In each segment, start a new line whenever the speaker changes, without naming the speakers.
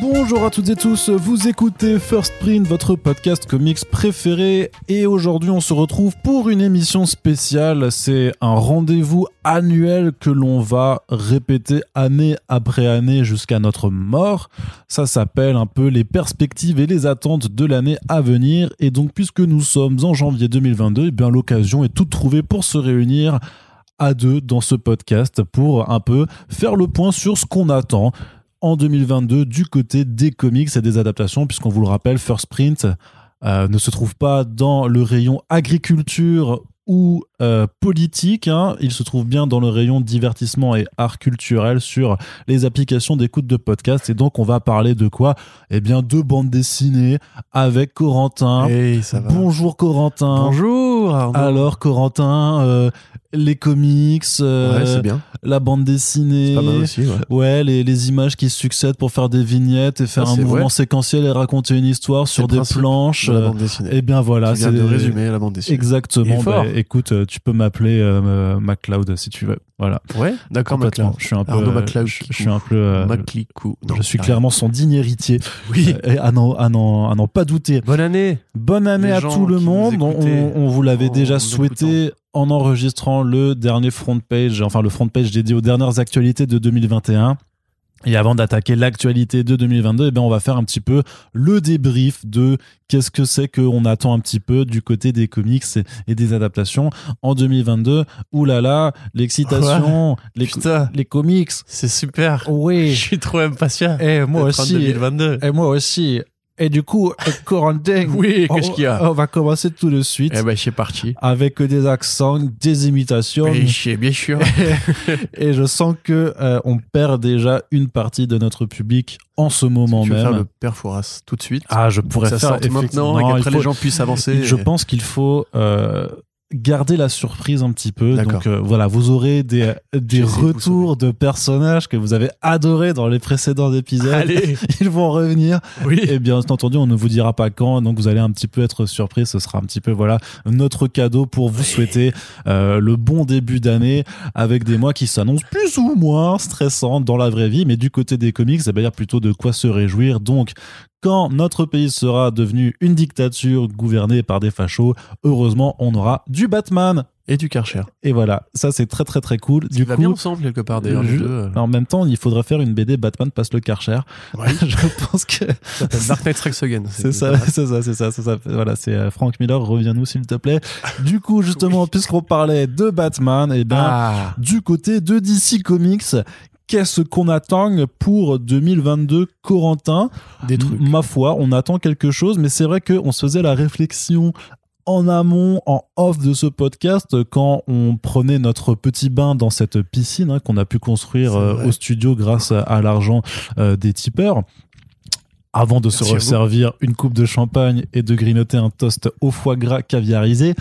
Bonjour à toutes et tous, vous écoutez First Print, votre podcast comics préféré, et aujourd'hui on se retrouve pour une émission spéciale. C'est un rendez-vous annuel que l'on va répéter année après année jusqu'à notre mort. Ça s'appelle un peu les perspectives et les attentes de l'année à venir. Et donc, puisque nous sommes en janvier 2022, eh bien l'occasion est toute trouvée pour se réunir à deux dans ce podcast pour un peu faire le point sur ce qu'on attend en 2022 du côté des comics et des adaptations, puisqu'on vous le rappelle, First Print euh, ne se trouve pas dans le rayon agriculture ou euh, politique, hein. il se trouve bien dans le rayon divertissement et art culturel sur les applications d'écoute de podcast. Et donc on va parler de quoi Eh bien de bandes dessinées avec Corentin.
Hey, ça va.
Bonjour Corentin.
Bonjour. Arnaud.
Alors Corentin, euh, les comics, euh,
ouais, c'est bien.
la bande dessinée,
C'est pas mal aussi. Ouais.
ouais, les, les images qui succèdent pour faire des vignettes et faire
Ah,
un
c'est
mouvement
vrai.
séquentiel et raconter une histoire sur
le
des
principe
planches.
De la
euh,
bande dessinée.
Eh bien voilà,
tu viens
c'est
de résumer la bande dessinée.
Exactement.
Et
Bah,
fort.
écoute, euh, tu peux m'appeler euh, euh, MacLeod si tu veux. Voilà.
Ouais. D'accord,
Complètement.
MacLeod.
Je suis un peu.
Arnaud
euh,
MacLeod
Je,
qui
je suis un peu. euh,
MacLeod. Non,
je suis
arrête.
clairement son digne héritier.
Oui.
Euh, et à n'en, à n'en- à n'en pas douter.
Bonne année.
Bonne année
Les
à
gens
tout le
qui nous
monde. On,
écoutaient
on vous l'avait
en
déjà
nous
souhaité en enregistrant le dernier front page, enfin le front page dédié aux dernières actualités de 2021. Et avant d'attaquer l'actualité de 2022, eh bien, on va faire un petit peu le débrief de qu'est-ce que c'est qu'on attend un petit peu du côté des comics et- et des adaptations en 2022. Ouh là là, l'excitation, les, co-
Putain,
les comics.
c'est super. Je
Oui.
suis trop impatient.
Et Eh, moi
d'être en
aussi.
2022.
Et moi aussi. Et du coup, euh, Corentin.
Oui,
on-
qu'est-ce qu'il y a
On va commencer tout de suite
Eh ben, c'est parti.
avec des accents, des imitations.
Oui, je- bien sûr.
Et je sens que euh, on perd déjà une partie de notre public en ce moment
Tu veux
même.
faire le père Fouras tout de suite.
Ah, je pourrais
ça
faire
sorte maintenant
effectivement,
et
il
qu'après
faut-
les gens puissent avancer.
Je
et-
pense qu'il faut euh, garder la surprise un petit peu.
D'accord.
Donc euh, voilà, vous aurez des, euh, des
J'essaie de vous
retours de personnages que vous avez adorés dans les précédents épisodes.
Allez.
Ils vont revenir.
Oui.
Et Eh bien entendu, on ne vous dira pas quand, donc vous allez un petit peu être surpris. Ce sera un petit peu voilà notre cadeau pour vous souhaiter euh, le bon début d'année avec des mois qui s'annoncent plus ou moins stressants dans la vraie vie, mais du côté des comics, eh bien, il y a plutôt de quoi se réjouir. Donc quand notre pays sera devenu une dictature gouvernée par des fachos, heureusement, on aura du Batman.
Et du Karcher.
Et voilà, ça c'est très très très cool.
Tu
Du
vas bien
coup,
ensemble quelque part d'ailleurs. les
je-
deux.
en même temps, il faudrait faire une BD Batman passe le Karcher.
Oui.
Je pense que
Dark Knight Strikes Again.
c'est ça, c'est ça, c'est ça, c'est ça. Voilà, c'est euh, Frank Miller, reviens-nous s'il te plaît. Du coup, justement, puisqu'on parlait de Batman, et ben,
Ah.
du côté de DC Comics, qu'est-ce qu'on attend pour 2022, Corentin
Ah, Des trucs.
Ma foi, on attend quelque chose, mais c'est vrai qu'on se faisait la réflexion en amont, en off de ce podcast, quand on prenait notre petit bain dans cette piscine hein, qu'on a pu construire
C'est
euh,
vrai.
au studio grâce à, à l'argent euh, des tipeurs. Avant de
Merci
se
à vous.
resservir une coupe de champagne et de grignoter un toast au foie gras caviarisé,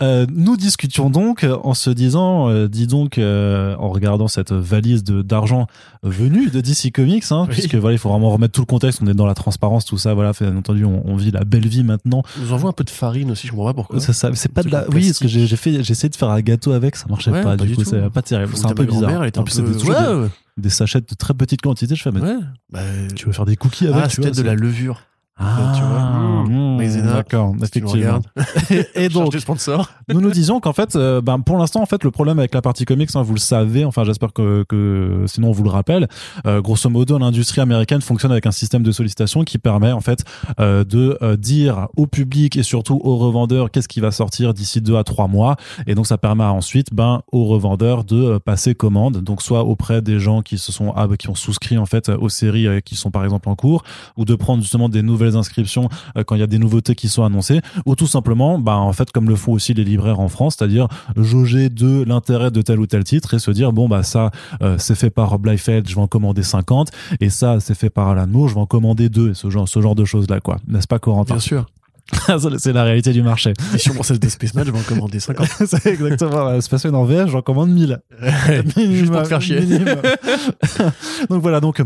euh, nous discutions donc euh, en se disant, euh, dis donc, euh, en regardant cette valise de- d'argent venue de DC Comics, hein,
Oui.
puisque voilà, il faut vraiment remettre tout le contexte, on est dans la transparence, tout ça, voilà, fait, bien entendu, on, on vit la belle vie maintenant.
Ils nous envoie un peu de farine aussi, je comprends pas pourquoi.
C'est ça, c'est pas de la.
truc en
Oui, parce que
plastique.
j'ai j'ai fait, j'ai essayé de faire un gâteau avec, ça marchait
Ouais,
pas,
pas
du
du
coup,
tout.
c'est pas terrible, c'est un peu bizarre.
Elle était
En
un
plus,
peu...
c'était toujours
Ouais,
des, des sachets de très petite quantité, je fais, mais
ouais. Bah,
tu veux faire des cookies avec
ah,
tu
c'est
vois,
peut-être de
c'est-
la levure.
Ah,
tu vois.
hmm,
Maïzena,
D'accord,
Si tu le
effectivement.
regardes.
Et
Cherche
donc,
des sponsors.
nous nous disions qu'en fait, euh, ben, pour l'instant, en fait, le problème avec la partie comics, hein, vous le savez, enfin, j'espère que, que sinon on vous le rappelle, euh, grosso modo, l'industrie américaine fonctionne avec un système de sollicitation qui permet, en fait, euh, de euh, dire au public et surtout aux revendeurs qu'est-ce qui va sortir d'ici deux à trois mois. Et donc, ça permet ensuite, ben, aux revendeurs de euh, passer commande. Donc, soit auprès des gens qui se sont, ah, qui ont souscrit, en fait, euh, aux séries euh, qui sont, par exemple, en cours, ou de prendre justement des nouvelles inscriptions euh, quand il y a des nouveautés qui sont annoncées ou tout simplement, bah, en fait, comme le font aussi les libraires en France, c'est-à-dire jauger de l'intérêt de tel ou tel titre et se dire, bon, bah, ça, euh, c'est fait par Blifeld, je vais en commander 50, et ça, c'est fait par Alan Moore, je vais en commander deux, et ce genre, ce genre de choses-là, quoi. N'est-ce pas, Corentin?
Bien sûr.
c'est la réalité du marché.
Et si on prend celle de Space Match, je vais en commander 50.
c'est exactement, ouais, se passer en VF, j'en commande 1000.
Juste pour te faire chier.
Minimum. donc voilà, donc.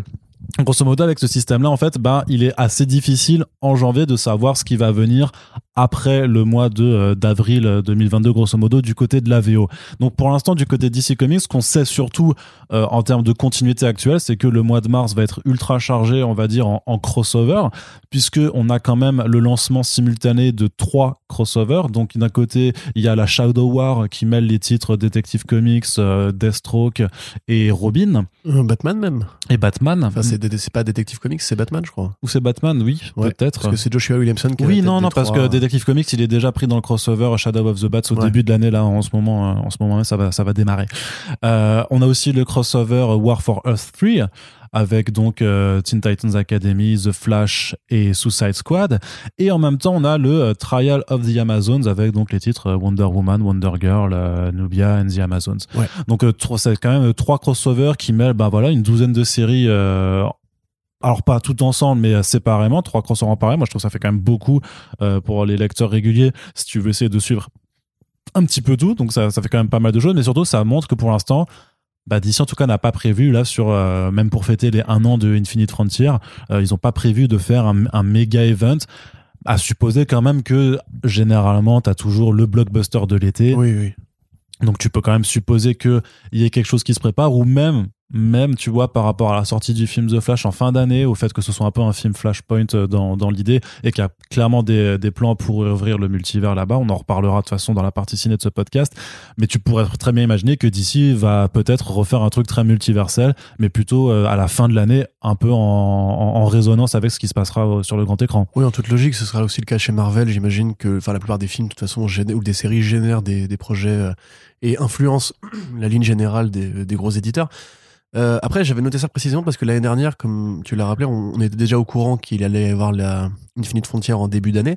grosso modo, avec ce système-là, en fait, ben, il est assez difficile en janvier de savoir ce qui va venir après le mois de, euh, d'avril 2022, grosso modo, du côté de la VO. Donc, pour l'instant, du côté DC Comics, ce qu'on sait surtout euh, en termes de continuité actuelle, c'est que le mois de mars va être ultra chargé, on va dire, en, en crossover, puisqu'on a quand même le lancement simultané de trois crossovers. Donc, d'un côté, il y a la Shadow War qui mêle les titres Detective Comics, euh, Deathstroke et Robin,
Euh, Batman même.
et Batman.
Enfin, c'est des- c'est pas Detective Comics, c'est Batman, je crois.
Ou c'est Batman, oui,
Ouais,
peut-être.
Parce que c'est Joshua Williamson qui a
Oui,
la
non,
tête
non,
des
parce
trois.
que Detective Comics, il est déjà pris dans le crossover Shadow of the Bats au
Ouais.
début de l'année, là, en ce moment, euh, en ce moment, ça va, ça va démarrer. Euh, on a aussi le crossover War for Earth 3, avec donc euh, Teen Titans Academy, The Flash et Suicide Squad. Et en même temps, on a le euh, Trial of the Amazons, avec donc les titres euh, Wonder Woman, Wonder Girl, euh, Nubia and the Amazons.
Ouais.
Donc, euh, trois- c'est quand même euh, trois crossovers qui mêlent, bah voilà, une douzaine de séries euh, alors pas tout ensemble mais euh, séparément trois crossovers en pareil moi je trouve que ça fait quand même beaucoup euh, pour les lecteurs réguliers si tu veux essayer de suivre un petit peu tout donc ça, ça fait quand même pas mal de choses mais surtout ça montre que pour l'instant bah, DC en tout cas n'a pas prévu là sur euh, même pour fêter les un an de Infinite Frontier euh, ils n'ont pas prévu de faire un, un méga event à supposer quand même que généralement tu as toujours le blockbuster de l'été
Oui, oui.
donc tu peux quand même supposer qu'il y ait quelque chose qui se prépare ou même même tu vois par rapport à la sortie du film The Flash en fin d'année au fait que ce soit un peu un film Flashpoint euh, dans, dans l'idée et qu'il y a clairement des, des plans pour ouvrir le multivers là-bas on en reparlera de toute façon dans la partie ciné de ce podcast mais tu pourrais très bien imaginer que DC va peut-être refaire un truc très multiversel mais plutôt euh, à la fin de l'année un peu en, en- en résonance avec ce qui se passera euh, sur le grand écran
Oui, en toute logique, ce sera aussi le cas chez Marvel. J'imagine que enfin, la plupart des films, de toute façon, géné- ou des séries génèrent des, des projets euh, et influencent la ligne générale des, des gros éditeurs. Euh, après, j'avais noté ça précisément parce que l'année dernière, comme tu l'as rappelé, on, on était déjà au courant qu'il allait y avoir la Infinite Frontier en début d'année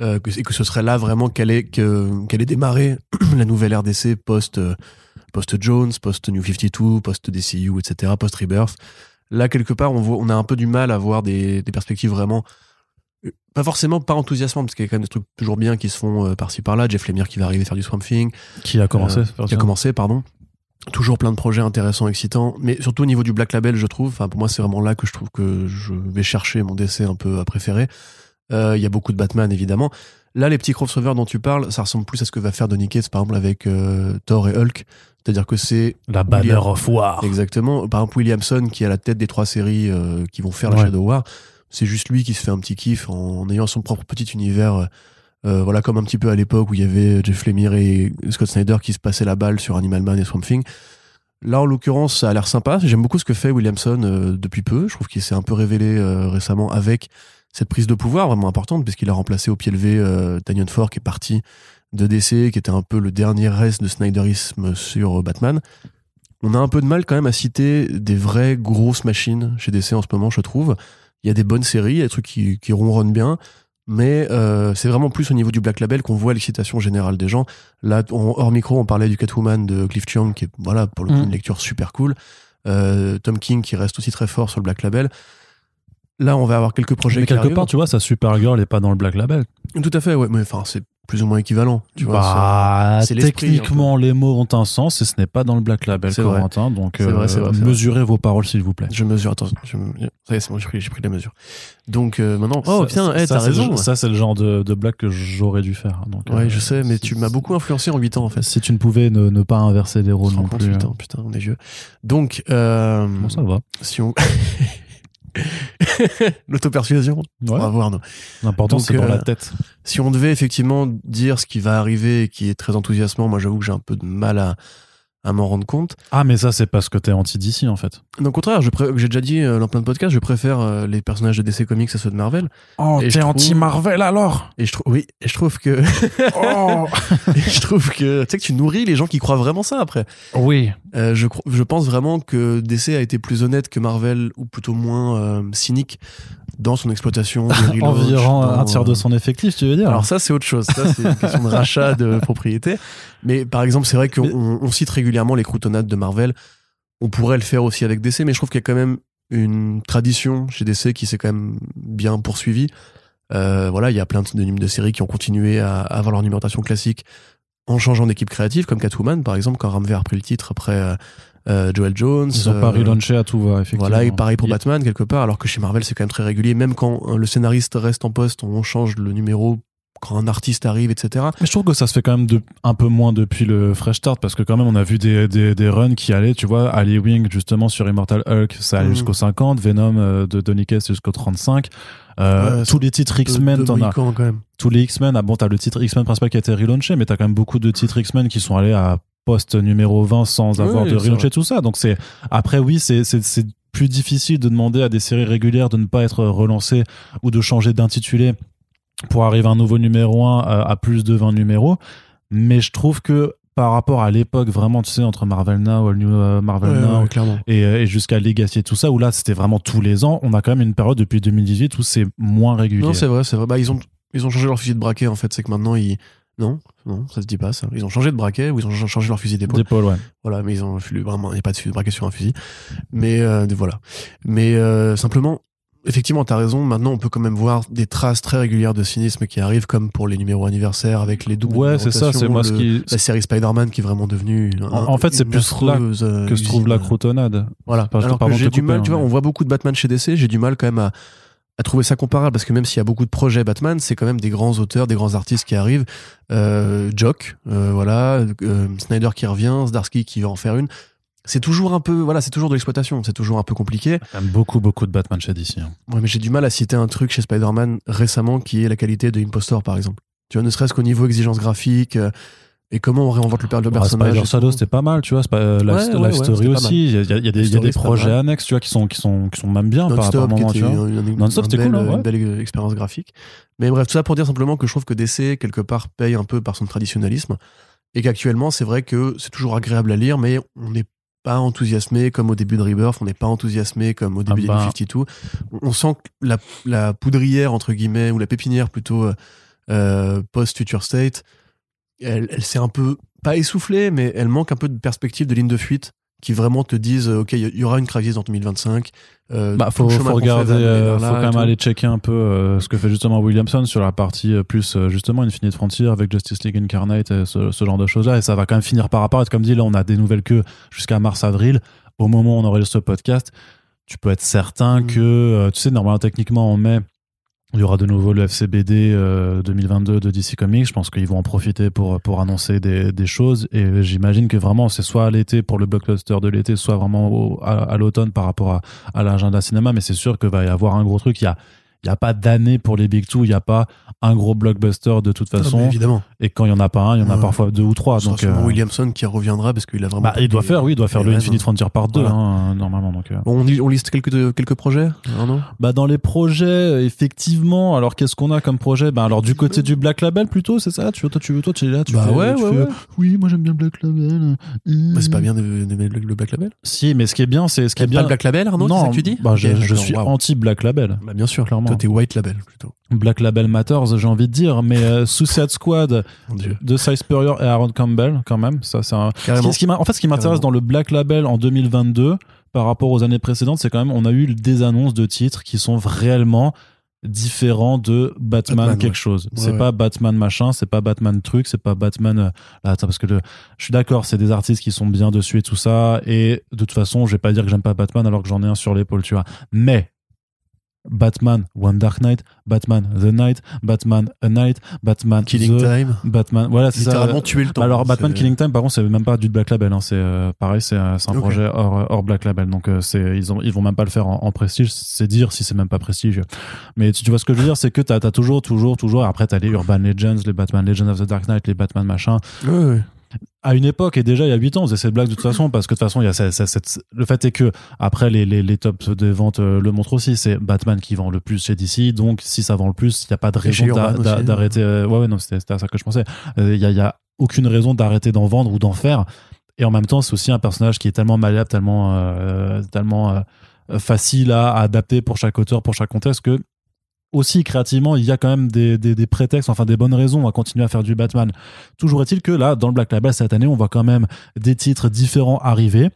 euh, que, et que ce serait là vraiment qu'allait que- qu'allait démarrer la nouvelle RDC post, euh, post Jones, post New 52, post DCU, etc., post Rebirth. Là, quelque part, on, voit, on a un peu du mal à voir des- des perspectives vraiment pas forcément pas enthousiasmant parce qu'il y a quand même des trucs toujours bien qui se font euh, par-ci par-là. Jeff Lemire qui va arriver faire du Swamp Thing,
qui a commencé
Euh,
c'est pas
qui a
ça
commencé, pardon. Toujours plein de projets intéressants, excitants, mais surtout au niveau du Black Label, je trouve. Enfin, pour moi, c'est vraiment là que je trouve que je vais chercher mon décès un peu euh, préféré. Euh, Il y a beaucoup de Batman, évidemment. Là, les petits crossovers dont tu parles, ça ressemble plus à ce que va faire Donny Cates, par exemple, avec euh, Thor et Hulk. C'est-à-dire que c'est
la banner of war
Exactement. Par exemple, Williamson, qui est à la tête des trois séries euh, qui vont faire la
Ouais.
Shadow War, c'est juste lui qui se fait un petit kiff en, en ayant son propre petit univers. euh, euh, voilà, comme un petit peu à l'époque où il y avait Jeff Lemire et Scott Snyder qui se passaient la balle sur Animal Man et Swamp Thing. Là, en l'occurrence, ça a l'air sympa. J'aime beaucoup ce que fait Williamson euh, depuis peu. Je trouve qu'il s'est un peu révélé euh, récemment avec cette prise de pouvoir vraiment importante, puisqu'il a remplacé au pied levé euh, Daniel Ford, qui est parti de DC, qui était un peu le dernier reste de Snyderisme sur euh, Batman. On a un peu de mal quand même à citer des vraies grosses machines chez DC en ce moment, je trouve. Il y a des bonnes séries, il y a des trucs qui, qui ronronnent bien, mais euh, c'est vraiment plus au niveau du Black Label qu'on voit l'excitation générale des gens. Là, on- hors micro, on parlait du Catwoman de Cliff Chiang, qui est voilà, pour le coup
Mm.
une lecture super cool. Euh, Tom King qui reste aussi très fort sur le Black Label. Là, on va avoir quelques projets
mais
qui
quelque
arrivent.
part tu vois sa Supergirl est pas dans le Black Label
Tout à fait, ouais, mais enfin, c'est plus ou moins équivalent. Tu vois,
Bah,
c'est- c'est l'esprit,
techniquement, les mots ont un sens et ce n'est pas dans le Black Label,
C'est vrai.
Corentin. Donc, euh,
C'est vrai, c'est vrai, c'est vrai.
mesurez vos paroles, s'il vous plaît.
Je mesure, attends, je, ça y est, c'est bon, j'ai pris, j'ai pris la mesure. Donc euh, maintenant, oh
Ça-
tiens,
ça-
hey,
ça,
t'as
c'est le-
raison.
Ça, c'est le genre de, de blague que j'aurais dû faire. Donc,
Ouais,
euh,
je sais, mais
si-
tu m'as beaucoup influencé en 8 ans en fait.
Si tu ne pouvais ne, ne pas inverser les rôles non plus. euh,
38 ans, putain, on est vieux. Donc, euh,
Bon, ça va.
si on. L'auto-persuasion, on va
Ouais.
voir, nous.
L'important,
Donc,
c'est dans
euh,
la tête.
Si on devait effectivement dire ce qui va arriver et qui est très enthousiasmant, moi j'avoue que j'ai un peu de mal à, à m'en rendre compte.
Ah, mais ça, c'est parce que t'es anti-DC, en fait.
Non, au contraire, je pré- j'ai déjà dit euh, dans plein de podcasts, je préfère euh, les personnages de DC Comics à ceux de Marvel.
Oh,
Et je trouve-
anti-Marvel alors
Et je, trou- oui, et je trouve que
Oh
Et je trouve que tu sais que tu nourris les gens qui croient vraiment ça après.
Oui.
Euh, je, cro- je pense vraiment que DC a été plus honnête que Marvel ou plutôt moins euh, cynique dans son exploitation. des relaunchs,
Environ
dans, euh,
un tiers de son effectif, tu veux dire
Alors ça c'est autre chose, ça c'est une question de rachat de propriété. Mais par exemple c'est vrai qu'on
Mais-
on- on cite régulièrement les croutonnades de Marvel. On pourrait le faire aussi avec DC, mais je trouve qu'il y a quand même une tradition chez DC qui s'est quand même bien poursuivie. Euh, voilà, il y a plein de synonymes de séries qui ont continué à, à avoir leur numérotation classique en changeant d'équipe créative, comme Catwoman par exemple, quand Ramver a pris le titre après euh, euh, Joel Jones.
Ils ont
euh,
pas relaunché à tout va, effectivement.
Voilà, et pareil pour
Il-
Batman, quelque part, alors que chez Marvel, c'est quand même très régulier. Même quand euh, le scénariste reste en poste, on change le numéro quand un artiste arrive, etc.
Mais je trouve que ça se fait quand même de, un peu moins depuis le Fresh Start parce que quand même on a vu des, des, des runs qui allaient, tu vois, Ali Wing justement sur Immortal Hulk, ça allait
Mhm.
jusqu'au 50, Venom euh, de Donny Cates jusqu'au 35. Euh,
Ouais,
tous les titres X-Men,
Deux- deux
t'en as.
Mohicans, quand même.
Tous les X-Men, ah bon, t'as le titre X-Men principal qui a été relaunché, mais t'as quand même beaucoup de titres X-Men qui sont allés à poste numéro 20 sans
Oui,
avoir de
c'est
relauncher
vrai.
tout ça. Donc c'est, après oui, c'est, c'est, c'est plus difficile de demander à des séries régulières de ne pas être relancées ou de changer d'intitulé pour arriver à un nouveau numéro 1 à, à plus de 20 numéros. Mais je trouve que par rapport à l'époque vraiment, tu sais, entre Marvel Now, All New euh, Marvel
Ouais,
Now,
ouais, clairement.
et, euh, et jusqu'à Legacy et tout ça, où là c'était vraiment tous les ans, on a quand même une période depuis 2018 où c'est moins régulier.
Non, c'est vrai, c'est vrai. Bah, ils ont, ils ont changé leur fusil de braquet, en fait. C'est que maintenant, ils. Non, non, ça se dit pas, ça. Ils ont changé de braquet ou ils ont ch- changé leur fusil d'épaule.
D'épaule, ouais.
Voilà, mais ils ont. Vraiment, il n'y a pas de fusil de braquet sur un fusil. Mais euh, voilà. Mais euh, simplement, effectivement, t'as raison. Maintenant, on peut quand même voir des traces très régulières de cynisme qui arrivent, comme pour les numéros anniversaires avec les doubles.
Ouais, c'est ça, c'est moi
numérotations,
ce
le-
qui.
La série Spider-Man qui est vraiment devenue.
En- en fait, c'est plus là que se trouve la
croûte
crotonnade.
Voilà.
Parce que,
Alors que
pardon de
j'ai
te
du
couper,
mal,
hein,
tu vois,
mais-
on voit beaucoup de Batman chez DC, j'ai du mal quand même à, à trouver ça comparable parce que même s'il y a beaucoup de projets Batman, c'est quand même des grands auteurs, des grands artistes qui arrivent. Euh, Jock, euh, voilà, euh, Snyder qui revient, Zdarsky qui va en faire une. C'est toujours un peu, voilà, c'est toujours de l'exploitation, c'est toujours un peu compliqué.
hein. J'aime beaucoup, beaucoup de Batman chez DC. hein.
Ouais, mais j'ai du mal à citer un truc chez Spider-Man récemment qui est la qualité de Impostor, par exemple. Tu vois, ne serait-ce qu'au niveau exigence graphique euh, et comment on réinvente le, per- le
Bah,
personnage.
Spider
et
Shadow,
tout.
c'était pas mal, tu vois. c'est pas- euh, Life,
Ouais, ouais,
Life
ouais,
Story
c'était pas
aussi. Il y a, il y a- il y a des, il y a
Story,
des
c'était pas
projets
mal.
annexes, tu vois, qui sont, qui sont, qui sont même bien par rapport à un
Non-stop, qui
moment,
était
tu vois.
un- un-
Non-stop,
un
c'était
bel-
cool, hein, ouais.
une belle euh, expérience graphique. Mais bref, tout ça pour dire simplement que je trouve que DC, quelque part, paye un peu par son traditionnalisme. Et qu'actuellement, c'est vrai que c'est toujours agréable à lire, mais on n'est pas enthousiasmé comme au début de Rebirth, on n'est pas enthousiasmé comme au début
Ah bah.
de 52. On- On sent que la, la poudrière, entre guillemets, ou la pépinière plutôt euh, euh, post-Future State, elle, elle s'est un peu, pas essoufflée, mais elle manque un peu de perspective, de ligne de fuite, qui vraiment te disent, euh, OK, il y- il y aura une crise en 2025. euh,
Bah,
tout
faut,
le chemin
faut
qu'on fait
regarder,
va mener
euh,
vers
faut
là
quand
et
même
tout.
aller checker un peu euh, ce que fait justement Williamson sur la partie euh, plus euh, justement Infinite Frontier avec Justice League Incarnate, et ce, ce genre de choses-là. Et ça va quand même finir par apparaître. Comme dit, là, on a des nouvelles queues jusqu'à mars-avril. Au moment où on enregistre ce podcast, tu peux être certain
Mm.
que, euh, tu sais, normalement, techniquement, en mai, il y aura de nouveau le FCBD euh, 2022 de DC Comics. Je pense qu'ils vont en profiter pour, pour annoncer des, des choses. Et j'imagine que vraiment, c'est soit à l'été pour le blockbuster de l'été, soit vraiment au- à, à l'automne par rapport à, à l'agenda cinéma. Mais c'est sûr que va y avoir un gros truc. Il y a, il y a pas d'année pour les Big Two. Il n'y a pas un gros blockbuster de toute
Ah, mais
façon.
évidemment.
Et quand il n'y en a pas un, il y en a
Ouais.
parfois deux ou trois.
Ce sera
Donc,
sûrement
euh,
Williamson qui reviendra parce qu'il a vraiment.
bah, il doit
des-
faire, oui, il doit faire
des
le
rêves,
Infinite
hein.
Frontier par deux,
Voilà.
hein, normalement. Donc, euh.
On, li- on liste quelques, quelques projets hein, non
Bah dans les projets, euh, effectivement. Alors qu'est-ce qu'on a comme projet Bah alors du côté du Black Label plutôt, c'est ça Tu toi tu toi tu es là, tu fais- tu fais, Oui, moi j'aime bien le Black Label.
Bah, c'est pas bien d'aimer le, le Black Label
Si, mais ce qui est bien, c'est ce qui est
T'aimes pas
Eh bien.
le Black Label, Arnaud
non,
c'est ça que tu dis
bah, je,
Ok,
je
d'accord,
suis
waouh.
anti Black Label.
Bah, bien sûr,
Clairement.
Toi, t'es White Label plutôt.
Black Label Matters, j'ai envie de dire, mais euh, Suicide Squad
Mon Dieu.
de Cy Spurrier et Aaron Campbell, quand même, ça c'est un, Ce
Carrément.
qui- ce qui m'a- en fait, ce qui m'intéresse
Carrément.
dans le Black Label en 2022 par rapport aux années précédentes, c'est quand même on a eu des annonces de titres qui sont réellement différents de Batman,
Batman,
quelque
ouais.
chose.
Ouais,
c'est
ouais.
pas Batman machin, c'est pas Batman truc, c'est pas Batman. euh, là, attends, parce que le- je suis d'accord, c'est des artistes qui sont bien dessus et tout ça. Et de toute façon, je vais pas dire que j'aime pas Batman alors que j'en ai un sur l'épaule, tu vois. Mais Batman One Dark Knight, Batman The Knight, Batman A Knight, Batman
Killing
The,
Time.
Batman. Voilà, c'est ça. Bah,
Littéralement tuer le temps.
Alors Batman
C'est-
Killing Time, par contre, c'est même pas du Black Label. hein. C'est euh, pareil, c'est euh, c'est un
Ok.
projet hors, hors Black Label. Donc euh, c'est ils ont ils vont même pas le faire en, en prestige. C'est dire si c'est même pas prestigieux. Mais tu, tu vois ce que je veux dire, c'est que t'as as toujours toujours toujours. Après t'as les Urban Legends, les Batman Legends of the Dark Knight, les Batman machin.
Ouais, ouais.
À une époque et déjà il y a 8 ans, on faisait cette blague de
Mm-hmm.
toute façon parce que de toute façon il y a cette- cette- cette- le fait est que après les les, les tops des ventes euh, le montrent aussi. C'est Batman qui vend le plus chez DC. Donc si ça vend le plus, il y a pas de
Et chez
raison d'a-
Urban
d'a-
aussi. hein.
d'arrêter. euh, ouais ouais non c'était c'était à ça que je pensais. Il n'y a, y a aucune raison d'arrêter d'en vendre ou d'en faire. Et en même temps, c'est aussi un personnage qui est tellement malléable, tellement, euh, tellement euh, facile à, à adapter pour chaque auteur, pour chaque contexte, que aussi créativement, il y a quand même des, des- des prétextes, enfin des bonnes raisons à continuer à faire du Batman. Toujours est-il que là, dans le Black Label cette année, on voit quand même des titres différents arriver.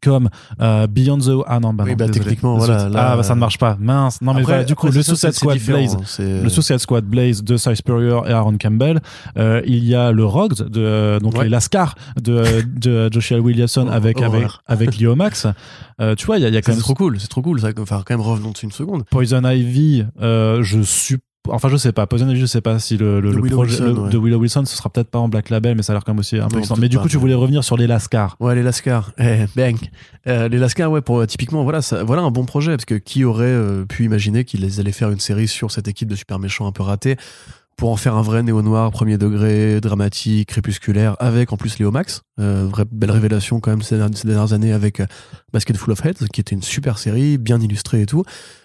comme euh, Beyond the Ah non bah,
Oui,
non,
bah,
désolé.
techniquement,
Le
voilà,
Suicide-
là,
ah bah, ça ne marche pas mince non mais
Après-
voilà, du coup
après,
le
c'est
Suicide
ça, c'est
Squad
différent,
Blaze
hein, c'est-
le Suicide Squad Blaze de Cy Superior et Aaron Campbell Euh, il y a le Rogues de euh, donc
Ouais.
les Lascar de, de Joshua Williamson
Oh,
avec avec
horreur.
avec Leo Max Euh, tu vois il y a, il y a quand
C'est
même
trop cool, c'est trop cool. Ça, enfin, quand même, revenons dessus une seconde.
Poison Ivy euh, je suis Enfin, je sais pas. Poison Ivy, je sais pas si le, le-
De
le
Willow
projet
Wilson,
le-
ouais.
de Willow Wilson, ce sera peut-être pas en Black Label, mais ça a l'air quand même aussi un peu
Non,
extant.
peut-être
Mais du coup,
pas,
tu
mais-
voulais revenir sur les Lascar.
Ouais, les Lascar, eh, bang. Euh, les Lascar, ouais, pour, typiquement, voilà, ça, voilà un bon projet, parce que qui aurait euh, pu imaginer qu'ils allaient faire une série sur cette équipe de super méchants un peu ratés pour en faire un vrai néo-noir, premier degré, dramatique, crépusculaire, avec en plus Léo Max. Euh, vraie belle révélation quand même ces dernières, ces dernières années avec euh, Basket Full of Heads, qui était une super série, bien illustrée et tout.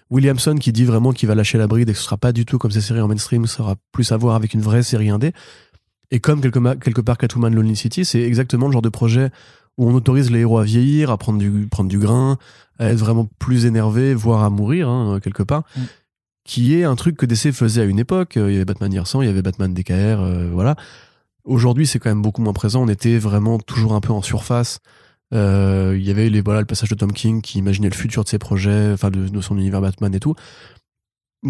Williamson qui dit vraiment qu'il va lâcher la bride et que ce sera pas du tout comme ces séries en mainstream, ça aura plus à voir avec une vraie série indé. Et comme quelque, ma- quelque part Catwoman Lonely City, c'est exactement le genre de projet où on autorise les héros à vieillir, à prendre du, prendre du grain, à être vraiment plus énervé, voire à mourir, hein, quelque part.
Mm.
Qui est un truc que DC faisait à une époque. Euh, Il y avait Batman Year 100, il y avait Batman DKR, euh, voilà. Aujourd'hui, c'est quand même beaucoup moins présent. On était vraiment toujours un peu en surface. Euh, il y avait les, voilà, le passage de Tom King qui imaginait le futur de ses projets, enfin de, de son univers Batman et tout.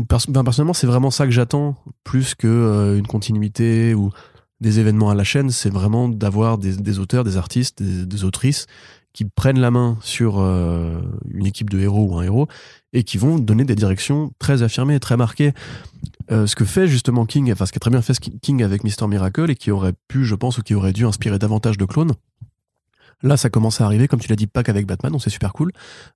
Pers- enfin, personnellement, c'est vraiment ça que j'attends, plus que euh, une continuité ou des événements à la chaîne, c'est vraiment d'avoir des, des auteurs, des artistes, des, des autrices qui prennent la main sur euh, une équipe de héros ou un héros et qui vont donner des directions très affirmées, très marquées. Euh, ce que fait justement King, enfin ce qu'a très bien fait ce qui- King avec Mister Miracle et qui aurait pu, je pense, ou qui aurait dû inspirer davantage de clones. Là, ça commence à arriver, comme tu l'as dit, pas qu'avec Batman, donc c'est super cool.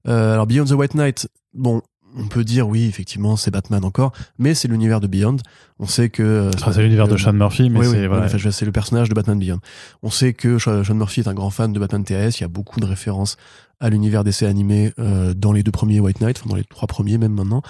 Euh, alors Beyond the White Knight, bon, on peut dire oui, effectivement, c'est Batman encore, mais c'est l'univers de Beyond. On sait que euh,
Enfin, Ah, c'est l'univers de
euh,
Sean Murphy, mais
oui,
c'est
oui,
voilà.
oui, enfin, je- c'est le personnage de Batman Beyond. On sait que Sean Sean Murphy est un grand fan de Batman TS. Il y a beaucoup de références à l'univers d'essais animés euh, dans les deux premiers White Knight, enfin dans les trois premiers même maintenant.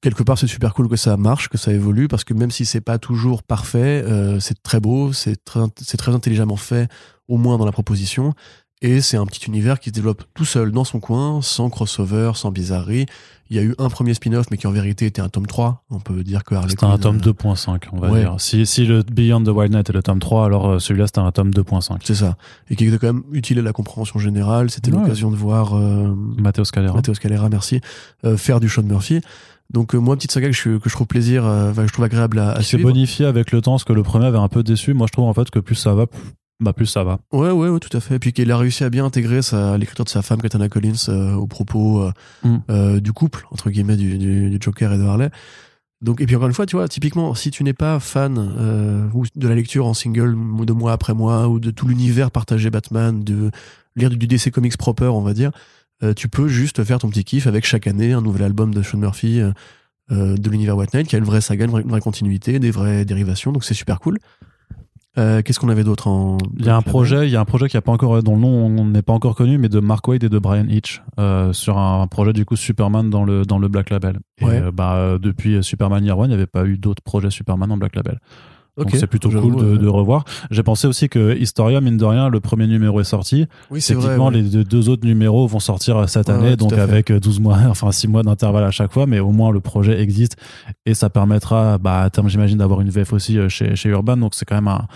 Quelque part, c'est super cool que ça marche, que ça évolue, parce que même si c'est pas toujours parfait, euh, c'est très beau, c'est très, int- c'est très intelligemment fait, au moins dans la proposition. Et c'est un petit univers qui se développe tout seul dans son coin, sans crossover, sans bizarrerie. Il y a eu un premier spin-off, mais qui en vérité était un tome 3. On peut dire que Harley
C'était un tome
Quinn, euh,
2.5, on va
ouais.
dire. Si, si le Beyond the Wild Night est le tome 3, alors euh, celui-là, c'était un tome 2.5.
C'est ça. Et qui était quand même utile à la compréhension générale. C'était
Ouais.
l'occasion de voir euh,
Matteo Scalera.
Matteo Scalera, merci, euh, faire du Sean Murphy. Donc euh, moi, petite saga que je, que je trouve plaisir, euh, enfin, que je trouve agréable à, à
Qui s'est
suivre.
bonifié avec le temps, parce que le premier avait un peu déçu. Moi, je trouve en fait que plus ça va, plus- bah, plus ça va.
Ouais, ouais, ouais, tout à fait. Puis qu'il a réussi à bien intégrer sa- l'écriture de sa femme, Katana Collins, euh, au propos euh,
Mm.
euh, du couple, entre guillemets, du, du- du Joker et de Harley. Donc, et puis encore une fois, tu vois, typiquement, si tu n'es pas fan euh, ou de la lecture en single de mois après mois ou de tout l'univers partagé Batman, de lire du DC Comics proper, on va dire, euh, tu peux juste faire ton petit kiff avec chaque année un nouvel album de Sean Murphy euh, euh, de l'univers White Knight qui a une vraie saga, une vraie, une vraie continuité, des vraies dérivations, donc c'est super cool. Euh, Qu'est-ce qu'on avait d'autre en
Il y a un projet, il y a un projet qui a pas encore, dont le nom on n'est pas encore connu, mais de Mark Wade et de Brian Hitch, euh, sur un projet du coup Superman dans le, dans le Black Label. Et
Ouais.
euh, bah, euh, depuis Superman Year One, il n'y avait pas eu d'autres projets Superman en Black Label.
Ok.
Donc c'est plutôt
J'avoue,
cool de,
euh,
de revoir. J'ai pensé aussi que Historia, mine de rien, le premier numéro est sorti.
Oui, c'est vrai.
Techniquement,
ouais.
les deux, deux autres numéros vont sortir euh, cette
Ouais,
année,
ouais, tout
donc
à fait.
avec euh, 12 mois, enfin 6 mois d'intervalle à chaque fois, mais au moins le projet existe et ça permettra, bah, à terme, j'imagine, d'avoir une VF aussi euh, chez, chez Urban, donc c'est quand même un.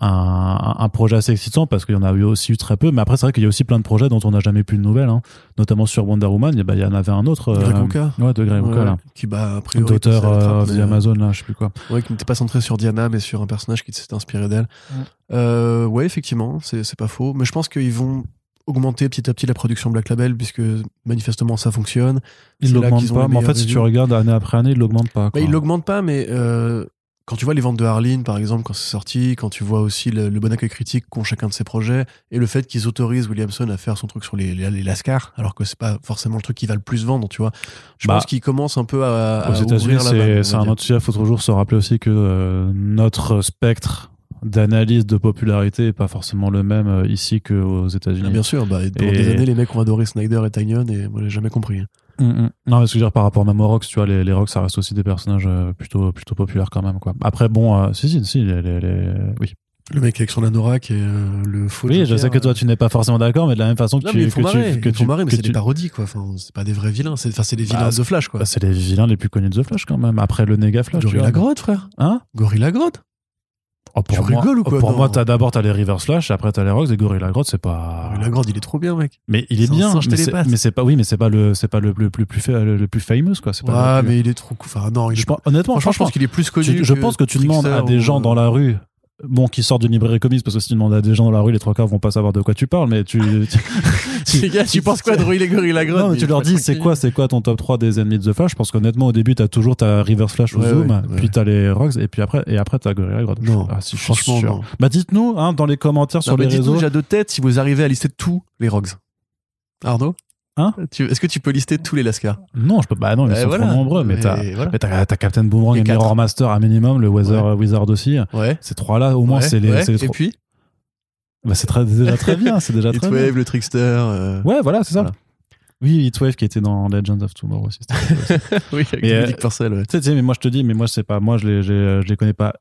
Un, un projet assez excitant parce qu'il y en a eu aussi eu très peu mais après c'est vrai qu'il y a aussi plein de projets dont on n'a jamais plus de nouvelles hein. notamment sur Wonder Woman eh ben, il y en avait un autre
Greg
euh,
Rucka.
ouais, de Greg Rucka,
Ouais,
là.
Qui, bah, a priori,
d'auteur
passait à la trappe,
euh,
mais,
The Amazon là je sais plus quoi
euh, ouais, qui n'était pas centré sur Diana, mais sur un personnage qui s'était inspiré d'elle.
Ouais.
Euh, ouais, effectivement, c'est c'est pas faux. Mais je pense qu'ils vont augmenter petit à petit la production Black Label, puisque manifestement ça fonctionne.
Ils
C'est là
l'augmentent
qu'ils ont les
pas. Mais en fait,
meilleurs
si tu
reviews.
regardes année après année, ils l'augmentent pas.
Bah,
quoi.
ils l'augmentent pas, mais euh, quand tu vois les ventes de Harleen, par exemple, quand c'est sorti, quand tu vois aussi le, le bon accueil critique qu'ont chacun de ses projets, et le fait qu'ils autorisent Williamson à faire son truc sur les, les, les Lascar, alors que c'est pas forcément le truc qui va le plus vendre, tu vois. Je
Bah,
pense qu'ils commencent un peu à, à
Aux États-Unis,
Euh, ouvrir la vanne, on
c'est
va
c'est un
dire.
autre sujet. Faut toujours se rappeler aussi que euh, notre spectre d'analyse de popularité est pas forcément le même euh, ici qu'aux
Ah,
États-Unis.
bien sûr, bah, pendant
Et-
des années, les mecs ont adoré Snyder et Tynion, et moi, j'ai jamais compris. hein.
Mm, mm. Non, mais ce que je veux dire par rapport même aux Rocks, tu vois, les, les Rocks, ça reste aussi des personnages euh, plutôt plutôt populaires quand même. Quoi. Après, bon, euh, si si si, les, les- les- oui.
Le mec avec son anorak et euh, le faux.
Oui, je
Joker,
sais que toi, tu n'es pas forcément d'accord, mais de la même façon que
euh. Non,
tu
mais ils font
que tu-
marrer,
que
ils
tu-
font marrer, mais
que
c'est
tu-
des parodies, quoi. Enfin, c'est pas des vrais vilains, c'est enfin, c'est des vilains
Bah,
de Flash, quoi.
Bah, c'est les vilains les plus connus de The Flash quand même. Après le néga Flash, tu
Gorilla
vois.
Grotte, frère.
Hein
Gorilla Grotte.
Oh, pour
Tu
moi,
rigoles ou quoi,
Pour
non
moi, t'as d'abord t'as les River Slash, après t'as les Rocks et Gorilla Grodd, c'est pas.
La grande, il est trop bien, mec.
Mais il est
C'est un
bien,
singe
mais c'est,
télépathe.
mais c'est pas, oui, mais c'est pas le, c'est pas le, le plus, plus fa- le plus famous quoi. C'est pas
Ah,
le plus-
mais il est trop cool. Enfin, non, il est
je pense, honnêtement,
Franchement, je
franchement,
pense qu'il est plus connu.
tu- je pense que tu demandes à des gens dans la rue, bon, qui sortent d'une librairie comics, parce que si tu demandes à des gens dans la rue, les trois quarts vont pas savoir de quoi tu parles, mais tu, tu-
Tu, tu penses quoi de Roy Legory la grotte
non, mais tu leur dis, c'est quoi, c'est quoi ton top 3 des ennemis de The Flash? Parce qu'honnêtement, au début, t'as toujours ta River Flash ou
Ouais,
Zoom,
ouais, ouais.
puis t'as les Rocks, et puis après, et après, t'as Gorilla Grodd.
Non,
Ah, si, je suis
Franchement,
sûr.
non.
Bah, dites-nous, hein, dans les commentaires sur
Non, mais
les
dites-nous
réseaux.
déjà de tête si vous arrivez à lister tous les Rogues. Arnaud Euh,
Hein
Tu- Est-ce que tu peux lister tous les Lascars
Non, je peux, bah, non, ils
Eh,
sont
voilà.
trop nombreux, mais
Et
t'as,
voilà.
mais t'as, t'as Captain Boomerang
Les
et Mirror
quatre.
Master à minimum, le Weather Wizard aussi.
Ouais.
Ces trois-là, au moins,
ouais,
c'est les,
ouais.
c'est les
Et
trois-
puis
Bah, c'est très- déjà très bien, c'est déjà très bien.
Heatwave, le Trickster. euh,
Ouais, voilà, c'est ça.
Voilà.
Oui, Heatwave qui était dans Legends of Tomorrow aussi. c'était cool aussi. tu
oui, avec
Mais,
le
euh,
Dick Purcell, ouais.
sais, tu sais, mais moi je te dis, mais moi c'est pas, moi je les, j'ai- je les connais pas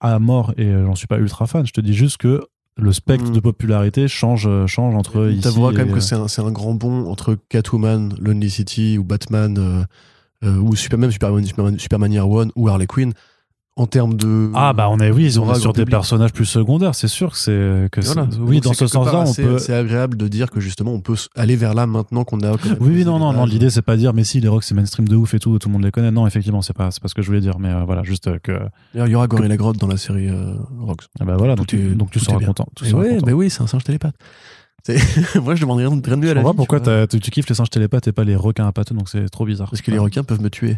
à mort et j'en suis pas ultra fan. Je te dis juste que le spectre
Mm.
de popularité change, euh, change entre ici.
T'avoueras quand
et,
même
euh,
que c'est un, c'est un grand bond entre Catwoman, Lonely City ou Batman euh, euh, ou Super- même Superman, Superman, Superman Year One ou Harley Quinn en termes de.
Ah bah on est oui, ils
Ils
ont
aura
sur
grand
des
public.
personnages plus secondaires, c'est sûr que c'est que
Et voilà.
c'est- oui
Donc
dans
c'est
ce
quelque part
sens-là on
assez-
peut
C'est agréable de dire que justement on peut s- aller vers là maintenant qu'on a. quand même
oui, oui,
posé
non,
les
non, non.
bases.
L'idée, c'est pas dire, mais si, les rocks, c'est mainstream de ouf et tout, tout le monde les connaît. Non, effectivement, c'est pas, c'est pas ce que je voulais dire. Mais euh, voilà, juste euh, que.
D'ailleurs, il y aura Gorilla Grodd dans la série euh, Rocks.
ah bah voilà,
Tout
donc, tu-
est-
donc tu
tout est
seras
bien.
content. Tu
Et
seras
ouais,
content.
bah oui, c'est un singe télépathe. C'est- Moi, je demande rien, de- rien de mieux à
Je
la
vois
vie,
pourquoi
tu
t'as-
vois.
tu, tu kiffes les singes télépathes et pas les requins à pattes, donc c'est trop bizarre.
Parce que les requins peuvent me tuer.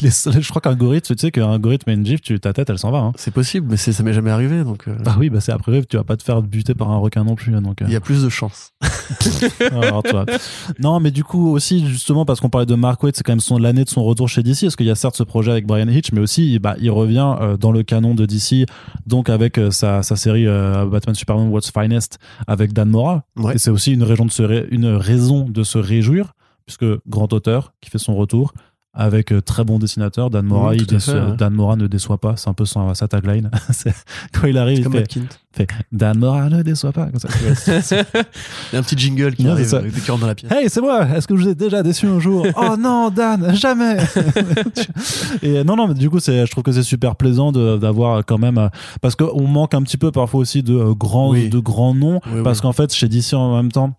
Les- je crois qu'un gorille, tu sais qu'un gorille te met une gifle, tu, ta tête, elle s'en va. Hein.
C'est possible, mais c'est- ça m'est jamais arrivé, donc euh,
Bah oui, bah c'est après, tu vas pas te faire buter par un requin non plus. hein, Donc, euh,
il y a plus de chances.
alors, tu vois. Non, mais du coup, aussi, justement, parce qu'on parlait de Mark Waid, c'est quand même son, l'année de son retour chez DC. Parce qu'il y a certes ce projet avec Brian Hitch, mais aussi, bah, il revient euh, dans le canon de DC, donc avec euh, sa, sa série euh, Batman Superman What's Finest avec Dan Mora.
Ouais.
Et c'est aussi une, région de se ré- une raison de se réjouir, puisque grand auteur qui fait son retour avec euh, très bon dessinateur, Dan Mora,
Mmh,
il
tout à
déçoit-
fait, ouais.
Dan Mora ne déçoit pas, c'est un peu son- sa tagline. C'est- Quand il arrive,
C'est
il
comme
fait,
Matt Kint.
fait Dan Mora ne déçoit pas. Comme ça, tu vois, c'est- c'est-
Il y a un petit jingle qui
Non, c'est
arrive
ça.
avec des cornes dans la pièce.
Hey, c'est moi. Est-ce que je vous ai déjà déçu un jour Oh non, Dan, jamais. et euh, non, non, mais du coup, c'est, je trouve que c'est super plaisant de- d'avoir quand même, euh, parce qu'on manque un petit peu parfois aussi de euh, grands,
Oui.
de grands noms,
Oui,
parce
oui.
qu'en fait, chez DC en même temps.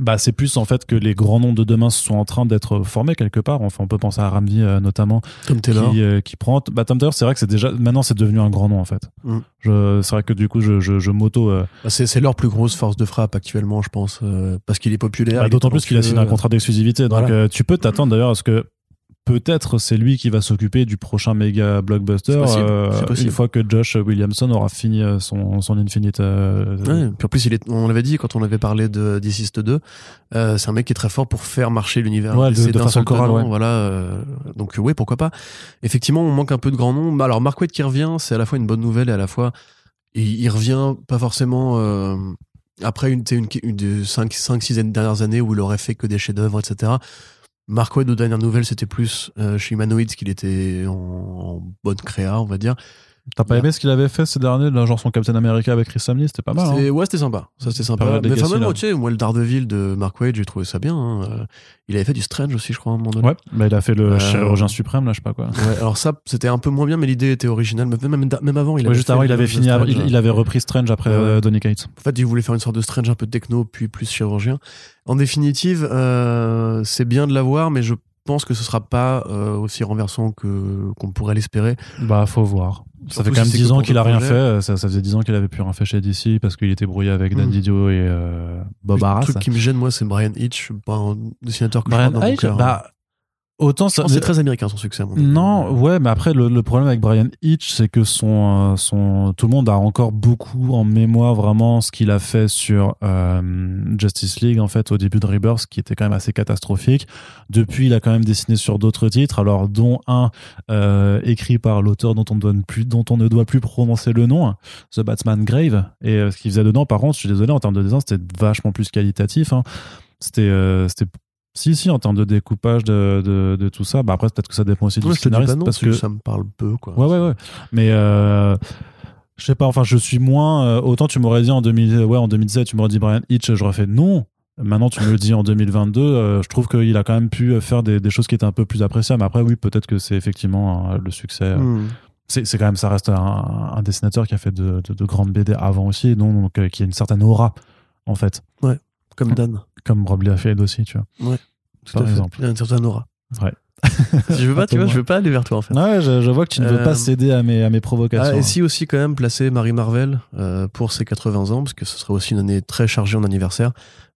Bah, c'est plus en fait que les grands noms de demain sont en train d'être euh, formés quelque part. Enfin, on peut penser à Ramvi euh, notamment,
Tom Taylor.
qui, euh, qui prend. Bah, Tom Taylor, c'est vrai que c'est déjà. Maintenant, c'est devenu un grand nom en fait.
Mm.
Je, c'est vrai que du coup, je, je, je m'auto. euh,
Bah, C'est c'est leur plus grosse force de frappe actuellement, je pense, euh, parce qu'il est populaire.
Bah,
il est
D'autant plus qu'il a signé un
talentueux.
contrat d'exclusivité. Donc
euh, Voilà.
euh, tu peux t'attendre d'ailleurs à ce que peut-être c'est lui qui va s'occuper du prochain méga blockbuster euh,
C'est possible, c'est
une
possible.
fois que Josh Williamson aura fini euh, son, son Infinite. euh,
Ouais, puis en plus, il est, on l'avait dit quand on avait parlé de Dissist 2, euh, c'est un mec qui est très fort pour faire marcher l'univers.
Ouais,
Et
de-
c'est
de
d'un
façon
seul
chorale,
tenant,
ouais.
Voilà, euh, donc oui, pourquoi pas. Effectivement, on manque un peu de grands noms. Alors, Mark Waid qui revient, c'est à la fois une bonne nouvelle et à la fois, il, il revient pas forcément euh, après une, tu sais, une, une des 5-6 dernières années où il aurait fait que des chefs-d'œuvre, etc. Mark Waid, aux dernières nouvelles, c'était plus euh, chez Humanoids qu'il était en, en bonne créa, on va dire.
T'as pas aimé ce qu'il avait fait ces derniers, là, genre son Captain America avec Chris Samney, c'était pas mal. hein.
C'est- Ouais, c'était sympa. Ça, c'était
Pas
sympa.
mal de
Mais enfin,
Legacy,
même,
là.
tu sais, moi, le Daredevil de Mark Waid, j'ai trouvé ça bien. hein. Euh, Il avait fait du Strange aussi, je crois, à un moment donné.
Ouais, bah, il a fait le
Euh,
chirurgien suprême, là, je sais pas quoi.
Ouais, alors ça, c'était un peu moins bien, mais l'idée était originale. Mais Même, même avant, il
Ouais,
avait
juste
fait
avant,
le
il avait
Strange.
fini, il, il avait repris Strange après
Ouais, ouais.
euh, Donny Cates.
En fait, il voulait faire une sorte de Strange un peu techno, puis plus chirurgien. En définitive, euh, c'est bien de l'avoir, mais je pense que ce sera pas euh, aussi renversant que qu'on pourrait l'espérer.
Bah, faut voir. Ça
Surtout
fait quand même
si c'est
10
que
ans
pour
qu'il
le
a rien
projet.
fait. euh, Ça, ça faisait 10 ans qu'il avait plus rien fait chez DC parce qu'il était brouillé avec Dan
Mm.
Didio et euh, Bob
le
Arras.
truc qui me gêne, moi, c'est Brian Hitch, pas un dessinateur que
Brian
je crois dans mon
Hitch,
cœur.
bah, autant
Je
ça.
pense que c'est très américain son succès. à mon avis.
Non, ouais, mais après, le, le problème avec Brian Hitch, c'est que son, euh, son, tout le monde a encore beaucoup en mémoire vraiment ce qu'il a fait sur euh, Justice League, en fait, au début de Rebirth, qui était quand même assez catastrophique. Depuis, il a quand même dessiné sur d'autres titres, alors dont un euh, écrit par l'auteur dont on, ne donne plus, dont on ne doit plus prononcer le nom, The Batman Grave. Et euh, ce qu'il faisait dedans, par contre, je suis désolé, en termes de dessin, c'était vachement plus qualitatif. hein. C'était euh, c'était si, si, en termes de découpage de, de, de tout ça. Bah après, peut-être que ça dépend aussi
Ouais,
du
je te dis
scénariste.
pas non,
parce
parce
que...
que ça me parle peu. Quoi.
Ouais, ouais, ouais. Mais euh, je sais pas, enfin, je suis moins. euh, autant tu m'aurais dit en, 2000, ouais, en 2017, tu m'aurais dit Brian Hitch, j'aurais fait non. Maintenant, tu me le dis en 2022, euh, je trouve qu'il a quand même pu faire des, des choses qui étaient un peu plus appréciables. Après, oui, peut-être que c'est effectivement euh, le succès. euh,
Hmm.
c'est c'est quand même ça reste un, un dessinateur qui a fait de, de- de grandes BD avant aussi et donc, donc, euh, qui a une certaine aura en fait
Comme Dan.
comme Rob Liefeld aussi tu vois
Tout
Par
à fait.
exemple.
Il a une certaine aura.
Ouais.
je veux pas, tu
Un peu
vois,
moins.
je veux pas aller vers toi en fait.
ouais je, je vois que tu ne veux
Euh,
pas céder à mes à mes provocations hein.
Ah, et si aussi quand même placer Marie Marvel euh, pour ses 80 ans, parce que ce serait aussi une année très chargée en anniversaire.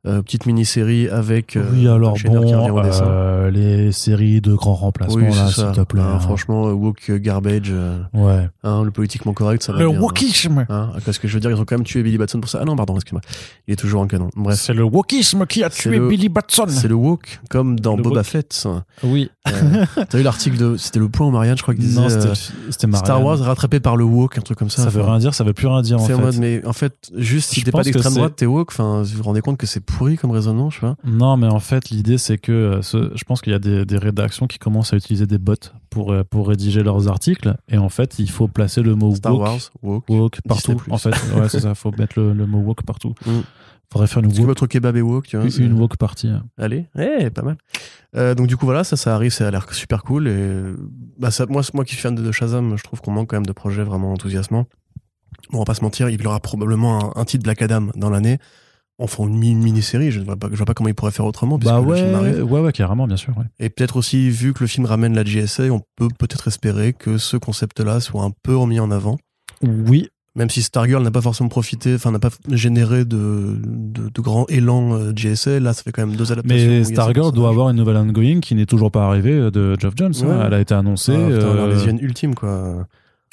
Euh, petite mini-série avec euh,
oui alors
Zack Snyder qui revient
bon
au dessin.
euh, les séries de grands remplacements
oui,
là
c'est
s'il
ça.
te plaît
Euh,
hein.
franchement, euh, woke euh, garbage, euh,
ouais
hein, le politiquement correct, ça va bien. hein.
wokisme
Hein, parce que je veux dire, ils ont quand même tué Billy Batson pour ça. Ah non, pardon, excuse-moi. Il est toujours en canon. Bref,
C'est le wokisme qui a
C'est tué le-
Billy Batson.
c'est le woke, comme dans
Ah, Le
Boba
woke.
Fett.
Oui.
Euh, T'as eu l'article de. C'était le point au mariage, je crois que disait.
Non, c'était
euh,
c'était Marianne.
Star Wars rattrapé par le woke, un truc comme ça.
Ça, veut
Enfin,
rien dire, ça veut plus rien dire en
C'est
fait.
en mode, mais en fait, juste si
Je
t'es pas
pense que
d'extrême
c'est-
droite, t'es woke. Enfin, vous vous rendez compte que c'est pourri comme raisonnement, je sais pas.
Non, mais en fait, l'idée c'est que euh, ce- je pense qu'il y a des, des rédactions qui commencent à utiliser des bots pour, euh, pour rédiger leurs articles. Et en fait, il faut placer le mot
Star
woke,
Wars, woke.
woke partout.
Disney+.
En fait, ouais, c'est ça, faut mettre le, le mot woke partout.
Mm.
Faudrait faire une
Parce que
woke,
votre kebab est woke, tu vois. c'est-
une woke partie. hein.
Allez, eh, pas mal. Euh, donc du coup voilà, ça, ça arrive, ça a l'air super cool. Et euh, bah, ça, moi, c'est moi qui suis fan de, de Shazam, je trouve qu'on manque quand même de projets vraiment enthousiasmants. Bon, on va pas se mentir, il y aura probablement un, un titre Black Adam dans l'année. Enfin, une, mi- une mini-série, je ne vois, pas- je vois pas comment ils pourraient faire autrement. puisque
Bah
le film
ouais,
arrive.
ouais, ouais, carrément, bien sûr. ouais.
Et peut-être aussi, vu que le film ramène la GSA, on peut peut-être espérer que ce concept-là soit un peu remis en avant.
Oui,
Même si Stargirl n'a pas forcément profité, enfin n'a pas généré de, de, de grand élan euh, GSA, là ça fait quand même deux adaptations. où il y
mais
a ces
Stargirl doit
personnages.
avoir une nouvelle ongoing qui n'est toujours pas arrivée de Geoff Jones. hein.
Ouais.
Elle a été annoncée.
Ah, putain,
euh,
l'Arlésienne ultime, quoi.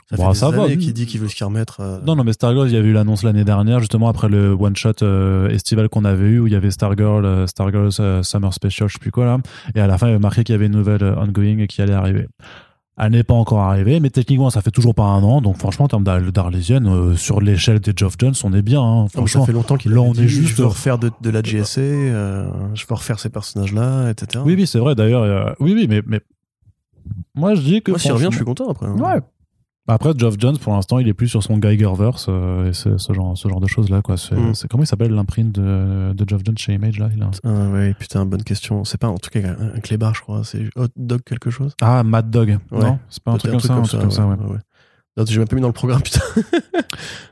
Ça
Bon,
fait
ça
des
va,
années
oui.
qu'il dit qu'il veut se faire remettre. euh,
Non, non, mais Stargirl, il y avait eu l'annonce l'année dernière, justement après le one-shot euh, estival qu'on avait eu, où il y avait Stargirl, euh, Stargirl euh, Summer Special, je sais plus quoi, là. Et à la fin, il y avait marqué qu'il y avait une nouvelle euh, ongoing qui allait arriver. Elle n'est pas encore arrivée, mais techniquement, ça fait toujours pas un an. Donc, franchement, en termes d'Ar- d'Arlésienne, euh, sur l'échelle des Geoff Jones, on est bien. hein.
non, mais ça
franchement.
fait longtemps qu'il
là,
avait
on
dit,
est juste- euh,
Je veux refaire de, de la GSC, euh, je veux refaire ces personnages-là, etc.
Oui, oui, c'est vrai, d'ailleurs. euh, oui, oui, mais, mais. Moi, je dis que.
Moi, s'il revient,
franchement-
je suis content après. hein.
Ouais. Après, Geoff Jones, pour l'instant, il est plus sur son Geigerverse euh, et ce, ce genre, ce genre de choses-là. Quoi. C'est,
Mm.
c'est- comment il s'appelle l'imprint de, de Geoff Jones chez Image là Il a un-
Ah, ouais, putain, bonne question. C'est pas en tout cas un, un clébard, je crois. C'est Hot Dog quelque chose.
Ah, Mad Dog.
Ouais.
Non, c'est pas un truc comme ça. Un truc comme ça, ouais.
ouais, ouais. Non, J'ai même pas mis dans le programme, putain.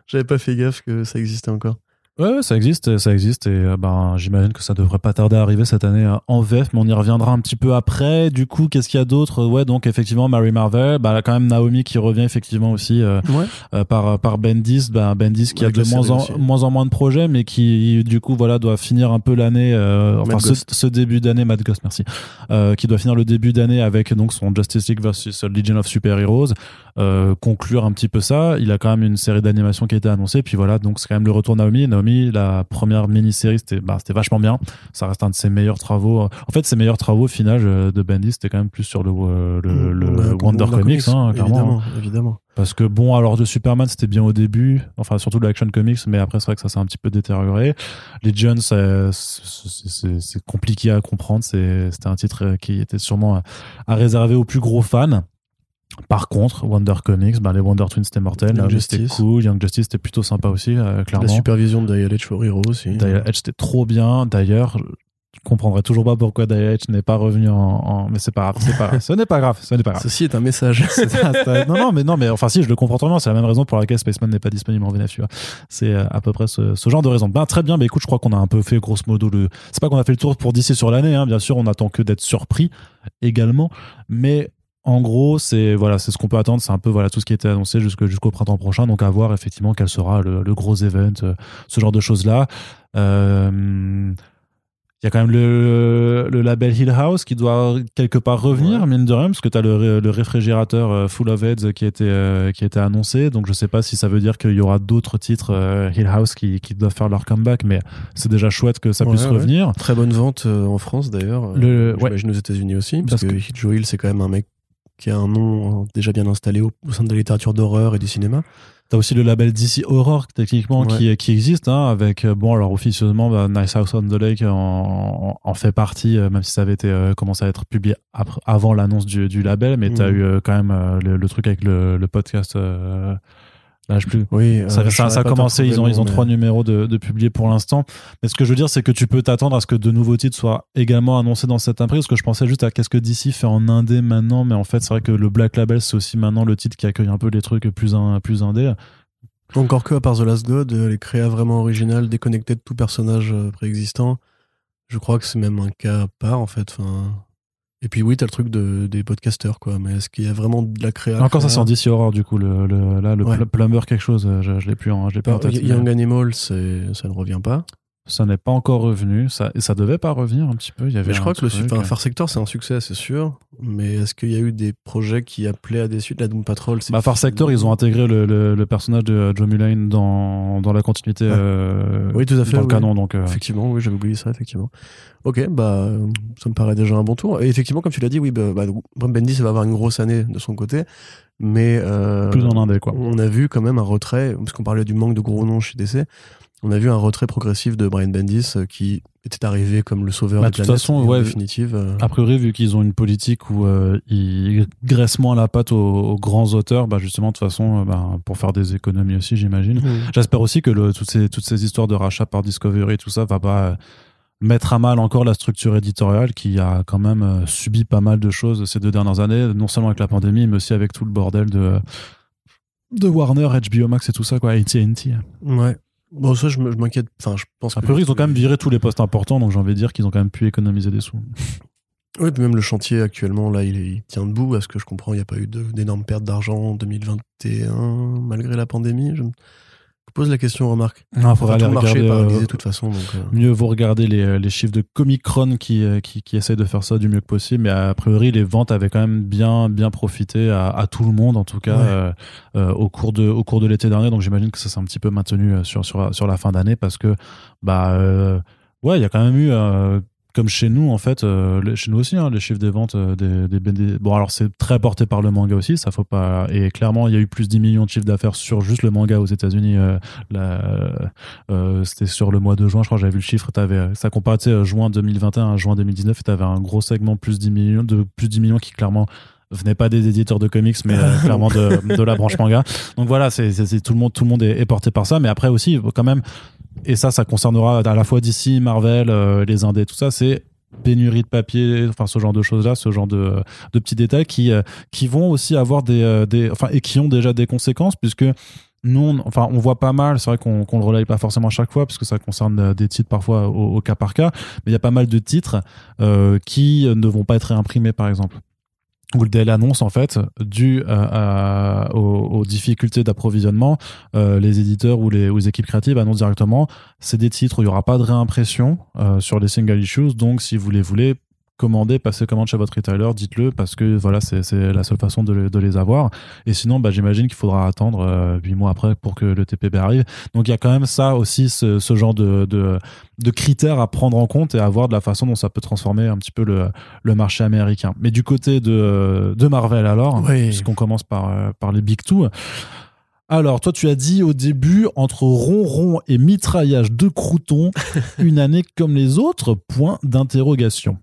J'avais pas fait gaffe que ça existait encore.
Ouais, ouais, ça existe, ça existe. Et euh, ben, j'imagine que ça devrait pas tarder à arriver cette année euh, en VF, mais on y reviendra un petit peu après. Du coup, qu'est-ce qu'il y a d'autre Ouais, donc effectivement, Mary Marvel, bah, quand même Naomi qui revient effectivement aussi euh,
Ouais.
euh, par par Bendis, ben Bendis qui
Avec
a de
la
moins
série
en
aussi.
moins en moins de projets, mais qui du coup voilà doit finir un peu l'année, euh, enfin
Matt
ce,
Ghost.
ce début d'année, Matt Ghost, merci, euh, qui doit finir le début d'année avec donc son Justice League versus Legion of Super Heroes, euh, conclure un petit peu ça. Il a quand même une série d'animation qui a été annoncée, puis voilà donc c'est quand même le retour de Naomi. Naomi, la première mini-série, c'était bah, c'était vachement bien. Ça reste un de ses meilleurs travaux. euh, En fait, ses meilleurs travaux au final euh, de Bendis, c'était quand même plus sur le euh, le, le
Bah,
Wonder Comics, hein, clairement.
évidemment, évidemment.
Parce que bon, alors de Superman, c'était bien au début, enfin surtout de l'Action Comics, mais après c'est vrai que ça s'est un petit peu détérioré. Legion, ça- c'est c'est- c'est compliqué à comprendre, c'est- c'était un titre euh, qui était sûrement à, à réserver aux plus gros fans. Par contre, Wonder Comics, ben, les Wonder Twins c'était mortel,
Young
Naomi, c'était
Justice.
cool, Young Justice c'était plutôt sympa aussi, euh,
La
clairement.
supervision de Dial H. for Hero aussi.
Dial H c'était trop bien, d'ailleurs. Je comprendrais toujours pas pourquoi Dial H n'est pas revenu en, en- mais c'est pas grave, c'est pas grave. ce n'est pas grave, ce n'est pas grave.
Ceci est un message.
C'est ça, ça- non, non, mais non, mais enfin si, je le comprends totalement. C'est la même raison pour laquelle Spaceman n'est pas disponible en VNF. tu vois. C'est euh, à peu près ce, ce genre de raison. Ben très bien, mais écoute, je crois qu'on a un peu fait grosso modo le. C'est pas qu'on a fait le tour pour d'ici sur l'année, hein, bien sûr. On attend que d'être surpris également, mais en gros, c'est voilà, c'est ce qu'on peut attendre. C'est un peu voilà tout ce qui était annoncé jusque jusqu'au printemps prochain. Donc à voir effectivement quel sera le, le gros event, euh, ce genre de choses là. Euh, il y a quand même le, le label Hill House qui doit quelque part revenir, mine de rien, parce que tu as le, ré- le réfrigérateur euh, Full of Heads qui a, été, euh, qui a été annoncé. Donc je sais pas si ça veut dire qu'il y aura d'autres titres euh, Hill House qui, qui doivent faire leur comeback, mais c'est déjà chouette que ça
Ouais,
puisse
ouais.
revenir.
Très bonne vente euh, en France d'ailleurs.
Le-
Euh, J'imagine aux États-Unis aussi,
Parce
parce, que, Joe Hill, c'est quand même un mec qui a un nom euh, déjà bien installé au, au sein de la littérature d'horreur et du cinéma.
T'as aussi le label DC Horror techniquement
Ouais.
qui, qui existe hein, avec euh, bon alors officieusement bah, Nice House on the Lake en, en fait partie euh, même si ça avait été euh, commencé à être publié après- avant l'annonce du, du label mais t'as
Mhm.
eu euh, quand même euh, le, le truc avec le, le podcast euh, Là, je sais plus.
Oui, euh,
Ça,
je
ça-
saurais
ça a
pas t'en
commencé,
trouver
ils ont,
le
ils
nom,
ont
mais-
trois numéros de, de publiés pour l'instant. Mais ce que je veux dire, c'est que tu peux t'attendre à ce que de nouveaux titres soient également annoncés dans cette imprise. Parce que je pensais juste à qu'est-ce que DC fait en indé maintenant. Mais en fait, c'est vrai que le Black Label, c'est aussi maintenant le titre qui accueille un peu les trucs plus, in- plus indé.
Encore que, à part The Last God, euh, les créas vraiment originales, déconnectées de tout personnage euh, préexistant, je crois que c'est même un cas à part, en fait. Enfin... Et puis oui, t'as le truc de, des podcasters, quoi. Mais est-ce qu'il y a vraiment de la créa
Encore ça,
créa
c'est en DC Horror, du coup. Le, le- là, le
euh, Ouais.
pl- Plumber, quelque chose. euh, Je, je l'ai plus en, je l'ai plus en
Par-
tête.
Y- Young Animal, c'est- ça ne revient pas.
Ça n'est pas encore revenu. Ça, et ça devait pas revenir un petit peu. Il y avait
Mais je
un
crois que le
truc,
super
euh,
Far Sector, c'est un hein. succès, c'est sûr. Mais est-ce qu'il y a eu des projets qui appelaient à des suites La Doom Patrol c'est
Bah, Far Sector, ils ont intégré le, le- le personnage de euh, Joe Mullane dans, dans la continuité
Ouais.
euh,
Oui, tout à fait.
dans le
oui.
canon. Donc, euh,
Effectivement, oui, j'avais oublié ça, effectivement. Ok, bah, euh, ça me paraît déjà un bon tour. Et effectivement, comme tu l'as dit, oui, bah, bah, donc, Brad Bendis ça va avoir une grosse année de son côté, mais euh,
plus en indé, quoi.
on a vu quand même un retrait, parce qu'on parlait du manque de gros noms chez DC, on a vu un retrait progressif de Brian Bendis euh, qui était arrivé comme le sauveur
Bah,
des
de toute
planètes,
façon,
et en
ouais,
définitive. euh,
A priori, vu qu'ils ont une politique où euh, ils graissent moins la patte aux, aux grands auteurs, bah justement, de toute façon, euh, bah, pour faire des économies aussi, j'imagine. J'espère aussi que le- toutes, ces, toutes ces histoires de rachat par Discovery et tout ça va pas euh, mettre à mal encore la structure éditoriale qui a quand même euh, subi pas mal de choses ces deux dernières années, non seulement avec la pandémie, mais aussi avec tout le bordel de, de Warner, HBO Max et tout ça, quoi, AT&T.
Ouais. Bon, ça, je me- je m'inquiète. Enfin, je pense
A
que-
priori, ils ont quand même viré tous les postes importants, donc j'ai envie de dire qu'ils ont quand même pu économiser des sous.
Oui, puis même le chantier actuellement, là, il, est- il tient debout. À ce que je comprends, il n'y a pas eu de- d'énormes pertes d'argent en 2021, malgré la pandémie. Je me pose la question, remarque.
Non, faudra
Enfin,
aller
tout le marché
regarder,
est
euh,
paralysé de toute façon. Donc, euh,
Mieux vaut regarder les, les chiffres de Comicron qui, euh, qui, qui essayent de faire ça du mieux que possible. Mais a priori, les ventes avaient quand même bien, bien profité à, à tout le monde, en tout cas,
Ouais.
euh, euh, au cours de, au cours de l'été dernier. Donc j'imagine que ça s'est un petit peu maintenu euh, sur, sur, sur la fin d'année parce que, bah, euh, ouais, il y a quand même eu. euh, comme chez nous, en fait, euh, les- chez nous aussi, hein, les chiffres des ventes euh, des, des BD. Bon, alors c'est très porté par le manga aussi, ça faut pas. Et clairement, il y a eu plus de 10 millions de chiffres d'affaires sur juste le manga aux États-Unis euh, la- euh, c'était sur le mois de juin, je crois, j'avais vu le chiffre. T'avais, euh, ça comparait tu sais, euh, juin 2021 à juin 2019, et t'avais un gros segment plus 10 millions, de plus 10 millions qui clairement venait pas des éditeurs de comics, mais euh, clairement de, de la branche manga. Donc voilà, c'est, c'est- c'est tout le monde, tout le monde est, est porté par ça. Mais après aussi, quand même, et ça, ça concernera à la fois DC, Marvel, euh, les indés, tout ça, c'est pénurie de papier, enfin ce genre de choses-là, ce genre de, de petits détails qui, euh, qui vont aussi avoir des, euh, des, enfin, et qui ont déjà des conséquences, puisque nous, on, enfin, on voit pas mal, c'est vrai qu'on qu'on le relaye pas forcément à chaque fois, parce que ça concerne euh, des titres parfois au, au cas par cas, mais il y a pas mal de titres euh, qui ne vont pas être réimprimés, par exemple. Ou dès l'annonce, en fait, due euh, à- aux, aux difficultés d'approvisionnement, euh, les éditeurs ou les, ou les équipes créatives annoncent directement, c'est des titres où il n'y aura pas de réimpression euh, sur les single issues, donc si vous les voulez, commandez, passez commande chez votre retailer, dites-le, parce que voilà, c'est c'est la seule façon de, le- de les avoir. Et sinon, bah, j'imagine qu'il faudra attendre euh, huit mois après pour que le TPB arrive. Donc il y a quand même ça aussi, ce, ce genre de, de, de critères à prendre en compte et à voir de la façon dont ça peut transformer un petit peu le, le marché américain. Mais du côté de, de Marvel alors,
Oui.
puisqu'on commence par, euh, par les Big Two. Alors, toi, tu as dit au début, entre ronron et mitraillage de croûtons, une année comme les autres, point d'interrogation.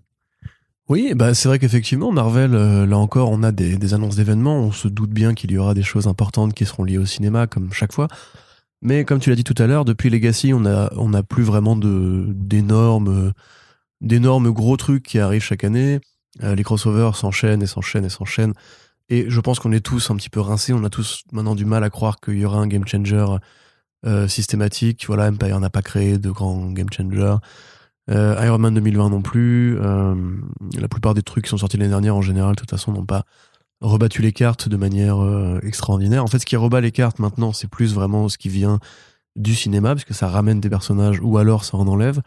Oui, bah c'est vrai qu'effectivement, Marvel, euh, là encore, on a des, des annonces d'événements. On se doute bien qu'il y aura des choses importantes qui seront liées au cinéma, comme chaque fois. Mais comme tu l'as dit tout à l'heure, depuis Legacy, on a on n'a plus vraiment de d'énormes d'énormes gros trucs qui arrivent chaque année. Euh, les crossovers s'enchaînent et s'enchaînent et s'enchaînent. Et je pense qu'on est tous un petit peu rincés. On a tous maintenant du mal à croire qu'il y aura un game changer euh, systématique. Voilà, Empire n'a pas créé de grand game changer. Euh, Iron Man 2020 non plus. Euh, la plupart des trucs qui sont sortis l'année dernière, en général, de toute façon, n'ont pas rebattu les cartes de manière euh, extraordinaire. En fait, ce qui rebat les cartes maintenant, c'est plus vraiment ce qui vient du cinéma, parce que ça ramène des personnages, ou alors ça en enlève.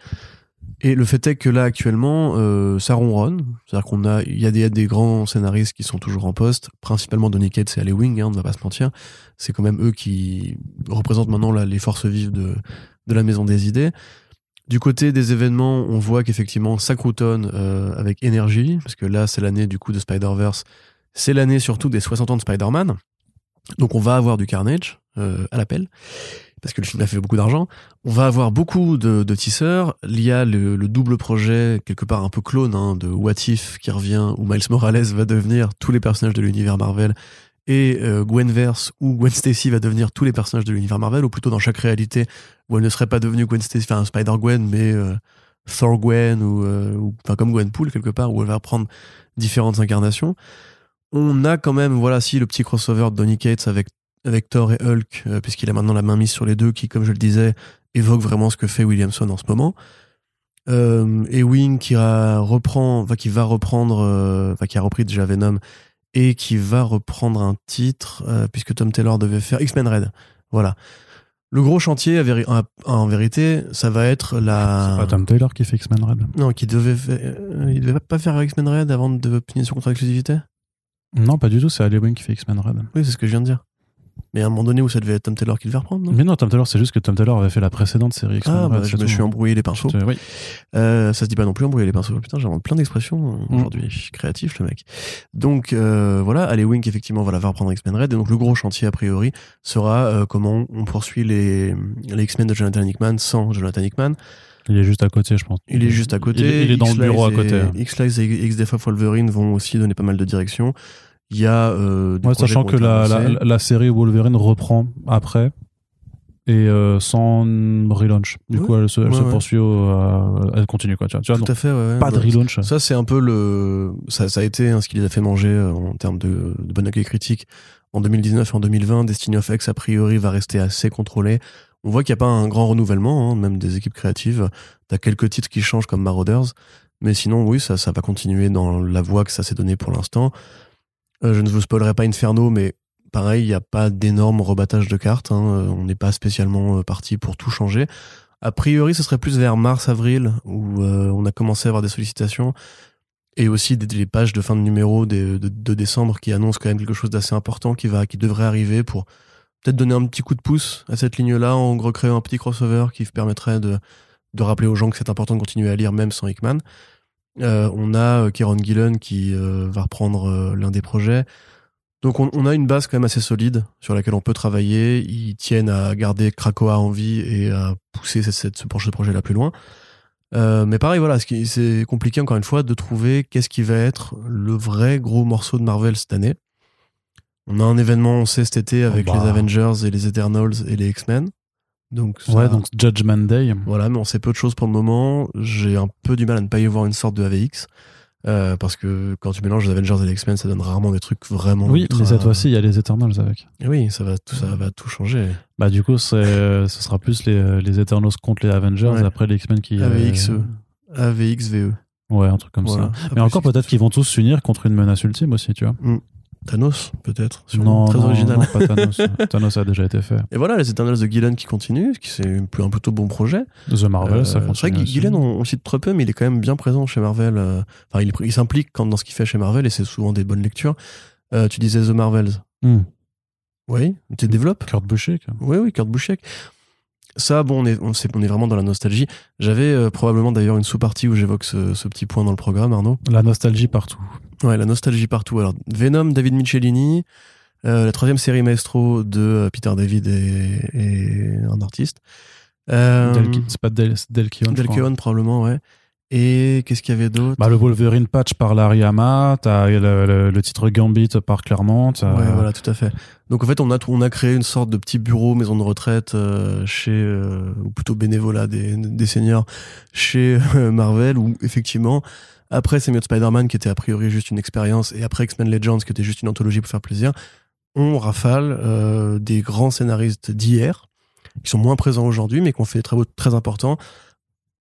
Et le fait est que là, actuellement, euh, ça ronronne. C'est-à-dire qu'on a, il y a des, des grands scénaristes qui sont toujours en poste, principalement Donny Cates et Alley Wing, hein, on ne va pas se mentir. C'est quand même eux qui représentent maintenant là, les forces vives de, de la maison des idées. Du côté des événements, on voit qu'effectivement, ça croutonne euh, avec énergie, parce que là, c'est l'année du coup de Spider-Verse. C'est l'année surtout des 60 ans de Spider-Man. Donc, on va avoir du carnage euh, à l'appel, parce que le film a fait beaucoup d'argent. On va avoir beaucoup de, de tisseurs. Il y a le, le double projet, quelque part un peu clone, hein, de What If qui revient, où Miles Morales va devenir tous les personnages de l'univers Marvel et euh, Gwenverse où Gwen Stacy va devenir tous les personnages de l'univers Marvel, ou plutôt dans chaque réalité où elle ne serait pas devenue Gwen Stacy, enfin Spider-Gwen, mais euh, Thor Gwen, ou, euh, ou- enfin comme Gwenpool quelque part, où elle va prendre différentes incarnations. On a quand même, voilà, si le petit crossover de Donny Cates avec, avec Thor et Hulk, euh, puisqu'il a maintenant la main mise sur les deux, qui, comme je le disais, évoque vraiment ce que fait Williamson en ce moment. Euh, et Wing qui, a- reprend, enfin, qui va reprendre, euh, enfin, qui a repris déjà Venom et qui va reprendre un titre, euh, puisque Tom Taylor devait faire X-Men Red. Voilà. Le gros chantier, à véri- en, en vérité, ça va être la.
C'est pas Tom Taylor qui fait X-Men Red.
Non, qui devait faire- euh, il devait pas faire X-Men Red avant de finir son contrat d'exclusivité
Non, pas du tout, c'est Ali Wing qui fait X-Men Red.
Oui, c'est ce que je viens de dire. Mais à un moment donné où ça devait être Tom Taylor qui devait reprendre, non
Mais non, Tom Taylor, c'est juste que Tom Taylor avait fait la précédente série X-Men
Ah,
Red.
bah,
c'est
je me
tout.
suis embrouillé les pinceaux.
Euh, Oui.
Euh, ça se dit pas non plus embrouiller les pinceaux. Putain, j'invente plein d'expressions euh,
Mm.
aujourd'hui. Je suis créatif, le mec. Donc, euh, voilà, Alley Wink, effectivement, voilà, va reprendre X-Men Red. Et donc, le gros chantier, a priori, sera euh, comment on poursuit les, les X-Men de Jonathan Hickman sans Jonathan Hickman.
Il est juste à côté, je pense.
Il est juste à côté.
Il est, il est dans le
X-Files
bureau à
et-
côté.
X-Files et X-Deaf Wolverine vont aussi donner pas mal de directions. Il y a. euh, des
Ouais,
projets
sachant
qui ont
que
été
la,
annoncés.
la, la série Wolverine reprend après et euh, sans relaunch. Du
Ouais.
coup, elle se, elle
Ouais,
se
ouais.
poursuit, au- euh, elle continue quoi. Tu vois, tu vois,
Tout
donc,
à fait, ouais, ouais.
pas de
Non,
relaunch.
Ça, c'est un peu le. Ça, ça a été hein, ce qui les a fait manger euh, en termes de, de bon accueil critique en 2019 et en 2020. Destiny of X, a priori, va rester assez contrôlé. On voit qu'il n'y a pas un grand renouvellement, hein, même des équipes créatives. T'as quelques titres qui changent comme Marauders. Mais sinon, oui, ça, ça va continuer dans la voie que ça s'est donné pour l'instant. Euh, je ne vous spoilerai pas Inferno, mais pareil, il n'y a pas d'énorme rebattage de cartes. hein. Euh, On n'est pas spécialement euh, parti pour tout changer. A priori, ce serait plus vers mars-avril où euh, on a commencé à avoir des sollicitations et aussi des, des pages de fin de numéro des- de, de décembre qui annoncent quand même quelque chose d'assez important qui, va, qui devrait arriver pour peut-être donner un petit coup de pouce à cette ligne-là en recréant un petit crossover qui permettrait de, de rappeler aux gens que c'est important de continuer à lire même sans Hickman. Euh, on a euh, Kieron Gillen qui euh, va reprendre euh, l'un des projets. Donc on, on a une base quand même assez solide sur laquelle on peut travailler. Ils tiennent à garder Krakoa en vie et à pousser cette, cette- ce projet- ce projet-là plus loin. Euh, mais pareil, voilà, ce qui- c'est compliqué encore une fois de trouver qu'est-ce qui va être le vrai gros morceau de Marvel cette année. On a un événement, on sait, cet été avec
Bah.
les Avengers et les Eternals et les X-Men. Donc, ça-
Ouais, donc Judgment Day.
voilà, mais on sait peu de choses pour le moment. J'ai un peu du mal à ne pas y voir une sorte de AVX. euh, parce que quand tu mélanges les Avengers et les X-Men, ça donne rarement des trucs vraiment.
Oui,
ultra-
mais cette fois-ci, il y a les Eternals avec.
Oui, ça va, tout, ça va tout changer.
Bah, du coup, c'est, euh, ce sera plus les, les Eternals contre les Avengers
Ouais.
après les X-Men qui.
AVX, euh, AVX, VE.
Ouais, un truc comme ça.
E, Voilà. Ah,
Mais
Après,
encore,
c'est-
peut-être qu'ils vont tous s'unir contre une menace ultime aussi, tu vois.
Thanos, peut-être.
Non,
sûrement. Très
non,
original.
non, pas Thanos. Thanos a déjà été fait.
Et voilà, les Eternals de Gillen qui continue, ce qui c'est un peu- un plutôt bon projet.
The Marvel,
Euh,
Ah, ça continue.
C'est vrai que
aussi.
Gillen, on, on le cite très peu, mais il est quand même bien présent chez Marvel. euh, Enfin, il, il s'implique quand dans ce qu'il fait chez Marvel et c'est souvent des bonnes lectures. Euh, tu disais The Marvels.
Hmm.
Oui, tu développes.
Kurt Busiek.
Oui, oui, Kurt Busiek. Ça, bon, on est, on, sait- on est vraiment dans la nostalgie. J'avais euh, probablement d'ailleurs une sous-partie où j'évoque ce, ce petit point dans le programme, Arnaud.
La nostalgie partout.
Ouais, la nostalgie partout. Alors, Venom, David Michelini, euh, la troisième série Maestro de euh, Peter David et, et un artiste. Euh,
Delki- C'est pas Del, Delkion. je
Del
crois.
Keown, probablement, ouais. Et qu'est-ce qu'il y avait d'autre
Bah, le Wolverine patch par Lariyama, t'as le, le- le titre Gambit par Clermont. t'as-
Ouais, voilà, tout à fait. Donc en fait, on a, tout- on a créé une sorte de petit bureau, maison de retraite, euh, chez, euh, ou plutôt bénévolat des, des seniors, chez euh, Marvel, où effectivement, après Samuel Spider-Man, qui était a priori juste une expérience, et après X-Men Legends, qui était juste une anthologie pour faire plaisir, on rafale euh, des grands scénaristes d'hier, qui sont moins présents aujourd'hui, mais qui ont fait des travaux très importants,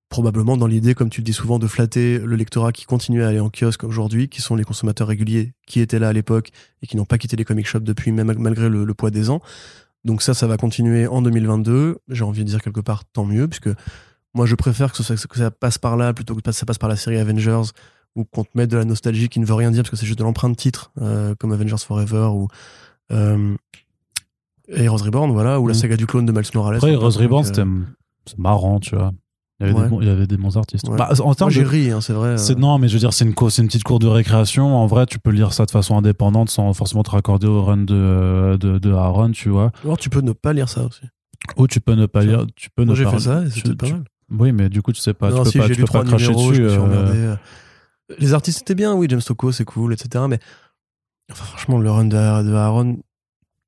probablement dans l'idée, comme tu le dis souvent, de flatter le lectorat qui continue à aller en kiosque aujourd'hui, qui sont les consommateurs réguliers qui étaient là à l'époque et qui n'ont pas quitté les comic shops depuis, même malgré le, le poids des ans. Donc ça, ça va continuer en 2022. J'ai envie de dire quelque part, tant mieux, puisque moi, je préfère que, ce soit- que ça passe par là plutôt que ça passe par la série Avengers ou qu'on te mette de la nostalgie qui ne veut rien dire parce que c'est juste de l'empreinte titre, euh, comme Avengers Forever ou euh, Heroes Reborn, voilà, ou la
Mm.
saga du clone de Miles Morales.
Après, Rose
Donc,
Reborn,
euh,
c'était c'est marrant, tu vois. Il y avait,
Ouais.
des, bons, il y avait des bons artistes.
Ouais.
Bah, en
Moi,
termes
j'ai
de.
ri, hein, c'est vrai.
c'est- non, mais je veux dire, c'est une, cour- c'est une petite cour de récréation. En vrai, tu peux lire ça de façon indépendante sans forcément te raccorder au run de, de, de Aaron, tu vois.
Alors, tu peux ne pas lire ça aussi.
Ou tu peux ne pas lire. Tu peux
Moi,
ne
j'ai
pas
fait ça et
tu-
c'était pas
tu-
mal.
Oui, mais du coup, tu sais pas.
Non,
tu peux
si,
pas,
j'ai
tu
lu
peux pas
trois
cracher
numéros,
dessus.
je me suis
euh,
emmerdé. Les artistes étaient bien, oui, James Tocco, c'est cool, etc. Mais Enfin, franchement, le run de, de Aaron,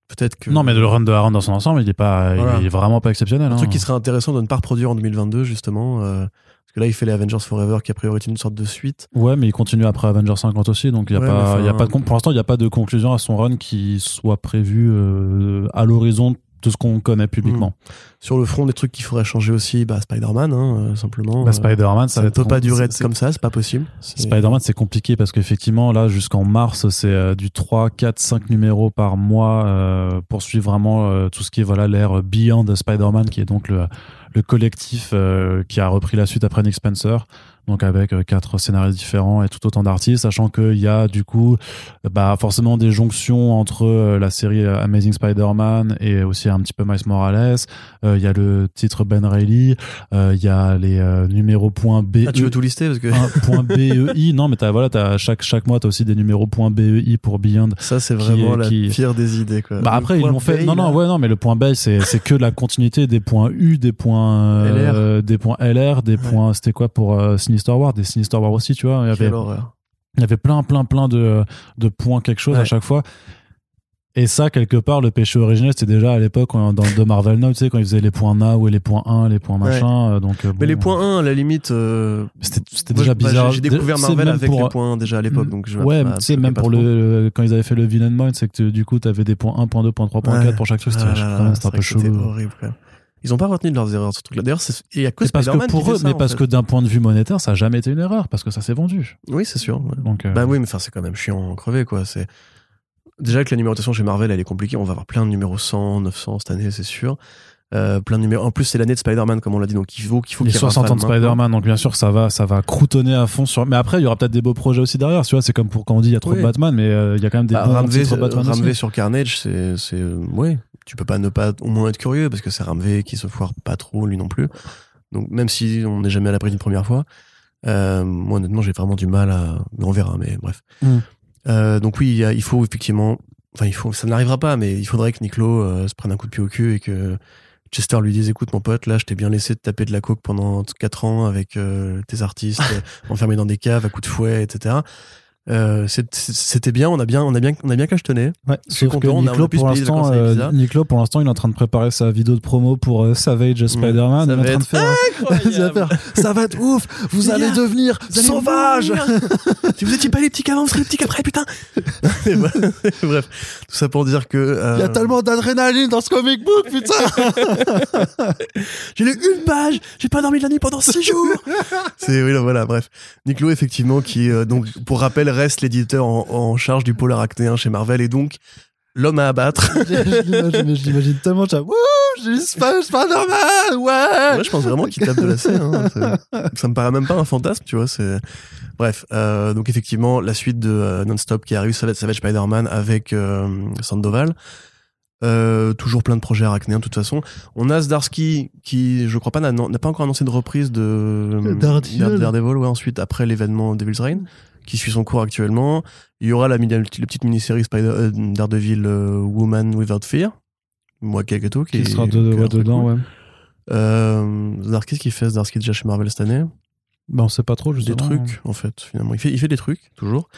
peut-être que.
Non, mais le run de Aaron dans son ensemble, il est, pas,
Voilà.
il est vraiment pas exceptionnel.
Un
hein.
truc qui serait intéressant de ne pas reproduire en 2022, justement. euh, parce que là, il fait les Avengers Forever, qui a priori est une sorte de suite.
Ouais, mais il continue après Avengers 50 aussi, donc il y a
Ouais,
pas,
mais enfin,
il y a pas de con- pour l'instant, il n'y a pas de conclusion à son run qui soit prévue euh, à l'horizon de ce qu'on connaît publiquement.
Sur le front, des trucs qu'il faudrait changer aussi, bah, Spider-Man, hein, euh, simplement.
Bah,
Euh,
Spider-Man, ça,
ça
va
ne
être
peut pas
com-
durer
c'est-
comme ça, c'est pas possible.
c'est-
C'est-
Spider-Man, c'est compliqué parce qu'effectivement, là, jusqu'en mars, c'est euh, du 3, 4, 5 numéros par mois euh, pour suivre vraiment euh, tout ce qui est voilà l'ère Beyond Spider-Man, qui est donc le, le collectif euh, qui a repris la suite après Nick Spencer. Donc avec euh, quatre scénaristes différents et tout autant d'artistes, sachant qu'il y a du coup euh, bah, forcément des jonctions entre euh, la série euh, Amazing Spider-Man et aussi un petit peu Miles Morales. Euh, Il y a le titre Ben Reilly, Euh, il y a les euh, numéros point B.
Ah, tu veux tout lister parce que
point BEI. Non, mais t'as, voilà, t'as, chaque, chaque mois, tu as aussi des numéros point BEI pour Beyond.
ça, c'est
Qui
vraiment
est-
la
qui-
pire des idées. Quoi.
Bah
Euh, Le
après, ils
point
l'ont fait.
Bay,
Non, non,
là,
ouais, non, mais le point Bay, c'est, c'est que la continuité des points U, des points euh, des points LR, des points. C'était quoi pour euh, Sinister War Des Sinister War aussi, tu vois. Il y avait,
Quelle horreur.
il y avait plein, plein, plein de, de points quelque chose à
Ouais.
chaque fois. Et ça, quelque part, le péché originel, c'était déjà à l'époque quand- dans de Marvel Now, tu sais, quand ils faisaient les points Na ou les points 1, les points
Ouais.
machin. euh, Donc, euh,
Mais
bon,
les points 1, à la limite. euh,
c'était, c'était
moi,
déjà
je- bah,
bizarre.
J'ai j'ai découvert
C'est
Marvel
même
avec
pour- Hmm.
les points 1 déjà à l'époque. donc je-
ouais,
bah,
tu sais,
je
même
pas
pour
trop.
le. Quand ils avaient fait le Villain Mind, c'est que tu- du coup, t'avais des points 1, point 2, point 3, point 4
Ouais.
pour chaque truc.
Ah
C'était
là
quand
là,
même, c'était
c'est
un
vrai
peu
que c'était
chelou.
horrible, quand même. Ils ont pas retenu de leurs erreurs, ce truc-là. D'ailleurs, c'est- il y a que
C'est parce que
Spider-Man qui
pour
fait
eux,
ça,
mais
en
parce
fait.
que d'un point de vue monétaire, ça a jamais été une erreur, parce que ça s'est vendu.
Oui, c'est sûr. ouais.
Donc, euh,
Bah oui, mais enfin, c'est quand même chiant en crevé, quoi. C'est... Déjà que la numérotation chez Marvel, elle est compliquée. On va avoir plein de numéros 100, 900 cette année, c'est sûr. Euh, plein de numéros. En plus, c'est l'année de Spider-Man, comme on l'a dit, donc il faut qu'il faut
les
qu'il y ait un
60 ans de
fan maintenant.
Spider-Man, donc bien sûr, ça va, ça va croutonner à fond sur. Mais après, il y aura peut-être des beaux projets aussi derrière, tu vois. C'est comme pour quand on dit il y a trop de
Oui.
Batman, mais euh, il y a quand même des
Bah,
bons
Ramvé,
titres Batman. aussi.
Ramvé sur Carnage, c'est. c'est euh, ouais, tu peux pas ne pas au moins être curieux parce que c'est Ramvé qui se foire pas trop, lui non plus. Donc, même si on n'est jamais à l'abri d'une première fois, euh, moi honnêtement, j'ai vraiment du mal à. mais on verra, mais bref.
Mm.
Euh, donc, oui, il y a- il faut effectivement. Enfin, il faut, ça n'arrivera pas, mais il faudrait que Niclo euh, se prenne un coup de pied au cul et que Chester lui dise Écoute, mon pote, là, je t'ai bien laissé te taper de la coke pendant 4 ans avec euh, tes artistes euh, enfermés dans des caves à coups de fouet, etc. Euh, c'est- c'est- c'était bien, on a bien, on a bien, on a bien cachetonné.
Ouais,
Je suis
sauf que
content, on a- on a
Niclo
pu se
pour
payer des
l'instant,
vacances avec
euh,
Lisa.
Niclo, pour l'instant, il est en train de préparer sa vidéo de promo pour euh, Savage Spider-Man.
Ça
il est en
va
train de
être
faire. il va faire, Ça va être ouf. Vous
Les
allez
gars,
devenir
vous allez
sauvage.
si vous étiez pas les petits avant, vous serez les petits après, putain. Et voilà. Bref, tout ça pour dire que euh,
Il y a tellement d'adrénaline dans ce comic book, putain
j'ai lu une page, j'ai pas dormi de la nuit pendant six jours. C'est oui, voilà, bref. Nick Lowe, effectivement, qui euh, donc pour rappel reste l'éditeur en, en charge du polar acnéen chez Marvel et donc l'homme à abattre.
Je l'imagine, je l'imagine tellement, tu vois, Wouh, j'ai eu Sp- Spider-Man, ouais
Ouais, je pense vraiment qu'il tape de la scène. hein. C'est- Ça me paraît même pas un fantasme, tu vois. C'est bref. euh, donc effectivement, la suite de euh, Non-Stop qui arrive, ça va être Savage Spider-Man avec euh, Sandoval. Euh, toujours plein de projets arachnéens de toute façon. On a Zdarsky qui, je crois pas, n'a n'a pas encore annoncé de reprise de
Daredevil.
Dare- Daredevil, ouais, ensuite après l'événement Devil's Reign qui suit son cours actuellement. Il y aura la, mini- la petite mini-série Spider euh, Daredevil euh, Woman Without Fear. Moi, quelque tout qui,
Qui sera
est- qui a l'air très cool.
dedans, ouais.
Euh, Zdarsky, ce qu'il fait Zdarsky déjà chez Marvel cette année
Ben, on sait pas trop,
Des
justement.
trucs, en fait, finalement. Il fait, il fait des trucs, toujours.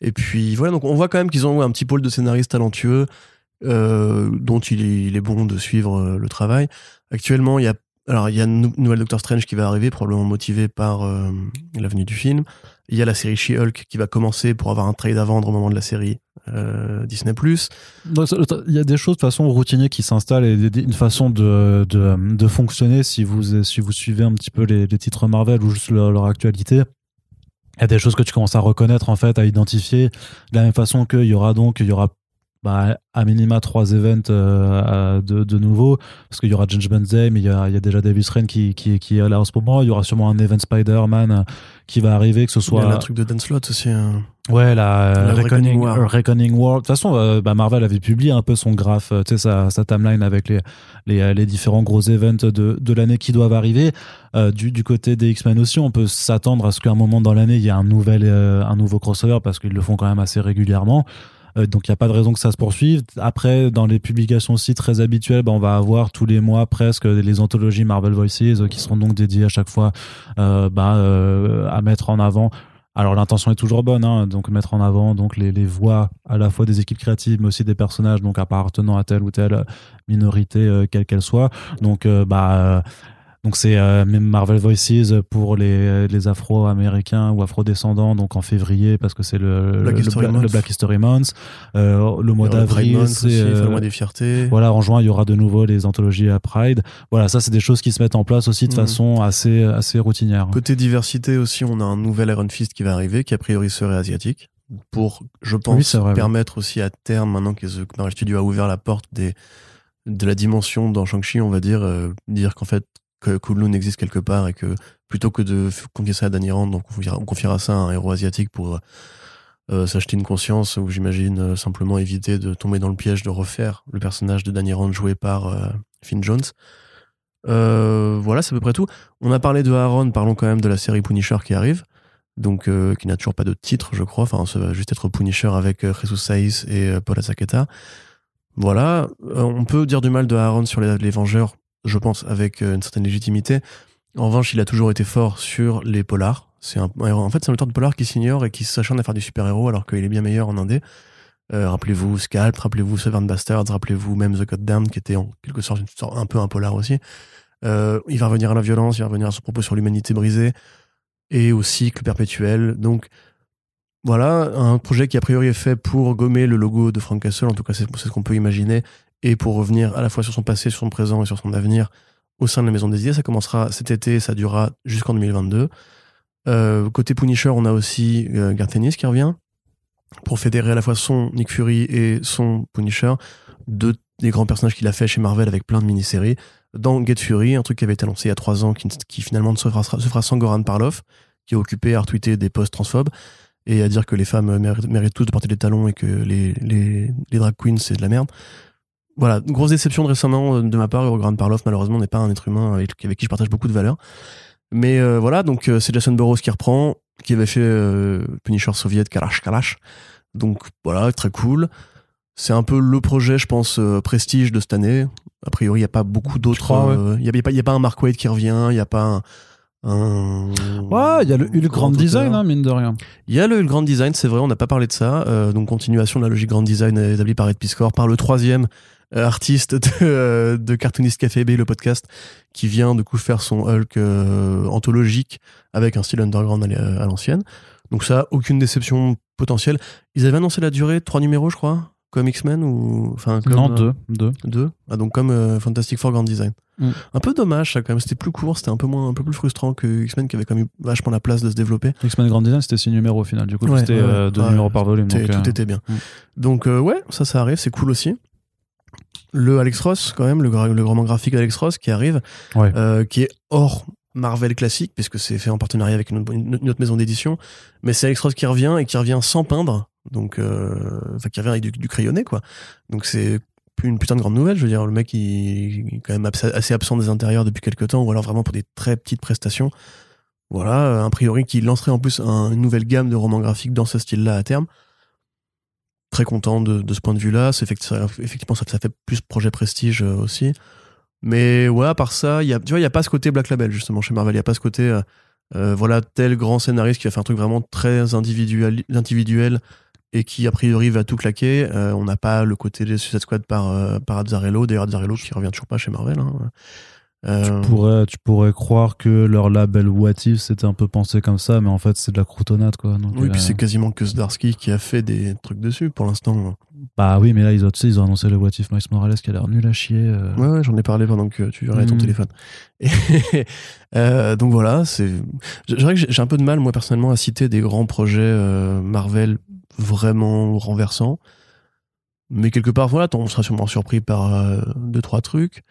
Et puis, voilà, donc on voit quand même qu'ils ont ouais, un petit pôle de scénaristes talentueux euh, dont il est, il est bon de suivre euh, le travail. Actuellement, il y a alors il y a une nou- nouvelle Doctor Strange qui va arriver, probablement motivée par euh, l'avenue du film. Il y a la série She-Hulk qui va commencer pour avoir un trade à vendre au moment de la série euh, Disney+.
Donc, ça- Il y a des choses de façon routinière qui s'installent et des- des- une façon de, de, de fonctionner si vous, si vous suivez un petit peu les, les titres Marvel ou juste leur, leur actualité. Il y a des choses que tu commences à reconnaître, en fait, à identifier. De la même façon qu'il y aura donc, il y aura bah, à minima trois events euh, à- de, de nouveau, parce qu'il y aura Judgment Day, mais il y a, il y a déjà Davis Rain qui, qui, qui est là en ce moment. Il y aura sûrement un event Spider-Man euh, qui va arriver, que ce
Il y
soit.
a un truc de Dan Slott aussi. hein.
Ouais, la, euh,
La
Reckoning,
Reckoning
War.
War.
Reckoning War. De toute façon, euh, bah, Marvel avait publié un peu son graphe, euh, tu sais, sa, sa timeline avec les, les, euh, les différents gros events de, de l'année qui doivent arriver. Euh, du, du côté des X-Men aussi, on peut s'attendre à ce qu'à un moment dans l'année, il y ait un, nouvel, euh, un nouveau crossover parce qu'ils le font quand même assez régulièrement. Euh, donc, il n'y a pas de raison que ça se poursuive. Après, dans les publications aussi très habituelles, bah, on va avoir tous les mois presque les anthologies Marvel Voices euh, qui seront donc dédiées à chaque fois euh, bah, euh, à mettre en avant Alors l'intention est toujours bonne, hein, donc mettre en avant donc les, les voix à la fois des équipes créatives, mais aussi des personnages donc appartenant à telle ou telle minorité, euh, quelle qu'elle soit. Donc euh, bah euh, donc c'est euh, même Marvel Voices pour les, les Afro-Américains ou Afro-descendants, donc en février parce que c'est le,
Black
le- le
History
Bla-
Month.
le Black History Month. Euh, le mois
Il y aura Pride
d'avril,
Month
c'est
aussi,
euh,
enfin, le mois des fiertés.
voilà, en juin, il y aura de nouveau les anthologies à Pride. Voilà, ça, c'est des choses qui se mettent en place aussi de
Mhm.
façon assez, assez routinière.
Côté diversité aussi, on a un nouvel Iron Fist qui va arriver, qui a priori serait asiatique, pour, je pense,
Oui, c'est vrai, oui.
permettre aussi à terme, maintenant que The Marvel Studio a ouvert la porte des, de la dimension dans Shang-Chi, on va dire, euh, dire qu'en fait, que Kunlun existe quelque part et que plutôt que de f- confier ça à Danny Rand, on confiera, on confiera ça à un héros asiatique pour euh, s'acheter une conscience ou j'imagine euh, simplement éviter de tomber dans le piège de refaire le personnage de Danny Rand joué par euh, Finn Jones. Euh, voilà, c'est à peu près tout. On a parlé de Aaron, parlons quand même de la série Punisher qui arrive, donc euh, qui n'a toujours pas de titre, je crois. Enfin, ça va juste être Punisher avec euh, Jesus Saiz et euh, Paul Asaketa. Voilà, Euh, on peut dire du mal de Aaron sur les, les Vengeurs, je pense, avec euh, une certaine légitimité. En revanche, il a toujours été fort sur les polars. C'est un, en fait, c'est un auteur de polar qui s'ignore et qui s'acharne à faire du super-héros alors qu'il est bien meilleur en indé. Euh, rappelez-vous Scalp, rappelez-vous Seven Bastards, rappelez-vous même The Goddamn qui était en quelque sorte une sorte- un peu un polar aussi. Euh, il va revenir à la violence, il va revenir à son propos sur l'humanité brisée et au cycle perpétuel. Donc voilà, un projet qui a priori est fait pour gommer le logo de Frank Castle, en tout cas c'est c'est ce qu'on peut imaginer, et pour revenir à la fois sur son passé, sur son présent et sur son avenir au sein de la Maison des Idées. Ça commencera cet été, ça durera jusqu'en 2022. Euh, côté Punisher, on a aussi euh, Garth Ennis qui revient pour fédérer à la fois son Nick Fury et son Punisher, deux des grands personnages qu'il a fait chez Marvel avec plein de mini-séries dans Get Fury, un truc qui avait été annoncé il y a trois ans, qui, qui finalement ne se fera, se fera sans Goran Parloff, qui est occupé à retweeter des posts transphobes et à dire que les femmes méritent, méritent tous de porter des talons et que les, les, les drag queens, c'est de la merde. Voilà, une grosse déception de récemment euh, de ma part. Goran Parloff, malheureusement, n'est pas un être humain euh, avec, avec qui je partage beaucoup de valeurs. Mais euh, voilà, donc euh, c'est Jason Burroughs qui reprend, qui avait fait euh, Punisher soviète, Kalash Kalash. Donc voilà, très cool. C'est un peu le projet, je pense, euh, prestige de cette année. A priori, il n'y a pas beaucoup d'autres.
crois, ouais.
euh, Il n'y a, il y a pas- il y a pas un Mark Waid qui revient, il n'y a pas un. un-
Ouais, il y a le Hulk
Hein. grand
Grand Design,
auteur.
hein, mine de rien.
Il y a le Grand Design, c'est vrai, on n'a pas parlé de ça. Euh, donc, continuation de la logique Grand Design euh, établie par Ed Piscor, par le troisième euh, artiste de, euh, de Cartoonist Café B, le podcast, qui vient du coup faire son Hulk euh, anthologique avec un style underground à l'é- euh, à l'ancienne. Donc, ça, aucune déception potentielle. Ils avaient annoncé la durée, trois numéros, je crois, comme X-Men ou. Enfin, comme,
non,
euh,
deux, deux.
deux. Ah, donc, comme euh, Fantastic Four Grand Design.
Mm.
Un peu dommage, ça, quand même. C'était plus court, c'était un peu, moins, un peu plus frustrant que X-Men qui avait quand même eu vachement la place de se développer.
X-Men Grand Design, c'était six numéros au final. Du coup,
Ouais,
c'était
ouais,
euh, deux
ouais.
numéros par volume.
T'es-
Donc, euh,
tout était bien.
mm.
Donc euh, ouais, ça ça arrive, c'est cool aussi. Le Alex Ross quand même, le, gra- le grand roman graphique d'Alex Ross qui arrive,
Ouais.
euh, qui est hors Marvel classique puisque c'est fait en partenariat avec une autre, une autre maison d'édition, mais c'est Alex Ross qui revient et qui revient sans peindre, donc euh, enfin qui revient avec du, du crayonné quoi. Donc c'est plus une putain de grande nouvelle, je veux dire le mec il, il est quand même abs- assez absent des intérieurs depuis quelques temps ou alors vraiment pour des très petites prestations. Voilà, euh, a priori qui lancerait en plus un- une nouvelle gamme de romans graphiques dans ce style-là à terme très content de, de ce point de vue-là. C'est effecti- ça- effectivement, ça, ça fait plus projet prestige euh, aussi. Mais ouais, à part ça, il y a, tu vois, il n'y a pas ce côté Black Label, justement, chez Marvel. Il n'y a pas ce côté, euh, euh, voilà, tel grand scénariste qui va faire un truc vraiment très individuel, individuel et qui, a priori, va tout claquer. Euh, on n'a pas le côté des Suicide Squad par, euh, par Azzarello. D'ailleurs, Azzarello qui revient toujours pas chez Marvel. hein. Euh,
tu, pourrais, tu pourrais croire que leur label What If, c'était un peu pensé comme ça, mais en fait, c'est de la croutonnade, quoi. Donc,
oui,
euh,
puis c'est quasiment que Zdarsky qui a fait des trucs dessus pour l'instant.
Bah oui, mais là, ils ont, tu sais, ils ont annoncé le What If Miles Morales qui a l'air nul à chier. euh.
Ouais, ouais, j'en ai parlé pendant que tu verrais ton
Mhm.
téléphone. Et euh, donc voilà, c'est. je- je dirais que j'ai- j'ai un peu de mal, moi personnellement, à citer des grands projets euh, Marvel vraiment renversants. Mais quelque part, voilà, t'en- on sera sûrement surpris par euh, deux trois trucs.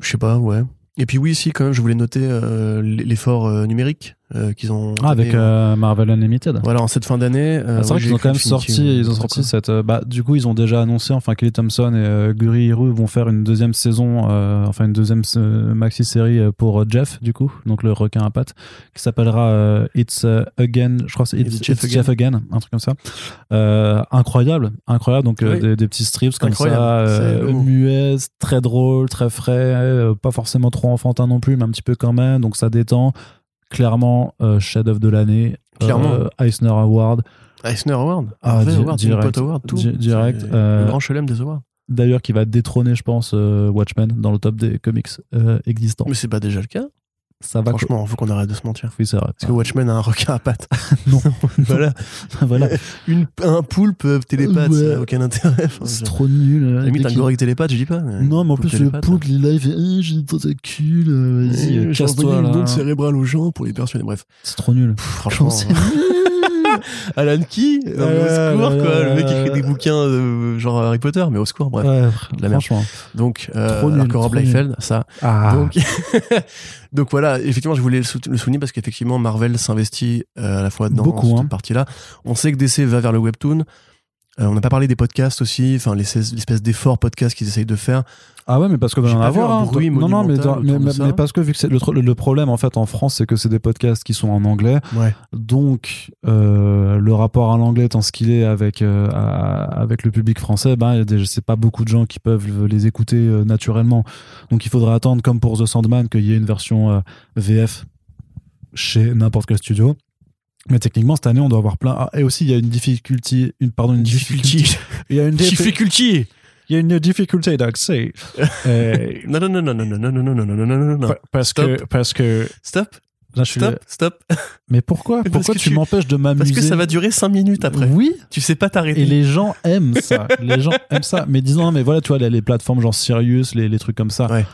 Je sais pas, ouais. Et puis oui, si quand même, je voulais noter euh, l- l'effort euh, numérique euh, qu'ils ont.
Ah, avec
donné.
euh, Marvel Unlimited.
Voilà, en cette fin d'année. euh,
Ah, c'est
ouais,
vrai
j'ai
qu'ils ont
écrit
quand même
Infinity
sorti,
War,
ils ont
quoi.
sorti cette. euh, bah, du coup, ils ont déjà annoncé, enfin, Kelly Thompson et euh, Guri Hiru vont faire une deuxième saison, euh, enfin, une deuxième euh, maxi-série euh, pour euh, Jeff, du coup, donc le requin à pattes, qui s'appellera euh, It's euh, Again, je crois que c'est It's, It's Jeff, again. un truc comme ça. Euh, incroyable, incroyable, donc euh,
Oui.
des, des petits strips comme
Incroyable,
ça,
c'est
euh,
lourd.
muets, très drôle, très frais, euh, pas forcément trop enfantin non plus, mais un petit peu quand même, donc ça détend clairement euh, chef-d'œuvre de l'année.
Clairement.
Euh, Eisner Award.
Eisner Award,
Ah,
Harvey
di-
Award, Tim
direct.
Pot Award, tout.
Di- direct,
C'est
euh,
Le grand chelem des awards.
D'ailleurs, qui va détrôner, je pense, euh, Watchmen dans le top des comics euh, existants.
Mais c'est pas déjà le cas.
Ça va.
Franchement, faut qu'on arrête de se mentir.
Oui, c'est vrai.
Parce que Watchmen a un requin à pattes.
Ah. Non.
voilà.
voilà.
Une, un poulpe euh, télépathe,
Ouais.
ça n'a aucun intérêt. Enfin,
C'est
je-
trop nul. euh,
à la limite,
dès
un
qu'il-
gorille télépathe, je dis pas. mais-
Non, mais en
Poulpe
plus, le
télépathe.
poulpe, il est là, il fait Eh, J'ai des tentacules, euh, vas-y, euh,
Euh, j'ai envoyé
casse-toi.
une
là.
onde cérébrale aux gens pour les persuader. Bref,
C'est trop nul.
Pff, franchement,
Comment c'est-
Alan Key, euh, mais au
Ah,
secours,
là,
quoi.
là,
le mec qui
là,
écrit des
là.
bouquins euh, genre Harry Potter, mais au secours, bref.
Ouais,
de la merde.
franchement.
Donc, euh,
Trop nul,
alors que Rob
trop nul.
Liefeld, ça.
Ah.
Donc, donc voilà, effectivement, je voulais le, sou- le souligner parce qu'effectivement, Marvel s'investit euh, à la fois dans
Beaucoup,
cette
hein.
partie-là. On sait que DC va vers le webtoon. Euh, on n'a pas parlé des podcasts aussi, enfin les- l'espèce d'effort podcast qu'ils essayent de faire.
Ah ouais, mais parce que
J'ai
d'en
pas vu
avoir
un
hein.
bruit
non, non, mais,
monumental
dans- mais,
autour de
mais-
ça.
mais parce que vu que c'est le, tr- le problème en fait en France, c'est que c'est des podcasts qui sont en anglais,
Ouais.
donc euh, le rapport à l'anglais tant ce qu'il est avec euh, à- avec le public français, ben il y a des- c'est pas beaucoup de gens qui peuvent les écouter euh, naturellement. Donc il faudra attendre comme pour The Sandman qu'il y ait une version euh, VF chez n'importe quel studio. Mais techniquement cette année on doit avoir plein. Ah, et aussi il y a une difficulté, une pardon une difficulté. Il y a une diffi-
Difficulty.
il y a une difficulté d'accès. Euh,
Non, non, non, non, non, non, non, non, non, non, non, non, non, non.
Pa- Parce
Stop.
que, parce que,
Stop,
là, je suis là.
stop, stop.
Mais pourquoi
Parce
Pourquoi
que
tu
tu-
m'empêches de m'amuser
Parce que ça va durer 5 minutes après.
Oui,
Tu sais pas
et
t'arrêter.
les gens aiment ça. les gens aiment ça. Mais disons, non, mais voilà, tu vois, les, les plateformes genre Sirius, les, les trucs comme ça.
Ouais.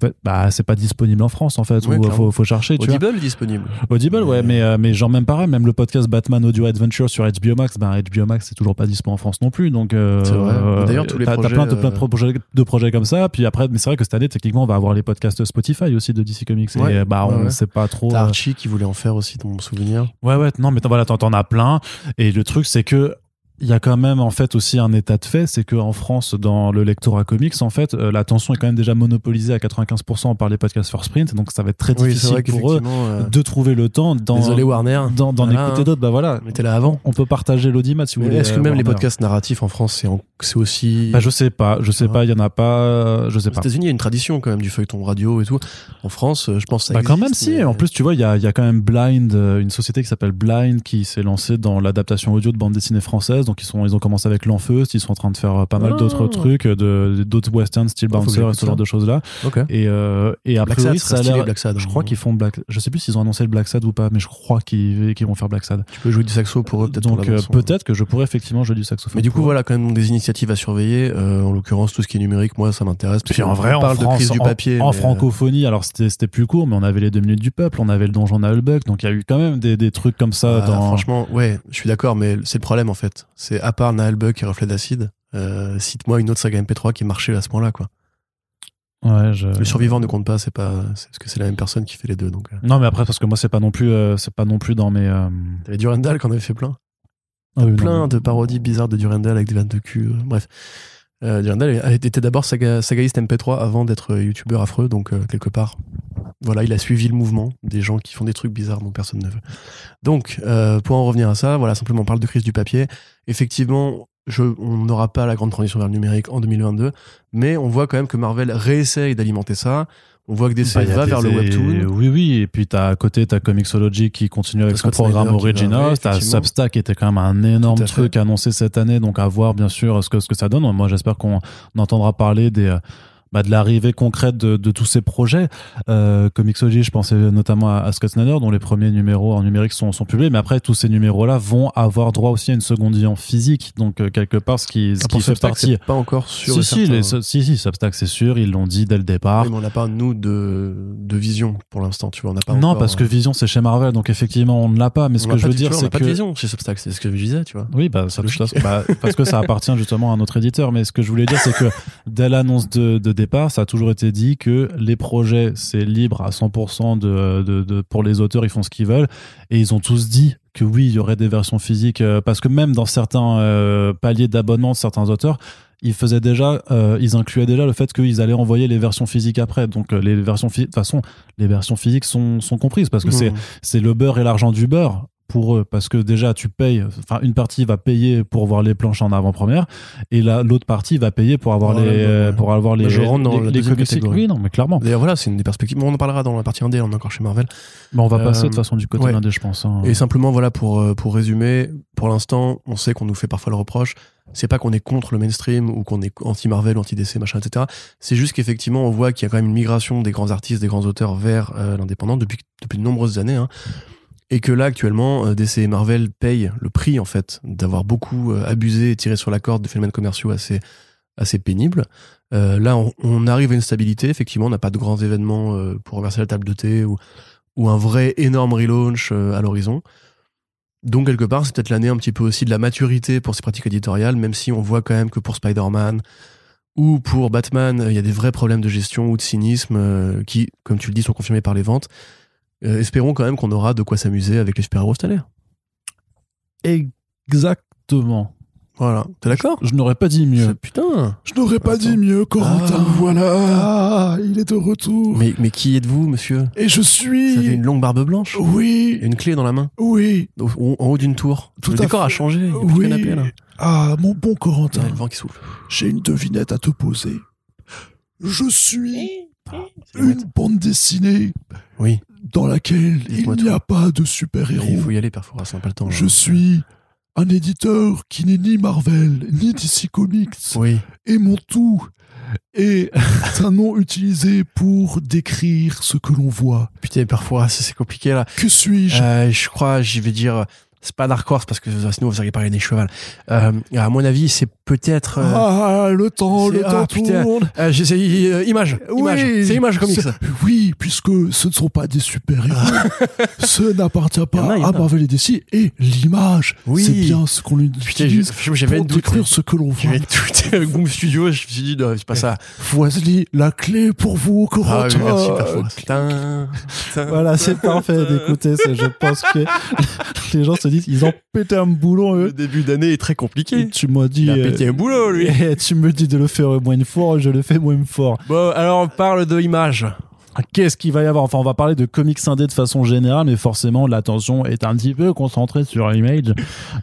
En fait, Bah, c'est pas disponible en France en fait.
Ouais,
ou, euh,
clairement.
faut, faut chercher, tu vois.
Audible est disponible.
Audible, ouais,
Euh.
mais, euh, mais genre même pareil, même le podcast Batman Audio Adventure sur HBO Max, ben HBO Max c'est toujours pas dispo en France non plus, donc euh,
C'est vrai.
euh,
D'ailleurs, tous les
t'as, t'as
projets,
plein, de, plein de
euh,
projets, de projets comme ça, puis après, mais c'est vrai que cette année techniquement on va avoir les podcasts Spotify aussi de DC Comics, et
Ouais.
euh, bah
Ouais,
on
ouais.
sait pas trop.
T'as
euh,
Archie qui voulait en faire aussi, dans mon souvenir.
Ouais, ouais, non, mais t'en- voilà, t'en t'en as plein. Et le truc, c'est que il y a quand même en fait aussi un état de fait, c'est que en France, dans le lectorat comics, en fait, euh, l'attention est quand même déjà monopolisée à 95% par les podcasts first print, donc ça va être très
Oui, c'est
difficile
vrai
pour eux
qu'effectivement. euh,
de trouver le temps d'en
Désolé Warner,
d'en- d'en
Voilà.
écouter d'autres. Bah voilà,
mais t'es là avant.
on peut partager l'audimat si vous
Mais
voulez.
Est-ce que
euh,
même les
Warner.
podcasts narratifs en France, c'est en- c'est aussi.
bah, je sais pas, je sais
Ah.
pas, il y en a pas, euh, je sais
Aux
pas.
États-Unis, il y a une tradition quand même du feuilleton radio et tout. En France, euh, je pense que ça
Bah quand même
existe,
si,
mais-
en plus tu vois, il y a, il y a quand même Blind, euh, une société qui s'appelle Blind qui s'est lancée dans l'adaptation audio de bande dessinée française, donc ils, sont, ils ont commencé avec L'Enfeust, ils sont en train de faire euh, pas mal
Ah.
d'autres trucs, euh, de- d'autres westerns, Steel
Ah, faut que
Bouncer et
j'écoute
ce genre
ça.
de choses-là.
Ok.
Et, euh, et a
Black
priori,
Sad serait
ça a
stylé,
l'air...
Black Sad.
Je crois qu'ils font Black... Je sais plus s'ils ont annoncé le Black Sad ou pas, mais je crois qu'ils qu'ils vont faire Black Sad.
Tu peux jouer du saxo pour eux, peut-être. pour
Donc
la
euh,
bande-son.
peut-être que je pourrais effectivement jouer du saxophone.
Mais du coup,
pour-
voilà, quand même des initiatives à surveiller. Euh, en l'occurrence, tout ce qui est numérique, moi, ça m'intéresse. parce
Puis en
qu'on
vrai, en
parle de
France,
crise du
en-
papier.
en,
mais, euh,
francophonie, alors c'était c'était plus court, mais on avait les deux minutes du peuple, on avait le donjon à Hulbuck, donc il y a eu quand même des, des trucs comme ça
ah,
euh, dans...
Franchement, ouais, je suis d'accord, mais c'est le problème en fait. C'est à part Naal Buck et Reflet d'Acide, euh, cite-moi une autre saga MP3 qui marchait à ce moment-là, quoi.
Ouais, je...
Le survivant ne compte pas, c'est pas. c'est parce que c'est la même personne qui fait les deux, donc. euh.
Non, mais après, parce que moi, c'est pas non plus, euh, c'est pas non plus dans mes. euh,
T'avais Durendal qu'on avait fait plein.
ah oui, non,
plein
mais-
de parodies bizarres de Durendal avec des vannes de cul. euh, bref. Euh, Durendal a- était d'abord saga, sagaïste MP3 avant d'être euh, youtubeur affreux, donc euh, quelque part, voilà, il a suivi le mouvement des gens qui font des trucs bizarres dont personne ne veut. Donc, euh, pour en revenir à ça, voilà, simplement on parle de crise du papier. Effectivement, je, on n'aura pas la grande transition vers le numérique en 2022, mais on voit quand même que Marvel réessaye d'alimenter ça. On voit que DC
Bah, y a
va
des-
vers le
des-
webtoon.
Oui, oui. Et puis, t'as à côté, t'as Comixology qui continue avec
T'as
son
Scott Snyder
programme
qui va- ouais,
Originals. T'as
effectivement.
Substack qui était quand même un énorme
Tout à fait.
truc annoncé cette année. Donc, à voir, bien sûr, ce que, ce que ça donne. Moi, j'espère qu'on entendra parler des. euh, bah, de l'arrivée concrète de, de tous ces projets. Euh, Comixology, je pensais notamment à, à Scott Snyder, dont les premiers numéros en numérique sont, sont publiés, mais après, tous ces numéros-là vont avoir droit aussi à une seconde vie en physique, donc euh, quelque part, ce qui, ce qui
Ah, pour
fait
Substack,
partie
c'est pas encore sûr.
si,
et
si,
certain. hein.
les- si, si, Substack, c'est sûr, ils l'ont dit dès le départ.
Oui, mais on n'a pas, nous, de, de vision pour l'instant, tu vois. On n'a pas
non,
encore,
parce que
euh,
Vision, c'est chez Marvel, donc effectivement, on ne l'a pas. Mais ce
on
que
n'a
je
pas
veux
de-
dire,
tu vois, on
c'est
n'a pas
que.
de vision chez Substack, c'est ce que je disais, tu vois.
Oui, bah, ça, de toute
Logique.
façon, bah, parce que ça appartient justement à un autre éditeur. Mais ce que je voulais dire, c'est que dès l'annonce de, de départ, ça a toujours été dit que les projets, c'est libre à 100% de, de- de- pour les auteurs, ils font ce qu'ils veulent. Et ils ont tous dit que oui, il y aurait des versions physiques. euh, parce que même dans certains euh, paliers d'abonnement de certains auteurs, ils faisaient déjà, euh, ils incluaient déjà le fait qu'ils allaient envoyer les versions physiques après. Donc euh, les versions physiques, de toute façon, les versions physiques sont, sont comprises parce que c'est
Mmh.
c'est le beurre et l'argent du beurre pour eux parce que déjà tu payes enfin une partie va payer pour voir les planches en avant-première et là l'autre partie va payer pour avoir
Ouais,
les euh,
ouais, ouais.
pour avoir les
Bah, je rentre dans
les-
la
les
deuxième
comics.
catégorie.
oui non mais clairement
D'ailleurs, voilà, c'est une des perspectives. Bon, on en parlera dans la partie 1D, on est encore chez Marvel.
mais on va
Euh,
passer de toute façon du côté
ouais.
indé je pense hein.
Et simplement, voilà, pour, euh, pour résumer, pour l'instant, on sait qu'on nous fait parfois le reproche. C'est pas qu'on est contre le mainstream ou qu'on est anti-Marvel ou anti-DC, machin, etc. C'est juste qu'effectivement, on voit qu'il y a quand même une migration des grands artistes, des grands auteurs vers euh, l'indépendant depuis, depuis de nombreuses années. hein. Et que là, actuellement, euh, DC et Marvel payent le prix, en fait, d'avoir beaucoup euh, abusé et tiré sur la corde de phénomènes commerciaux assez, assez pénibles. Euh, là, on, on arrive à une stabilité. Effectivement, on n'a pas de grands événements euh, pour renverser la table de thé ou, ou un vrai énorme relaunch euh, à l'horizon. Donc, quelque part, c'est peut-être l'année un petit peu aussi de la maturité pour ces pratiques éditoriales, même si on voit quand même que pour Spider-Man ou pour Batman, euh, il y a des vrais problèmes de gestion ou de cynisme euh, qui, comme tu le dis, sont confirmés par les ventes. Euh, espérons quand même qu'on aura de quoi s'amuser avec les super-héros cette année.
exactement
Voilà. T'es d'accord
je n'aurais pas dit mieux
Putain
je n'aurais
pas dit
mieux
Corentin.
voilà Ah, il est de retour
mais, mais qui êtes-vous, monsieur
et Oh. je
Vous avez
suis
une longue barbe blanche et
oui
une clé dans la main
oui
au- au- en haut d'une tour.
Tout
le
à
décor
fait.
a changé. Il y a plus de canapé, là.
ah mon bon
Il y
Corentin
a le vent qui souffle.
J'ai une devinette à te poser. Je suis une bande dessinée
Oui.
dans laquelle il
Dites-moi
n'y
tout.
a pas de
Il faut
super-héros.
y aller, parfois, on n'a pas le temps. hein. là.
Je suis un éditeur qui n'est ni Marvel, ni DC Comics,
Oui.
et mon tout est un nom utilisé pour décrire ce que l'on voit.
Putain, parfois, c'est c'est compliqué, là.
Que suis-je
Euh, je crois, j'y vais dire, euh, c'est pas Dark Horse parce que euh, sinon vous auriez parlé des chevals. Euh, à mon avis, c'est peut-être. euh,
Ah, le temps, le
c'est-
temps
ah, putain.
tourne.
euh, je- c'est, euh, image.
Oui.
image. C'est image comics. Ah.
C'est- Oui, puisque ce ne sont pas des super-héros. ce n'appartient
Il y en
pas
a, il y en
à
a.
Marvel et DC. Et l'image,
Oui.
c'est bien ce qu'on lui
Putain,
utilise
je- j'avais
pour
une doute.
décrire ce que l'on voit.
J'avais une doute. Le Boom Studio, je me suis dit, non, c'est pas ça.
Voici la clé pour vous,
Ah oui,
Corentin.
merci, parfois. Putain. Putain.
Voilà, c'est parfait d'écouter. c'est- Je pense que les gens se disent, ils ont pété un boulon,
Le
eux.
début d'année est très compliqué.
tu m'as dit...
Il a
euh,
pété un boulot, lui.
eh, tu me dis de le faire moins fort, je le fais moins fort.
Bon, alors on parle de image.
Qu'est-ce qu'il va y avoir Enfin, on va parler de comics indés de façon générale, mais forcément, l'attention est un petit peu concentrée sur l'image.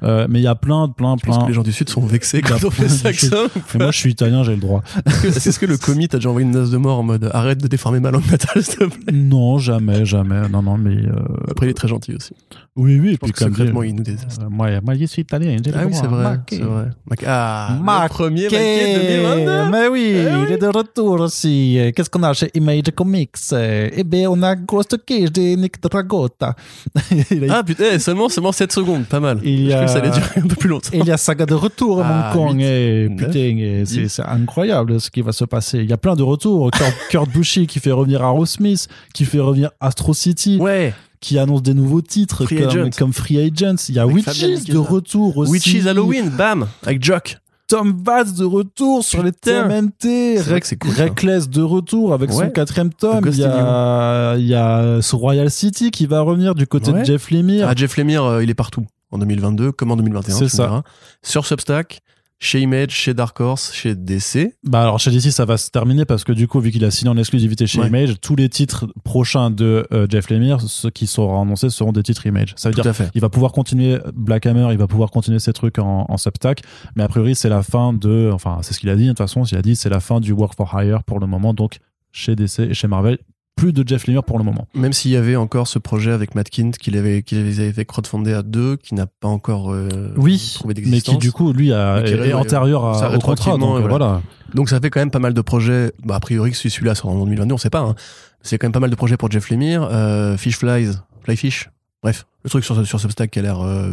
Euh, mais il y a plein, de- plein,
Je pense
plein.
que les gens du Sud sont vexés
Il y a
quand on
plein
fait ça
de choses.
accent.
Mais moi, je suis italien, j'ai le droit.
C'est ce que le commis t'a déjà envoyé une noce de mort en mode arrête de déformer ma langue natale, s'il te plaît.
non, jamais, jamais. Non, non, mais. euh,
Après, il est très gentil aussi.
Oui, oui, et
Bah, Je pense
puis
que
comme dit,
secrètement, il nous déteste.
euh, moi, moi, je suis italien, j'ai le
Ah oui,
droit.
c'est vrai.
Marqué.
C'est vrai. Mac- Ah,
Maquet.
le premier maquet 2022.
Mais oui,
Eh oui.
il est de retour aussi. Qu'est-ce qu'on a chez Image Comics Eh bien, on a Ghost Cage de Nick Dragotta. il, a,
Ah putain, eh, seulement, seulement 7 secondes, pas mal.
Il
Je
y a-
crois que ça allait durer un peu plus longtemps.
Et il y a Saga de retour à
Ah,
Hong Kong.
huit,
Et
neuf,
putain, et c'est
dix.
c'est incroyable ce qui va se passer. Il y a plein de retours. Kurt, Kurt Buschy qui fait revenir Aerosmith, qui fait revenir Astro City,
Ouais,
qui annonce des nouveaux titres
Free
comme,
Agent.
comme Free Agents. Il y a
Avec Fabien
Witches
Nikita.
de retour aussi.
Witches Halloween, bam, avec Jock.
Tom Vaz de retour sur les
Putain.
TMNT.
C'est vrai
Rec-
que c'est cool, ça.
Reckless de retour avec son
Ouais.
quatrième tome.
Ghost
Il y, a, il y a ce Royal City qui va revenir du côté de
Ouais.
Jeff Lemire.
Ah, Jeff Lemire, euh, il est partout en 2022 comme en 2021.
C'est
tu me
ça.
diras. Sur Substack, chez Image, chez Dark Horse, chez DC.
Bah alors chez DC ça va se terminer parce que du coup vu qu'il a signé en exclusivité chez
Ouais.
Image, tous les titres prochains de euh, Jeff Lemire, ceux qui seront annoncés seront des titres Image. Ça veut
Tout
dire
à fait.
il va pouvoir continuer Black Hammer, il va pouvoir continuer ses trucs en, en Substack, mais a priori c'est la fin de, enfin c'est ce qu'il a dit hein, de toute façon, il a dit c'est la fin du Work for Hire pour le moment, donc chez DC et chez Marvel, plus de Jeff Lemire pour le moment.
Même s'il y avait encore ce projet avec Matt Kind qu'il avait, qu'il avait fait crowdfundé à deux, qui n'a pas encore euh, trouvé
mais
d'existence.
qui du coup lui a,
Mais qui
est,
ré-
est antérieur à-
ça,
au contrat,
rétroactivement,
donc
et
voilà.
Donc ça fait quand même pas mal de projets. Bah, a priori, que celui-là sera en 2022, on sait pas. hein. C'est quand même pas mal de projets pour Jeff Lemire. Euh, Fish Flies, Fly Fish. Bref, le truc sur, sur Substack qui a l'air euh,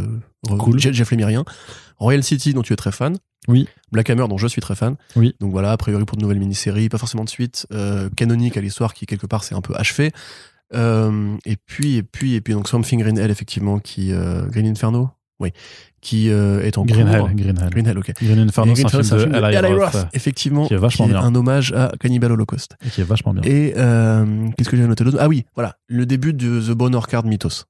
re-
Cool.
Jeff, Jeff Lemirien. Royal City, dont tu es très fan.
Oui.
Black Hammer, dont je suis très fan.
Oui.
Donc voilà, a priori pour de nouvelles mini-séries, pas forcément de suite euh, canonique à l'histoire qui, quelque part, s'est un peu achevée. Euh, et puis, et puis, et puis, donc Something Green Hell, effectivement, qui. euh, Green Inferno Oui. Qui euh, est en
Green
cours.
Hell, Green Hell.
Green Hell, ok.
Green Inferno,
Et
c'est un
Green Inferno,
film de L.I. Roth, euh,
effectivement,
qui est vachement bien.
un hommage à Cannibal Holocaust.
qui est vachement bien.
Et euh, qu'est-ce que j'ai noté d'autre Ah oui, voilà, le début de The Bone Orchard Mythos.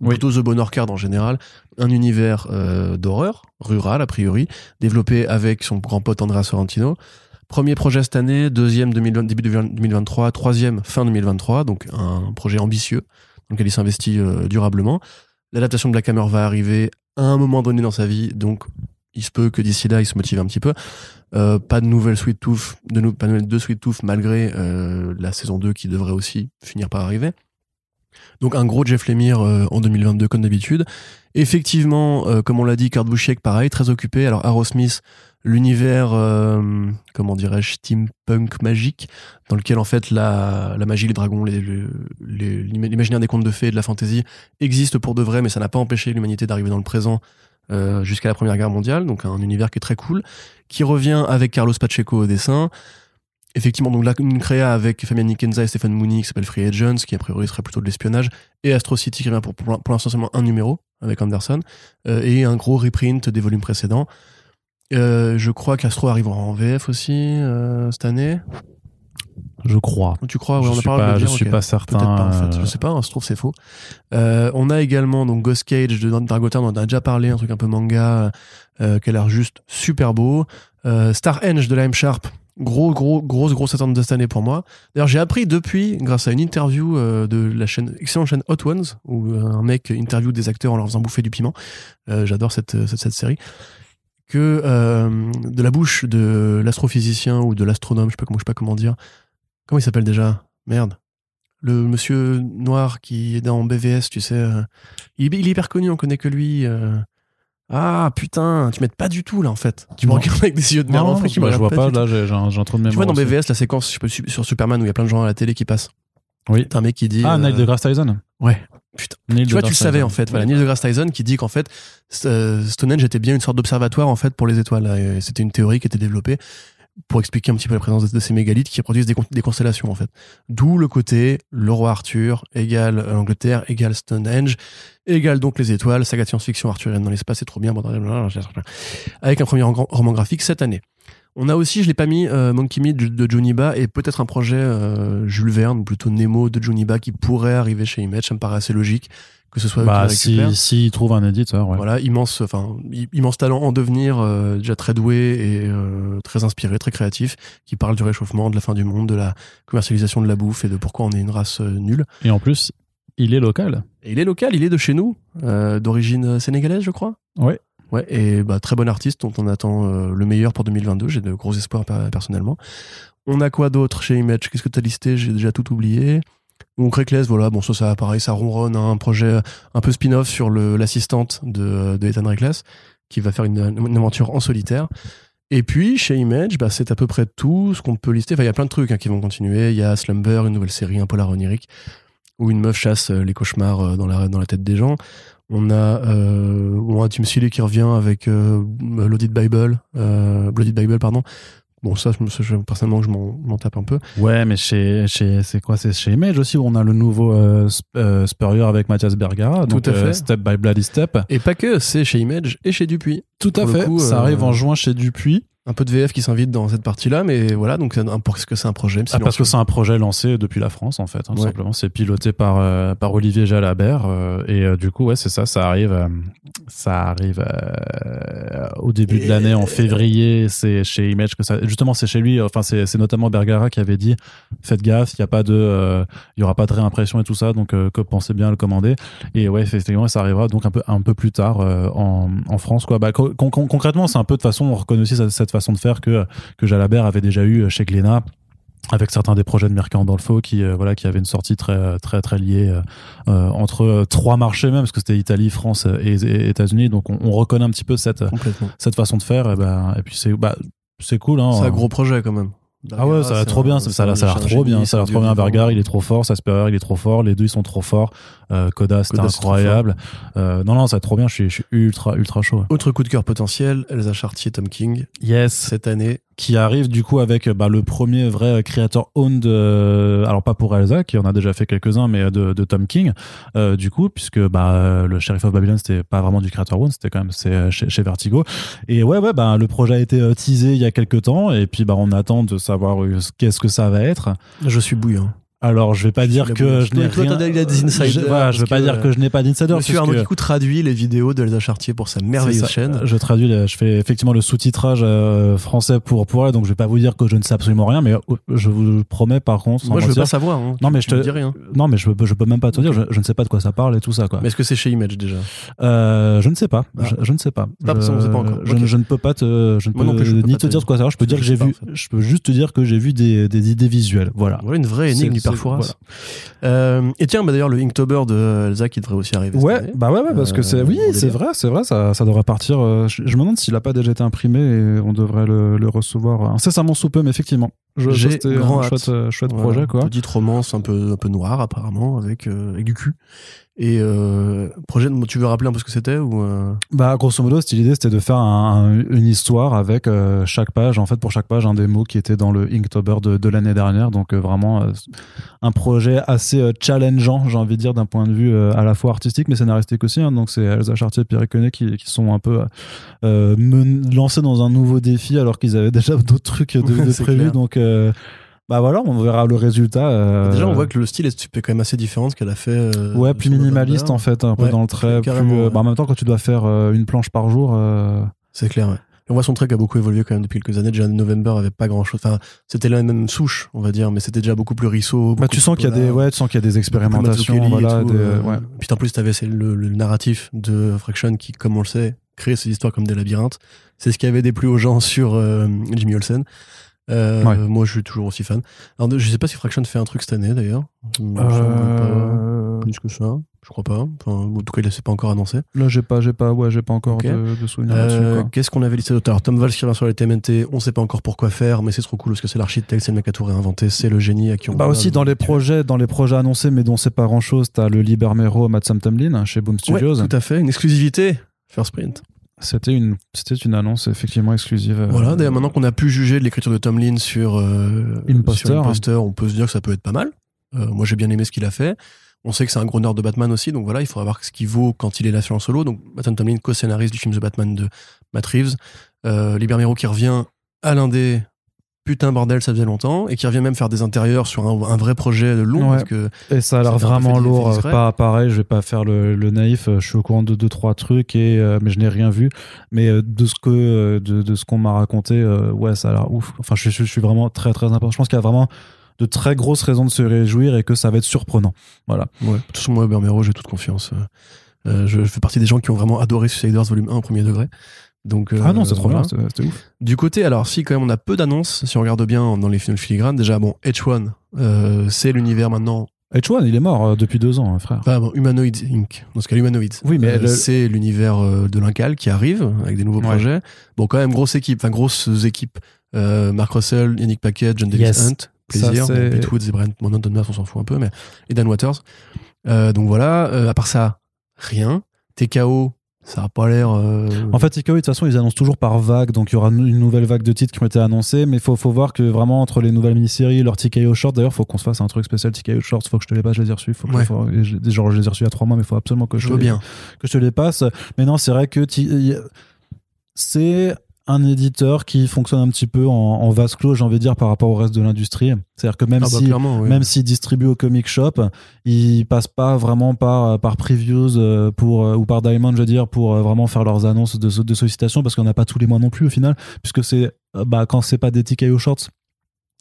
Ou
Oui.
Plutôt The Bone Orchard en général, un univers euh, d'horreur, rural a priori, développé avec son grand pote Andrea Sorrentino. Premier projet cette année, deuxième 2020 début 2023, troisième fin 2023, donc un projet ambitieux dans lequel il s'investit euh, durablement. L'adaptation de Black Hammer va arriver à un moment donné dans sa vie, donc il se peut que d'ici là, il se motive un petit peu. Euh, pas de nouvelle Sweet Tooth, de nou- pas de nouvelle de Sweet Tooth malgré euh, la saison 2 qui devrait aussi finir par arriver. Donc un gros Jeff Lemire euh, en 2022 comme d'habitude. Effectivement, euh, comme on l'a dit, Kurt Busiek, pareil, très occupé. Alors Aerosmith, l'univers, euh, comment dirais-je, steampunk magique, dans lequel en fait la, la magie, les dragons, les- le- les- l'imaginaire des contes de fées et de la fantasy existe pour de vrai, mais ça n'a pas empêché l'humanité d'arriver dans le présent euh, jusqu'à la Première Guerre mondiale. Donc un univers qui est très cool, qui revient avec Carlos Pacheco au dessin. Effectivement, donc là, une créa avec Fabian Nikenza et Stephen Mooney qui s'appelle Free Agents, qui a priori serait plutôt de l'espionnage, et Astro City qui revient pour, pour l'instant seulement un numéro avec Anderson, euh, et un gros reprint des volumes précédents. Euh, je crois qu'Astro arrivera en VF aussi euh, cette année.
Je crois.
Tu crois ouais,
je
on a
suis
pas le droit
pas,
de
je
dire,
suis
ok.
pas certain.
Peut-être pas, en fait.
euh,
Je sais pas, hein, se trouve, c'est faux. Euh, on a également donc Ghost Cage de Dargotin, on en a déjà parlé, un truc un peu manga, euh, qui a l'air juste super beau. Euh, Star Henge de la M Sharp, gros, gros, grosse, grosse attente de cette année pour moi. D'ailleurs, j'ai appris depuis, grâce à une interview euh, de la chaîne, excellente chaîne Hot Ones, où euh, un mec interview des acteurs en leur faisant bouffer du piment. Euh, J'adore cette, cette, cette série. Que euh, de la bouche de l'astrophysicien ou de l'astronome, je sais pas comment, je sais pas comment dire. Comment il s'appelle déjà Merde. Le monsieur noir qui est dans BVS, tu sais. euh, il, est- il est hyper connu, on connaît que lui. euh. Ah putain, tu m'aides pas du tout là en fait. Tu me
Non.
regardes avec des yeux de
Non,
merde. en
non,
fait, tu me
bah, je vois
regardes
pas,
du tout.
là, j'ai j'ai un, j'ai un trou de mémoire.
Tu vois dans
aussi.
BVS la séquence je sais pas, sur sur Superman où il y a plein de gens à la télé qui passent.
Oui.
T'as un mec qui dit.
Ah,
euh,
Neil deGrasse Tyson
Ouais. Putain.
Neil
Tu vois, tu le
deGrasse
savais
Tyson.
en fait. Voilà, Neil deGrasse Tyson qui dit qu'en fait, euh, Stonehenge était bien une sorte d'observatoire en fait pour les étoiles. hein, Et C'était une théorie qui était développée pour expliquer un petit peu la présence de ces mégalithes qui produisent des, con- des constellations en fait. D'où le côté le roi Arthur égale euh, l'Angleterre égale Stonehenge égale donc les étoiles, saga de science-fiction arthurienne dans l'espace, c'est trop bien. blablabla, Avec un premier ran- roman graphique cette année. On a aussi, je l'ai pas mis, euh, Monkey Meat de- de Juniba et peut-être un projet euh, Jules Verne, ou plutôt Nemo de Juniba qui pourrait arriver chez Image. Ça me paraît assez logique que ce soit eux qui
Bah,
le récupèrent.
si, si il trouve un éditeur, ouais.
Voilà, immense, enfin, i- immense talent en devenir, euh, déjà très doué et euh, très inspiré, très créatif, qui parle du réchauffement, de la fin du monde, de la commercialisation de la bouffe et de pourquoi on est une race euh, nulle.
Et en plus, il est local.
Et il est local, il est de chez nous, euh, d'origine sénégalaise, je crois.
Ouais.
Ouais, et bah, très bon artiste dont on attend euh, le meilleur pour 2022. J'ai de gros espoirs per- personnellement. On a quoi d'autre chez Image Qu'est-ce que tu as listé J'ai déjà tout oublié. Bon, Creckless, voilà, bon, ça, ça, pareil, ça ronronne, hein, un projet un peu spin-off sur le- l'assistante de, de Ethan Reckless, qui va faire une, une aventure en solitaire. Et puis, chez Image, bah, c'est à peu près tout ce qu'on peut lister. Enfin, il y a plein de trucs hein, qui vont continuer. Il y a Slumber, une nouvelle série, un polar onirique, où une meuf chasse euh, les cauchemars euh, dans la, dans la tête des gens. On a, euh, on a Tim Seeley qui revient avec euh, Loaded Bible, euh, Blooded Bible, pardon. Bon, ça, je, me- ça, je- personnellement, je m'en m'en tape un peu.
Ouais, mais chez, chez c'est quoi C'est chez Image aussi où on a le nouveau euh, Sp- euh, Spurrier avec Mathias Bergara.
Tout
donc,
à fait.
euh, step by Bloody Step.
Et pas que, c'est chez Image et chez Dupuis.
Tout à
Pour le
fait.
coup,
ça
euh,
arrive en juin chez Dupuis.
Un peu de VF qui s'invite dans cette partie-là, mais voilà, donc c'est un- parce que c'est un projet.
Ah, parce que
silencieux.
c'est un projet lancé depuis la France, en fait, hein, tout
Ouais.
simplement. C'est piloté par, euh, par Olivier Jalabert. euh, et euh, du coup, ouais, c'est ça, ça arrive, euh, ça arrive euh, au début de
Et-
l'année, en février. C'est chez Image que ça. Justement, c'est chez lui, euh, enfin, c'est c'est notamment Bergara qui avait dit faites gaffe, il n'y a pas de. euh, Il y aura pas de réimpression et tout ça, donc euh, que pensez bien à le commander. Et ouais, effectivement, ça arrivera donc un peu, un peu plus tard euh, en, en France. Quoi. Bah, con- con- concrètement, c'est un peu de façon, on reconnaît aussi cette, cette façon de faire que, que Jalabert avait déjà eu euh, chez Glénat avec certains des projets de Mercant dans le faux qui euh, voilà qui avaient une sortie très très très liée euh, euh, entre euh, trois marchés même parce que c'était Italie France euh, et, et États-Unis donc on, on reconnaît un petit peu cette
Complètement.
cette façon de faire et ben et puis c'est bah, c'est cool hein
C'est un gros projet quand même.
ah ouais, ça va
c'est
trop
un-
bien, ça,
c'est
ça a l'air- ça a
un
l'air trop
génie,
bien,
c'est
ça a
un
l'air trop bien.
dieu vivant.
Bergar, il est trop fort, Sasperer, il est trop fort, les deux ils sont trop forts. Euh, Koda, c'était
Koda, c'est trop
incroyable. Euh, non, non, ça va être trop bien, je suis, je suis ultra, ultra chaud.
Autre coup de cœur potentiel, Elsa Chartier, Tom King,
Yes,
cette année.
qui arrive du coup avec bah, le premier vrai créateur owned, euh, alors pas pour Elsa, qui en a déjà fait quelques-uns, mais de, de Tom King, euh, du coup, puisque bah, euh, le Sheriff of Babylon, c'était pas vraiment du créateur owned, c'était quand même c'est, euh, chez, chez Vertigo. Et ouais, ouais, bah, le projet a été euh, teasé il y a quelques temps, et puis bah, on attend de savoir euh, ce- qu'est-ce que ça va être.
Je suis bouillant.
Alors, je vais pas dire
la
que
bouillonne.
je n'ai
Toi, toi,
rien.
t'as- il a des insiders,
Je, voilà, je vais
parce
pas
que,
dire que je n'ai pas d'insider.
Monsieur
parce que-
Arnaud Kikou traduit les vidéos d'Elsa Chartier pour sa merveilleuse
C'est ça.
chaîne.
Je traduis, les- je fais effectivement le sous-titrage euh, français pour pour elle, donc je vais pas vous dire que je ne sais absolument rien, mais euh, je vous promets par contre. sans
Moi, je veux
mentir-
pas savoir. hein.
Non, mais
Tu
je te-
me dis rien.
non mais je peux, je peux même pas te dire, je, je ne sais pas de quoi ça parle et tout ça quoi.
Mais est-ce que c'est chez Image déjà
Euh, je ne sais pas,
Ah.
je, je ne sais pas.
Ah, parce qu'on sait pas encore.
Je,
Ok.
je ne peux pas te, je ne
Moi
peux
non plus, je peux
ni
pas
te
te-
dire de quoi ça parle. Je peux
je
dire que
sais
j'ai
pas,
vu,
en fait.
je peux juste te dire que j'ai vu des, des idées visuelles. Voilà.
Voilà, une vraie énigme
C'est-
du
c'est-
parfois.
voilà.
et tiens, bah d'ailleurs, le Inktober de Elsa qui devrait aussi arriver.
Ouais,
cette année.
bah ouais, ouais, parce que c'est.
Euh,
Oui,
on est
c'est
bien.
vrai, c'est vrai, ça, ça devrait partir. euh, je, je me demande s'il a pas déjà été imprimé et on devrait le, le recevoir incessamment sous peu, mais effectivement. Je,
J'ai
ça, c'était
grand
un
hâte.
chouette, euh, chouette
Voilà,
projet, quoi.
Petite romance un peu, un peu noire, apparemment, avec, euh, avec du cul. Et euh, projet, de- tu veux rappeler un peu ce que c'était ou euh,
Bah, grosso modo, cette idée, c'était de faire un- un- une histoire avec euh, chaque page, en fait, pour chaque page, un des mots qui était dans le Inktober de, de l'année dernière. Donc, euh, vraiment, euh, un projet assez euh, challengeant, j'ai envie de dire, d'un point de vue euh, à la fois artistique, mais scénaristique aussi. hein. Donc, c'est Elsa Chartier et Pierre Reconnet qui, qui sont un peu euh, men- lancés dans un nouveau défi, alors qu'ils avaient déjà d'autres trucs de, de
C'est
prévus.
clair.
Donc, euh, bah voilà, on verra le résultat. euh,
Déjà, on voit que le style est est quand même assez différent de ce qu'elle a fait. euh,
Ouais, plus
sur November.
minimaliste en fait, un peu
Ouais,
dans le trait. Plus,
carrément,
euh,
ouais.
bah, en même temps, quand tu dois faire euh, une planche par jour, euh,
C'est clair, ouais. Et on voit son truc a beaucoup évolué quand même depuis quelques années. Déjà, November avait pas grand chose. Enfin, c'était la même souche, on va dire, mais c'était déjà beaucoup plus risseau.
Bah, tu sens qu'il y a des ouais, tu sens qu'il y a des expérimentations, voilà, des- ouais.
euh, Puis en plus, t'avais c'est le, le narratif de Fraction qui, comme on le sait, crée ces histoires comme des labyrinthes. C'est ce qui avait déplu aux gens sur euh, Jimmy Olsen. Euh,
Ouais.
Moi, je suis toujours aussi fan. Alors, de- je sais pas si Fraction fait un truc cette année d'ailleurs. Je me semble pas
Euh,
Plus que ça, je crois pas. Enfin, en tout cas, il ne s'est pas encore annoncé.
Là, j'ai pas, j'ai pas, ouais, j'ai pas encore
Ok.
de, de souvenirs
Euh,
là-dessus. quoi.
Qu'est-ce qu'on avait listé d'autre Alors, Tom Valls qui revient sur les TMNT, on sait pas encore pourquoi faire, mais c'est trop cool parce que c'est l'architecte, c'est le mec qui a tout réinventé, c'est le génie à qui on
Bah
doit-
aussi dans les projets, dans les projets annoncés mais dont c'est pas grand chose, t'as le Liber Mero Matsam Tamlin hein, chez Boom
Ouais,
Studios.
tout à fait, une exclusivité. First Print.
c'était une, c'était une annonce effectivement exclusive. euh,
voilà, d'ailleurs, maintenant qu'on a pu juger de l'écriture de Tomlin sur, euh,
Une
sur
poster, hein.
poster, on peut se dire que ça peut être pas mal. Euh, moi, j'ai bien aimé ce qu'il a fait. On sait que c'est un gros nerd de Batman aussi, donc voilà, il faudra voir ce qu'il vaut quand il est là sur un solo. Donc, Nathan Tomlin, co-scénariste du film The Batman de Matt Reeves. Euh, Liber Mero qui revient à l'indé, putain bordel, ça faisait longtemps, et qui revient même faire des intérieurs sur un, un vrai projet long,
Ouais.
parce que
Et ça a
Ça
l'air
a l'air
vraiment
fait- fait
lourd. euh,
discret.
Pas pareil, je vais pas faire le, le naïf. euh, Je suis au courant de deux trois trucs et euh, mais je n'ai rien vu. Mais euh, de ce que euh, de, de ce qu'on m'a raconté, euh, ouais, ça a l'air ouf. Enfin, je, je- je suis vraiment très très important. Je pense qu'il y a vraiment de très grosses raisons de se réjouir et que ça va être surprenant. Voilà.
Ouais, de toute façon, moi, Bermero, j'ai toute confiance. Euh, euh, je, je fais partie des gens qui ont vraiment adoré Suiciders volume 1 au premier degré. Donc, euh,
ah non, c'est trop
voilà.
bien, c'était- c'était ouf.
Du côté, alors, si quand même on a peu d'annonces, si on regarde bien dans les films filigranes, déjà, bon, H1, euh, c'est l'univers maintenant,
H1, il est mort euh, depuis deux ans, hein, frère.
enfin, bon, Humanoid Inc., dans ce cas, Humanoid.
Oui, mais le-
c'est l'univers euh, de l'Incal qui arrive avec des nouveaux
Ouais.
projets. Bon, quand même, grosse équipe, enfin, grosses équipes. Euh, Mark Russell, Yannick Paquet, John Davis
Yes.
Hunt, plaisir.
Ça, c'est-
Bon, Pete Woods et Brian Monon Donmas, on s'en fout un peu, mais. Et Dan Waters. Euh, donc voilà, euh, à part ça, rien. TKO, ça a pas l'air. euh,
En fait, Ikawi, de toute façon, ils annoncent toujours par vague, donc il y aura une nouvelle vague de titres qui ont été annoncés, mais il faut, faut voir que vraiment, entre les nouvelles mini-séries, leur TKO Short, d'ailleurs, faut qu'on se fasse un truc spécial TKO Short, faut que je te les passe, je les ai reçus, faut que
Ouais.
faut- et je- genre, je les ai reçus il y a trois mois, mais faut absolument que je,
je
te
veux
les-
bien.
que je te les passe. Mais non, c'est vrai que ti- y- c'est un éditeur qui fonctionne un petit peu en, en vase clos, j'ai envie de dire, par rapport au reste de l'industrie. C'est-à-dire que même
Ah bah,
si
clairement, oui.
même s'ils distribuent au comic shop, ils passent pas vraiment par par previews euh, pour euh, ou par diamond, je veux dire, pour euh, vraiment faire leurs annonces de, so- de sollicitations parce qu'on n'a pas tous les mois non plus au final, puisque c'est euh, bah quand c'est pas des TKO shorts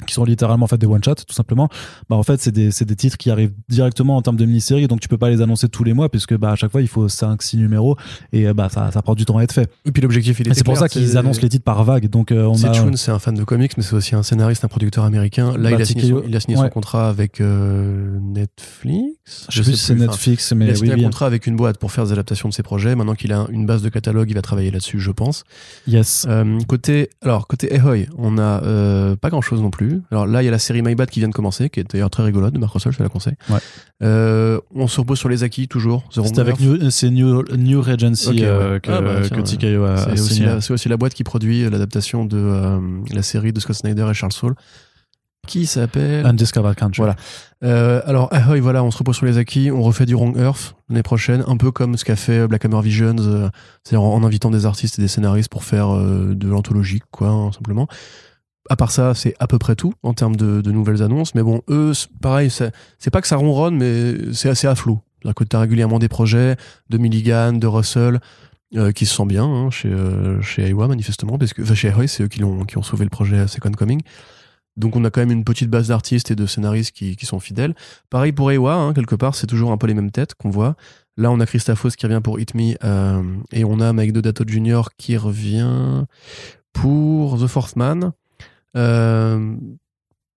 qui sont littéralement en fait des one shot tout simplement bah en fait c'est des, c'est des titres qui arrivent directement en termes de mini-série donc tu peux pas les annoncer tous les mois puisque bah à chaque fois il faut 5 6 numéros et euh, bah ça, ça prend du temps à être fait
Et puis l'objectif,
et
il était
c'est pour ça
clair,
qu'ils
c'est-
annoncent les titres par vague donc euh, on
C'est
a
Chun, c'est un fan de comics, mais c'est aussi un scénariste, un producteur américain. Là,
Bah,
il a signé,
TKO,
son, il a signé son
ouais.
contrat avec euh, Netflix.
je sais plus si c'est
enfin,
Netflix mais
Il a
oui
signé
oui.
un contrat avec une boîte pour faire des adaptations de ses projets. Maintenant qu'il a une base de catalogue, il va travailler là-dessus, je pense.
yes
Euh, côté, alors côté Ehoy, on a euh, pas grand-chose non plus. Alors là, il y a la série My Bad qui vient de commencer, qui est d'ailleurs très rigolote de Marc Russell, je te la conseille.
Ouais.
Euh, on se repose sur les acquis toujours. The
C'est
Wrong
avec
Earth.
New, euh, c'est New, New Regency
Ok, ouais.
euh, que,
Ah bah, tiens,
que
ouais.
TKO a, a
C'est aussi,
signé.
la- c'est aussi la boîte qui produit l'adaptation de euh, la série de Scott Snyder et Charles Saul, qui s'appelle
Undiscovered Country.
Voilà. Euh, alors, Ahoy, voilà, on se repose sur les acquis, on refait du Wrong Earth l'année prochaine, un peu comme ce qu'a fait Black Hammer Visions, euh, c'est-à-dire en, en invitant des artistes et des scénaristes pour faire euh, de l'anthologie, quoi, hein, simplement. à part ça, c'est à peu près tout en termes de, de nouvelles annonces. Mais bon, eux, c'est- pareil, ça- c'est pas que ça ronronne, mais c'est assez à flot. D'un côté, t'as régulièrement des projets de Milligan, de Russell, euh, qui se sent bien hein, chez, euh, chez Iowa, manifestement, parce que, enfin, chez Iowa, c'est eux qui, l'ont- qui ont sauvé le projet Second Coming. Donc, on a quand même une petite base d'artistes et de scénaristes qui, qui sont fidèles. Pareil pour Iowa, hein, quelque part, c'est toujours un peu les mêmes têtes qu'on voit. Là, on a Christaphos qui revient pour Hit Me, euh, et on a Mike Dodato Jr. qui revient pour The Fourth Man. Euh,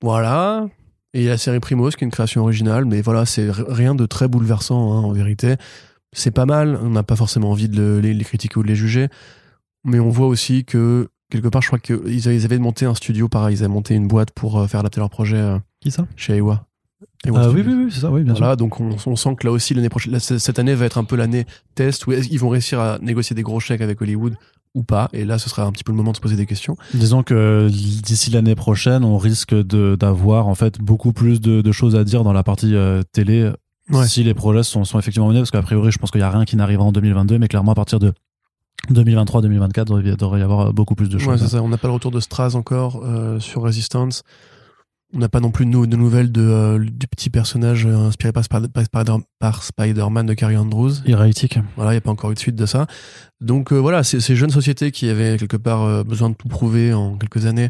voilà. Et il y a la série Primos, qui est une création originale, mais voilà, c'est r- rien de très bouleversant hein, en vérité. C'est pas mal, on n'a pas forcément envie de le- les, les critiquer ou de les juger, mais on voit aussi que, quelque part, je crois qu'ils avaient, ils avaient monté un studio, pareil, ils avaient monté une boîte pour euh, faire adapter leur projet euh,
Qui ça
chez Ewa.
Ah oui, oui, oui, c'est ça, oui, bien sûr.
Voilà, donc on, on sent que là aussi, l'année prochaine, là, c- cette année va être un peu l'année test où est-ce- ils vont réussir à négocier des gros chèques avec Hollywood ou pas, et là, ce sera un petit peu le moment de se poser des questions.
Disons que d'ici l'année prochaine, on risque de- d'avoir en fait beaucoup plus de, de choses à dire dans la partie euh, télé
Ouais.
si les projets sont, sont effectivement menés, parce qu'a priori, je pense qu'il n'y a rien qui n'arrivera en 2022, mais clairement à partir de 2023-2024, il devrait y avoir beaucoup plus de
Ouais,
choses. hein.
c'est ça. On n'a pas le retour de Straz encore euh, sur Resistance. On n'a pas non plus de, nou- de nouvelles de, euh, du petit personnage euh, inspiré par, Spider- par Spider- par Spider-Man de Carrie Andrews.
Hérétique.
Voilà, il n'y a pas encore eu de suite de ça. Donc euh, voilà, ces, ces jeunes sociétés qui avaient quelque part euh, besoin de tout prouver en quelques années.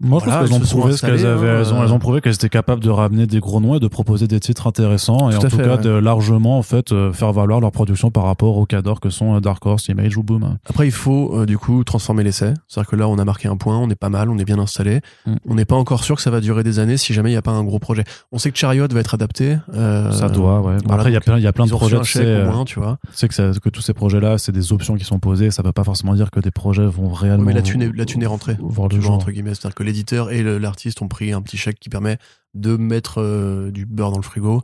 Moi,
Voilà,
je pense qu'elles
elles
ont
se sont
prouvé ce qu'elles
installées,
avaient.
hein,
elles, ont,
euh,
elles ont prouvé qu'elles étaient capables de ramener des gros noms et de proposer des titres intéressants et
Tout
en
à
tout
fait,
cas
ouais.
de largement en fait euh, faire valoir leur production par rapport aux cadors que sont euh, Dark Horse, Image ou Boom. hein.
Après, il faut euh, du coup transformer l'essai. C'est-à-dire que là, on a marqué un point, on est pas mal, on est bien installé.
Mm.
On n'est pas encore sûr que ça va durer des années si jamais il n'y a pas un gros projet. On sait que Chariot va être adapté. euh,
ça doit, ouais. Bon,
voilà,
Après, il y a
donc,
plein, il y a plein
ils
de
ont reçu
projets.
un
tu sais,
chèque au
euh,
moins, tu vois.
Tu sais que, ça- que tous ces projets-là, c'est des options qui sont posées, ça ne veut pas forcément dire que des projets vont réellement.
Oui, mais la thune est, la thune est rentrée.
Voir le
Toujours,
genre.
entre guillemets. C'est-à-dire que l'éditeur et le- l'artiste ont pris un petit chèque qui permet de mettre euh, du beurre dans le frigo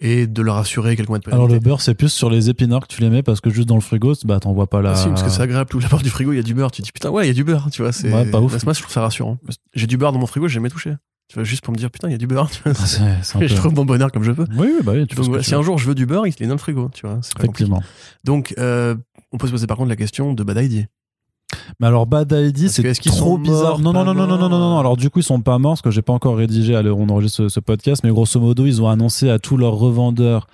et de leur assurer quelques mois de
Alors le
pérennité.
beurre, c'est plus sur les épinards que tu les mets parce que juste dans le frigo, c'est- bah t'en vois pas la.
Ah si, parce que c'est agréable, tout la part du frigo, il y a du beurre. Tu te dis putain, ouais, il y a du beurre, tu vois. C'est
Ouais, pas ouf.
Moi, je trouve ça rassurant. J'ai du beurre dans mon frigo, j'ai jamais touché. Tu vois, juste pour me dire putain, il y a du beurre. tu vois.
Ah, c'est- c'est un
je
peu-
trouve mon bonheur comme je peux.
Oui, oui, bah oui, tu fais ce
Donc,
que
voilà,
tu
si
veux.
un jour je veux du beurre, il est dans le frigo, tu vois. c'est pas compliqué.
Effectivement.
Donc, euh, on peut se poser par contre la question de Bad Idea.
Mais alors Bad ID,
Parce
c'est
que est-ce qu'ils
trop
sont
bizarre.
morts,
non, non,
pas
non, non, non, non, non, non.
morts
Alors du coup, ils sont pas morts parce que j'ai pas encore rédigé à l'heure où on enregistre ce, ce podcast, mais grosso modo, ils ont annoncé à tous leurs revendeurs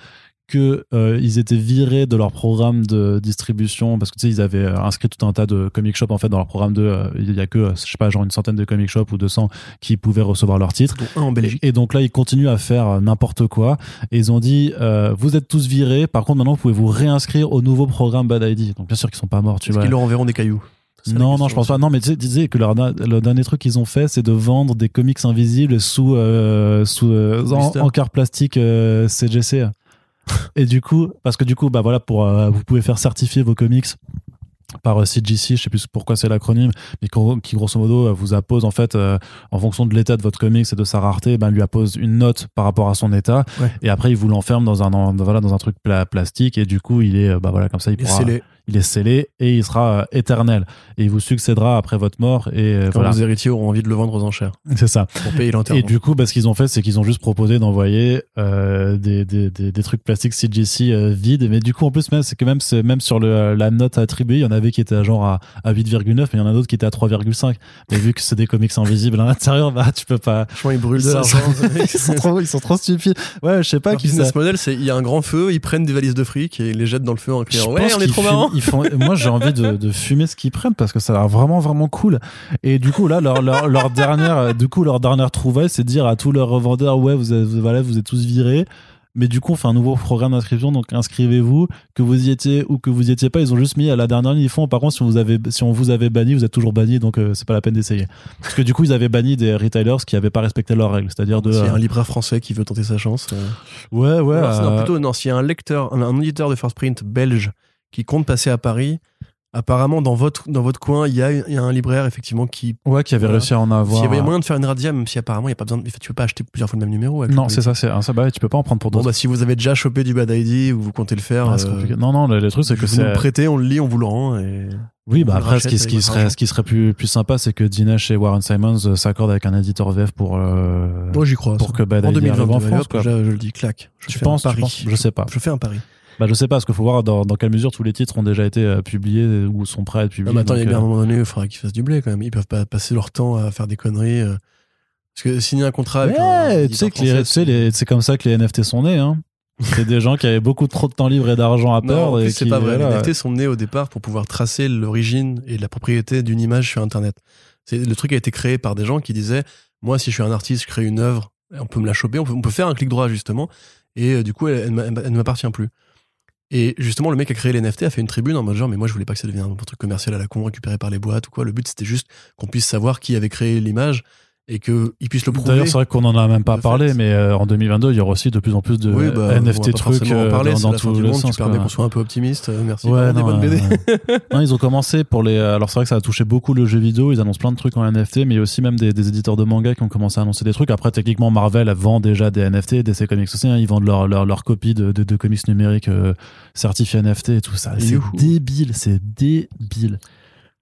que euh, ils étaient virés de leur programme de distribution parce que tu sais ils avaient euh, inscrit tout un tas de comic shop en fait dans leur programme de euh, il y a que euh, je sais pas genre une centaine de comic shop ou 200 qui pouvaient recevoir leurs titres
Dont un en Belgique.
et donc là, ils continuent à faire euh, n'importe quoi. Et ils ont dit, euh, vous êtes tous virés. Par contre, maintenant, vous pouvez vous réinscrire au nouveau programme Bad ID. Donc bien sûr qu'ils sont pas morts, tu
Est-ce
vois.
qu'ils leur enverront des cailloux C'est ça la
Non, non,
question.
je pense pas. Non, mais tu sais, tu disais que leur na- le dernier truc qu'ils ont fait, c'est de vendre des comics invisibles sous, euh, sous euh,
Sous
en,
blister.
en carte plastique euh, CGC. Et du coup, parce que du coup, bah voilà, pour euh, vous pouvez faire certifier vos comics par euh, CGC, je sais plus pourquoi c'est l'acronyme, mais qu'en- qui grosso modo euh, vous appose en fait euh, en fonction de l'état de votre comics et de sa rareté, ben lui appose une note par rapport à son état,
Ouais.
et après il vous l'enferme dans un en- voilà dans un truc pla- plastique et du coup il est euh, bah voilà comme ça il
Et
pourra
c'est les-
il est scellé et il sera euh, éternel et il vous succédera après votre mort et euh,
Quand
voilà
vos héritiers auront envie de le vendre aux enchères
c'est ça
pour payer l'enterrement.
et du coup bah, ce qu'ils ont fait c'est qu'ils ont juste proposé d'envoyer euh, des, des, des, des trucs plastiques CGC euh, vides mais du coup en plus même c'est que même, c'est- même sur le, euh, la note attribuée il y en avait qui étaient à genre à, à 8,9 mais il y en a d'autres qui étaient à 3,5 mais vu que c'est des comics invisibles à l'intérieur bah tu peux pas
Franchement, ils brûlent de
Ça-
l'argent.
ils sont trop, ils sont trop stupides ouais je sais pas
Leur
qui ça
business model, c'est il y a un grand feu, ils prennent des valises de fric et ils les jettent dans le feu en
Je
criant
pense
Ouais, on est
qu'ils
trop
fument-
marrant
ils font- Moi, j'ai envie de, de fumer ce qu'ils prennent parce que ça a l'air vraiment, vraiment cool. Et du coup, là, leur, leur, leur dernière, euh, du coup, leur dernière trouvaille, c'est de dire à tous leurs revendeurs, ouais, vous, êtes- vous- voilà, vous êtes tous virés. Mais du coup, on fait un nouveau programme d'inscription, donc inscrivez-vous, que vous y étiez ou que vous y étiez pas. Ils ont juste mis à la dernière ligne, ils font, par contre, si on vous avait, si on vous avait banni, vous êtes toujours banni, donc euh, c'est pas la peine d'essayer. Parce que du coup, ils avaient banni des retailers qui avaient pas respecté leurs règles, c'est-à-dire de.
S'il y a
euh,
un libraire français qui veut tenter sa chance. euh.
ouais, ouais.
Alors, c'est- non,
euh,
plutôt, non, s'il y a un lecteur, un, un éditeur de First Print belge qui compte passer à Paris, apparemment, dans votre, dans votre coin, il y, a il y a un libraire, effectivement, qui.
Ouais, qui avait
Voilà.
réussi à en avoir. euh,
S'il y avait moyen de faire une radia, même si apparemment, il n'y a pas besoin. de- en fait, tu peux pas acheter plusieurs fois le même numéro. avec
Non,
le-
c'est ça, c'est un ça, bah, tu peux pas en prendre pour
Bon,
d'autres.
bah, si vous avez déjà chopé du Bad ID ou vous comptez le faire.
Ah, c'est
euh,
compliqué. Non, non, le, le truc, c'est euh, que
vous nous
c'est.
le prêtez, on le lit, on vous le rend. Et...
Oui, bah
on le
après, ce qui,
rachète
ce qui
avec votre
serait, ce qui serait plus, plus sympa, c'est que Dinesh et Warren Simons euh, s'accordent avec un éditeur VF pour, euh,
Moi, j'y crois.
pour
ça.
que Bad
en
Idea arrive
2022,
en
d'ailleurs,
France, quoi.
déjà, je le dis, clac. Je
Tu
fais un
penses, tu
pari.
penses Je sais pas.
Je fais un pari.
Bah, je sais pas, parce qu'il faut voir dans, dans quelle mesure tous les titres ont déjà été euh, publiés ou sont prêts à être
Non,
publiés.
Ah, mais attends, il y a
donc,
bien
euh,
un moment donné où il faudra qu'ils fassent du blé quand même. Ils peuvent pas passer leur temps à faire des conneries. euh. Parce que signer un contrat avec un
Ouais, tu
éditeur
sais que les-
hein, français,
tu sais, les- c'est comme ça que les NFT sont nés. Hein. C'est des gens qui avaient beaucoup trop de temps libre et d'argent à
Non, en
perdre.
plus,
Ah, et
c'est
qui-
pas vrai.
voilà.
Les NFT sont nés au départ pour pouvoir tracer l'origine et la propriété d'une image sur Internet. C'est le truc a été créé par des gens qui disaient moi, si je suis un artiste, je crée une œuvre, on peut me la choper, on peut, on peut faire un clic droit justement, et euh, du coup, elle, elle m'a- elle ne m'appartient plus. Et justement, le mec qui a créé les NFT a fait une tribune en mode genre, mais moi, je voulais pas que ça devienne un truc commercial à la con récupéré par les boîtes ou quoi. Le but, c'était juste qu'on puisse savoir qui avait créé l'image et qu'ils puissent le prouver.
D'ailleurs, c'est vrai qu'on en a même pas
de
parlé,
fait.
mais euh, en 2022, il y aura aussi de plus en plus de
Oui, bah, on va
NFT
pas
trucs
forcément en
euh,
parler, c'est
dans, dans
la fin
tout
du
le
monde,
sens.
tu permets
quoi.
qu'on soit un peu optimiste. euh, Merci.
Ouais,
Vraiment des
non,
bonnes BD.
euh, non, ils ont commencé pour les. Alors, c'est vrai que ça a touché beaucoup le jeu vidéo. Ils annoncent plein de trucs en NFT, mais il y a aussi même des, des éditeurs de manga qui ont commencé à annoncer des trucs. Après, techniquement, Marvel elle vend déjà des NFT, DC Comics aussi. hein. ils vendent leurs leur, leur copies de, de, de comics numériques euh, certifiés NFT et tout ça. C'est
Youhou.
débile, c'est débile.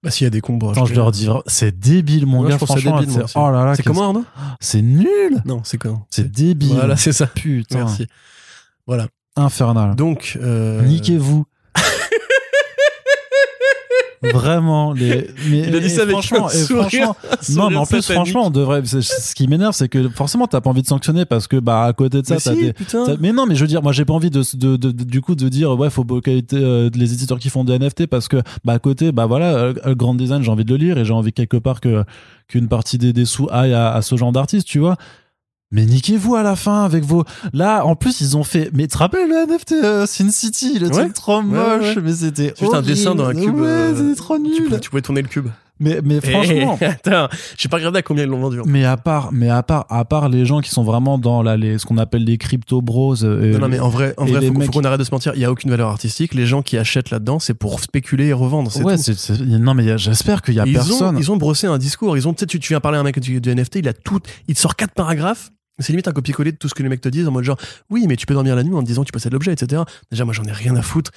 Bah, s'il y a des combos.
Attends, je leur dis, vraiment, c'est débile, mon
Moi,
gars.
je trouve ça
Franchement,
débile, moi
c'est- oh là là,
C'est
qu'est-ce-
comment Arnaud
C'est nul.
Non, c'est comment
C'est débile.
Voilà, c'est ça.
Putain,
Merci. Voilà.
infernal.
Donc, euh,
Niquez-vous. Vraiment, les. Mais,
Il a dit
et
ça avec
Eh, franchement,
un
et
sourire.
franchement, non, mais en plus,
satanique.
franchement, on devrait. c'est- Ce qui m'énerve, c'est que forcément, t'as pas envie de sanctionner parce que, bah, à côté de ça,
Mais
t'as
si,
des.
putain.
t'as- Mais non, mais je veux dire, moi, j'ai pas envie de, de- de- de- du coup de dire ouais, faut boycotter euh, les éditeurs qui font des NFT parce que bah à côté, bah voilà, euh, euh, Grand Design, j'ai envie de le lire et j'ai envie quelque part que qu'une partie des, des sous aille à, à ce genre d'artiste, tu vois. Mais niquez-vous à la fin avec vos. Là, en plus, ils ont fait. Mais tu te rappelles le NFT euh, Sin City, le
Ouais.
truc trop moche,
ouais, ouais.
mais c'était.
C'est juste un
horrible.
dessin dans un cube.
Ouais,
euh,
c'était trop
tu
nul.
pouvais- Tu pouvais tourner le cube.
Mais, mais franchement.
Eh, Attends, j'ai pas regardé à combien ils l'ont vendu.
Mais à part, mais à part, à part les gens qui sont vraiment dans la, les, ce qu'on appelle les crypto bros. euh,
Non, non, mais en vrai, en
et
vrai
les
faut, qu'on-
mecs-
faut qu'on arrête de se mentir. Il y a aucune valeur artistique. Les gens qui achètent là-dedans, c'est pour spéculer et revendre. C'est
ouais,
tout.
c'est- c'est- non, mais y a- j'espère qu'il y a
ils
personne.
Ont, ils ont brossé un discours. Ils ont, tu sais, tu, tu viens parler à un mec du, du NFT, il a tout, il te sort quatre paragraphes. C'est limite un copier-coller de tout ce que les mecs te disent en mode genre, oui, mais tu peux dormir la nuit en te disant que tu possèdes l'objet, etc. Déjà, moi, j'en ai rien à foutre.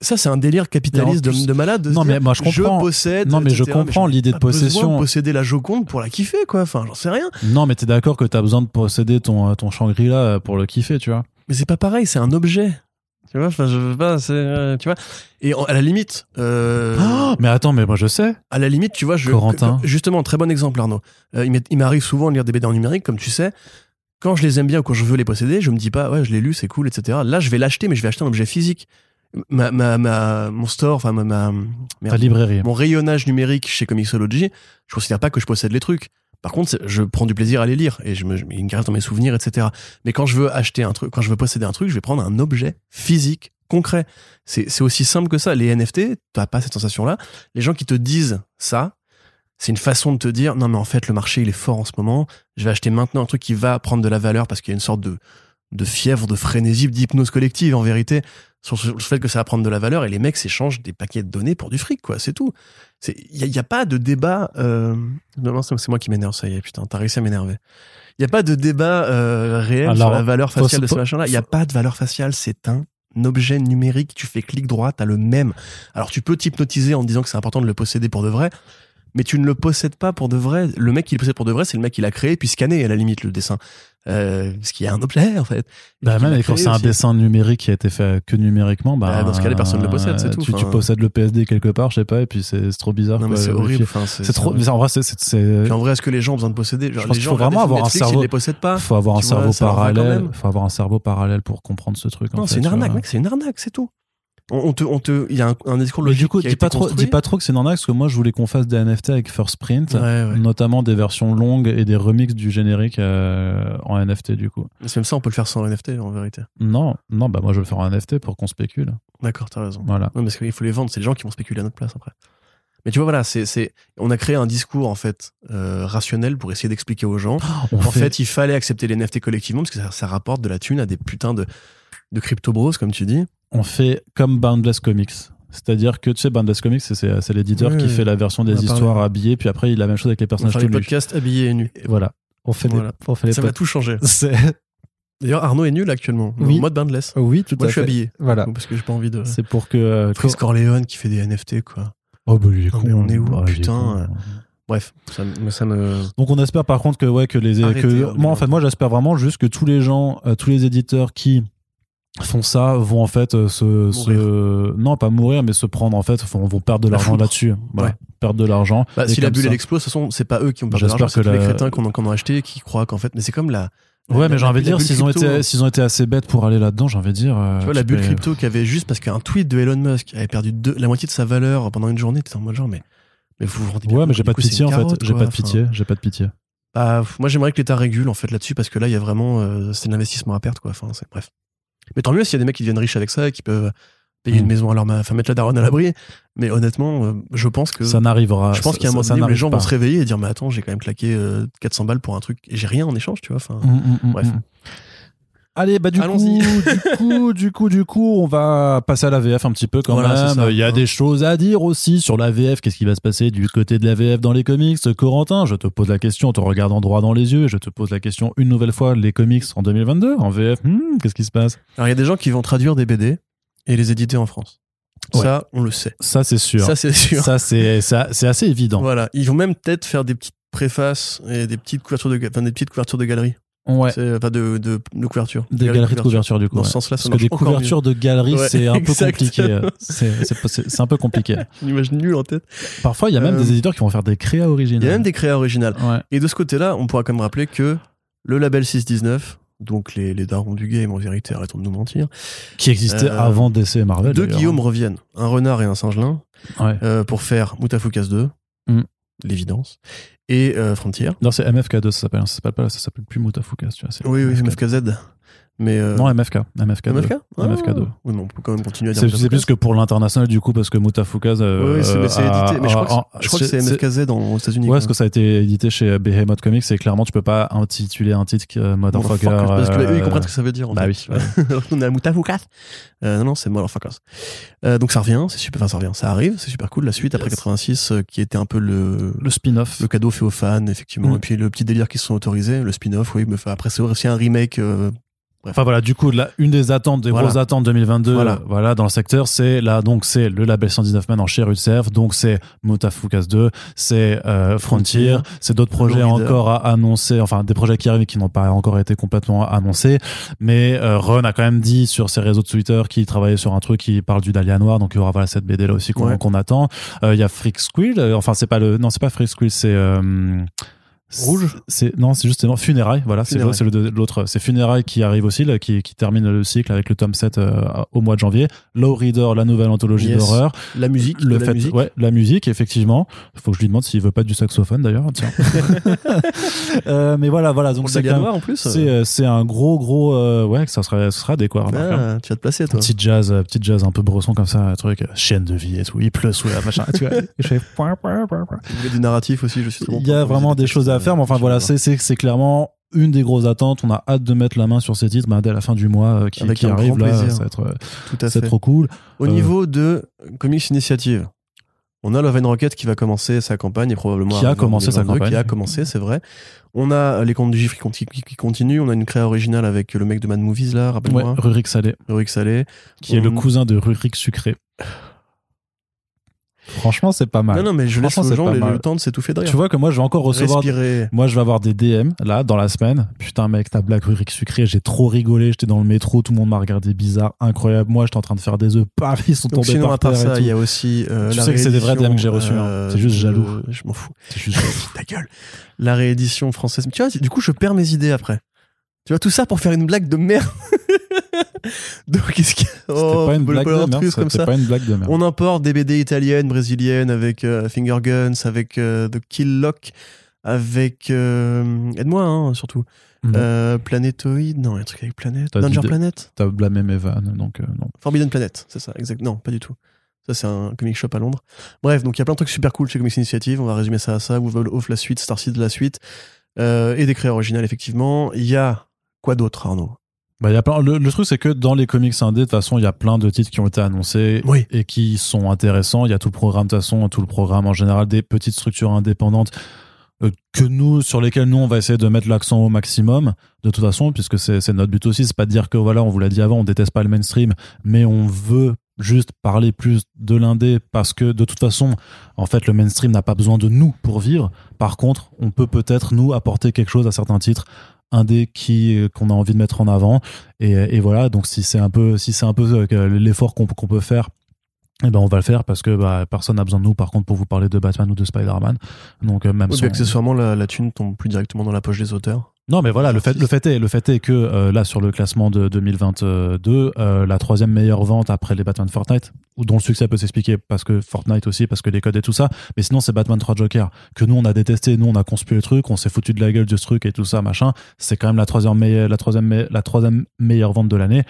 Ça, c'est un délire capitaliste
Mais en plus-
de, de malade. de se
Non,
dire,
mais moi, je comprends.
possède.
Non, mais je
etc.,
comprends
j'en ai
l'idée
pas
de possession.
besoin de posséder la Joconde pour la kiffer, quoi. Enfin, j'en sais rien.
Non, mais t'es d'accord que t'as besoin de posséder ton, euh, ton Shangri-La euh, pour le kiffer, tu vois.
Mais c'est pas pareil, c'est un objet. Tu vois, enfin, je veux pas, c'est, euh, tu vois. Et en- à la limite, euh,
Ah, mais attends, mais moi je sais.
à la limite, tu vois, je,
Corentin.
que- que- justement, très bon exemple, Arnaud. Euh, il m'est- il m'arrive souvent de lire des BD en numérique, comme tu sais. Quand je les aime bien ou quand je veux les posséder, je me dis pas, ouais, je l'ai lu, c'est cool, etc. Là, je vais l'acheter, mais je vais acheter un objet physique. Ma, ma, ma- mon store, enfin, ma, ma-
Ta
merde,
librairie.
mon rayonnage numérique chez Comixology, je considère pas que je possède les trucs. Par contre, c'est- je prends du plaisir à les lire et je me, je- ils me gardent dans mes souvenirs, etc. Mais quand je veux acheter un truc, quand je veux posséder un truc, je vais prendre un objet physique, concret. C'est c'est aussi simple que ça. Les NFT, t'as pas cette sensation-là. Les gens qui te disent ça, c'est une façon de te dire non mais en fait le marché il est fort en ce moment. Je vais acheter maintenant un truc qui va prendre de la valeur parce qu'il y a une sorte de de fièvre, de frénésie, d'hypnose collective en vérité sur sur le fait que ça va prendre de la valeur et les mecs s'échangent des paquets de données pour du fric quoi. C'est tout. C'est il y, a- y a pas de débat. Euh... Non non c'est c'est moi qui m'énerve ça y est putain t'as réussi à m'énerver. Il y a pas de débat euh, réel
Alors,
sur la valeur
faut
faciale
se-
de ce
faut-
machin-là. Il y a pas de valeur faciale. C'est un objet numérique. Tu fais clic droit, t'as le même. Alors tu peux t'hypnotiser en te disant que c'est important de le posséder pour de vrai, mais tu ne le possèdes pas pour de vrai. Le mec qui le possède pour de vrai, c'est le mec qui l'a créé puis scanné à la limite le dessin, euh, parce qu'il y a un objet en fait.
Bah,
qu'il
même
a
et quand
créé
c'est un
aussi.
dessin numérique qui a été fait que numériquement, bah.
Bah, dans ce cas-là, personne le possède, c'est
euh,
tout.
Tu, tu
Enfin,
possèdes le PSD quelque part, je sais pas, et puis c'est c'est trop bizarre.
Non mais
quoi,
c'est
le
horrible.
fichier.
Enfin,
C'est trop. mais en vrai, c'est- c'est. c'est-
Puis en vrai, est-ce que les gens ont besoin de posséder Genre,
Je pense
les
qu'il
gens
faut
regardent
vraiment
des films
avoir un
Netflix,
cerveau-
Ils les possèdent pas.
euh, Faut avoir un
tu vois,
cerveau
ça leur va quand
parallèle.
même.
Faut avoir un cerveau parallèle pour comprendre ce truc. en
Non,
fait,
c'est une
tu
arnaque,
vois.
mec. C'est une arnaque, c'est tout. On, on te, on te, il y a un, un discours
Mais
logique.
du coup,
qui a
dis
été
pas, trop,
construit.
dis pas trop que c'est une arnaque, parce que moi, je voulais qu'on fasse des NFT avec First Print,
Ouais, ouais.
notamment des versions longues et des remixes du générique euh, en NFT, du coup.
Mais c'est Même ça, on peut le faire sans NFT en vérité.
Non, non, bah moi, je vais le faire en NFT pour qu'on spécule.
D'accord, t'as raison.
Voilà.
Non, parce qu'il faut les vendre, c'est les gens qui vont spéculer à notre place après. Mais tu vois, voilà, c'est, c'est, on a créé un discours en fait euh, rationnel pour essayer d'expliquer aux gens.
On
En fait, il fallait accepter les NFT collectivement parce que ça, ça rapporte de la thune à des putains de, de crypto bros comme tu dis.
on fait comme Boundless Comics. C'est-à-dire que, tu sais, Boundless Comics, c'est- c'est c'est l'éditeur
Oui,
qui
oui.
fait la version
On
des
a parlé.
histoires habillées, puis après, il a la même chose avec les
On va
personnages
faire les
tout nus.
podcasts habillés et nus.
Et Voilà. On fait
Voilà.
les, on fait les
Ça va tout changer.
pod- C'est-
D'ailleurs, Arnaud est nul actuellement.
Oui.
En mode bandless.
Oui, tout
Moi,
à
je suis
fait.
habillé.
Voilà.
Parce que j'ai pas envie de.
C'est pour que. euh,
Ah. Chris Corleone qui fait des NFT, quoi.
Oh, bah, il est
Non,
con.
mais on est où,
Ouais, il
putain,
con.
euh, Bref, ça, me- ça me.
Donc on espère par contre que ouais que les
Arrêtez, hein,
que
on est
moi en
dans-
fait moi j'espère vraiment juste que tous les gens euh, tous les éditeurs qui font ça vont en fait euh, se, se- non pas mourir mais se prendre en fait vont, vont perdre de
La
l'argent
foudre.
là-dessus voilà
Ouais.
perdre de l'argent
Bah,
Et
si la
comme
bulle
ça-
elle explose, de toute façon, c'est pas eux qui ont perdu
J'espère
l'argent, c'est
que
tous les
la-
crétins qu'on qu'on a acheté qui croient qu'en fait. Mais c'est comme la. la-
ouais
la-
mais j'ai envie de dire
la bulle
s'ils ont
crypto. hein.
été s'ils ont été assez bêtes pour aller là-dedans j'ai envie de dire euh,
Tu vois, la bulle
peux-
crypto qui avait juste parce qu'un tweet de Elon Musk avait perdu deux- la moitié de sa valeur pendant une journée, t'es en mode genre, mais, mais vous vous rendez bien
ouais mais
compte
j'ai
que
pas de
du coup, c'est
pitié
une
en fait
carotte,
j'ai
quoi.
pas de
Enfin,
pitié j'ai pas de pitié
bah, moi, j'aimerais que l'État régule en fait là-dessus parce que là, il y a vraiment. euh, c'est de l'investissement à perte, quoi. Enfin, c'est bref. Mais tant mieux s'il y a des mecs qui deviennent riches avec ça et qui peuvent euh, payer
Mm.
une maison à leur ma... enfin mettre la daronne à l'abri. Mais honnêtement, euh, je pense que.
ça n'arrivera
je pense
ça-
qu'il y a un moment
ça
donné où les
n'arrive
gens
pas.
vont se réveiller et dire mais attends j'ai quand même claqué euh, 400 balles pour un truc et j'ai rien en échange tu vois enfin
Mm, mm, mm,
Bref.
mm. Allez, bah du coup,
Allons-y.
du coup, du coup, du coup, on va passer à la VF un petit peu quand
Voilà, c'est
même.
ça.
Il y a
Hein.
des choses à dire aussi sur la VF. Qu'est-ce qui va se passer du côté de la VF dans les comics Corentin, je te pose la question en te regardant droit dans les yeux et je te pose la question une nouvelle fois. Les comics en 2022 en VF, hmm, qu'est-ce qui se passe
alors il y a des gens qui vont traduire des BD et les éditer en France
Ouais.
ça on le sait
Ça, c'est sûr.
ça c'est sûr
Ça, c'est ça, c'est assez évident.
Voilà, ils vont même peut-être faire des petites préfaces et des petites couvertures de, ga- enfin, des petites couvertures de galeries.
Ouais.
C'est- Enfin, de, de, de couverture.
Des galeries de couverture du coup.
Dans
ouais.
ce sens-là,
Parce
ça
que
marche
des
encore mieux.
couvertures de galeries,
Ouais,
c'est un peu
exactement.
compliqué. C'est- c'est- C'est c'est un peu compliqué.
J'ai Une image nulle en tête.
Parfois, il y a même
Euh,
des éditeurs qui vont faire des créas originales.
Il y a même des créas originales.
Ouais.
Et de ce côté-là, on pourra quand même rappeler que le label 619, donc les, les darons du game en vérité, arrêtons de nous mentir,
Qui existait
Euh,
avant DC et Marvel.
deux
d'ailleurs. hein.
Guillaume reviennent, un renard et un singelin,
Ouais.
euh, pour faire Moutafoukaz 2,
Mm.
l'évidence, et euh, Frontier.
Non, c'est MFK2, ça s'appelle. hein. Ça s'appelle pas, ça s'appelle plus Moutafukas, tu vois. c'est
Oui, oui,
MFK2.
MFKZ. Mais. euh,
Non, MFK. MFK2.
MFK Ah.
MFK2.
Oui, mais on peut quand même continuer à dire
C'est
Moutafoukaz.
c'est plus que pour l'international du coup parce que euh, Moutafukas.
Oui, oui, c'est mais c'est édité.
euh,
Mais je crois que c'est- je crois que c'est MFKZ en- aux États-Unis.
Ouais,
quoi.
parce que ça a été édité chez Behemoth Comics et clairement tu peux pas intituler un titre que Motherfucker.
Motherfuckers, Parce que là, eux,
euh,
ils comprennent ce que ça veut dire. En
Bah oui.
fait. Alors que nous, on est à Moutafoukaz. Euh, non, non, c'est Motherfuckers. Euh, donc ça revient, c'est super. Enfin, ça revient, ça arrive, c'est super cool. La suite après
Yes.
86, euh, qui était un peu le.
Le spin-off.
le cadeau fait aux fans, effectivement.
Mm.
Et puis le petit délire qu'ils se sont autorisés, le spin-off, oui. Mais enfin, après, c'est aussi un remake. euh,
Enfin voilà, du coup, là, une des attentes, des
Voilà.
grosses attentes 2022, voilà.
Voilà.
dans le secteur, c'est là, donc c'est le label 119 man en chez Rutserf, donc c'est Motafukas 2, c'est euh, Frontier,
Frontier,
c'est d'autres projets
Lorida.
encore à annoncer, enfin des projets qui arrivent et qui n'ont pas encore été complètement annoncés, mais euh, Ron a quand même dit sur ses réseaux de Twitter qu'il travaillait sur un truc qui parle du Dahlia Noir, donc il y aura voilà cette BD là aussi qu'on
Ouais.
qu'on attend. Euh, Il y a Freak Squill, euh, enfin c'est pas le, non c'est pas Freak Squill, c'est euh,
Rouge
c'est non, c'est justement funérailles. Voilà, c'est
Funérailles.
c'est le- l'autre. C'est funérailles qui arrive aussi, là, qui, qui termine le cycle avec le tome 7 euh, au mois de janvier. Low Reader, la nouvelle anthologie
Yes.
d'horreur.
La musique,
Le
de la
fait,
musique.
ouais, la musique, effectivement. Faut que je lui demande s'il veut pas du saxophone d'ailleurs. Tiens. Euh, mais voilà, voilà.
Pour
Donc
le
c'est
Dahlia
quand même-
Noir, en plus.
c'est euh, c'est un gros gros euh, ouais que ça serait ça sera des quoi. remarque, hein.
Ah, tu vas te placer, toi.
Petit jazz, euh, petit jazz un peu brosson comme ça, un truc, euh, chaîne de vie et tout, il pleut sous la machin, tu vois, et je fais point, point, point, point.
Vous voulez du narratif aussi, je suis très bon
Il y
pour
a
improviser
vraiment des
textes,
choses à
euh,
faire, mais enfin
sur-
voilà, c'est- c'est c'est clairement une des grosses attentes. On a hâte de mettre la main sur ces titres bah, dès la fin du mois euh, qui,
Avec
qui
un
arrive.
grand
Là,
plaisir.
ça va être, euh,
Tout à
ça va
fait.
être trop cool.
Au
Euh,
niveau de Comics Initiative, on a Love and Rocket qui va commencer sa campagne et probablement
Qui a
arriver en
commencé sa
2022,
campagne.
Qui a commencé, c'est vrai. On a euh, les contes du Gifre qui conti- qui qui continuent. On a une créa originale avec le mec de Mad Movies là,
Ouais,
rappelle-moi,
Rurik Salé,
Rurik Salé.
qui est le
On-
cousin de Rurik Sucré. Franchement, c'est pas mal.
Non non, mais je laisse
Franchement,
aux
c'est
gens
pas
le,
mal.
le temps de s'étouffer
Tu
derrière.
vois que moi, je vais encore recevoir.
Respirer.
Moi, je vais avoir des DM là dans la semaine. Putain, mec, ta blague Rurik Sucré, j'ai trop rigolé. J'étais dans le métro, tout le monde m'a regardé bizarre, incroyable. Moi, j'étais en train de faire des œufs, paf, ils sont
Donc
tombés
sinon
par
à part
terre. et
ça,
tout.
il y a aussi. euh,
Tu
la
sais que c'est des vrais
réédition,
DM que j'ai reçus, hein.
euh,
C'est juste
de-
jaloux.
Je m'en fous.
C'est juste-
Ta gueule. La réédition française. Tu vois, du coup, je perds mes idées après. Tu vois, tout ça pour faire une blague de merde. Donc, qu'est-ce que.
C'était
Oh,
pas une
Paul
blague de
Polartrus,
merde.
comme
C'était
ça.
pas une blague de merde.
On importe des BD italiennes, brésiliennes, avec euh, Finger Guns, avec euh, The Kill Lock, avec. euh, Aide-moi, hein, surtout.
Mhm.
Euh, Planétoïde, non, un truc avec Planète.
T'as dit
Danger
des-
Planet.
T'as blâmé mes vannes, donc euh, non.
Forbidden Planet, c'est ça, exact. Non, pas du tout. Ça, c'est un comic shop à Londres. Bref, donc il y a plein de trucs super cool chez Comics Initiative. On va résumer ça à ça. Google Off la suite, Starseed la suite. euh, et des créas originales, effectivement. Il y a quoi d'autre, Arnaud
Bah, il y a plein, le, le truc, c'est que dans les comics indés, de toute façon, il y a plein de titres qui ont été annoncés
Oui.
et qui sont intéressants. Il y a tout le programme, de toute façon, tout le programme en général des petites structures indépendantes euh, que nous, sur lesquelles nous, on va essayer de mettre l'accent au maximum, de toute façon, puisque c'est c'est notre but aussi. C'est pas de dire que, voilà, on vous l'a dit avant, on déteste pas le mainstream, mais on veut juste parler plus de l'indé parce que, de toute façon, en fait, le mainstream n'a pas besoin de nous pour vivre. Par contre, on peut peut-être, nous, apporter quelque chose à certains titres indé qui euh, qu'on a envie de mettre en avant et, euh, et voilà donc si c'est un peu si c'est un peu euh, l'effort qu'on qu'on peut faire eh ben on va le faire parce que bah, personne n'a besoin de nous par contre pour vous parler de Batman ou de Spider-Man donc euh, même
Oui,
si
puis
on-
accessoirement, la, la thune tombe plus directement dans la poche des auteurs.
non, mais voilà, le fait, le fait est, le fait est que euh, là, sur le classement de 2022, euh, la troisième meilleure vente après les Batman Fortnite, ou dont le succès peut s'expliquer parce que Fortnite aussi, parce que les codes et tout ça, mais sinon, c'est Batman 3 Joker, que nous, on a détesté, nous, on a conspué le truc, on s'est foutu de la gueule de ce truc et tout ça, machin. C'est quand même la troisième, meille- la troisième, me- la troisième meilleure vente de l'année.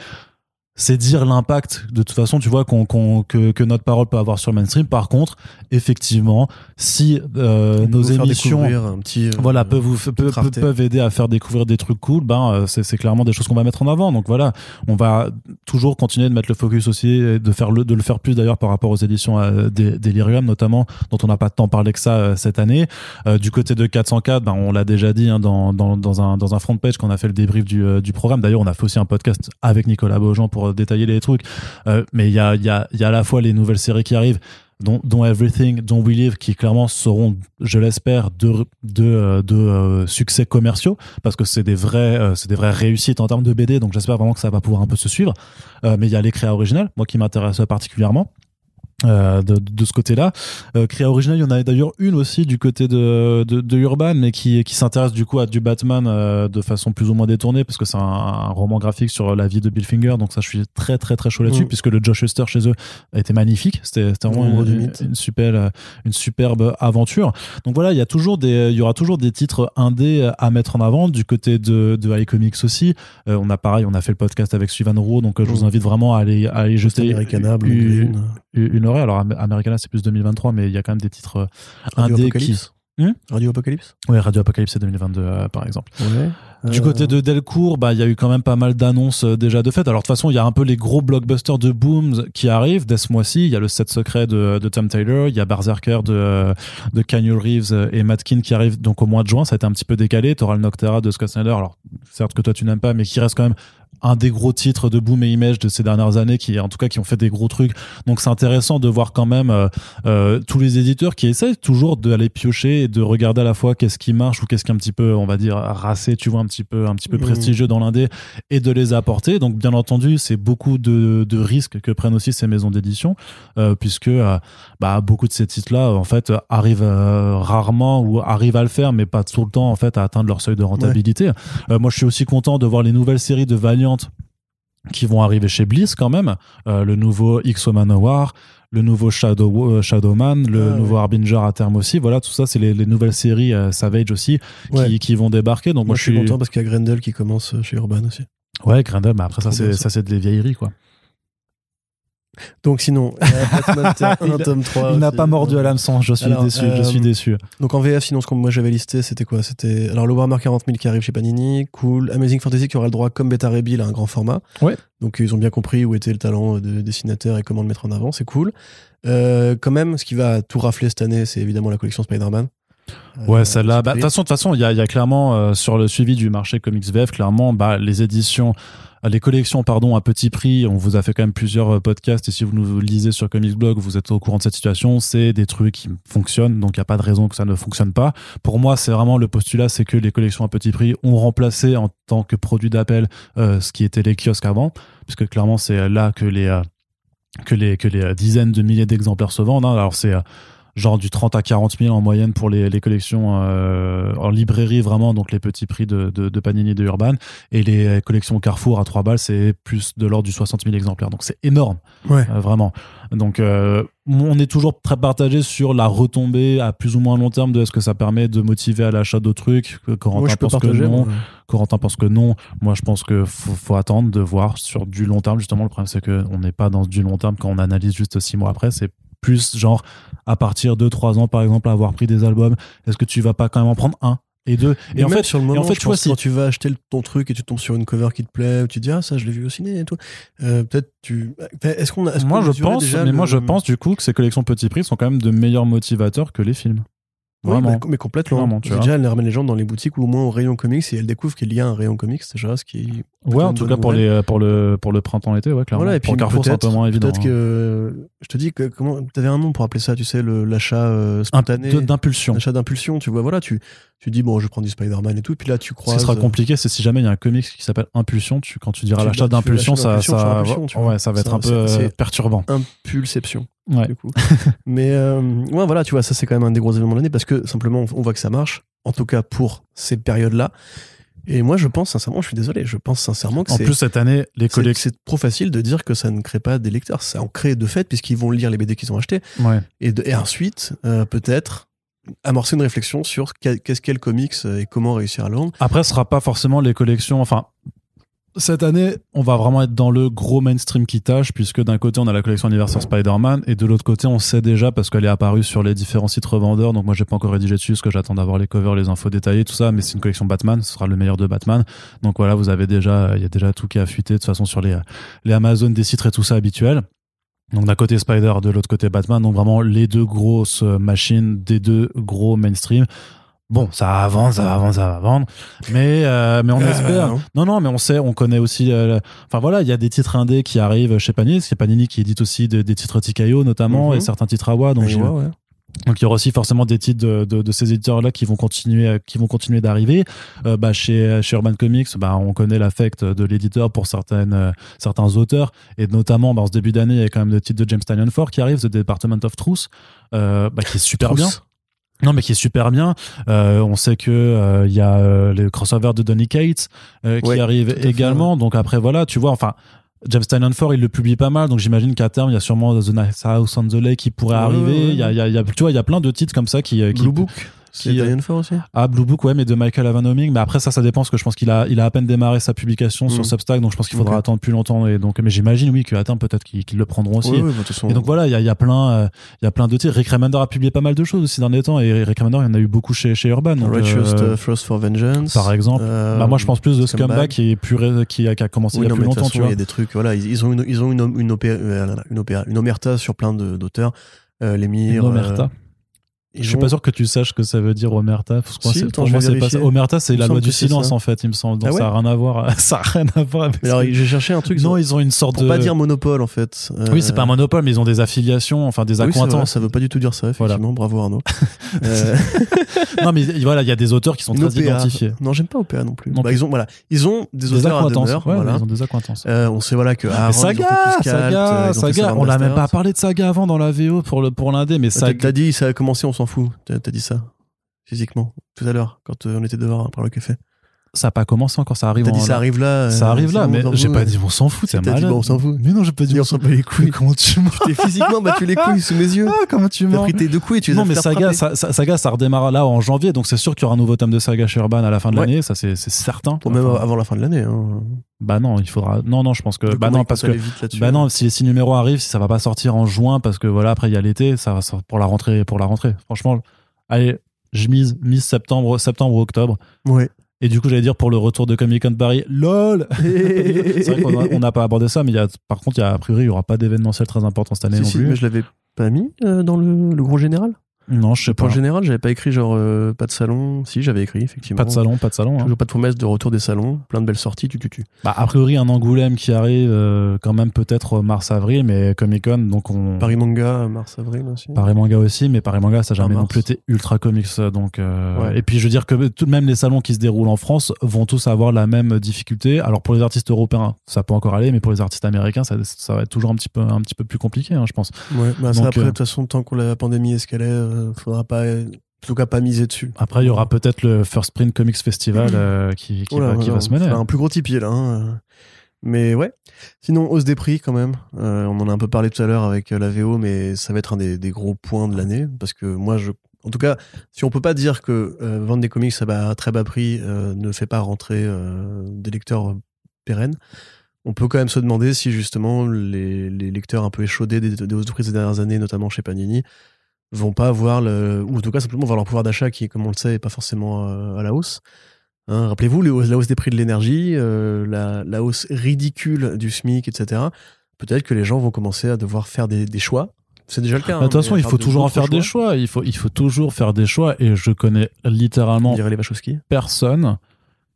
C'est dire l'impact, de toute façon, tu vois, qu'on qu'on- que, que notre parole peut avoir sur le mainstream. Par contre, effectivement, si euh,
On peut
nos
vous faire
émissions
découvrir un petit. euh,
voilà, peuvent, vous, peuvent- peuvent-
crafter.
peuvent aider à faire découvrir des trucs cool, ben, euh, c'est c'est clairement des choses qu'on va mettre en avant. Donc voilà, on va toujours continuer de mettre le focus aussi, et de, faire le, de le faire plus d'ailleurs par rapport aux éditions euh, des d'Elyrium notamment, dont on n'a pas tant parlé que ça euh, cette année. Euh, du côté de 404, ben, on l'a déjà dit hein, dans, dans, dans, un, dans un front page qu'on a fait le débrief du, euh, du programme. D'ailleurs, on a fait aussi un podcast avec Nicolas Beaujean pour euh, détailler les trucs. Euh, mais il y a, il y, a, il y a à la fois les nouvelles séries qui arrivent, dont, dont Everything, dont We Live, qui clairement seront, je l'espère, de, de, euh, de euh, succès commerciaux, parce que c'est des, vrais, euh, c'est des vraies réussites en termes de BD, donc j'espère vraiment que ça va pouvoir un peu se suivre. Euh, mais il y a les créas originales, moi qui m'intéresse particulièrement. euh, de, de ce côté-là. Euh, créa originale, il y en a d'ailleurs une aussi du côté de, de, de Urban, mais qui, qui s'intéresse du coup à du Batman euh, de façon plus ou moins détournée, parce que c'est un, un roman graphique sur la vie de Bill Finger, donc ça je suis très très très chaud là-dessus,
Mm.
puisque le Josh Huster chez eux a été magnifique. C'était c'était vraiment
Nombre du
une,
mythe.
une super, euh, une superbe aventure. Donc voilà, il y a toujours des, il y aura toujours des titres indés euh, à mettre en avant du côté de, de iComics aussi. Euh, on a pareil, on a fait le podcast avec Sylvain Roux, donc euh, je vous
Mm.
invite vraiment à aller, à aller jeter
Americana, Blonde
une,
Lune,
une- une oreille. Alors Am- Americana, c'est plus 2023, mais il y a quand même des titres euh,
Radio
indés qui.
Apocalypse.
Hmm
Radio Apocalypse.
Ouais, Radio Apocalypse, c'est 2022 euh, par exemple.
Ouais.
Du
Euh,
côté de Delcourt, bah, il y a eu quand même pas mal d'annonces euh, déjà de fait. Alors, de toute façon, il y a un peu les gros blockbusters de Booms qui arrivent dès ce mois-ci. Il y a le set secret de, de Tom Taylor, il y a Berserker de, euh, de Canyon Reeves euh, et Matkin qui arrivent donc au mois de juin. Ça a été un petit peu décalé. T'auras le Noctera de Scott Snyder. Alors, certes que toi tu n'aimes pas, mais qui reste quand même un des gros titres de Boom et Image de ces dernières années, qui en tout cas qui ont fait des gros trucs. Donc c'est intéressant de voir quand même euh, euh, tous les éditeurs qui essayent toujours d'aller piocher et de regarder à la fois qu'est-ce qui marche ou qu'est-ce qui est un petit peu, on va dire, racé, tu vois, un petit peu, un petit peu
Mhm.
prestigieux dans l'indé et de les apporter. Donc bien entendu, c'est beaucoup de, de risques que prennent aussi ces maisons d'édition, euh, puisque euh, bah, beaucoup de ces titres-là, en fait, euh, arrivent euh, rarement ou arrivent à le faire, mais pas tout le temps, en fait, à atteindre leur seuil de rentabilité. Euh, moi, je suis aussi content de voir les nouvelles séries de Valiant qui vont arriver chez Bliss quand même. Euh, le nouveau X-O Manowar, le nouveau Shadow, euh, Shadowman, le
Ah,
nouveau Harbinger à terme aussi. Voilà, tout ça, c'est les, les nouvelles séries euh, Savage aussi qui,
Ouais.
qui vont débarquer. Donc
Moi, je suis content parce qu'il y a Grendel qui commence euh, chez Urban aussi.
Ouais, Grindel, mais après ça,
Trop
c'est
bien,
ça, c'est des vieilleries quoi.
Donc sinon, euh, Batman Terre un,
Il a-
tome 3
Ah, Il n'a
aussi.
pas mordu à l'hameçon. Je suis
Ah, Alors,
déçu. je
euh,
suis déçu.
Donc en VF, sinon ce que moi j'avais listé, c'était quoi C'était alors le Warhammer 40 000 qui arrive chez Panini, cool, Amazing Fantasy qui aura le droit comme Beta Ray Bill à un grand format.
Ouais.
Donc euh, ils ont bien compris où était le talent euh, de dessinateur et comment le mettre en avant, c'est cool. Euh, quand même, ce qui va tout rafler cette année, c'est évidemment la collection Spider-Man. Euh,
Ouais, celle-là. bah, De
surprise.
toute façon, de toute façon, il y a, il y a clairement euh, sur le suivi du marché comics VF, clairement, bah, les éditions, euh, les collections, pardon, à petit prix. On vous a fait quand même plusieurs euh, podcasts et si vous nous lisez sur Comics Blog, vous êtes au courant de cette situation. C'est des trucs qui fonctionnent, donc il n'y a pas de raison que ça ne fonctionne pas. Pour moi, c'est vraiment le postulat, c'est que les collections à petit prix ont remplacé en tant que produit d'appel euh, ce qui était les kiosques avant, puisque clairement, c'est là que les euh, que les que les euh, dizaines de milliers d'exemplaires se vendent. hein. Alors c'est euh, genre du 30 à 40 000 en moyenne pour les, les collections euh, en librairie vraiment donc les petits prix de, de, de Panini et de Urban et les euh, collections Carrefour à 3 balles c'est plus de l'ordre du 60 000 exemplaires donc c'est énorme
Ouais.
euh, vraiment donc euh, on est toujours très partagé sur la retombée à plus ou moins long terme de est-ce que ça permet de motiver à l'achat d'autres trucs que Corentin
Moi, je peux
pense que
partager.
non
moi.
Corentin pense que non. Moi, je pense que faut, faut attendre de voir sur du long terme. Justement, le problème, c'est qu'on n'est pas dans du long terme quand on analyse juste six mois après. C'est plus genre à partir de trois ans, par exemple, à avoir pris des albums. Est-ce que tu vas pas quand même en prendre un et deux Et
Mais
en
même
fait,
sur le moment,
en fait,
je
tu vois,
pense que
si-
quand tu vas acheter le- ton truc et tu tombes sur une cover qui te plaît, ou tu te dis ah ça je l'ai vu au ciné et tout, euh, peut-être tu. Est-ce qu'on a est-ce
moi,
qu'on
je
mesurait
pense,
déjà
mais
le-
moi, je pense du coup que ces collections petit prix sont quand même de meilleurs motivateurs que les films.
Oui,
Vraiment.
bah, mais complètement.
Vraiment, tu
Déjà,
vois.
elle ramène les gens dans les boutiques ou au moins au rayon comics et elle découvre qu'il y a un rayon comics déjà, ce qui est
ouais, en
une
tout
bonne
cas pour les pour euh, le pour le printemps-été, ouais, clairement.
Voilà, et puis
pour Carrefour, c'est un peu
peut-être-
moins évident.
peut-être
hein.
que je te dis que comment t'avais un nom pour appeler ça, tu sais, le- l'achat euh,
Un-
spontané,
de- d'impulsion.
l'achat d'impulsion. Tu vois, voilà, tu tu dis bon, je prends du Spider-Man et tout, puis là tu
Ce
crois.
qui sera compliqué, c'est si jamais il y a un comics qui s'appelle Impulsion, tu, quand tu diras
Tu-
l'achat
tu-
d'impulsion,
l'achat
ça,
d'impulsion sur
ça,
impulsion, tu
ouais,
vois.
ça va être
Ça,
un peu
c'est-
euh,
c'est-
perturbant.
Impulception.
Ouais.
du coup. Mais euh, ouais, voilà, tu vois, ça c'est quand même un des gros événements de l'année parce que simplement on- on voit que ça marche, en tout cas pour ces périodes-là. Et moi je pense sincèrement, je suis désolé, je pense sincèrement que
En
c'est
plus, cette année, les
c'est-
collections.
c'est trop facile de dire que ça ne crée pas des lecteurs. Ça en crée de fait puisqu'ils vont lire les BD qu'ils ont achetés
Ouais.
et, de- et ensuite euh, peut-être amorcer une réflexion sur qu'a- qu'est-ce qu'est le comics et comment réussir à le vendre.
Après, ce sera pas forcément les collections. Enfin, cette année, on va vraiment être dans le gros mainstream qui tâche, puisque d'un côté, on a la collection anniversaire Spider-Man, et de l'autre côté, on sait déjà, parce qu'elle est apparue sur les différents sites revendeurs. Donc, moi, j'ai pas encore rédigé dessus, parce que j'attends d'avoir les covers, les infos détaillées, tout ça. Mais c'est une collection Batman, ce sera le meilleur de Batman. Donc, voilà, vous avez déjà, euh, il y a déjà tout qui est affûté, de toute façon, sur les, euh, les Amazon des titres et tout ça habituel. Donc d'un côté Spider, de l'autre côté Batman, donc vraiment les deux grosses euh, machines des deux gros mainstream. Bon, ça avance, ça avance, ça va vendre, mais euh, mais on espère.
Euh,
Non, non, mais on sait, on connaît aussi. euh, le- Enfin voilà, il y a des titres indés qui arrivent chez Panini. C'est Panini qui édite aussi des, des titres Tikayo notamment
Mhm.
et certains titres Awa. Donc,
et
j'ai-
ouais, ouais.
donc il y aura aussi forcément des titres de, de- de ces éditeurs là qui vont continuer, euh, qui vont continuer d'arriver. Euh, bah, chez chez Urban Comics, bah on connaît l'affect de l'éditeur pour certaines euh, certains auteurs et notamment bah, en ce début d'année il y a quand même des titres de James Tynion Ford qui arrive, The Department of Truth, euh, bah, qui est super bien.
Trousse.
Non, mais qui est super bien. Euh, on sait que euh, il y a euh, le crossover de Donny Cates euh, qui
Ouais,
arrive
tout à fait,
également. Donc après, voilà, tu vois, enfin. James Tynion Ford, il le publie pas mal, donc j'imagine qu'à terme, il y a sûrement The Nice House on the Lake qui pourrait
Ouais,
arriver.
ouais, ouais.
Il y a, il y a- il y a- tu vois, il y a plein de titres comme ça qui, euh, qui
Blue Book. C'est
qui, euh,
Diane Ford aussi.
ah, Blue Book, ouais, mais de Michael Avanoming. Mais après, ça, ça dépend parce que je pense qu'il a, il a à peine démarré sa publication sur
Mm.
Substack, donc je pense qu'il faudra
Ok.
attendre plus longtemps. Et donc, mais j'imagine, oui, qu'à terme, peut-être qu'ils qu'ils le prendront aussi.
Ouais, ouais, bah, de toute façon,
Et donc voilà, il y a, il y, a plein, euh, il y a plein de titres. Rick Remender a publié pas mal de choses ces derniers temps, et Rick Remender, il y en a eu beaucoup chez, chez Urban. donc,
Righteous
euh,
euh, Frost for Vengeance.
par exemple.
Euh,
bah, moi, je pense plus de
Scumbag.
Scumbag qui, est plus ré- qui, a, qui a commencé
Oui,
il y a
non,
plus
mais de toute
longtemps,
façon,
tu vois.
Il y a des trucs, voilà, ils, ils ont une, ils ont une, une, opé- euh, là, là, une, opé- une omerta sur plein de- d'auteurs. Euh, les
Une
mires.
omerta. je suis pas sûr que tu saches que ça veut dire omerta. Parce que moi,
Si,
c'est-
attends,
pour
je
moi,
vais
c'est pas
vérifier.
ça. Omerta, c'est
Il me
la loi
semble
du
que c'est
silence,
ça.
en fait, il me semble. Donc
Ah ouais
ça a rien à voir. Ça a rien à voir avec.
Alors,
ce que-
j'ai cherché un truc.
non,
ça-
ils ont une sorte
pour
de.
pas dire monopole, en fait. Euh, Ah
Oui, c'est pas un monopole, mais ils ont des affiliations, enfin des
oui, c'est vrai,
accointances.
ça veut pas du tout dire ça, effectivement. Bravo, Arnaud. Euh,
non, mais voilà, il y a des auteurs qui sont
une
très
OPA.
identifiés.
Euh, Non, j'aime pas OPA non plus.
Non
Bah,
plus.
ils ont, voilà, ils ont des
Des
auteurs à
accointances.
demeure.
ouais,
voilà.
ils ont des accointances.
Euh, on sait, voilà, que
Mais
Aaron, ils ont fait
saga,
Tuscalt, euh, ils
saga,
ont fait
saga.
Seven
On l'a même pas
Masters.
parlé de saga avant dans la VO pour le pour l'indé, mais
Ah, t'as-
saga.
T'as dit, ça a commencé, on s'en fout. T'as t'as dit ça, physiquement, tout à l'heure, quand euh, on était dehors après le café.
Ça a pas commencé encore, ça arrive.
T'as
en-
dit ça arrive là. euh,
Ça arrive
c'est
là,
bon,
mais
on s'en
j'ai
fout.
pas dit on s'en fout,
T'as
c'est
dit
malade.
bon, on s'en fout.
Mais non, j'ai pas dit
Dis,
on
on
s'en
s'en bat les
fout. Mais
couilles.
comment tu mens
T'es physiquement battu les couilles sous mes yeux.
Ah, comment tu
T'as
mens
pris tes deux coups et tu les as
non mais
fait
saga,
frapper.
sa- sa- saga ça redémarre là en janvier donc c'est sûr qu'il y aura un nouveau tome de saga chez Urban à la fin de
Ouais.
l'année ça c'est c'est certain
Bon, même
Enfin,
avant la fin de l'année. hein.
bah non il faudra non non je pense que
Donc,
bah
comment
non
ils
parce
comptent
que
aller vite là-dessus
bah non si les six numéros arrivent si ça va pas sortir en juin parce que voilà après il y a l'été ça va sortir pour la rentrée pour la rentrée franchement allez je mise mise septembre septembre ou octobre
Ouais.
Et du coup, j'allais dire pour le retour de Comic Con de Paris, lol C'est vrai qu'on a- on n'a pas abordé ça, mais il y a, par contre, il y a, a priori, il n'y aura pas d'événementiel très important cette année
Si,
non
si,
plus.
mais je l'avais pas mis euh, dans le, le gros général.
Non, je sais
Pour
pas.
le général, j'avais pas écrit genre euh, pas de salon. Si, j'avais écrit effectivement.
Pas de salon, pas de salon. hein.
Toujours pas de promesse de retour des salons. Plein de belles sorties. Tu, tu, tu.
Bah, a priori, un Angoulême qui arrive euh, quand même peut-être mars-avril, mais Comic Con, donc on.
Paris manga euh, mars avril aussi.
Paris Manga Ah, aussi, mais Paris Manga, ça n'a
En
jamais non
mars.
plus été ultra comics. euh, Donc, euh,
Ouais.
Et puis, je veux dire que tout de même, les salons qui se déroulent en France vont tous avoir la même difficulté. Alors, pour les artistes européens, ça peut encore aller, mais pour les artistes américains, ça, ça va être toujours un petit peu, un petit peu plus compliqué, hein, je pense.
Ouais. Bah, ça,
Donc,
après
euh,
de toute façon tant que la pandémie escalait, euh, faudra pas euh, en tout cas pas miser dessus.
Après, il y aura peut-être le First Print Comics Festival euh, qui, qui
Oh là
va,
là,
qui va
on
se mener.
fera Un plus gros tipi là. hein. Mais ouais. Sinon, hausse des prix quand même. Euh, on en a un peu parlé tout à l'heure avec euh, la VO, mais ça va être un des, des gros points de l'année. Parce que moi, je. En tout cas, si on peut pas dire que euh, vendre des comics à, bas- à très bas prix euh, ne fait pas rentrer euh, des lecteurs euh, pérennes, on peut quand même se demander si justement les, les lecteurs un peu échaudés des, des hausses de prix ces dernières années, notamment chez Panini, vont pas avoir le. ou en tout cas simplement voir leur pouvoir d'achat qui, comme on le sait, est pas forcément euh, à la hausse. Hein, Rappelez-vous les hausses- la hausse des prix de l'énergie, euh, la, la hausse ridicule du SMIC, etc. Peut-être que les gens vont commencer à devoir faire des, des choix. C'est déjà le cas.
Bah, De toute
hein,
façon,
mais
il faut toujours en
d'autres
faire des choix. Il faut, il faut toujours faire des choix. Et je connais littéralement
dirait les Wachowski.
personne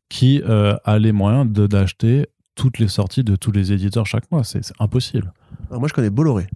qui euh, a les moyens de- d'acheter toutes les sorties de tous les éditeurs chaque mois. C'est c'est impossible.
Alors, moi, je connais Bolloré.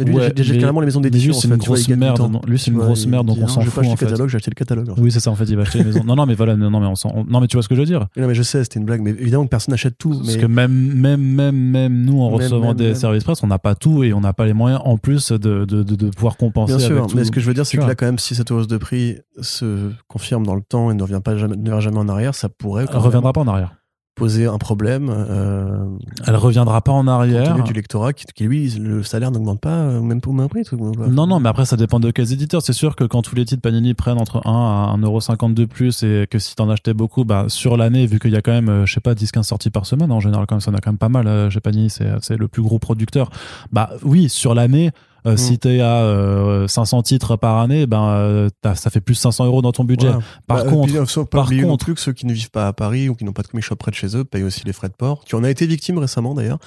Mais lui,
Ouais,
il déjà
mais-
carrément les maisons
mais
d'édition.
lui, c'est
en
une
fait, tu vois, il
grosse
gagne du
merde.
temps.
non, Lui, c'est
Tu
une
vois,
grosse
il
merde, donc
dit,
on
non,
s'en
Je vais
fout.
pas acheter
en
le
fait.
catalogue, j'ai acheté le catalogue. en fait.
Oui, c'est ça, en fait, il va acheter une maison. Non, non, mais voilà, non, non, mais on s'en- on- non, mais tu vois ce que je veux dire
Mais Non, mais je sais, c'était une blague, mais évidemment que personne n'achète tout.
Parce
Mais
que même, même, même, même nous, en
Même,
recevant
même,
des
même.
services presse, on n'a pas tout et on n'a pas les moyens en plus de, de, de, de pouvoir compenser.
bien sûr,
avec tout.
mais ce que je veux dire,
Tu
c'est que
vois.
là, quand même, si cette hausse de prix se confirme dans le temps et ne revient pas jamais, ne va jamais en arrière, ça pourrait
Elle
quand même
reviendra pas en arrière.
poser un problème euh,
Elle reviendra pas en
compte
arrière.
tenu du lectorat qui, qui, lui, le salaire n'augmente pas euh, même au même prix. tout, quoi.
Non, non, mais après, ça dépend de quels éditeurs. C'est sûr que quand tous les titres Panini prennent entre 1 à 1,50€ de plus et que si t'en achetais beaucoup, bah, sur l'année, vu qu'il y a quand même, euh, je sais pas, 10-15 sorties par semaine, en général, quand même, ça en a quand même pas mal euh, chez Panini, c'est c'est le plus gros producteur. Bah oui, sur l'année, euh,
Mm.
si t'es à euh, 500 titres par année, ben euh, t'as- ça fait plus 500 euros dans ton budget.
Voilà.
Par
Bah, euh,
contre,
puis, euh, faut pas
par
oublier non
contre-
plus que ceux qui ne vivent pas à Paris ou qui n'ont pas de comic shop près de chez eux payent aussi les frais de port. Tu en as été victime récemment d'ailleurs.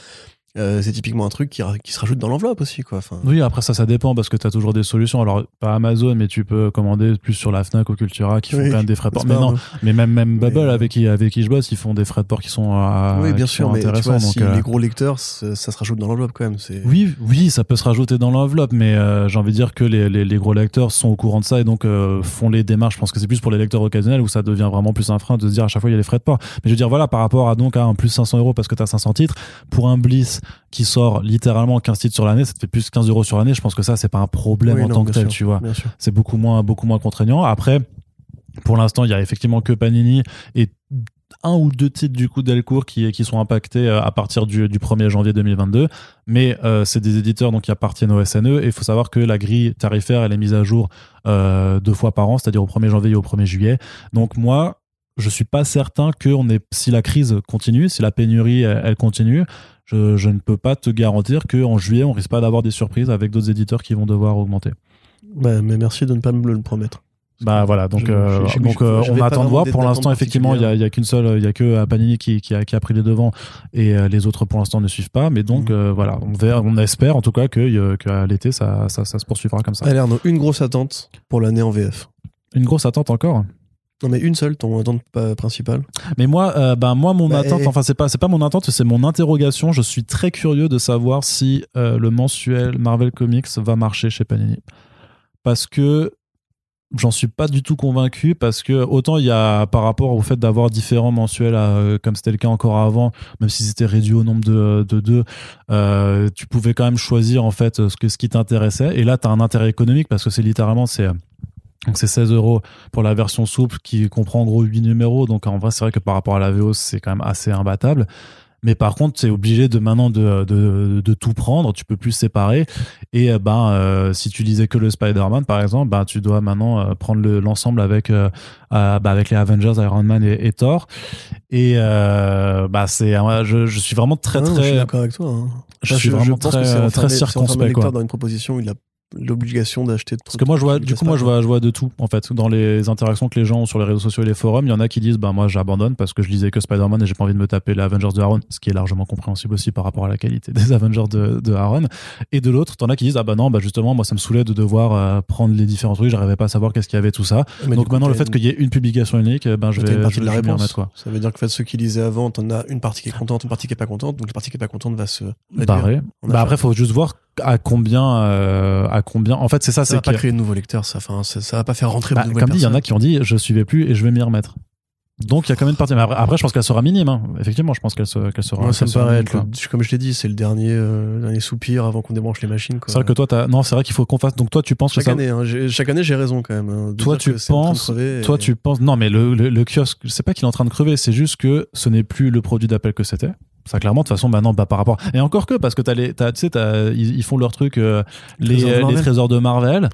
Euh, c'est typiquement un truc qui, ra- qui se rajoute dans l'enveloppe aussi. Quoi. Enfin,
Oui, après ça, ça dépend parce que tu as toujours des solutions. Alors, pas Amazon, mais tu peux commander plus sur la Fnac ou Cultura qui font
Oui,
quand même des frais de port.
c'est
Mais
pas
non,
un-
mais même, même
Mais,
Bubble
euh,
avec, qui, avec qui je bosse, ils font des frais de port qui sont, euh,
oui, bien
qui
sûr,
sont
mais tu
intéressants.
vois,
donc,
si
euh,
les euh, gros lecteurs, ça, ça se rajoute dans l'enveloppe quand même. C'est...
Oui, oui, ça peut se rajouter dans l'enveloppe, mais euh, j'ai envie de dire que les, les- les gros lecteurs sont au courant de ça et donc euh, font les démarches. Je pense que c'est plus pour les lecteurs occasionnels où ça devient vraiment plus un frein de se dire à chaque fois il y a les frais de port. Mais je veux dire, voilà, par rapport à donc à un plus 500 euros parce que tu as 500 titres, pour un Bliss qui sort littéralement 15 titres sur l'année, ça te fait plus 15 euros sur l'année. Je pense que ça, c'est pas un problème
Oui,
en
non,
tant que
bien
tel,
sûr,
tu vois
bien sûr.
c'est beaucoup moins beaucoup moins contraignant après pour l'instant il y a effectivement que Panini et un ou deux titres du coup d'Elcourt qui, qui sont impactés euh, à partir du, du 1er janvier 2022 mais euh, c'est des éditeurs donc qui appartiennent au SNE et il faut savoir que la grille tarifaire elle est mise à jour euh, deux fois par an c'est-à-dire au 1er janvier et au 1er juillet donc moi je suis pas certain que on est si la crise continue si la pénurie elle, elle continue je, je ne peux pas te garantir que en juillet on risque pas d'avoir des surprises avec d'autres éditeurs qui vont devoir augmenter
Bah, mais merci de ne pas me le promettre.
bah voilà, donc,
Je-
euh,
je- je-
donc
je-
euh,
je vais
on
pas
attend de voir.
demander
Pour
de
l'instant,
d'attente
effectivement, il y a, il y a qu'une seule, il y a que euh, Panini qui, qui, a, qui a pris les devants et euh, les autres pour l'instant ne suivent pas. Mais donc
Mhm.
euh, voilà, on, verra- on espère en tout cas que, euh, qu'à l'été ça, ça, ça se poursuivra comme ça.
Allez, Arnaud, une grosse attente pour l'année en VF.
Une grosse attente encore.
Non, mais une seule, ton attente pas principale.
Mais moi, euh, ben moi, mon
Bah,
attente,
et-
enfin c'est pas, c'est pas mon attente, c'est mon interrogation. Je suis très curieux de savoir si euh, le mensuel Marvel Comics va marcher chez Panini, parce que j'en suis pas du tout convaincu, parce que autant il y a par rapport au fait d'avoir différents mensuels euh, comme c'était le cas encore avant, même si c'était réduit au nombre de, de deux, euh, tu pouvais quand même choisir en fait ce que ce qui t'intéressait. Et là, tu as un intérêt économique parce que c'est littéralement c'est euh, donc c'est 16 euros pour la version souple qui comprend en gros 8 numéros. Donc en vrai, c'est vrai que par rapport à la VO, c'est quand même assez imbattable. Mais par contre, c'est obligé de maintenant de, de, de tout prendre. Tu peux plus séparer. Et euh, ben, euh, si tu lisais que le Spider-Man, par exemple, ben, tu dois maintenant euh, prendre le- l'ensemble avec, euh, euh, bah, avec les Avengers, Iron Man et, et Thor. Et euh, bah, c'est, euh, je, je suis vraiment très,
Ah non,
très.
Je suis d'accord avec toi. hein.
je
Enfin,
suis vraiment
pense que
très, euh,
c'est enfermé-
très
c'est enfermé le
circonspect.
lecteur
Quoi.
dans une proposition, il a l'obligation d'acheter.
Parce que moi, je vois, du coup, moi, je vois, je vois de tout, en fait. Dans les interactions que les gens ont sur les réseaux sociaux et les forums, il y en a qui disent, bah, moi, j'abandonne parce que je lisais que Spider-Man et j'ai pas envie de me taper les Avengers de Aaron, ce qui est largement compréhensible aussi par rapport à la qualité des Avengers de, de Aaron. Et de l'autre, t'en as qui disent, ah, bah, non, bah, justement, moi, ça me saoulait de devoir euh, prendre les différents trucs, j'arrivais pas à savoir qu'est-ce qu'il y avait, tout ça.
Mais
Donc
du coup,
maintenant, le
t'as
fait
une-
qu'il y ait une publication unique, eh ben, je
T'as
vais,
une partie
je
de la
vais m'y
réponse.
remettre, quoi.
Ça veut dire que en fait, ceux qui lisaient avant, t'en as une partie qui est contente, une partie qui est pas contente. Donc la partie qui est pas contente va se réduire.
Barré.
On
Bah,
achète.
après, faut juste voir à combien, euh, à combien, en fait, c'est ça,
ça
c'est
va pas
que-
créer de nouveaux lecteurs. Ça, enfin, ça, ça va pas faire rentrer
Bah,
de
comme
nouvelles
dit, il y en
personnes.
a qui ont dit je suivais plus et je vais m'y remettre. Donc il y a quand même une partie. Mais après, après, je pense qu'elle sera minime. hein. Effectivement, je pense qu'elle se- qu'elle sera.
Moi, ça
qu'elle
me
sera
paraît
minime,
être, le-
quoi.
comme je l'ai dit, c'est le dernier, euh, dernier soupir avant qu'on débranche les machines. quoi.
C'est vrai que toi, t'as- non, c'est vrai qu'il faut qu'on fasse. Donc toi, tu penses
chaque,
que ça.
année, hein, j'ai- chaque année, j'ai raison quand même. hein, de
Toi,
dire
tu
que c'est en train de
penses-
crever et-
Toi, tu penses. Non, mais le, le, le kiosque, c'est pas qu'il est en train de crever. C'est juste que ce n'est plus le produit d'appel que c'était. Ça, clairement, de toute façon, maintenant, bah, par rapport. Et encore que, parce que t'as les, t'as- tu sais, t'as- ils, ils font leur truc, euh, les,
Trésors de
les
Marvel.
trésors de Marvel.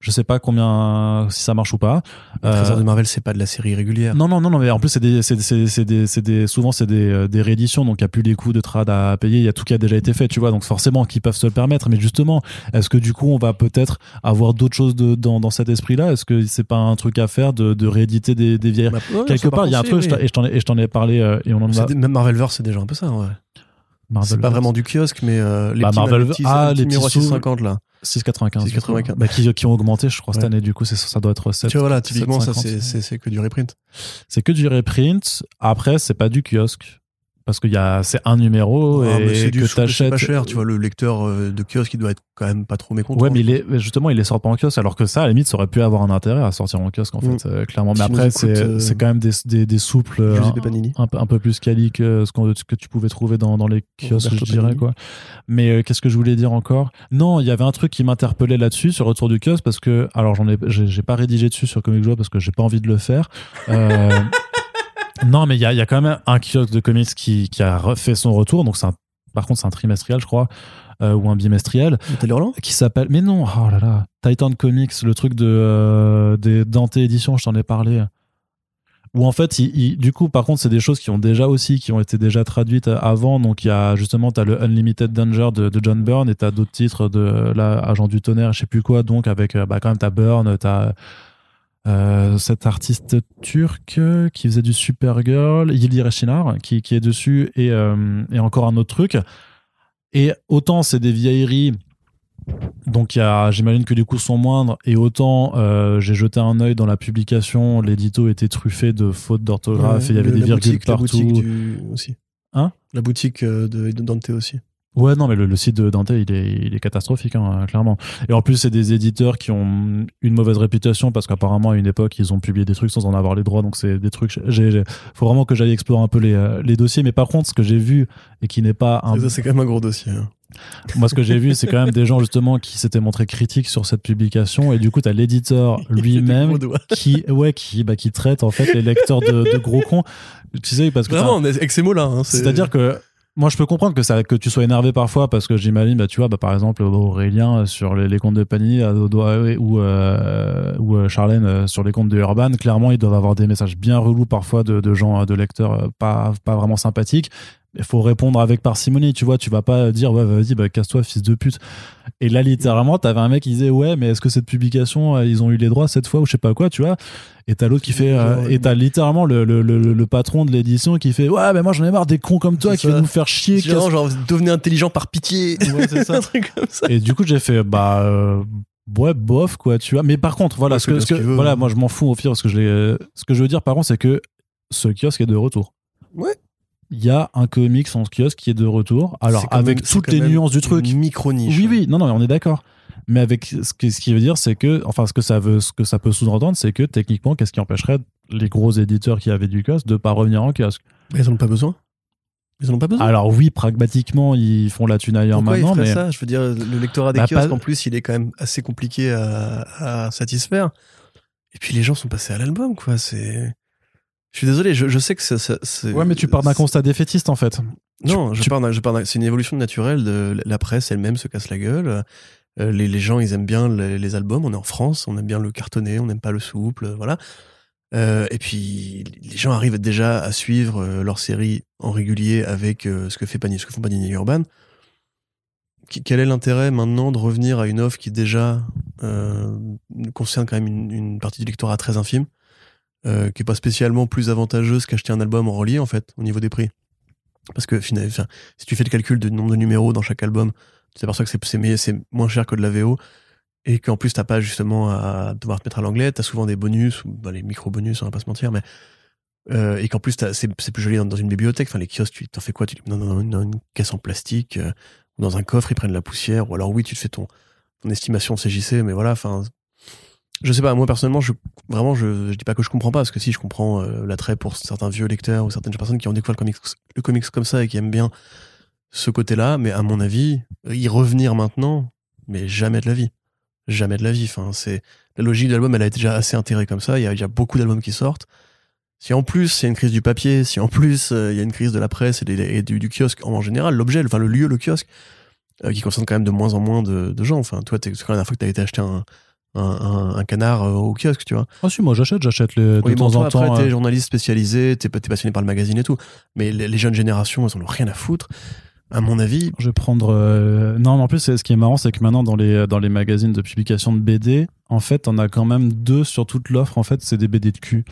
Je sais pas combien, si ça marche ou pas.
Les
Euh,
Trésors de Marvel, c'est pas de la série régulière.
Non, non, non, non, mais en plus, c'est des, c'est, c'est- c'est des, c'est des- souvent, c'est des, euh, des rééditions, donc il n'y a plus les coûts de trad à payer, il y a tout qui a déjà été fait, tu vois, donc forcément, qu'ils peuvent se le permettre. Mais justement, est-ce que du coup, on va peut-être avoir d'autres choses de- dans, dans cet esprit-là Est-ce que c'est pas un truc à faire de, de rééditer des, des vieilles.
Bah, ouais,
Quelque
ça, par
part, il y a un
contre,
truc,
si,
je t'en- et je t'en ai,
oui.
et je t'en ai parlé, euh, et on en a.
C'est des- Même Marvelverse, c'est déjà un peu ça. ouais. C'est
Marvel
pas vraiment du kiosque, mais euh, les,
Bah,
petits,
Marvel-
les petits,
ah,
les
les
petits numéros
petits sous.
650 là.
6,95.
6,95.
Bah, qui, qui ont augmenté, je crois, cette
Ouais.
année, du coup, c'est, ça doit être 7.
Tu vois, voilà, typiquement, ça,
7,50,
c'est-
ouais.
c'est c'est que du reprint.
C'est que du reprint. Après, c'est pas du kiosque. Parce qu'il y a, c'est un numéro
Ah, mais
Oh, et
c'est du-
que
c'est pas
t'achètes.
cher, tu vois, le lecteur euh, de kiosque, il doit être quand même pas trop mécontent.
Ouais, mais il est, justement, il les sort pas en kiosque, alors que ça, à la limite, ça aurait pu avoir un intérêt à sortir en kiosque, en
Mm.
fait, euh, clairement. Mais
Qui nous
après,
écoute,
c'est
euh,
c'est quand même des, des, des souples. euh,
Giuseppe Panini.
un, peu- un peu plus quali que ce qu'on- ce que tu pouvais trouver dans, dans les kiosques,
Roberto
je dirais.
Benigni.
Quoi. Mais euh, qu'est-ce que je voulais dire encore Non, il y avait un truc qui m'interpellait là-dessus, sur Retour du kiosque, parce que. Alors, j'en ai, j'ai, j'ai pas rédigé dessus sur Comic Joe parce que j'ai pas envie de le faire. Euh, non, mais il y a, il y a quand même un kiosque de comics qui, qui a refait son retour. Donc, c'est un- par contre, c'est un trimestriel, je crois, euh, ou un bimestriel
Taylorland
qui s'appelle mais non oh là là Titan Comics le truc de euh, des Dante Edition je t'en ai parlé où en fait il- il- du coup par contre c'est des choses qui ont déjà aussi qui ont été déjà traduites avant donc il y a justement t'as le Unlimited Danger de, de John Byrne et t'as d'autres titres de euh, là Agent du Tonnerre je sais plus quoi donc avec euh, bah, quand même t'as Byrne t'as euh, cet artiste turc euh, qui faisait du Supergirl, Yildiz Rechinar, qui, qui est dessus, et, euh, et encore un autre truc. Et autant c'est des vieilleries donc il y a- j'imagine que les coûts sont moindres et autant euh, j'ai jeté un œil dans la publication, l'édito était truffé de fautes d'orthographe et il y avait
Le-
des
la
virgules
boutique-
partout.
La boutique du- aussi.
Hein
La boutique euh, de, de Dante aussi.
Ouais non mais le, le site de Dante il est, il est catastrophique hein, clairement. Et en plus c'est des éditeurs qui ont une mauvaise réputation parce qu'apparemment à une époque ils ont publié des trucs sans en avoir les droits donc c'est des trucs. J'ai, j'ai- faut vraiment que j'aille explorer un peu les, euh, les dossiers mais par contre ce que j'ai vu et qui n'est pas un
Ça, c'est quand même un gros dossier. hein.
Moi, ce que j'ai vu, c'est quand même des gens justement qui s'étaient montrés critiques sur cette publication, et du coup, t'as l'éditeur
Il fait des
lui-même
gros doigts.
qui, ouais, qui, bah, qui traite en fait les lecteurs de, de gros cons. Tu sais, parce que t'as-
Vraiment, on est avec ces mots-là. hein, c'est-
c'est-à-dire que moi, je peux comprendre que, ça, que tu sois énervé parfois parce que j'imagine, bah, tu vois, bah, par exemple, Aurélien euh, sur les, les comptes de Panini euh, doit- ou, euh, ou euh, Charlène euh, sur les comptes de Urban, clairement, ils doivent avoir des messages bien relous parfois de, de gens, euh, de lecteurs euh, pas, pas vraiment sympathiques. Il faut répondre avec parcimonie, tu vois. Tu vas pas dire, ouais, vas-y, bah, casse-toi, fils de pute. Et là, littéralement, t'avais un mec qui disait, ouais, mais est-ce que cette publication, euh, ils ont eu les droits cette fois ou je sais pas quoi, tu vois. Et t'as l'autre qui fait, euh, et t'as littéralement le, le, le, le patron de l'édition qui fait, ouais, mais moi j'en ai marre des cons comme toi
C'est
qui veulent
ça.
nous faire chier.
C'est vraiment
casse-
genre, devenez intelligent par pitié.
Ouais, c'est ça.
un truc comme ça.
Et du coup, j'ai fait, bah, euh, ouais, bof, quoi, tu vois. Mais par contre, voilà,
Ouais,
ce que, ce
c'est bien
que-
ce qu'il veut,
voilà,
hein.
moi je m'en fous au pire, parce que je l'ai, euh, ce que je veux dire par contre, c'est que ce kiosque est de retour.
Ouais.
Il y a un comics en kiosque qui est de retour. Alors,
C'est quand
avec
même- c'est
toutes
quand
les
même
nuances du truc.
Une hein. micro-niche.
Oui, oui, non, non, on est d'accord. Mais avec ce qui, ce qui veut dire, c'est que, enfin, ce que ça veut, ce que ça peut sous-entendre, c'est que techniquement, qu'est-ce qui empêcherait les gros éditeurs qui avaient du kiosque de pas revenir en kiosque
Mais ils en ont pas besoin. Ils en ont pas besoin.
Alors oui, pragmatiquement, ils font la thune ailleurs
Pourquoi ils
maintenant,
feraient
mais
ça Je veux dire, le lectorat des
Bah,
kiosques,
pas-
en plus, il est quand même assez compliqué à, à satisfaire. Et puis les gens sont passés à l'album, quoi. C'est. Je suis désolé, je, je sais que ça. ça- c'est-
ouais, mais tu pars d'un constat défaitiste en fait.
Non, je
tu-
pars d'un- je pars d'un- C'est une évolution naturelle. De, la presse elle-même se casse la gueule. Euh, les, les gens, ils aiment bien les, les albums. On est en France, on aime bien le cartonné, on n'aime pas le souple, euh, voilà. Euh, et puis, les gens arrivent déjà à suivre euh, leur série en régulier avec euh, ce que fait Panini, ce que font Panini et Urban. Qui- Quel est l'intérêt maintenant de revenir à une offre qui déjà euh, concerne quand même une, une partie du lectorat très infime, euh, qui est pas spécialement plus avantageuse qu'acheter un album en relié en fait au niveau des prix. Parce que finalement, enfin, si tu fais le calcul du nombre de numéros dans chaque album, tu t'aperçois que c'est- c'est meilleur- c'est moins cher que de la VO et qu'en plus t'as pas justement à devoir te mettre à l'anglais, t'as souvent des bonus ou bah, les micro bonus, on va pas se mentir, mais euh, et qu'en plus t'as- c'est c'est plus joli dans, dans une bibliothèque. Enfin les kiosques, tu t'en fais quoi Tu les mets dans, dans- dans une caisse en plastique, euh, ou dans un coffre, ils prennent de la poussière. Ou alors oui, tu te fais ton, ton estimation CJC, mais voilà. Enfin, je sais pas. Moi personnellement, je vraiment, je, je dis pas que je comprends pas, parce que si je comprends euh, l'attrait pour certains vieux lecteurs ou certaines personnes qui ont découvert le comics, le comics comme ça et qui aiment bien ce côté-là, mais à mon avis, y revenir maintenant, mais jamais de la vie. Jamais de la vie. Enfin, c'est la logique de l'album, elle a été déjà assez intégrée comme ça. Il y a, il y a beaucoup d'albums qui sortent. Si en plus il y a une crise du papier, si en plus euh, il y a une crise de la presse et, des- et du, du kiosque en général, l'objet, enfin le lieu, le kiosque, euh, qui concerne quand même de moins en moins de, de gens. Enfin, toi, t'es- c'est quand la dernière fois que t'as été acheter un, un, un- un canard euh, au kiosque, tu vois.
Ah si, moi j'achète, j'achète les- de
Oui, bon,
temps
toi,
en temps.
Après,
euh,
t'es journaliste spécialisé, t'es, t'es passionné par le magazine et tout. Mais les, les jeunes générations, elles en ont rien à foutre. À mon avis,
Je vais prendre. euh, Non, mais en plus, c'est- ce qui est marrant, c'est que maintenant, dans les, dans les magazines de publication de BD, en fait, on a quand même deux sur toute l'offre. En fait, c'est des BD de cul.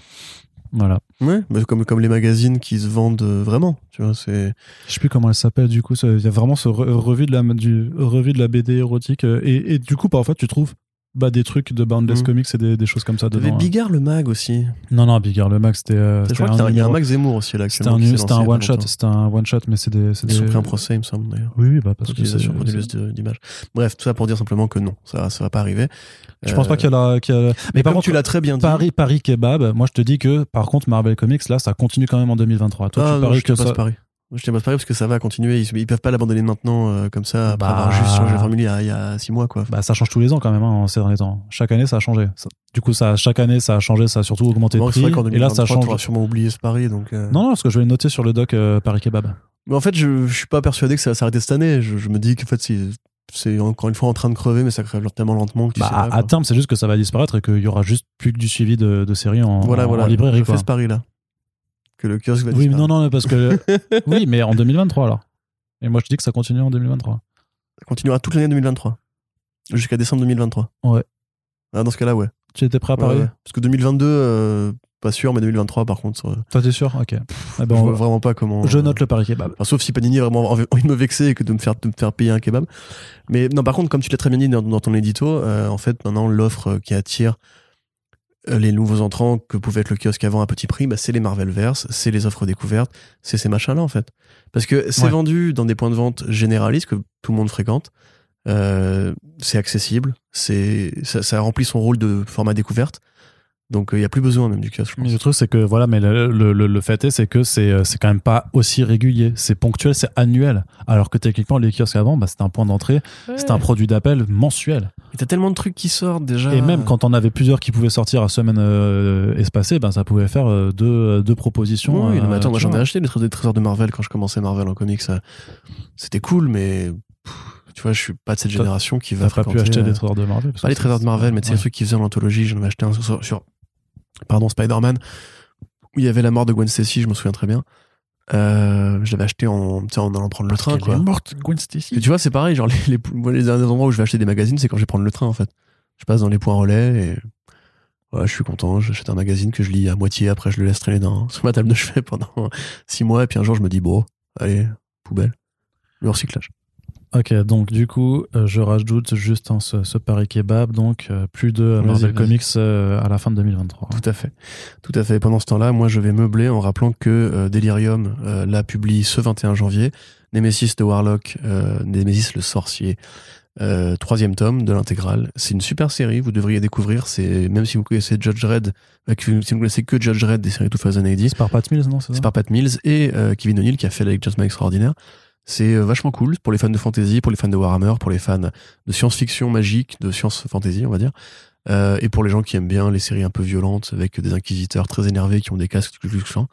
Voilà.
ouais, mais bah, comme, comme les magazines qui se vendent euh, vraiment, tu vois, c'est.
Je sais plus comment elle s'appelle du coup. ça- Il y a vraiment ce re- revue de la du revue de la BD érotique euh, et, et du coup parfois tu trouves bah, des trucs de Boundless
Mhm.
Comics et des, des choses comme ça
T'avais
dedans. hein.
Bigard le mag aussi.
Non, non, Bigger, le Max, c'était. euh,
Je
c'était
crois qu'il y a un- il y a un
numéro-
mag Zemmour aussi là.
C'était un,
actuellement, qui s'est
c'était
lancé
un
il y a
one
pas
shot,
longtemps.
c'était un one shot, mais c'est des. c'est
Ils ont
des-
pris un procès, il me semble d'ailleurs.
Oui, oui, bah parce que.
Utilisation
c'est-
frauduleuse de- d'images. Bref, tout ça pour dire simplement que non, ça, ça va pas arriver. Euh,
Je pense pas qu'il y a la. qu'il y a la-
Mais
Mais par
par
contre,
tu l'as très bien dit.
Paris, Paris Kebab, moi je te dis que par contre Marvel Comics, là ça continue quand même en 2023. Toi
Ah,
tu
non,
paries
je te
que
passe
ça.
Paris. Moi, Je te passe Paris parce que ça va continuer. Ils, ils peuvent pas l'abandonner maintenant euh, comme ça après
Bah.
avoir juste changé la formule il y a- il y a six mois quoi.
Bah, ça change tous les ans quand même hein, en ces derniers temps. Chaque année ça a changé. Ça- Du coup, ça, chaque année ça a changé, ça a surtout augmenté
Bon,
le
c'est
prix.
vrai qu'en
Et là ça
2023,
change.
t'auras sûrement oublié ce pari donc. euh,
Non, non, parce que je vais le noter sur le doc euh, Paris Kebab.
Mais en fait, je, je suis pas persuadé que ça va s'arrêter cette année. Je, je me dis qu'en fait, c'est, c'est encore une fois en train de crever, mais ça crève tellement lentement que tu
Bah,
sais pas,
à,
quoi.
à terme, c'est juste que ça va disparaître et qu'il y aura juste plus que du suivi de, de séries en,
voilà,
en-
voilà.
en librairie.
je
Quoi.
fais ce pari là. Que le kiosque va
Oui, mais
disparaître.
non, non, mais parce que. oui, mais en 2023 alors. Et moi je dis que ça continue en 2023.
Ça continuera toute l'année 2023. Jusqu'à décembre 2023.
Ouais.
Ah, dans ce cas-là, ouais.
Tu étais prêt à
Ouais,
Paris
ouais. Parce que 2022, euh, pas sûr, mais 2023, par contre, euh,
Toi t'es sûr Ok. Ah ben,
je
Bah, on-
vois vraiment pas comment.
je
euh,
note le Paris Kebab.
Enfin, sauf si Panini a vraiment envie envie de me vexer et que de me faire, de me faire payer un kebab. Mais non, par contre, comme tu l'as très bien dit dans, dans ton édito, euh, en fait, maintenant, l'offre euh, qui attire euh, les nouveaux entrants que pouvait être le kiosque avant à petit prix, bah, c'est les Marvelverse, c'est les offres découvertes, c'est ces machins-là, en fait. Parce que c'est
Ouais.
vendu dans des points de vente généralistes que tout le monde fréquente. Euh, c'est accessible, c'est ça, ça remplit son rôle de format découverte. Donc, il n'y a plus besoin même du kiosque, je pense.
Mais le truc, c'est que voilà, mais le, le, le- le fait est, c'est que c'est euh, c'est quand même pas aussi régulier. C'est ponctuel, c'est annuel. Alors que techniquement, les kiosques avant, bah, c'était un point d'entrée, c'était un produit d'appel mensuel.
Mais T'as tellement de trucs qui sortent déjà.
Et même quand on avait plusieurs qui pouvaient sortir à semaine euh, espacée, ben ça pouvait faire euh, deux, euh, deux propositions.
Oui, non, mais
euh,
attends, moi
tu
j'en ai
vois.
acheté des trésors, des trésors de Marvel quand je commençais Marvel en comics. ça- C'était cool, mais pff, tu vois, je suis pas de cette
T'as-
génération qui va
T'as pas pu
fréquenter,
acheter
euh,
des trésors de Marvel. parce
Pas les
que
trésors de
c'est-
Marvel, mais tu sais,
ouais.
les trucs qui faisaient en anthologie. J'en ai acheté un sur, sur- sur- pardon, Spider-Man, où il y avait la mort de Gwen Stacy, je me souviens très bien. Euh, je l'avais acheté en, tu sais, en allant prendre le train,
Parce qu'elle
quoi.
est morte, Gwen Stacy.
Et tu vois, c'est pareil, genre les, les, moi, les derniers endroits où je vais acheter des magazines, c'est quand je vais prendre le train en fait. Je passe dans les points relais et voilà, je suis content, j'achète un magazine que je lis à moitié, après je le laisse traîner dans, sur ma table de chevet pendant six mois, et puis un jour je me dis, bon, allez, poubelle, le recyclage.
Ok, donc du coup, euh, je rajoute juste hein, ce, ce Paris Kebab, donc euh, plus de
Vas-y,
Marvel
vas-y.
Comics euh, à la fin de 2023. hein.
Tout à fait. Tout à fait. Et pendant ce temps-là, moi, je vais meubler en rappelant que euh, Delirium euh, la publie ce 21 janvier. Nemesis de Warlock, euh, Nemesis le sorcier. euh, troisième tome de l'intégrale. C'est une super série, vous devriez découvrir. C'est même si vous connaissez Judge Red, euh, que- si vous connaissez que Judge Red des séries Tout Phase Années 10,
C'est par Pat Mills, non C'est
c'est
ça
par Pat Mills et euh, Kevin O'Neill qui a fait la Gentleman Extraordinaire. C'est euh, vachement cool pour les fans de fantasy, pour les fans de Warhammer, pour les fans de science-fiction magique, de science-fantasy, on va dire. Euh, et pour les gens qui aiment bien les séries un peu violentes avec des inquisiteurs très énervés qui ont des casques luxants.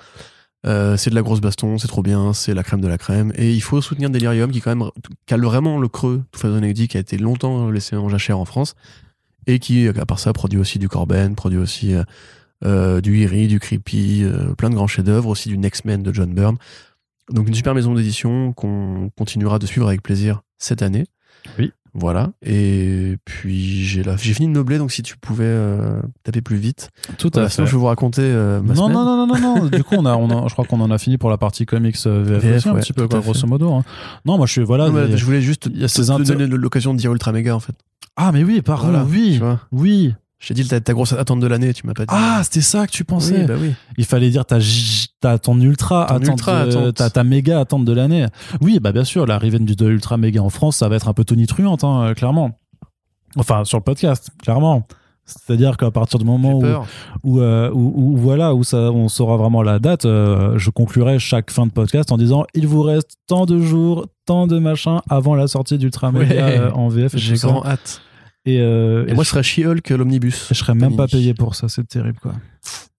Euh, c'est de la grosse baston, c'est trop bien, c'est la crème de la crème. Et il faut soutenir Delirium qui, quand même, cale vraiment le creux, tout façon dit, qui a été longtemps laissé en jachère en France. Et qui, à part ça, produit aussi du Corben, produit aussi euh, euh, du Eerie, du Creepy, euh, plein de grands chefs-d'œuvre, aussi du Next Man de John Byrne. Donc une super maison d'édition qu'on continuera de suivre avec plaisir cette année.
Oui.
Voilà. Et puis j'ai là, j'ai fini de meubler, donc si tu pouvais euh, taper plus vite.
Tout
Voilà, Bah, sinon, je vais vous raconter euh, ma
non,
semaine.
non, non, non, non, non. Du coup, on a, on a- je crois qu'on en a fini pour la partie comics euh, VF,
VF,
aussi, un
ouais,
petit peu,
tout
quoi,
à fait.
grosso modo. hein. Non, moi, je suis, voilà.
Non, mais
mais-
je voulais juste
il y a ces
te
inter-
donner l'occasion de dire Ultra Mega en fait.
Ah, mais oui, pardon,
Voilà, Tu
oui,
vois,
oui.
je t'ai dit ta, ta grosse attente de l'année, tu m'as pas dit.
Ah, c'était ça que tu pensais.
oui, bah oui.
Il fallait dire ta, j- ta- ton ultra,
Ton
attente,
ultra
de-
attente.
ta, ta méga attente de l'année. Oui, bah bien sûr, l'arrivée du- de l'ultra méga en France, ça va être un peu tonitruante, hein, euh, clairement. Enfin, sur le podcast, clairement. C'est-à-dire qu'à partir du
J'ai
moment où,
peur.
où, euh, où- où- où voilà où ça on saura vraiment la date euh, je conclurai chaque fin de podcast en disant il vous reste tant de jours tant de machins avant la sortie d'Ultra Mega
Ouais.
euh, en VF et,
J'ai
tout ça.
grand hâte.
et, euh,
Et
et
moi, je
je,
serais She-Hulk, l'omnibus
et je serais même pas
Panini.
payé pour ça c'est terrible quoi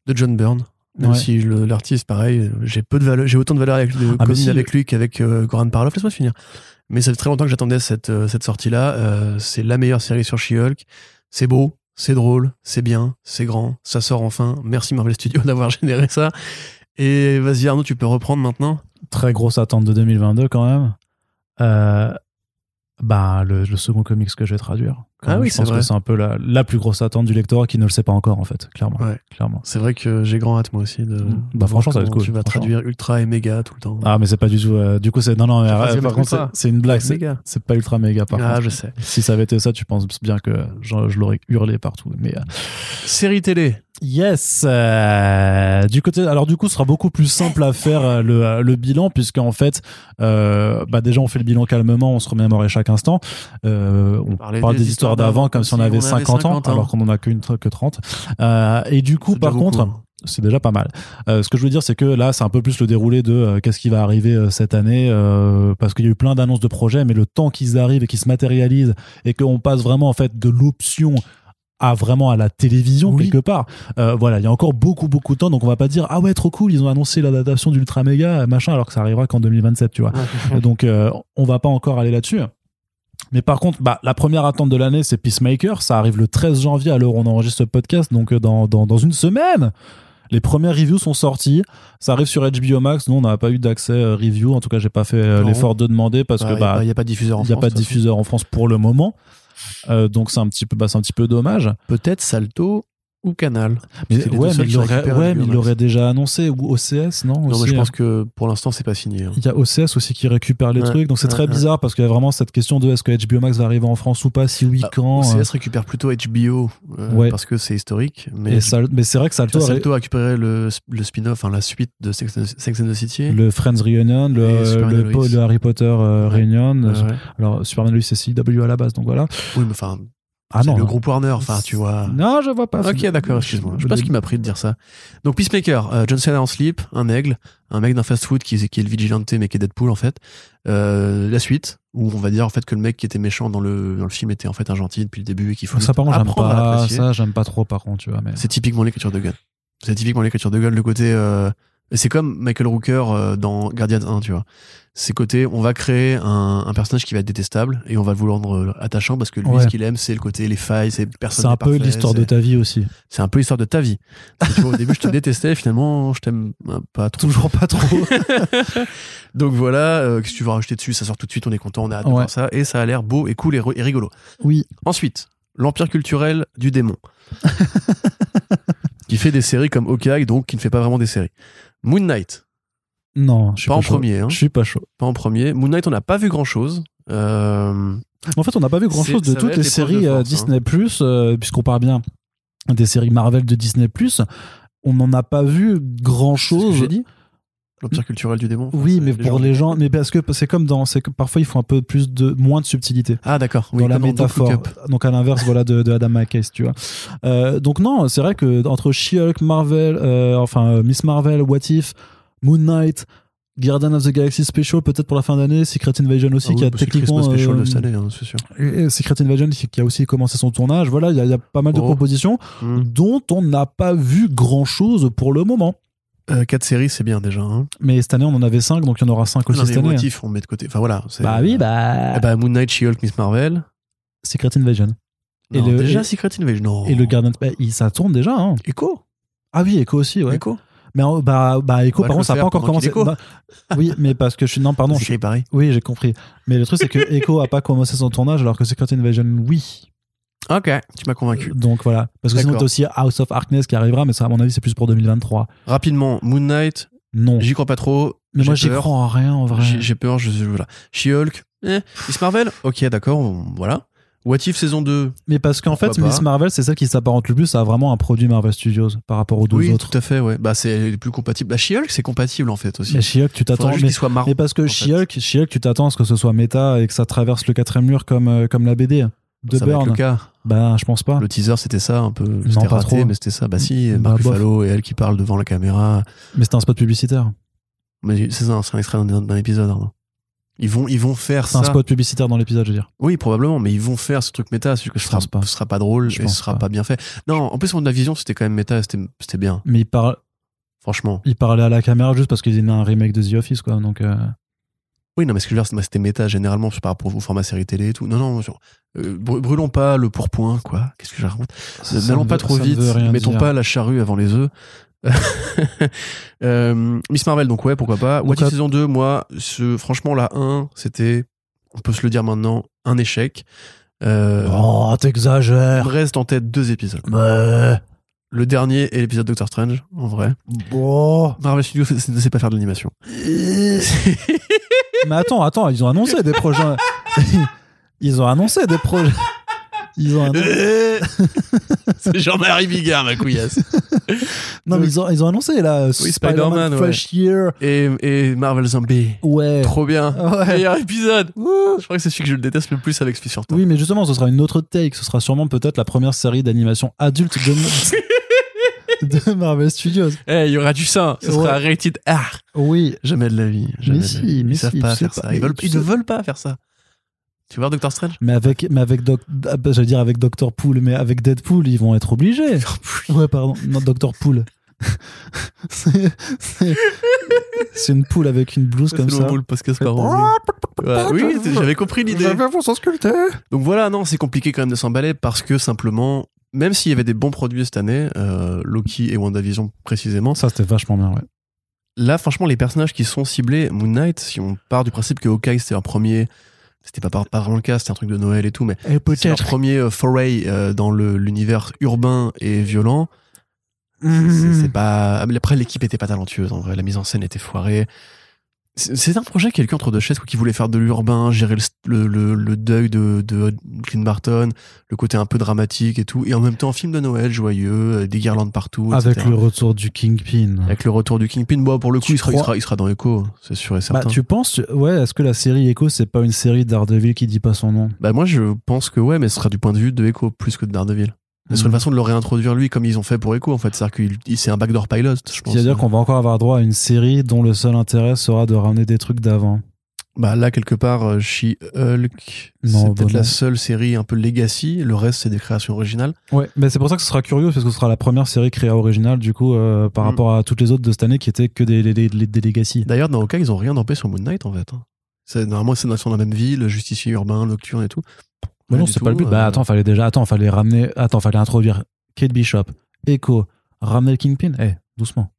de John Byrne. Même
Ouais.
si le- l'artiste, pareil, euh, j'ai peu de valeur, j'ai autant de valeur avec, de
Ah, mais
commune
si.
avec lui qu'avec euh, Goran Parloff. Laisse-moi finir. Mais ça fait très longtemps que j'attendais cette, euh, cette sortie-là. Euh, c'est la meilleure série sur She-Hulk. C'est beau, c'est drôle, c'est bien, c'est grand, ça sort enfin. Merci Marvel Studios d'avoir généré ça. Et vas-y Arnaud, tu peux reprendre maintenant.
très grosse attente de 2022 quand même Euh, bah le, le second comics que je vais traduire Quand
Ah
même,
oui,
je
c'est
pense
vrai.
que c'est un peu la, la plus grosse attente du lectorat qui ne le sait pas encore, en fait, clairement.
Ouais.
clairement.
C'est vrai que j'ai grand hâte moi aussi de.
Mm. Bah, franchement, ça va être
comment
cool,
Tu vas
franchement.
traduire ultra et méga tout le temps.
Ah, mais c'est pas du tout. euh, du coup, c'est. Non, non, mais,
J'ai
euh,
pas dit
par
ultra.
contre, c'est c'est une blague. C'est
méga.
c'est pas ultra méga, par
Ah,
contre.
je sais.
Si ça avait été ça, tu penses bien que je, je l'aurais hurlé partout. Mais euh,
Série télé.
Yes. euh, du côté, alors du coup, ce sera beaucoup plus simple à faire euh, le, euh, le bilan puisque en fait, euh, bah déjà, on fait le bilan calmement, on se remémorait chaque instant. Euh, on
Parlait
parle
des
des, histoires
histoires
d'avant comme si on avait 50, ans,
ans.
alors qu'on en a qu'une que 30. Euh, et du coup,
C'est
par
déjà beaucoup,
contre,
hein.
c'est déjà pas mal. Euh, ce que je veux dire, c'est que là, c'est un peu plus le déroulé de euh, qu'est-ce qui va arriver euh, cette année, euh, parce qu'il y a eu plein d'annonces de projets, mais le temps qu'ils arrivent et qu'ils se matérialisent et qu'on passe vraiment en fait de l'option à vraiment à la télévision
Oui.
quelque part. Euh, voilà, il y a encore beaucoup beaucoup de temps, donc on va pas dire ah ouais trop cool, ils ont annoncé l'adaptation d'Ultra Mega machin, alors que ça arrivera qu'en 2027, tu vois. Donc euh, on va pas encore aller là-dessus. Mais par contre, bah, la première attente de l'année, c'est Peacemaker. Ça arrive le 13 janvier à l'heure où on enregistre ce podcast, donc euh, dans, dans, dans une semaine. Les premières reviews sont sorties. Ça arrive sur HBO Max. Nous, on n'a pas eu d'accès euh, review. En tout cas, j'ai pas fait euh,
Non.
l'effort de demander parce
Bah,
que bah,
il n'y a, pas de diffuseur en
il n'y
France.
a pas de
toute façon.
diffuseur en France pour le moment. Euh, donc c'est un petit peu, bah, c'est un petit peu dommage.
Peut-être Salto ou Canal.
Mais
C'était les
ouais,
deux
mais
seuls
il
qui
l'aurait,
récupèrent
ouais,
HBO
mais il
Max.
l'aurait déjà annoncé ou OCS, non,
Non, mais
aussi,
je
euh,
pense que pour l'instant, c'est pas signé. hein.
Il y a OCS aussi qui récupère les
Ouais,
trucs, donc c'est
ouais,
très
ouais.
bizarre parce qu'il y a vraiment cette question de est-ce que HBO Max va arriver en France ou pas, si oui,
Bah,
quand. euh,
OCS récupère plutôt HBO euh,
Ouais.
parce que c'est historique.
et
Mais
ça- mais c'est vrai que ça
tu vois,
le
Salto a récupéré le, le spin-off, enfin la suite de Sex and, Sex and the City.
le Friends Reunion, le,
Et Superman
le,
Lois.
po- le Harry Potter euh,
Ouais.
Reunion.
Euh, ouais.
Alors, Superman lui, c'est CW à la base, donc voilà.
Oui, mais enfin,
Ah
c'est
non.
le
hein.
groupe Warner, enfin, tu vois.
Non, je vois pas.
Ok, d'accord, excuse-moi. Je sais pas ce qui m'a pris de dire ça. Donc, Peacemaker, euh, John Cena en slip, un aigle, un mec d'un fast-food qui, qui est le vigilante mais qui est Deadpool en fait. Euh, la suite, où on va dire en fait que le mec qui était méchant dans le, dans le film était en fait un gentil depuis le début et qu'il faut
Ça, par contre, j'aime
apprendre à
pas.
l'apprécier.
Ça, j'aime pas trop, par contre, tu vois. Mais...
C'est typiquement l'écriture de Gunn. C'est typiquement l'écriture de Gunn, le côté. euh, c'est comme Michael Rooker euh, dans Guardians 1, tu vois. C'est côté, on va créer un, un personnage qui va être détestable et on va vous le rendre euh, attachant parce que lui,
Ouais.
ce qu'il aime, c'est le côté, les failles, c'est personne.
C'est un
n'est
peu
parfait,
l'histoire de
c'est-
ta vie aussi.
C'est un peu l'histoire de ta vie. C'est, tu vois, au début, je te détestais, finalement, je t'aime euh, pas trop.
Toujours pas trop.
Donc voilà, euh, qu'est-ce que tu vas rajouter dessus Ça sort tout de suite, on est content, on a hâte de
Ouais.
voir ça et ça a l'air beau et cool et, re- et rigolo.
oui.
Ensuite, l'empire culturel du démon. qui fait des séries comme Hawkeye, donc qui ne fait pas vraiment des séries. Moon Knight,
Non, je suis
Pas
pas,
en
chaud.
premier, hein.
Je suis pas chaud.
pas en premier. Moon Knight, on n'a pas vu Euh, grand chose.
En fait, on n'a pas vu grand chose de
C'est- ça va
toutes
être
les
l'épreuve de
séries euh,
force, hein.
Disney, euh, puisqu'on parle bien des séries Marvel de Disney, on n'en a pas vu grand chose.
j'ai dit. L'empire culturel du
Mm.
démon.
Oui,
c'est
mais
les
pour
gens-
les gens, mais parce que c'est comme dans, c'est que parfois ils font un peu plus de moins de subtilité
Ah d'accord. Oui,
dans la
comme Don't Look
métaphore. Ah
Up.
Donc à l'inverse, voilà, de, de Adam McKay, tu vois. Euh, donc non, c'est vrai que entre She-Hulk, Marvel, euh, enfin euh, Miss Marvel, What If, Moon Knight, Guardian of the Galaxy Special, peut-être pour la fin d'année, Secret Invasion aussi,
Ah oui,
qui a
parce que
techniquement
Christmas Special
euh,
de cette année, hein, c'est sûr.
et- et Secret Invasion qui, qui a aussi commencé son tournage. Voilà, il y, a- il y a pas mal de
Oh.
propositions
Hmm.
dont on n'a pas vu grand chose pour le moment.
Euh, quatre séries, c'est bien déjà. Hein.
Mais cette année, on en avait 5 donc il y en aura 5 aussi
Ah Non, mais
cette année. hein.
What If, on met de côté. Enfin voilà. c'est-
Bah oui, bah.
Eh bah, Moon Knight, She-Hulk, Miss Marvel.
Secret Invasion. Et
Non,
le-
déjà
et-
Secret Invasion. Non.
Et le Guardian, bah, il- ça tourne déjà. hein.
Echo.
Ah oui, Echo aussi, ouais.
Echo.
Mais en- bah, bah Echo,
On va
par
le
contre, ça n'a
faire
pas encore
pendant
commencé.
qu'il déco.
Non. oui, mais parce que je suis. Non, pardon.
Non,
je-
c'est pareil.
Oui, j'ai compris. Mais le truc, c'est que Echo a pas commencé son tournage, alors que Secret Invasion, oui.
Ok. Tu m'as convaincu.
Donc voilà. Parce que sinon,
D'accord.
t'as aussi House of Harkness qui arrivera, mais ça, à mon avis, c'est plus pour 2023.
Rapidement, Moon Knight,
Non.
J'y crois pas trop.
Mais moi,
J'ai
j'y
peur.
crois en rien, en vrai.
J'ai j'ai peur, je, je- voilà. She-Hulk, eh. Miss Marvel, ok, d'accord, on- voilà. What If saison 2
Mais parce qu'en
Pourquoi
fait, Miss
pas.
Marvel, c'est celle qui s'apparente le plus à vraiment un produit Marvel Studios par rapport aux deux
Oui,
autres.
tout à fait, ouais. Bah, c'est les plus compatible. Bah, She-Hulk, c'est compatible en fait aussi.
Mais Bah, She-Hulk, tu
Faudrait
t'attends.
juste
mais-
qu'il soit marrant.
Mais parce que
Ah, en fait.
She-Hulk, She-Hulk, tu t'attends à ce que ce soit méta et que ça traverse le quatrième mur comme, euh, comme la BD de
ça va être
Burn.
le cas.
Bah, je pense pas.
Le teaser, c'était ça un peu. C'était
pas
raté,
trop.
mais c'était ça. Bah, si,
Bah,
Marc
bof.
Ruffalo et elle qui parle devant la caméra.
Mais c'est un spot publicitaire.
Mais c'est ça, c'est un extrait d'un d'un épisode. Arnaud. Ils vont, ils vont faire
C'est
ça.
un spot publicitaire dans l'épisode, je veux dire.
Oui, probablement, mais ils vont faire ce truc méta, c'est que ce sera,
pense pas.
ce sera pas drôle
Je
et ce
pense
sera
pas.
pas. bien fait. Non, en plus, on de la vision, c'était quand même méta, c'était c'était bien,
Mais il, parle,
franchement.
il parlait à la caméra juste parce qu'il y a un remake de The Office, quoi. Donc, euh,
Oui, non, mais ce que je veux dire, c'est- moi, c'était méta généralement par rapport au format série télé et tout. Non, non, genre, euh, br- brûlons pas le pourpoint, quoi. Qu'est-ce que je raconte
ça
N'allons
ne
pas
veut-
trop
ça ne
vite,
veut rien
mettons
dire.
pas la charrue avant les œufs. Euh, Miss Marvel, donc ouais, pourquoi pas.
Donc
What If
là-
saison 2, moi, ce, franchement, la 1, c'était, on peut se le dire maintenant, un échec. Euh,
Oh,
il me
t'exagères.
reste en tête deux épisodes.
Mais.
Le dernier est l'épisode Doctor Strange, en vrai.
Bon.
Marvel Studios c'est- ne sait pas faire de l'animation.
Mais attends, attends, ils ont annoncé des projets. Ils ont annoncé des projets. Ils ont annoncé...
c'est Jean-Marie Bigard, ma couillasse.
Non, mais ils ont, ils ont annoncé là. euh,
Oui,
Spider-Man
Spider-Man, ouais.
Fresh Year.
Et, et Marvel Zombie.
Ouais.
Trop bien.
Ouais.
Meilleur épisode.
Ouh.
Je crois que c'est celui que je le déteste le plus avec Space Short.
Oui, mais justement, ce sera une autre take. Ce sera sûrement peut-être la première série d'animation adulte de... de Marvel Studios.
Eh, il y aura du sein. Ce
Ouais.
sera rated R.
Oui.
Jamais de la vie. Jamais
Mais
de la
si,
vie.
mais
ils savent
si,
pas
tu sais
faire
pas.
ça.
Mais
Ils, veulent-
tu
ils
sais-
ne veulent pas faire ça. Tu vois Doctor Strange
Mais avec, mais avec Doc, ah, bah, j'allais dire avec Doctor Pool, mais avec Deadpool, ils vont être obligés. Ouais, pardon. Non, Doctor Pool. C'est- c'est c'est une poule avec une blouse
C'est
comme
le
ça. Ah,
mot le podcast par an, oui. Ouais, oui, c'est- j'avais compris l'idée.
vous s'ausculter.
Donc voilà, non, c'est compliqué quand même de s'emballer parce que simplement, même s'il y avait des bons produits cette année, euh, Loki et WandaVision précisément,
Ça, c'était vachement bien, ouais.
là, franchement, les personnages qui sont ciblés, Moon Knight, si on part du principe que Hawkeye c'était leur premier, c'était pas, pas vraiment le cas, c'était un truc de Noël et tout, mais
Et
c'est leur premier euh, foray euh, dans le- l'univers urbain et violent. C'est- c'est-
Mm-hmm.
C'est pas. Après, l'équipe était pas talentueuse en vrai. La mise en scène était foirée. C'est c'est un projet quelqu'un entre deux chaises quoi, qui voulait faire de l'urbain, gérer le, st- le, le- le deuil de, de Clint Barton, le côté un peu dramatique et tout, et en même temps film de Noël joyeux, euh, des guirlandes partout,
Avec
etc.
le retour du Kingpin.
Avec le retour du Kingpin. Bon, pour le coup,
Tu
il sera, il
crois-
sera, il sera dans Echo, c'est sûr et
Bah,
certain. Bah,
tu penses, tu- ouais, est-ce que la série Echo, c'est pas une série Daredevil qui dit pas son nom
Bah, moi, je pense que ouais, mais ce sera du point de vue de Echo plus que de Daredevil. Ce serait une
Hmm.
façon de le réintroduire lui comme ils ont fait pour Echo en fait, c'est-à-dire qu'il il- c'est un backdoor pilot, je pense.
C'est-à-dire qu'on va encore avoir droit à une série dont le seul intérêt sera de ramener des trucs d'avant.
Bah là, quelque part, euh, She-Hulk,
Non,
c'est
bah
peut-être
non.
la seule série un peu legacy. Le reste, c'est des créations originales.
Ouais, mais c'est pour ça que ce sera curieux, parce que ce sera la première série créée originale, du coup, euh, par
Mm.
rapport à toutes les autres de cette année qui étaient que des, des, des, des legacy.
D'ailleurs, dans Hawkeye, ils ont rien d'empêché sur Moon Knight, en fait. hein. C'est, normalement, c'est dans ils sont dans la même ville, justicier urbain, nocturne et tout.
Mais
Rien
non,
du
c'est
tout,
pas le but. Bah
euh,
attends, fallait déjà, attends, fallait ramener, attends, fallait introduire Kate Bishop, Echo, ramener le Kingpin. Eh, doucement.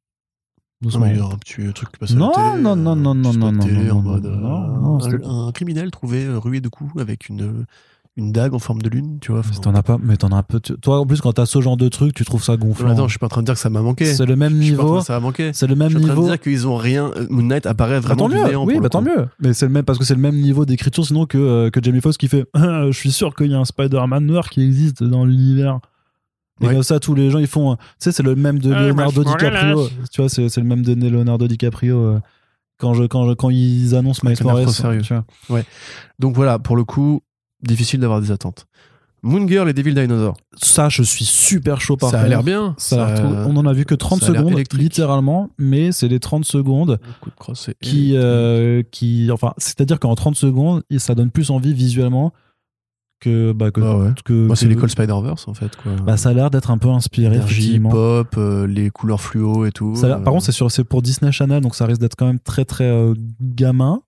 Non,
Doucement.
mais il y a un petit truc qui passe à
Non,
la télé,
non,
euh,
non, non, non,
sur la
non, non,
télé,
non, non,
en mode,
non,
euh,
non,
un-
c'est-
un, criminel trouvé euh, rué de coups avec une, une dague en forme de lune, tu vois.
Mais
Enfin,
t'en as pas, mais t'en as un peu. tu- Toi, en plus, quand t'as ce genre de truc, tu trouves ça
non,
gonflant.
mais attends, je suis pas en train de dire que ça m'a manqué.
C'est le même
Je suis pas en train de
niveau.
dire que ça m'a manqué.
C'est le
Je
même
suis en train de
niveau.
dire qu'ils ont rien. euh, Moon Knight apparaît
Bah,
vraiment
tant
du
mieux.
néant
oui,
pour
bah,
le
tant
coup.
mieux. Mais c'est le même parce que c'est le même niveau d'écriture sinon que euh, que Jamie Foxx qui fait. Ah, je suis sûr qu'il y a un Spider-Man noir qui existe dans l'univers. Et
Ouais.
comme ça, tous les gens ils font. euh, Tu sais, c'est le même de
Ah,
Leonardo
Miles Morales.
DiCaprio. euh, Tu vois, c'est c'est le même de Leonardo DiCaprio. euh, Quand, je, quand, je- quand ils annoncent Miles
Avec un
Morales,
afro sérieux.
tu vois.
Donc voilà, pour le coup, difficile d'avoir des attentes. Moon Girl et Devil Dinosaur.
ça, je suis super chaud par
ça a
contre.
l'air bien.
Ça euh, a l'air trop- On en a vu que 30
ça a l'air
secondes,
électrique.
littéralement, mais c'est les 30 secondes
Le coup de crosse est-
qui, euh, qui enfin, c'est-à-dire qu'en 30 secondes, et ça donne plus envie visuellement que, bah, que,
Ah ouais.
que-
Moi, c'est
que-
l'école Spider-Verse en fait. Quoi.
Bah, ça a l'air d'être un peu inspiré,
Énergie,
effectivement.
pop, euh, les couleurs fluo et tout. euh,
Ça a l'air- par contre, c'est sur, c'est pour Disney Channel, donc ça risque d'être quand même très très euh, gamin.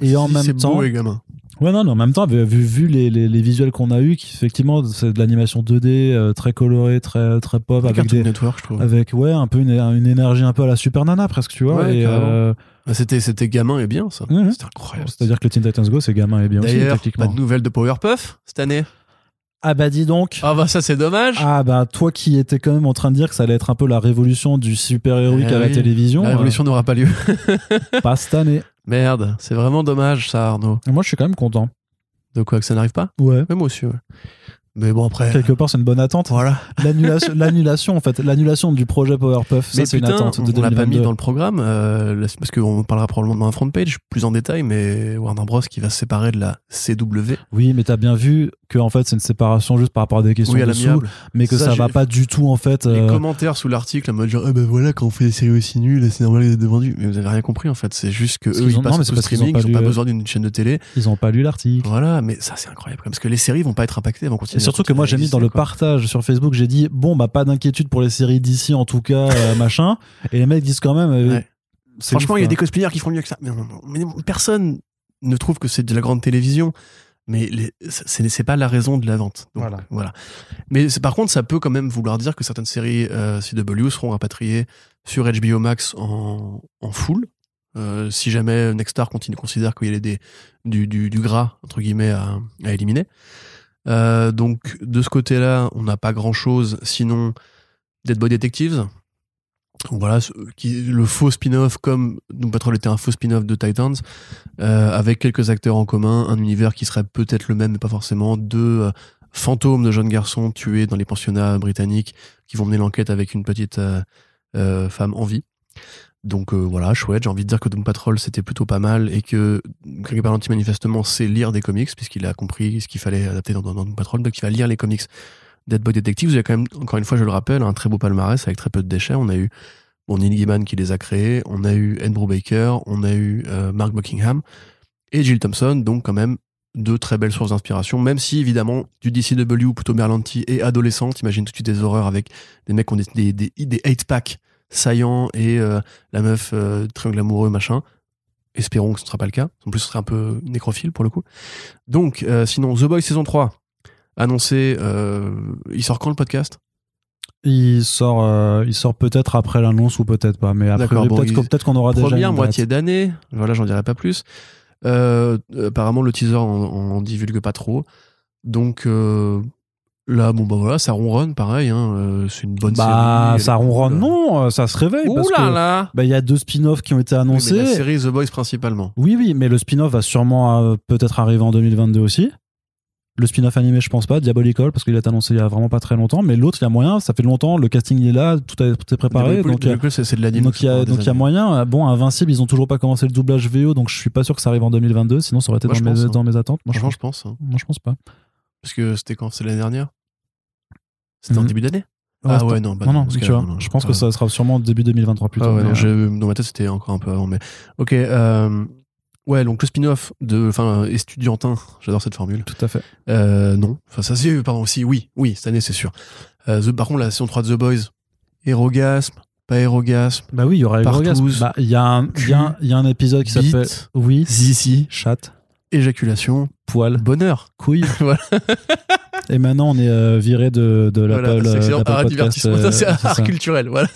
et en même
c'est
temps-
beau et gamin.
Ouais, non, non, en même temps, vu, vu- vu les, les, les visuels qu'on a eu, qui effectivement, c'est de l'animation 2D, euh, très colorée, très, très pop,
Avec
bah, avec
Cartoon
des,
Network, je trouve.
avec ouais un peu une, une énergie un peu à la super nana presque tu vois
Ouais,
et,
carrément.
euh,
Ah, C'était, c'était gamin et bien ça.
Mhm.
C'était incroyable.
c'est à dire que le Teen Titans Go c'est gamin et bien aussi
D'ailleurs, bah, pas de
techniquement
nouvelles de Powerpuff cette année.
ah bah dis donc
Ah bah ça c'est dommage.
ah bah toi qui étais quand même en train de dire que ça allait être un peu la révolution du super héroïque
Eh
à la
oui,
télévision
La révolution n'aura pas lieu.
euh, pas cette année
Merde, c'est vraiment dommage ça, Arnaud.
moi je suis quand même content
De quoi que ça n'arrive pas
ouais
Même aussi. ouais. Mais bon après.
quelque part c'est une bonne attente
Euh, Voilà.
l'annulation l'annulation en fait l'annulation du projet Powerpuff ça
Mais
c'est une
putain,
attente de
on l'a pas mis
2022
dans le programme euh, la- parce qu'on parlera probablement d'un front page plus en détail, mais Warner Bros qui va se séparer de la CW.
oui mais t'as bien vu que en fait c'est une séparation juste par rapport à des questions
Oui, à
de sous
l'amiable.
mais que ça,
Ça, j'ai-
va pas du tout en fait
Les
euh,
commentaires sous l'article, en mode genre, eh ben voilà, quand on fait des séries aussi nulles, c'est normal d'être vendu. Mais vous avez rien compris en fait, c'est juste que
Parce
eux
qu'ils
ils
ont- non,
passent
mais
au
c'est parce qu'ils
streaming,
ont pas
ils ont pas
lu, euh,
besoin d'une chaîne de télé.
ils ont pas lu l'article
Voilà, mais ça c'est incroyable quand même, parce que les séries vont pas être impactées, elles vont
Et
continuer.
surtout
à
que moi j'ai
continuer à
mis dans le
exister, quoi.
partage sur Facebook, j'ai dit bon bah pas d'inquiétude pour les séries d'ici en tout cas euh, machin. Et les mecs disent quand même. euh,
Ouais.
c'est
Franchement,
ouf, hein.
il y a
quoi.
des cosplayers qui font mieux que ça. Mais, non, non, mais non, personne ne trouve que c'est de la grande télévision. Mais les- c'est c'est pas la raison de la vente. Donc,
Voilà.
voilà. Mais c'est- par contre, ça peut quand même vouloir dire que certaines séries euh, CW seront rapatriées sur HBO Max en, en full. euh, si jamais Nextar continue, considère qu'il y a des, du, du, du gras, entre guillemets, à, à éliminer. Euh, donc, de ce côté-là, on n'a pas grand-chose, sinon Dead Boy Detectives. Voilà, ce- qui, le faux spin-off, comme Doom Patrol était un faux spin-off de Titans, euh, avec quelques acteurs en commun, un univers qui serait peut-être le même, mais pas forcément, deux euh, fantômes de jeunes garçons tués dans les pensionnats britanniques qui vont mener l'enquête avec une petite euh, euh, femme en vie. Donc euh, voilà, chouette. J'ai envie de dire que Doom Patrol c'était plutôt pas mal et que Greg Berlanti manifestement sait lire des comics puisqu'il a compris ce qu'il fallait adapter dans, dans- dans Doom Patrol, donc il va lire les comics. Dead Boy Detective, vous avez quand même, encore une fois, je le rappelle, un très beau palmarès avec très peu de déchets. On a eu bon, Neil Gaiman qui les a créés, on a eu Andrew Baker, on a eu euh, Mark Buckingham et Jill Thompson, donc quand même deux très belles sources d'inspiration, même si évidemment du DCW ou plutôt Berlanti et adolescent, imagine tout de suite des horreurs avec des mecs qui ont des, des, des, des eight packs saillants et euh, la meuf euh, triangle amoureux machin. Espérons que ce ne sera pas le cas. En plus, ce serait un peu nécrophile pour le coup. Donc, euh, sinon, The Boy saison 3, annoncé, euh, il sort quand le podcast
Il sort, euh, il sort peut-être après l'annonce ou peut-être pas. Mais après,
D'accord, bon,
peut-être
il-
qu'on peut-être qu'on aura déjà.
Première
une date.
moitié d'année, voilà, j'en dirai pas plus. Euh, apparemment, le teaser, on, on divulgue pas trop. Donc euh, là, bon, bah voilà, ça ronronne, pareil. hein, euh, c'est une bonne
Bah,
série.
ça
Elle est cool,
ronronne.
quoi.
Non, euh, ça se réveille.
Ouh
parce
là
que,
là
bah, il y a deux spin-offs qui ont été
Oui,
annoncés.
mais La série The Boys principalement.
Oui, oui, mais le spin-off va sûrement euh, peut-être arriver en 2022 aussi. Le spin-off animé, je pense pas, Diabolical, parce qu'il a été annoncé il y a vraiment pas très longtemps. Mais l'autre, il y a moyen, ça fait longtemps, le casting il est là, tout, a, tout est préparé.
Deadpool-
Donc, il y a-
Deadpool, c'est c'est de l'anime.
donc il y a, donc il y a moyen. Euh, Bon, Invincible, ils ont toujours pas commencé le doublage VO, donc je suis pas sûr que ça arrive en 2022, sinon ça aurait été
Moi,
dans,
je
mes,
pense, hein.
dans mes attentes. Moi, je
Franchement,
pense,
je pense. hein.
moi, je pense pas.
Parce que c'était quand C'était l'année dernière C'était en
Mhm.
début d'année Ah ouais, non, bah
non, non,
dans ce
tu
cas-là,
vois,
non, non.
je pense que
Ah.
ça sera sûrement début 2023 plutôt.
Ah ouais,
mais,
non,
euh,
j'ai- dans ma tête, c'était encore un peu avant. Mais... Ok. euh, Ouais, donc le spin-off de. Enfin, euh, Estudiantin, j'adore cette formule.
Tout à fait.
Euh, non. Enfin, ça c'est. Pardon, si, oui, oui, cette année, c'est sûr. Euh, The- Par contre, la saison 3 de The Boys, érogasme, pas érogasme,
Bah oui, il y aura
Partouze,
Eurorgasme. Bah, Il y, a un- il y a un- il y a un épisode qui s'appelle.
bite,
Oui,
zizi,
chatte,
éjaculation,
poil,
bonheur.
couille.
Voilà.
Et maintenant, on est euh, viré de, de l'Apple
Voilà, c'est excellent
euh, d'Apple
par
Podcast,
divertissement.
euh,
Ça, c'est
c'est ça.
art culturel. Voilà.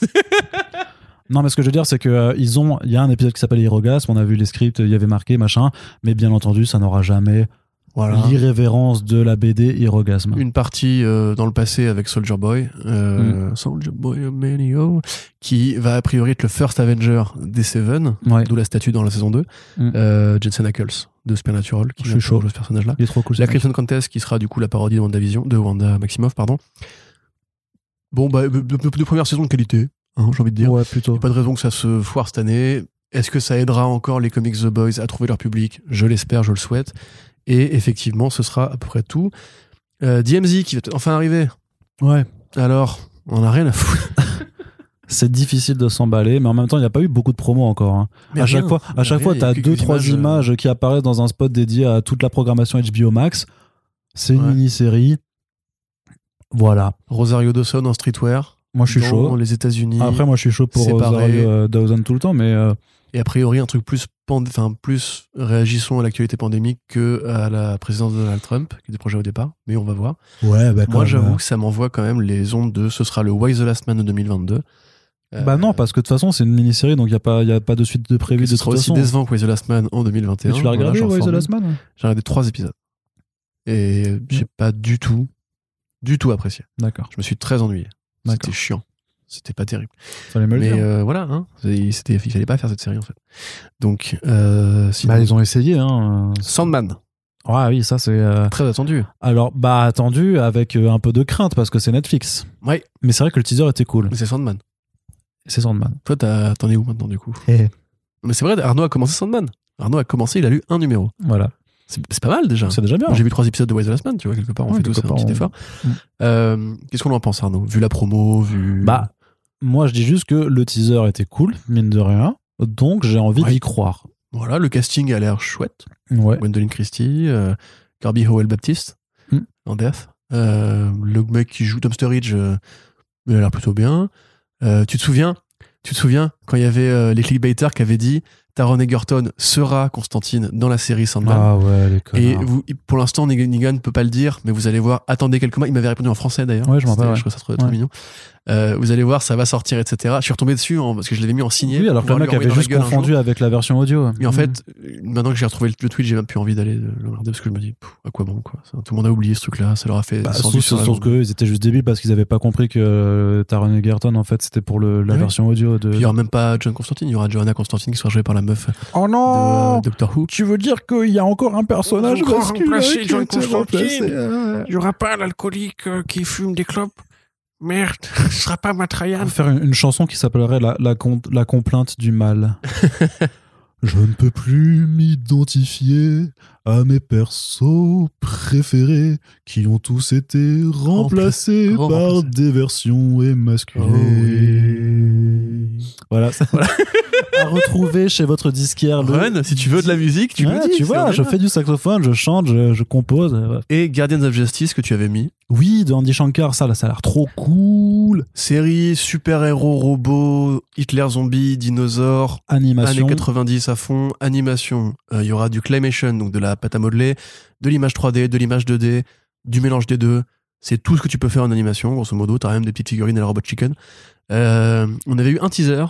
Non, mais ce que je veux dire, c'est que euh, ils ont. Il y a un épisode qui s'appelle Hirogasme. On a vu les scripts, il y avait marqué machin. Mais bien entendu, ça n'aura jamais
Voilà.
l'irrévérence de la BD Hirogasme.
une partie euh, dans le passé avec Soldier Boy, euh,
Mm.
Soldier Boy Manio, qui va a priori être le first Avenger des Seven,
Ouais,
d'où la statue dans la saison 2,
Mm.
euh, Jensen Ackles de Supernatural, qui
Je
va
suis chaud.
jouer ce personnage-là.
il est trop cool.
La
ce
Crimson Contest, qui sera du coup la parodie de WandaVision, de Wanda Maximoff, pardon. Bon, bah, de, de- de première saison de qualité, hein, j'ai envie
truc.
de dire.
Ouais, plutôt.
Y a Pas de raison que ça se foire cette année. Est-ce que ça aidera encore les comics The Boys à trouver leur public Je l'espère, je le souhaite. Et effectivement, ce sera à peu près tout. Euh, DMZ qui va peut-être enfin arriver.
Ouais.
Alors, on n'a rien à foutre.
C'est difficile de s'emballer, mais en même temps, il n'y a pas eu beaucoup de promos encore. hein. à chaque fois, à chaque
Rien,
fois,
il y a euh.
t'as
quelques
deux trois
images,
images qui apparaissent dans un spot dédié à toute la programmation HBO Max. C'est une
Ouais.
mini-série. Voilà.
Rosario Dawson en streetwear.
Moi, je suis
dans
chaud.
les États-Unis.
Après, moi, je suis chaud pour euh,
Séparé.
Rosario euh, Dawson tout le temps, mais euh,
Et a priori, un truc plus, pand- enfin, plus réagissons à l'actualité pandémique que à la présidence de Donald Trump, qui était projet au départ. Mais on va voir.
ouais, bah, quand
Moi,
même,
j'avoue
euh,
que ça m'envoie quand même les ondes de ce sera le Why the Last Man de 2022. Euh,
Bah non, parce que de toute façon, c'est une mini-série, donc il n'y a, pas- y a pas de suite de prévu de
que ce
toute
sera aussi
façon.
décevant que Why the Last Man en 2021.
Mais tu l'as
Voilà,
regardé,
j'en
Why the
forme.
Last Man
J'ai regardé trois épisodes. Et j'ai pas du tout, du tout apprécié.
D'accord,
Je me suis très ennuyé. C'était
d'accord.
chiant. C'était pas terrible.
Fallait me le
Mais
dire.
euh, voilà, hein, C'est- c'était, il fallait pas faire cette série en fait. Donc, euh, sinon-
Bah, ils ont essayé. Hein.
Sandman,
Ouais, oui, ça, c'est. euh,
très attendu.
Alors, bah, attendu avec euh, un peu de crainte parce que c'est Netflix.
Ouais.
Mais c'est vrai que le teaser était cool.
Mais c'est Sandman.
C'est Sandman.
Toi, t'as- t'en es où maintenant du coup
Eh.
Mais c'est vrai, Arnaud a commencé Sandman. Arnaud a commencé, il a lu un numéro.
Voilà.
C'est c'est pas mal déjà.
C'est déjà bien.
J'ai vu trois épisodes de Wise Last Man, tu vois, quelque part, on
Ouais,
fait tous
quelque
un
part,
petit
on-
effort.
Mm.
Euh, Qu'est-ce qu'on en pense, Arnaud Vu la promo, vu.
Bah, moi, je dis juste que le teaser était cool, mine de rien. Donc, j'ai envie
Ouais.
d'y croire.
Voilà, le casting a l'air chouette.
Ouais.
Gwendoline Christie, euh, Kirby Howell Baptiste,
Mm.
en Death. Euh, le mec qui joue Tom Sturridge, euh, il a l'air plutôt bien. Euh, tu te souviens Tu te souviens quand il y avait euh, les clickbaiters qui avaient dit Taron Egerton sera Constantine dans la série Sandman
Ah ouais, les
Et
connards.
vous, pour l'instant, Negan ne peut pas le dire, mais vous allez voir. Attendez quelques mois. Il m'avait répondu en français d'ailleurs.
Ouais, je m'en
C'était-
rappelle, ouais.
Je trouve ça trop, trop
Ouais.
mignon. euh, vous allez voir, ça va sortir, etc. Je suis retombé dessus en- parce que je l'avais mis en signé.
Oui, alors
pour
que le
pouvoir
mec avait
lui envoyer dans la
juste
gueule un jour.
confondu avec la version audio.
Mais en
Mm.
fait, euh, maintenant que j'ai retrouvé le, le tweet, j'ai même plus envie d'aller le regarder parce que je me dis, pff, à quoi bon, quoi. Ça- Tout le monde a oublié ce truc-là, ça leur a fait.
Bah,
sans
sauf
doute sur la
sauf
journée.
que eux, ils étaient juste débiles parce qu'ils n'avaient pas compris que euh, Taron Egerton, en fait, c'était pour le- la
Oui.
version audio de.
Puis il n'y aura même pas John Constantine, il y aura Johanna Constantine qui sera jouée par la meuf
oh
de Doctor Who.
Tu veux dire qu'il y a encore un personnage
Encore
masculin
remplacé,
qui a
John
été remplacé,
Constantine.
euh,
Il n'y aura pas l'alcoolique euh, qui fume des clopes. Merde, ce sera pas Matrayan.
Faut faire une, une chanson qui s'appellerait la, la, con- la complainte du mal. Je ne peux plus m'identifier à mes persos préférés qui ont tous été remplacés
Rempla-
par
remplacés.
des versions émasculées.
Oh
Voilà, ça- à retrouver chez votre disquaire. le-
Run, si tu veux de la musique, Ah, tu
Ouais,
me dis.
tu
c'est
vois,
un
je
débat.
fais du saxophone, je chante, je, je compose. euh, ouais.
Et Guardians of Justice que tu avais mis.
Oui, de Andy Shankar, ça, là, ça a l'air trop cool.
Série, super-héros, robots, Hitler zombie, dinosaures,
Animation.
années 90 à fond, animation. Euh, Il y aura du claymation, donc de la pâte à modeler, de l'image 3D, de l'image 2D, du mélange des deux. C'est tout ce que tu peux faire en animation, grosso modo. T'as même des petites figurines à la Robot Chicken. Euh, on avait eu un teaser,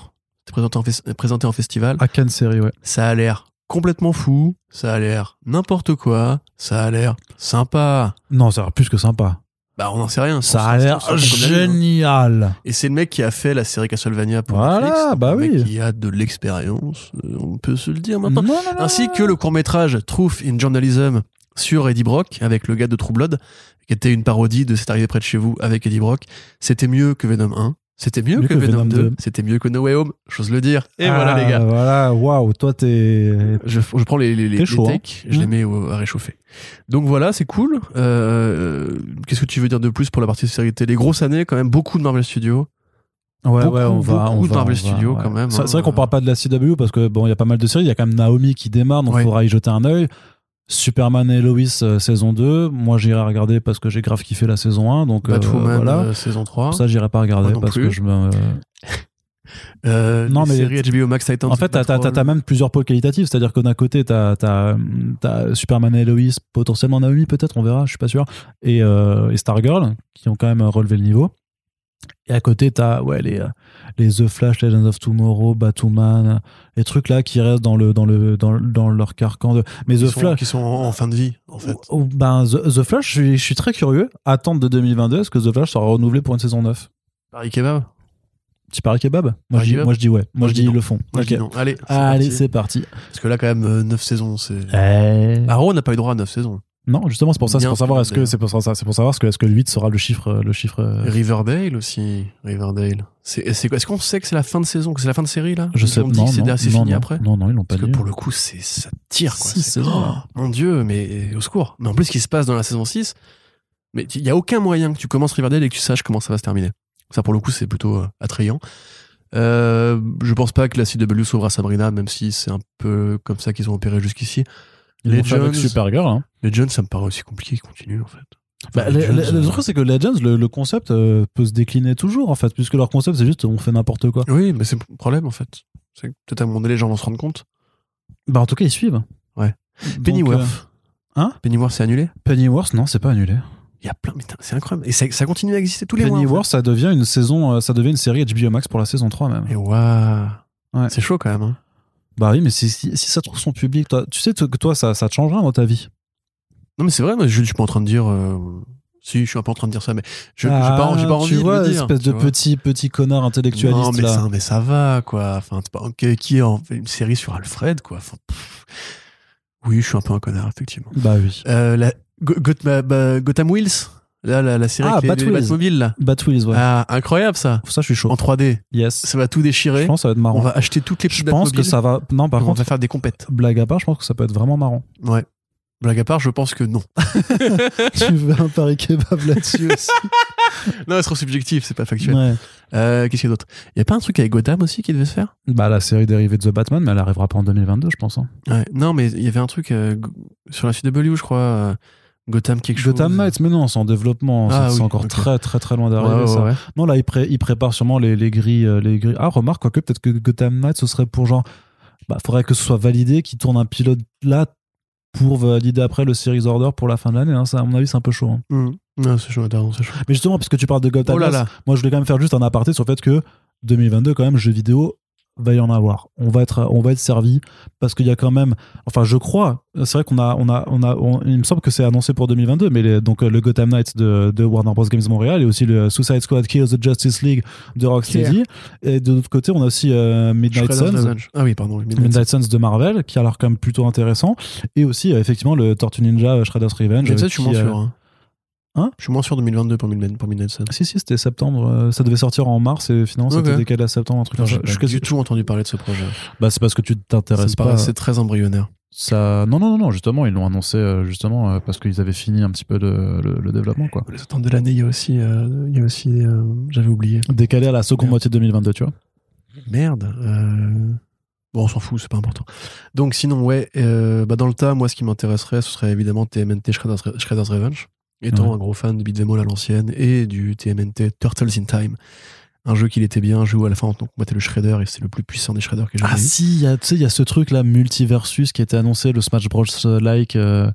c'était présenté en, fes- présenté en festival.
À Cannes série, ouais.
Ça a l'air complètement fou, ça a l'air n'importe quoi, ça a l'air sympa.
Non, ça a l'air plus que sympa.
Bah, on n'en sait rien.
Ça a
On s'en- on
l'air
s'en fout comme la hein. lune.
génial.
Et c'est le mec qui a fait la série Castlevania pour
Voilà,
Netflix. donc
bah
le mec
oui.
qui a de l'expérience, euh, on peut se le dire maintenant.
Non, non, non,
Ainsi
non.
que le court-métrage Truth in Journalism sur Eddie Brock avec le gars de True Blood, qui était une parodie de C'est arrivé près de chez vous avec Eddie Brock. C'était mieux que Venom 1. C'était mieux, que, Venom 2. C'était mieux que No Way Home. J'ose le dire. Et
Ah,
voilà, les gars.
Voilà, waouh, toi t'es.
Je, je prends les, les, les-
T'es
les
chaud, hein.
techs, je les
Mm.
mets au- à réchauffer. Donc voilà, c'est cool. Euh, Qu'est-ce que tu veux dire de plus pour la partie série télé Grosse année, quand même, beaucoup de Marvel Studios.
Ouais,
Beaucoup,
ouais, on va.
beaucoup
on
de
va,
Marvel
on va,
Studios,
ouais.
quand même,
C'est c'est vrai
hein.
qu'on parle pas de la CW parce que bon, il y a pas mal de séries. Il y a quand même Naomi qui démarre, donc il
Ouais.
faudra y jeter un œil. Superman et Lois euh, saison 2. Moi, j'irai regarder parce que j'ai grave kiffé la saison 1. Donc euh,
Batwoman,
voilà.
euh, saison 3.
ça, j'irai pas regarder
Moi non
parce
plus.
que je me.
Euh,
Non,
les
mais-
séries HBO Max Titan.
En fait, t'as- t'as t'as même plusieurs pôles qualitatifs, c'est-à-dire que d'un côté, t'as as, Superman et Lois, potentiellement Naomi, peut-être, on verra, je suis pas sûr, et, euh, et Stargirl, qui ont quand même relevé le niveau. Et à côté, t'as ouais, les, euh, les The Flash, Legends of Tomorrow, Batwoman, les trucs là qui restent dans, le, dans, le, dans, le- dans leur carcan. De... Mais
qui
The
sont-
Flash.
qui sont en, en fin de vie, en fait.
Oh, Ben, The, The Flash, je suis, je suis très curieux. Attente de 2022, est-ce que The Flash sera renouvelé pour une saison 9
Paris Kebab.
Tu paries kebab Moi, je
Paris
dis,
kebab
moi je dis ouais. Moi, je
je
dis
dis non.
le fond.
Moi, je
Ok.
dis non. Allez, c'est
Allez,
parti.
c'est parti. Euh,
Parce que là, quand même, 9 saisons, c'est. Arrow, on n'a pas eu droit à 9 saisons.
Non, justement, c'est pour ça, c'est
Bien
pour savoir
sûr,
est-ce que
d'ailleurs.
c'est pour ça, c'est pour savoir ce que est-ce que le 8 sera le chiffre euh, le chiffre euh,
Riverdale aussi. Riverdale. C'est, c'est quoi Est-ce qu'on sait que c'est la fin de saison, que c'est la fin de série, là
je sais
On dit
non,
que c'est,
non,
c'est
non,
fini
non,
après
Non non, ils l'ont pas
Parce que
dit.
pour le coup, c'est, ça tire, quoi.
Six
C'est-
saisons,
Oh,
ouais.
mon dieu, mais au secours. Mais en plus, ce qui se passe dans la saison 6, mais il n'y a aucun moyen que tu commences Riverdale et que tu saches comment ça va se terminer. Ça, pour le coup, c'est plutôt euh, attrayant. Euh, je pense pas que la CW sauvera Sabrina, même si c'est un peu comme ça qu'ils ont opéré jusquissi.
Ils l'ont fait avec
Legends.
Supergirl. hein.
Les Jones, ça me paraît aussi compliqué qu'ils continuent, en fait.
Bah,
les
le,
Jones,
le- le
euh,
truc c'est que Legends le, le concept euh, peut se décliner toujours en fait puisque leur concept c'est juste on fait n'importe quoi.
Oui, mais c'est le problème, en fait. C'est que peut-être à un moment donné, les gens vont se rendre compte.
Bah en tout cas ils suivent.
Ouais.
Donc,
Pennyworth.
euh, hein
Pennyworth, c'est annulé
Pennyworth non c'est pas annulé.
Il y a plein, mais putain, c'est incroyable. Et ça, ça continue à exister tous les mois. en fait.
Pennyworth ça devient une saison euh, ça devient une série HBO Max pour la saison 3 même.
Et waouh
Ouais.
C'est chaud quand même. hein.
Bah oui mais si, si, si ça trouve son public toi, tu sais toi- que toi ça ça te changera dans ta vie.
Non mais c'est vrai, moi, je, je suis pas en train de dire... euh, Si, je suis un peu en train de dire ça, mais je j'ai
Ah,
pas, j'ai pas envie
tu
de
vois,
le dire.
espèce
tu
de
vois.
petit petit connard intellectualiste
non, mais
là.
Ça, mais ça va, quoi. Enfin, c'est pas, ok, qui en fait une série sur Alfred, quoi. Enfin, pff. oui, je suis un peu un connard, effectivement.
Bah oui.
Euh, la, Go- Got- bah, bah, Gotham Wheels, là, la, la série
Ah,
avec les, les
Batwheels.
Batmobiles, là.
Batwheels, ouais.
Ah, incroyable, ça.
Ça, je suis chaud.
En 3D.
Yes.
Ça va tout
Je
déchirer.
pense que ça va être
On
marrant.
va acheter toutes les
Je
petites
pense que
Batmobiles.
ça va. Non, par
On
contre,
va faire des compètes.
blague à part, je pense que ça peut être vraiment marrant.
Ouais. Blague à part, je pense que non.
tu veux un pari kebab là-dessus aussi
Non, c'est trop subjectif, c'est pas factuel.
ouais.
Euh, Qu'est-ce qu'il y a d'autre Il a pas un truc avec Gotham aussi qui devait se faire
Bah, la série dérivée de The Batman, mais elle arrivera pas en 2022, je pense. hein.
Ouais. Non, mais il y avait un truc euh, go- sur la CW, je crois. euh, Gotham quelque chose.
Gotham Knights, mais non, c'est en développement.
Ah
c'est c'est
oui,
encore
ok.
très, très, très loin
Ouais,
d'arriver.
ouais,
ça.
ouais.
Non, là, ils, pré- ils préparent sûrement les, les grilles, euh, les grilles. Ah, remarque, quoique, peut-être que Gotham Knights, ce serait pour genre. Bah, faudrait que ce soit validé, qu'ils tournent un pilote là pour valider après le Series Order pour la fin de l'année. hein. Ça, à mon avis, c'est un peu chaud. hein.
Mm. Non, c'est chaud, pardon, c'est chaud.
Mais justement, puisque tu parles de God
Oh là
Atlas,
là.
moi je voulais quand même faire juste un aparté sur le fait que 2022, quand même, jeux vidéo va y en avoir. On va être, on va être servi parce qu'il y a quand même, enfin, je crois, c'est vrai qu'on a, on a, on a, on- il me semble que c'est annoncé pour 2022, mais les- donc euh, le Gotham Knights de, de Warner Bros. Games Montréal et aussi le Suicide Squad Kills the Justice League de Rocksteady. Et de l'autre côté, on a aussi euh, Midnight
Shredder's
Suns.
Revenge. Ah oui, pardon. oui, Midnight
Midnight Suns de Marvel, qui a l'air quand même plutôt intéressant, et aussi euh, effectivement le Tortue Ninja euh, Shredder's Revenge.
Mais ça,
euh,
je suis
qui,
moins
euh,
sûr. Hein.
hein
Je suis moins sûr 2022 pour Midnight, pour Midnight Suns.
Si, si, c'était septembre. euh, Ça devait sortir en mars et finalement, c'était
Ok.
décalé à septembre. Un truc comme ça.
J'ai
Je suis
pas
quasi-
du tout entendu parler de ce projet.
Bah, c'est parce que tu
Ça
t'intéresses
me
pas.
paraissait très embryonnaire.
Ça... Non, non, non, non, justement, ils l'ont annoncé euh, justement euh, parce qu'ils avaient fini un petit peu le, le- le développement. quoi.
Les attentes de l'année, il y a aussi. euh, il y a aussi euh, J'avais oublié.
Décalé à la seconde
Merde.
moitié de 2022, tu vois.
Merde. euh, Bon, on s'en fout, c'est pas important. Donc, sinon, ouais, euh, bah, dans le tas, moi, ce qui m'intéresserait, ce serait évidemment TMNT Shredder's, Re- Shredder's Revenge, étant
Ouais.
un gros fan de Beat'em All à l'ancienne et du TMNT Turtles in Time. Un jeu qu'il était bien, un jeu où à la fin, on combattait le Shredder et c'est le plus puissant des Shredders que j'ai jamais
Ah,
vu.
si, il y a- tu sais, il y a ce truc là, Multiversus, qui était annoncé, le Smash Bros. Like. euh,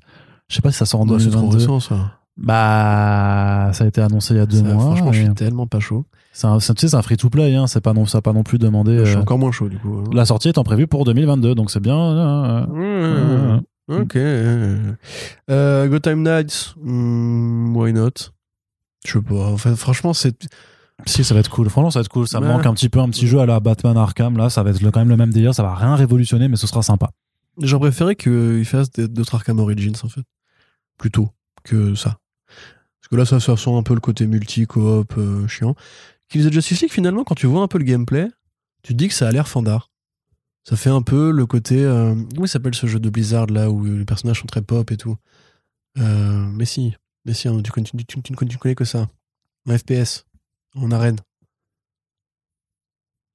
Je sais pas si ça sort en
Ouais, Oh, Bah, c'est trop
2022.
récent, ça.
Bah, ça a été annoncé il y a deux
Ça,
mois.
franchement, je
et
suis tellement pas chaud.
C'est un, c'est- tu sais, c'est un free-to-play, hein, c'est pas non, ça a pas non plus demandé.
Je suis
euh,
encore moins chaud, du coup. hein.
La sortie étant prévue pour 2022, donc c'est bien. euh,
Mmh,
euh, euh,
Ok. Euh, Go Time Nights, hmm, why not Je sais pas. En fait, franchement, c'est.
Si, ça va être cool. Franchement, ça va être cool. Ça me
Ouais.
manque un petit peu un petit jeu à la Batman Arkham. Là, ça va être le- quand même le même délire. Ça va rien révolutionner, mais ce sera sympa.
J'aurais préféré qu'ils fassent des- d'autres Arkham Origins, en fait. Plutôt que ça. Parce que là, ça, ça sent un peu le côté multi, coop, euh, chiant. Qu'ils aient Justice League, finalement, quand tu vois un peu le gameplay, tu te dis que ça a l'air fandard. Ça fait un peu le côté. euh, comment il s'appelle ce jeu de Blizzard, là, où les personnages sont très pop et tout Euh, Mais si. Mais si, hein, tu, con- tu- tu- tu ne con- tu ne connais que ça. En FPS. En arène.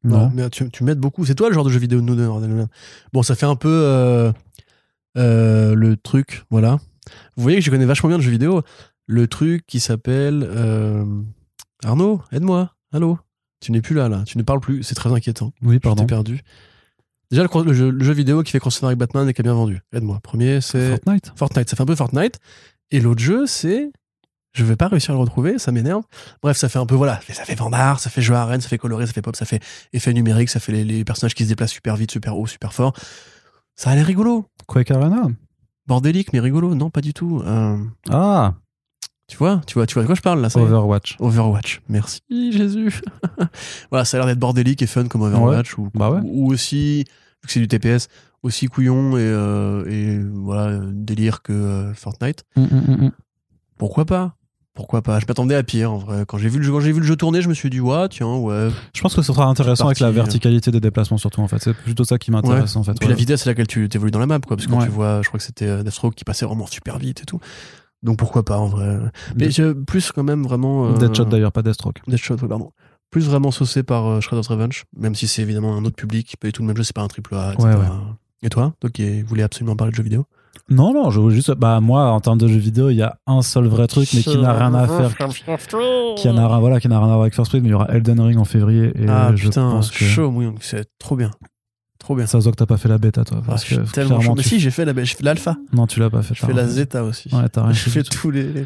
Voilà, mais tu, tu m'aides beaucoup. C'est toi le genre de jeu vidéo de nous deux, Nordal Lolin. Bon, ça fait un peu euh, euh, le truc, voilà. Vous voyez que je connais vachement bien de jeux vidéo. Le truc qui s'appelle euh, Arnaud, aide-moi. Allô Tu n'es plus là, là. Tu ne parles plus. C'est très inquiétant.
Oui,
Je
pardon.
t'ai perdu. Déjà, le, con- le jeu, le jeu vidéo qui fait concessionnaire avec Batman et qui a bien vendu. Aide-moi. Premier, c'est
Fortnite.
Fortnite. Ça fait un peu Fortnite. Et l'autre jeu, c'est. Je vais pas réussir à le retrouver, ça m'énerve. Bref, ça fait un peu, voilà, ça fait Vandar, ça fait jeu à arène, ça fait coloré, ça fait pop, ça fait effet numérique, ça fait les, les personnages qui se déplacent super vite, super haut, super fort. Ça a l'air rigolo.
Quake Arena.
Bordélique, mais rigolo. Non, pas du tout. Euh,
Ah,
tu vois, tu vois, tu vois de quoi je parle là, ça y est.
Overwatch.
Overwatch. Merci, Jésus. voilà, ça a l'air d'être bordélique et fun comme Overwatch. Ou,
Bah ouais.
ou aussi, vu que c'est du TPS, aussi couillon et, euh, et voilà, délire que euh, Fortnite. mm, Pourquoi pas Pourquoi pas Je m'attendais à pire en vrai. Quand j'ai vu le jeu, quand j'ai vu le jeu tourner, je me suis dit ouais, tiens, ouais.
Je pense que ce sera intéressant avec la
parti, euh.
verticalité des déplacements, surtout en fait. C'est plutôt ça qui m'intéresse en fait.
Puis
ouais.
la vitesse à laquelle tu t'évolues dans la map, quoi. Parce que quand
Ouais.
tu vois, je crois que c'était euh, Deathstroke qui passait vraiment super vite et tout. Donc pourquoi pas en vrai Mais
Death-
je- plus quand même vraiment. euh,
Deadshot d'ailleurs, pas Deathstroke.
Deathshot, ouais, pardon. Plus vraiment saucé par euh, Shredder's Revenge, même si c'est évidemment un autre public, pas du tout le même jeu, c'est pas un triple A, etc.
Ouais, ouais.
Et toi, toi qui voulais absolument parler de jeux vidéo
Non, non, je voulais juste. Bah, moi, en termes de jeux vidéo, il y a un seul vrai truc, mais qui n'a rien à faire. Qui n'a rien, voilà, qui n'a rien à voir avec First Print, mais il y aura Elden Ring en février. Et euh,
Ah
je
putain,
pense que.
chaud, oui, c'est trop bien. Trop bien.
Ça se voit que t'as pas fait la bêta, toi.
Ah,
Parce
je suis
que
tellement chaud.
clairement,
Mais
tu-
si, j'ai fait la- j'ai fait l'alpha.
Non, tu l'as pas fait.
Je
t'as
fais la
rien fait.
Zeta aussi.
Ouais, t'as rien
je
fait
fais
du tout.
tous les, les-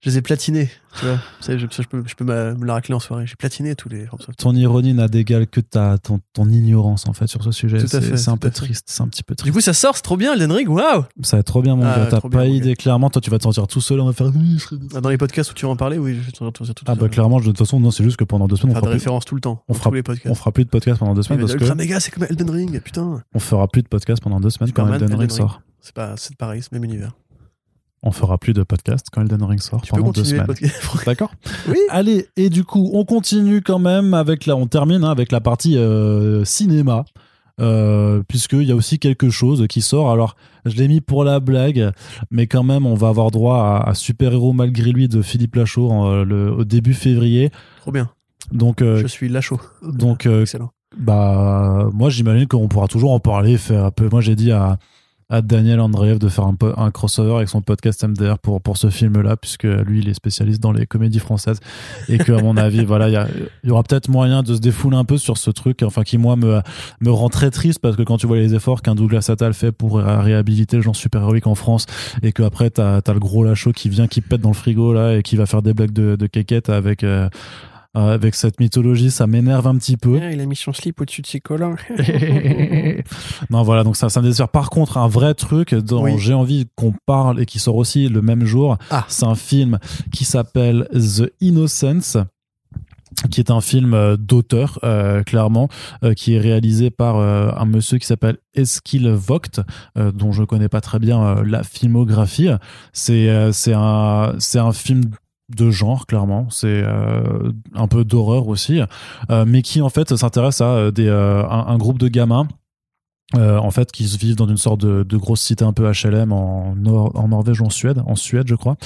Je les ai platinés. Tu vois, Ça, je, ça, je peux, je peux ma- me la racler en soirée. J'ai platiné tous les From Soft.
Ton ironie n'a d'égal que ta, ton, ton ignorance en fait sur ce sujet.
Tout à
C'est-
fait,
C'est un
tout
peu
à fait.
triste, c'est un petit peu triste.
Du coup, ça sort, c'est trop bien, Elden Ring. Waouh
ça va être trop bien mon
Ah,
gars, t'as
trop bien,
pas
mon
idée clairement. Toi tu vas te sentir tout seul, on va faire. Oui, je serai déçu.
Ah, Dans les podcasts où tu vas en parler, oui, je vais te dire tout ça.
Ah bah clairement, de toute façon, non, c'est juste que pendant deux semaines on
Faire des
fera, plus,
références tout le temps.
on
dans
fera-
tous les
on
podcasts.
fera plus de podcast pendant deux
Mais
semaines parce
Ultra
que
méga, c'est comme Elden Ring, putain.
on fera plus de podcast pendant deux semaines quand
Superman,
Elden Ring
Elden Ring.
sort.
C'est pas, c'est pareil, c'est le même univers.
On fera plus de podcast quand Elden Ring sort
Tu peux
pendant deux
continuer le
semaines.
podcast.
D'accord.
Oui.
Allez, et du coup, on continue quand même avec la, on termine hein, avec la partie euh, cinéma, euh, puisqu'il y a aussi quelque chose qui sort. Alors, je l'ai mis pour la blague, mais quand même, on va avoir droit à, à Super Héros malgré lui de Philippe Lachaud en, euh, le- au début février.
Trop bien.
Donc, euh,
Je suis Lachaud.
donc euh,
Excellent.
bah, moi, j'imagine qu'on pourra toujours en parler. Faire un peu. Moi, j'ai dit à, à Daniel Andreev de faire un, po- un crossover avec son podcast MDR pour, pour ce film-là, puisque lui, il est spécialiste dans les comédies françaises. Et que, à mon avis, voilà, il y a- il y, aura peut-être moyen de se défouler un peu sur ce truc, enfin, qui, moi, me, me rend très triste parce que quand tu vois les efforts qu'un Douglas Attal fait pour ré- réhabiliter le genre super-héroïque en France et que après, t'as as le gros lachaud qui vient, qui pète dans le frigo, là, et qui va faire des blagues de, de quéquette avec. euh, avec cette mythologie, ça m'énerve un petit peu.
Ah, il a mis son slip au-dessus de ses collants.
non, voilà, donc ça, ça me désespère. Par contre, un vrai truc dont
Oui.
j'ai envie qu'on parle et qui sort aussi le même jour,
Ah.
c'est un film qui s'appelle The Innocence qui est un film euh, d'auteur euh, clairement euh, qui est réalisé par euh, un monsieur qui s'appelle Eskil Vogt euh, dont je connais pas très bien euh, la filmographie c'est euh, c'est un c'est un film de genre clairement c'est euh, un peu d'horreur aussi euh, mais qui en fait s'intéresse à euh, des euh, un, un groupe de gamins euh, en fait, qui se vivent dans une sorte de, de grosse cité un peu HLM en, Nor- en Norvège ou en Suède, en Suède je crois,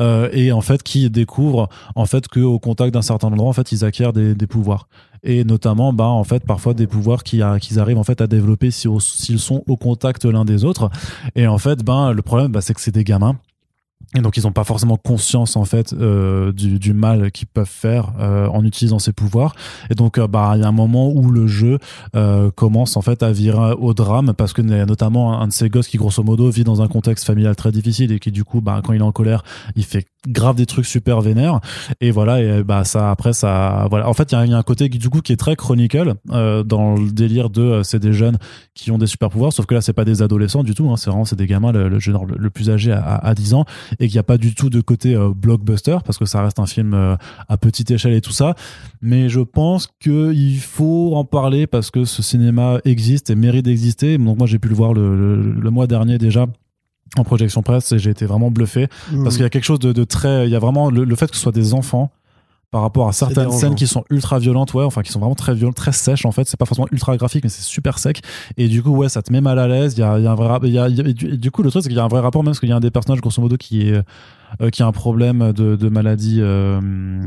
Euh, et en fait qui découvrent en fait que au contact d'un certain endroit, en fait, ils acquièrent des, des pouvoirs, et notamment bah en fait parfois des pouvoirs qui a- qu'ils arrivent en fait à développer si au- s'ils sont au contact l'un des autres, et en fait ben le problème bah, c'est que c'est des gamins. Et donc ils n'ont pas forcément conscience en fait euh, du, du mal qu'ils peuvent faire euh, en utilisant ces pouvoirs. Et donc euh, bah il y a un moment où le jeu euh, commence en fait à virer au drame parce que n- notamment un de ces gosses qui grosso modo vit dans un contexte familial très difficile et qui du coup bah quand il est en colère il fait grave des trucs super vénères et voilà et euh, bah ça après ça voilà en fait il y a- il y, a un côté qui, du coup qui est très chronicle euh, dans le délire de euh, c'est des jeunes qui ont des super pouvoirs sauf que là c'est pas des adolescents du tout hein, c'est vraiment c'est des gamins le, le genre le, le plus âgé à, à- à 10 ans et qu'il n'y a pas du tout de côté euh, blockbuster parce que ça reste un film euh, à petite échelle et tout ça mais je pense qu'il faut en parler parce que ce cinéma existe et mérite d'exister. Donc moi j'ai pu le voir le, le- le mois dernier déjà en projection presse et j'ai été vraiment bluffé
Hmm,
parce qu'il y a quelque chose de, de très, il y a vraiment le, le fait que ce soit des enfants par rapport à certaines
dérangeant.
scènes qui sont ultra violentes, ouais, enfin qui sont vraiment très violentes, très sèches en fait. C'est pas forcément ultra graphique, mais c'est super sec. Et du coup, ouais, ça te met mal à l'aise. Il y a, il y a un vrai, rap- il y a- il y a- et du, et du coup, le truc c'est qu'il y a un vrai rapport même parce qu'il y a un des personnages grosso modo qui est euh, qui a un problème de, de maladie euh,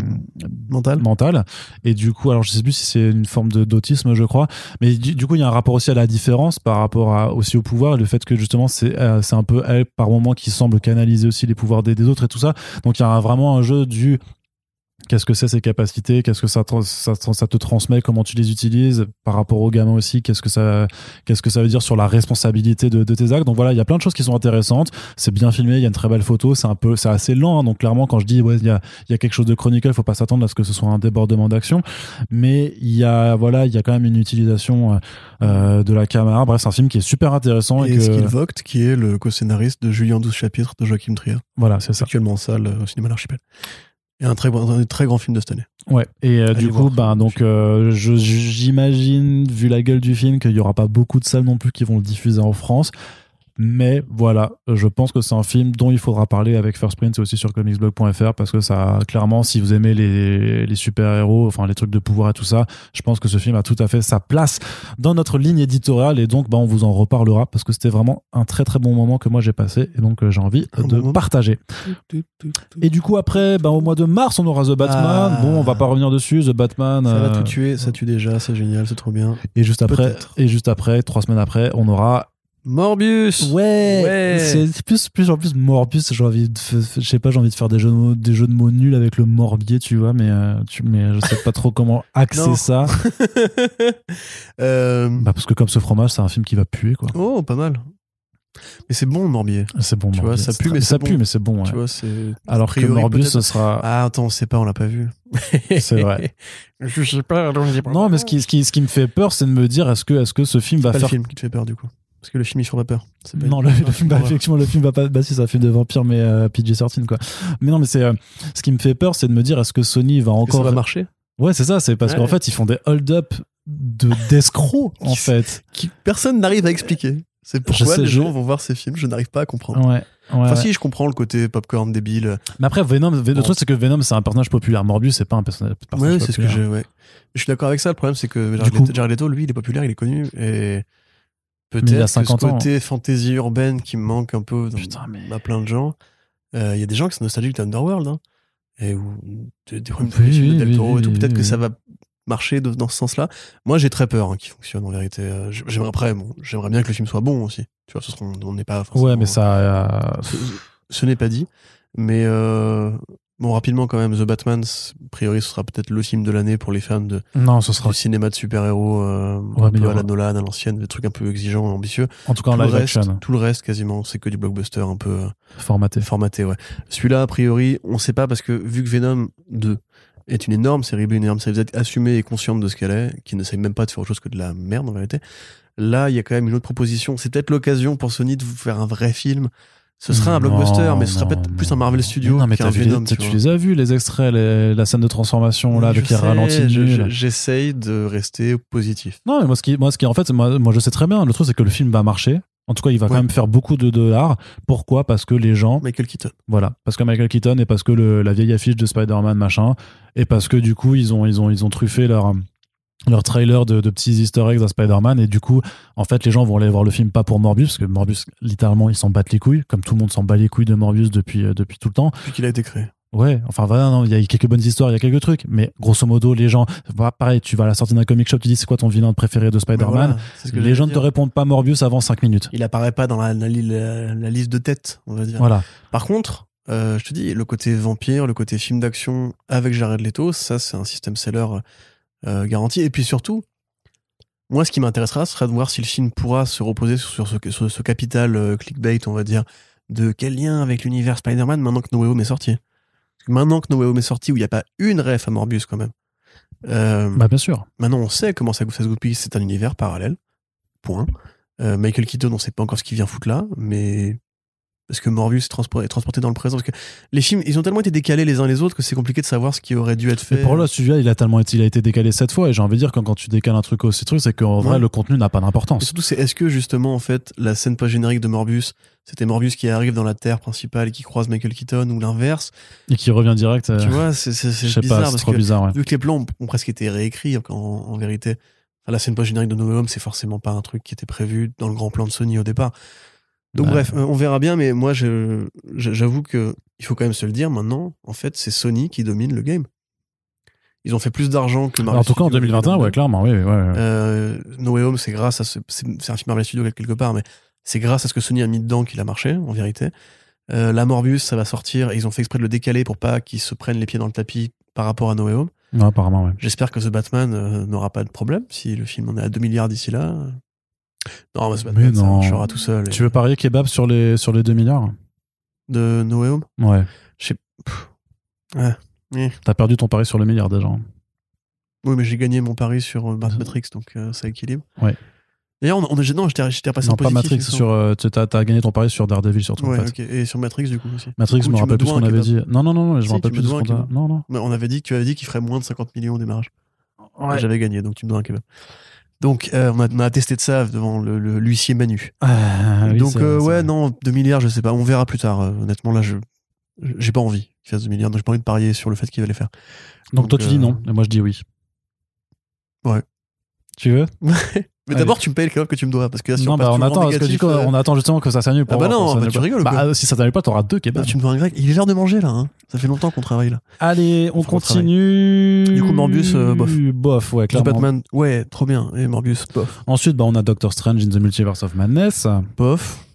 mental.
mentale. Et du coup, alors je sais plus si c'est une forme de- d'autisme, je crois, mais du, du coup, il y a un rapport aussi à la différence par rapport à, aussi au pouvoir et le fait que justement, c'est euh, c'est un peu elle par moment qui semble canaliser aussi les pouvoirs des, des autres et tout ça. Donc il y a un- vraiment un jeu du qu'est-ce que c'est ces capacités, qu'est-ce que ça, trans- ça, trans- ça te transmet, comment tu les utilises par rapport aux gamins aussi, qu'est-ce que ça qu'est-ce que ça veut dire sur la responsabilité de, de tes actes. Donc voilà, il y a plein de choses qui sont intéressantes. C'est bien filmé, il y a une très belle photo, c'est un peu, c'est assez lent. hein. donc clairement, quand je dis ouais, il y a, il y a quelque chose de chronique, il faut pas s'attendre à ce que ce soit un débordement d'action. Mais il y a voilà, il y a quand même une utilisation euh, euh, de la caméra. Bref, c'est un film qui est super intéressant et,
Et
que
Skill Vogt, qui est le co-scénariste de Julien 12 chapitres de Joachim Trier,
voilà, c'est ça.
actuellement en salle euh, au cinéma de l'archipel. Et un très, bon- un très grand film de cette année.
Ouais. Et euh,
Allez
du
voir
coup,
ce
ben
film.
donc, euh, je- j'imagine, vu la gueule du film, qu'il y aura pas beaucoup de salles non plus qui vont le diffuser en France. Mais voilà, je pense que c'est un film dont il faudra parler avec First Print, c'est aussi sur comicsblog.fr parce que ça, clairement, si vous aimez les, les super-héros, enfin les trucs de pouvoir et tout ça, je pense que ce film a tout à fait sa place dans notre ligne éditoriale et donc bah, on vous en reparlera parce que c'était vraiment un très très bon moment que moi j'ai passé et donc euh, j'ai envie
Un bon
de
moment.
partager. Et du coup, après, ben, au mois de mars, on aura The Batman.
Ah.
Bon, on va pas revenir dessus, The Batman.
Ça va
euh,
tout tuer, ça tue déjà, c'est génial, c'est trop bien.
Et juste après,
Peut-être.
et juste après, trois semaines après, on aura.
Morbius Ouais.
C'est plus, plus en plus Morbius. J'ai envie de, f- f- je sais pas, j'ai envie de faire des jeux de mots, des jeux de mots nuls avec le Morbier, tu vois, mais euh, tu, mais je sais pas trop comment axer
Non.
ça.
Euh,
Bah, parce que comme ce fromage, c'est un film qui va puer, quoi.
oh, pas mal. Mais c'est bon, Morbier.
C'est bon.
Tu vois,
Morbier,
ça
c'est
pue,
très-
mais
ça
c'est
pue,
bon.
mais c'est bon. ouais.
Tu vois, c'est.
Alors que
priori,
Morbius,
peut-être-
ce sera.
Ah, attends, on sait pas, on l'a pas vu.
C'est vrai.
Je sais pas, alors je sais pas.
Non, mais ce qui, ce qui, ce qui me fait peur, c'est de me dire, est-ce que, est-ce que ce film va
Pas le
faire
film qui te fait peur, du coup. Parce que le film, il fait pas peur. hein. C'est pas-
Non, le, le film, bah,
Voilà.
effectivement, le film va pas. Bah, si, c'est un film de vampire, mais euh, PG-13, quoi. Mais non, mais c'est. euh, ce qui me fait peur, c'est de me dire, est-ce que Sony va
Est-ce que ça
encore.
va marcher
ouais, c'est ça, c'est parce qu'en
Ouais.
fait, ils font des hold-up de- d'escrocs, en fait.
qui personne n'arrive à expliquer. C'est pourquoi
sais,
les
je-
gens vont voir ces films, je n'arrive pas à comprendre.
Ouais. ouais,
enfin,
ouais.
si, je comprends le côté popcorn débile.
Mais après, Venom, Ven- le
Bon.
truc, c'est que Venom, c'est un personnage populaire. Morbius, c'est pas un personnage, personnage
Ouais, c'est ce que
populaire.
j'ai. Ouais. Je suis d'accord avec ça. Le problème, c'est que Jared,
coup-
Leto- Jared Leto, lui, il est populaire, il est connu. Et
Mais il a
peut-être que ce
50 ans. hein.
côté fantasy urbaine qui me manque un peu dans,
Putain, mais.
à plein de gens. Euh, Il y a des gens qui sont nostalgiques d'Underworld. Hein, et ou des, des
Oui,
remakes de
oui,
Del
oui,
Toro et
oui,
tout. Peut-être
oui,
que
oui.
ça va marcher de- dans ce sens-là. Moi, j'ai très peur hein, qu'il fonctionne en vérité. Euh, j- J'aimerais après, bon, j'aimerais bien que le film soit bon aussi. Tu vois, ce sera- on n'est pas.
Ouais, mais
forcément-
ça. euh,
ce, ce n'est pas dit. Mais euh, bon, rapidement quand même, The Batman, c- a priori, ce sera peut-être le film de l'année pour les fans de,
Non, ce sera
du cinéma de super-héros, euh,
Ouais,
un
mais il y
peu à
aura-
la Nolan, à l'ancienne, des trucs un peu exigeants et ambitieux.
en tout cas en
tout,
live
le reste,
action
tout le reste, quasiment, c'est que du blockbuster un peu euh,
formaté.
formaté. Ouais. Celui-là, a priori, on sait pas parce que vu que Venom 2 est une énorme série B, une énorme série Z assumée et consciente de ce qu'elle est, qui n'essaye même pas de faire autre chose que de la merde en vérité. Là, il y a quand même une autre proposition. C'est peut-être l'occasion pour Sony de vous faire un vrai film. Ce sera un
Non,
blockbuster, mais ce sera
non,
peut-être plus un
non.
Marvel Studio
Non, mais
qu'un
t'as vu
Venom.
les- tu,
tu vois.
les as vus, les extraits, les- la scène de transformation, là,
Je
avec qui
sais,
ralentit.
je-
nul.
je- J'essaye de rester positif.
Non, mais moi, ce qui, moi, ce qui, en fait, moi, moi, je sais très bien. Le truc, c'est que le film va marcher. En tout cas, il va quand
Ouais.
même faire beaucoup de dollars. Pourquoi Parce que les gens,
Michael Keaton.
voilà, parce que Michael Keaton et parce que le- la vieille affiche de Spider-Man, machin, et parce que du coup, ils ont, ils ont, ils ont truffé leur leur trailer de, de petits easter eggs à Spider-Man et du coup en fait les gens vont aller voir le film pas pour Morbius parce que Morbius littéralement ils s'en battent les couilles comme tout le monde s'en bat les couilles de Morbius depuis, euh, depuis tout le temps
Depuis qu'il a été créé.
Ouais, enfin voilà, non, il y a quelques bonnes histoires, il y a quelques trucs, mais grosso modo, les gens, bah, pareil, tu vas à la sortie d'un comic shop, tu dis c'est quoi ton vilain préféré de Spider-Man,
Voilà, c'est ce que
les
j'allais
gens ne
dire.
te répondent pas Morbius avant 5 minutes.
Il apparaît pas dans la, la- la- la liste de tête, on va dire.
Voilà.
Par contre, euh, je te dis, le côté vampire, le côté film d'action avec Jared Leto, ça, c'est un système seller euh, garanti. Et puis surtout, moi, ce qui m'intéressera, ce sera de voir si le film pourra se reposer sur, sur ce, sur ce capital euh, clickbait, on va dire, de quel lien avec l'univers Spider-Man maintenant que No Way Home est sorti. Parce que Maintenant que No Way Home est sorti, où il n'y a pas une ref à Morbius quand même. Euh,
Bah bien sûr.
Maintenant, on sait comment ça, ça se goupille. C'est un univers parallèle. Point. Euh, Michael Keaton, on sait pas encore ce qu'il vient foutre là, mais parce que Morbius est transpo- est transporté dans le présent. Parce que les films, ils ont tellement été décalés les uns les autres que c'est compliqué de savoir ce qui aurait dû être fait.
Mais pour là, celui-là, il a tellement été, il a été décalé cette fois, et j'ai envie de dire que quand tu décales un truc aussi truc, c'est qu'en vrai,
Ouais.
le contenu n'a pas
Et
d'importance.
surtout, c'est est-ce que justement, en fait, la scène post-générique de Morbius, c'était Morbius qui arrive dans la Terre principale et qui croise Michael Keaton ou l'inverse
Et qui revient direct, euh,
Tu vois, c'est- c'est c'est
je sais
bizarre
pas, c'est
parce
trop
que
bizarre, ouais.
vu que les plans ont, ont presque été réécrits en, en- en vérité. Enfin, la scène post-générique de No Way Home, c'est forcément pas un truc qui était prévu dans le grand plan de Sony au départ. Donc
Ouais.
bref, euh, on verra bien, mais moi je- je- j'avoue que il faut quand même se le dire maintenant, en fait, c'est Sony qui domine le game. Ils ont fait plus d'argent que Marvel.
Bah, en tout cas, en
Studios et
2021,
Venom.
ouais, clairement, oui, oui, ouais, ouais.
Euh, no Way Home, c'est grâce à ce. C'est c'est un film Marvel Studios quelque part, mais c'est grâce à ce que Sony a mis dedans qu'il a marché, en vérité. Euh, la Morbius, ça va sortir, et ils ont fait exprès de le décaler pour pas qu'ils se prennent les pieds dans le tapis par rapport à No Way Home.
Non, apparemment, ouais.
J'espère que The Batman euh, n'aura pas de problème si le film en est à 2 milliards d'ici là. euh, Non, mais The Batman,
Mais
ça
non.
marchera tout seul. Et
Tu veux parier kebab sur les, sur les 2 milliards?
De No Way Home
Ouais.
Pff,
T'as perdu ton pari sur le milliard, déjà. hein.
Oui, mais j'ai gagné mon pari sur euh, Bat- Matrix, donc euh, ça équilibre.
Mm-hmm. Ouais.
D'ailleurs, on, on, non, j'étais j'étais repassé
Non,
en
pas
Ah, positif.
Matrix,
il me semble.
sur, euh, tu- t'as, t'as gagné ton pari sur Daredevil, surtout, en
Ouais,
fait.
ok. Et sur Matrix, du coup, aussi.
Matrix,
Du coup,
je me
tu
rappelle
me
plus ce
dois
qu'on
un
avait dit.
kebab.
Non, non, non, non, je
Si,
me rappelle plus
tu me
de ce
dois un
qu'on a.
kebab.
Non, non.
Mais on avait dit que tu avais dit qu'il ferait moins de 50 millions au démarrage. J'avais gagné, donc tu me dois un kebab. Donc, euh, on, a, on a testé de ça devant le- le- l'huissier Manu.
Ah, oui,
donc,
c'est
euh,
vrai,
ouais,
c'est vrai.
non, 2 milliards, je sais pas. On verra plus tard. Euh, honnêtement, là, je j'ai pas envie qu'il fasse 2 milliards. Donc, j'ai pas envie de parier sur le fait qu'il va les faire.
Donc, toi,
donc,
tu dis
euh,
non, et moi, je dis oui.
Ouais.
Tu veux
Mais
Allez.
d'abord, tu me payes le kebab que tu me dois. Parce que là, si
Ah Non,
on
bah,
passe
on
toujours en
attend, parce que du
négatif,
coup,
euh,
on attend justement que ça s'annule pour
Ah bah
voir si ça
non, bah,
s'annule
tu
pas.
rigoles ou
Bah,
quoi
euh, si ça t'annule pas, t'auras deux
bah,
kebabs.
tu me dois un grec. Il est l'heure de manger, là. hein. Ça fait longtemps qu'on travaille, là.
Allez, on
Faut qu'on
continue.
Du coup, Morbius, euh, bof.
Bof, ouais,
The
clairement.
Batman, ouais, trop bien. Et Morbius, bof.
Ensuite, bah, on a Doctor Strange in the Multiverse of Madness.
Bof.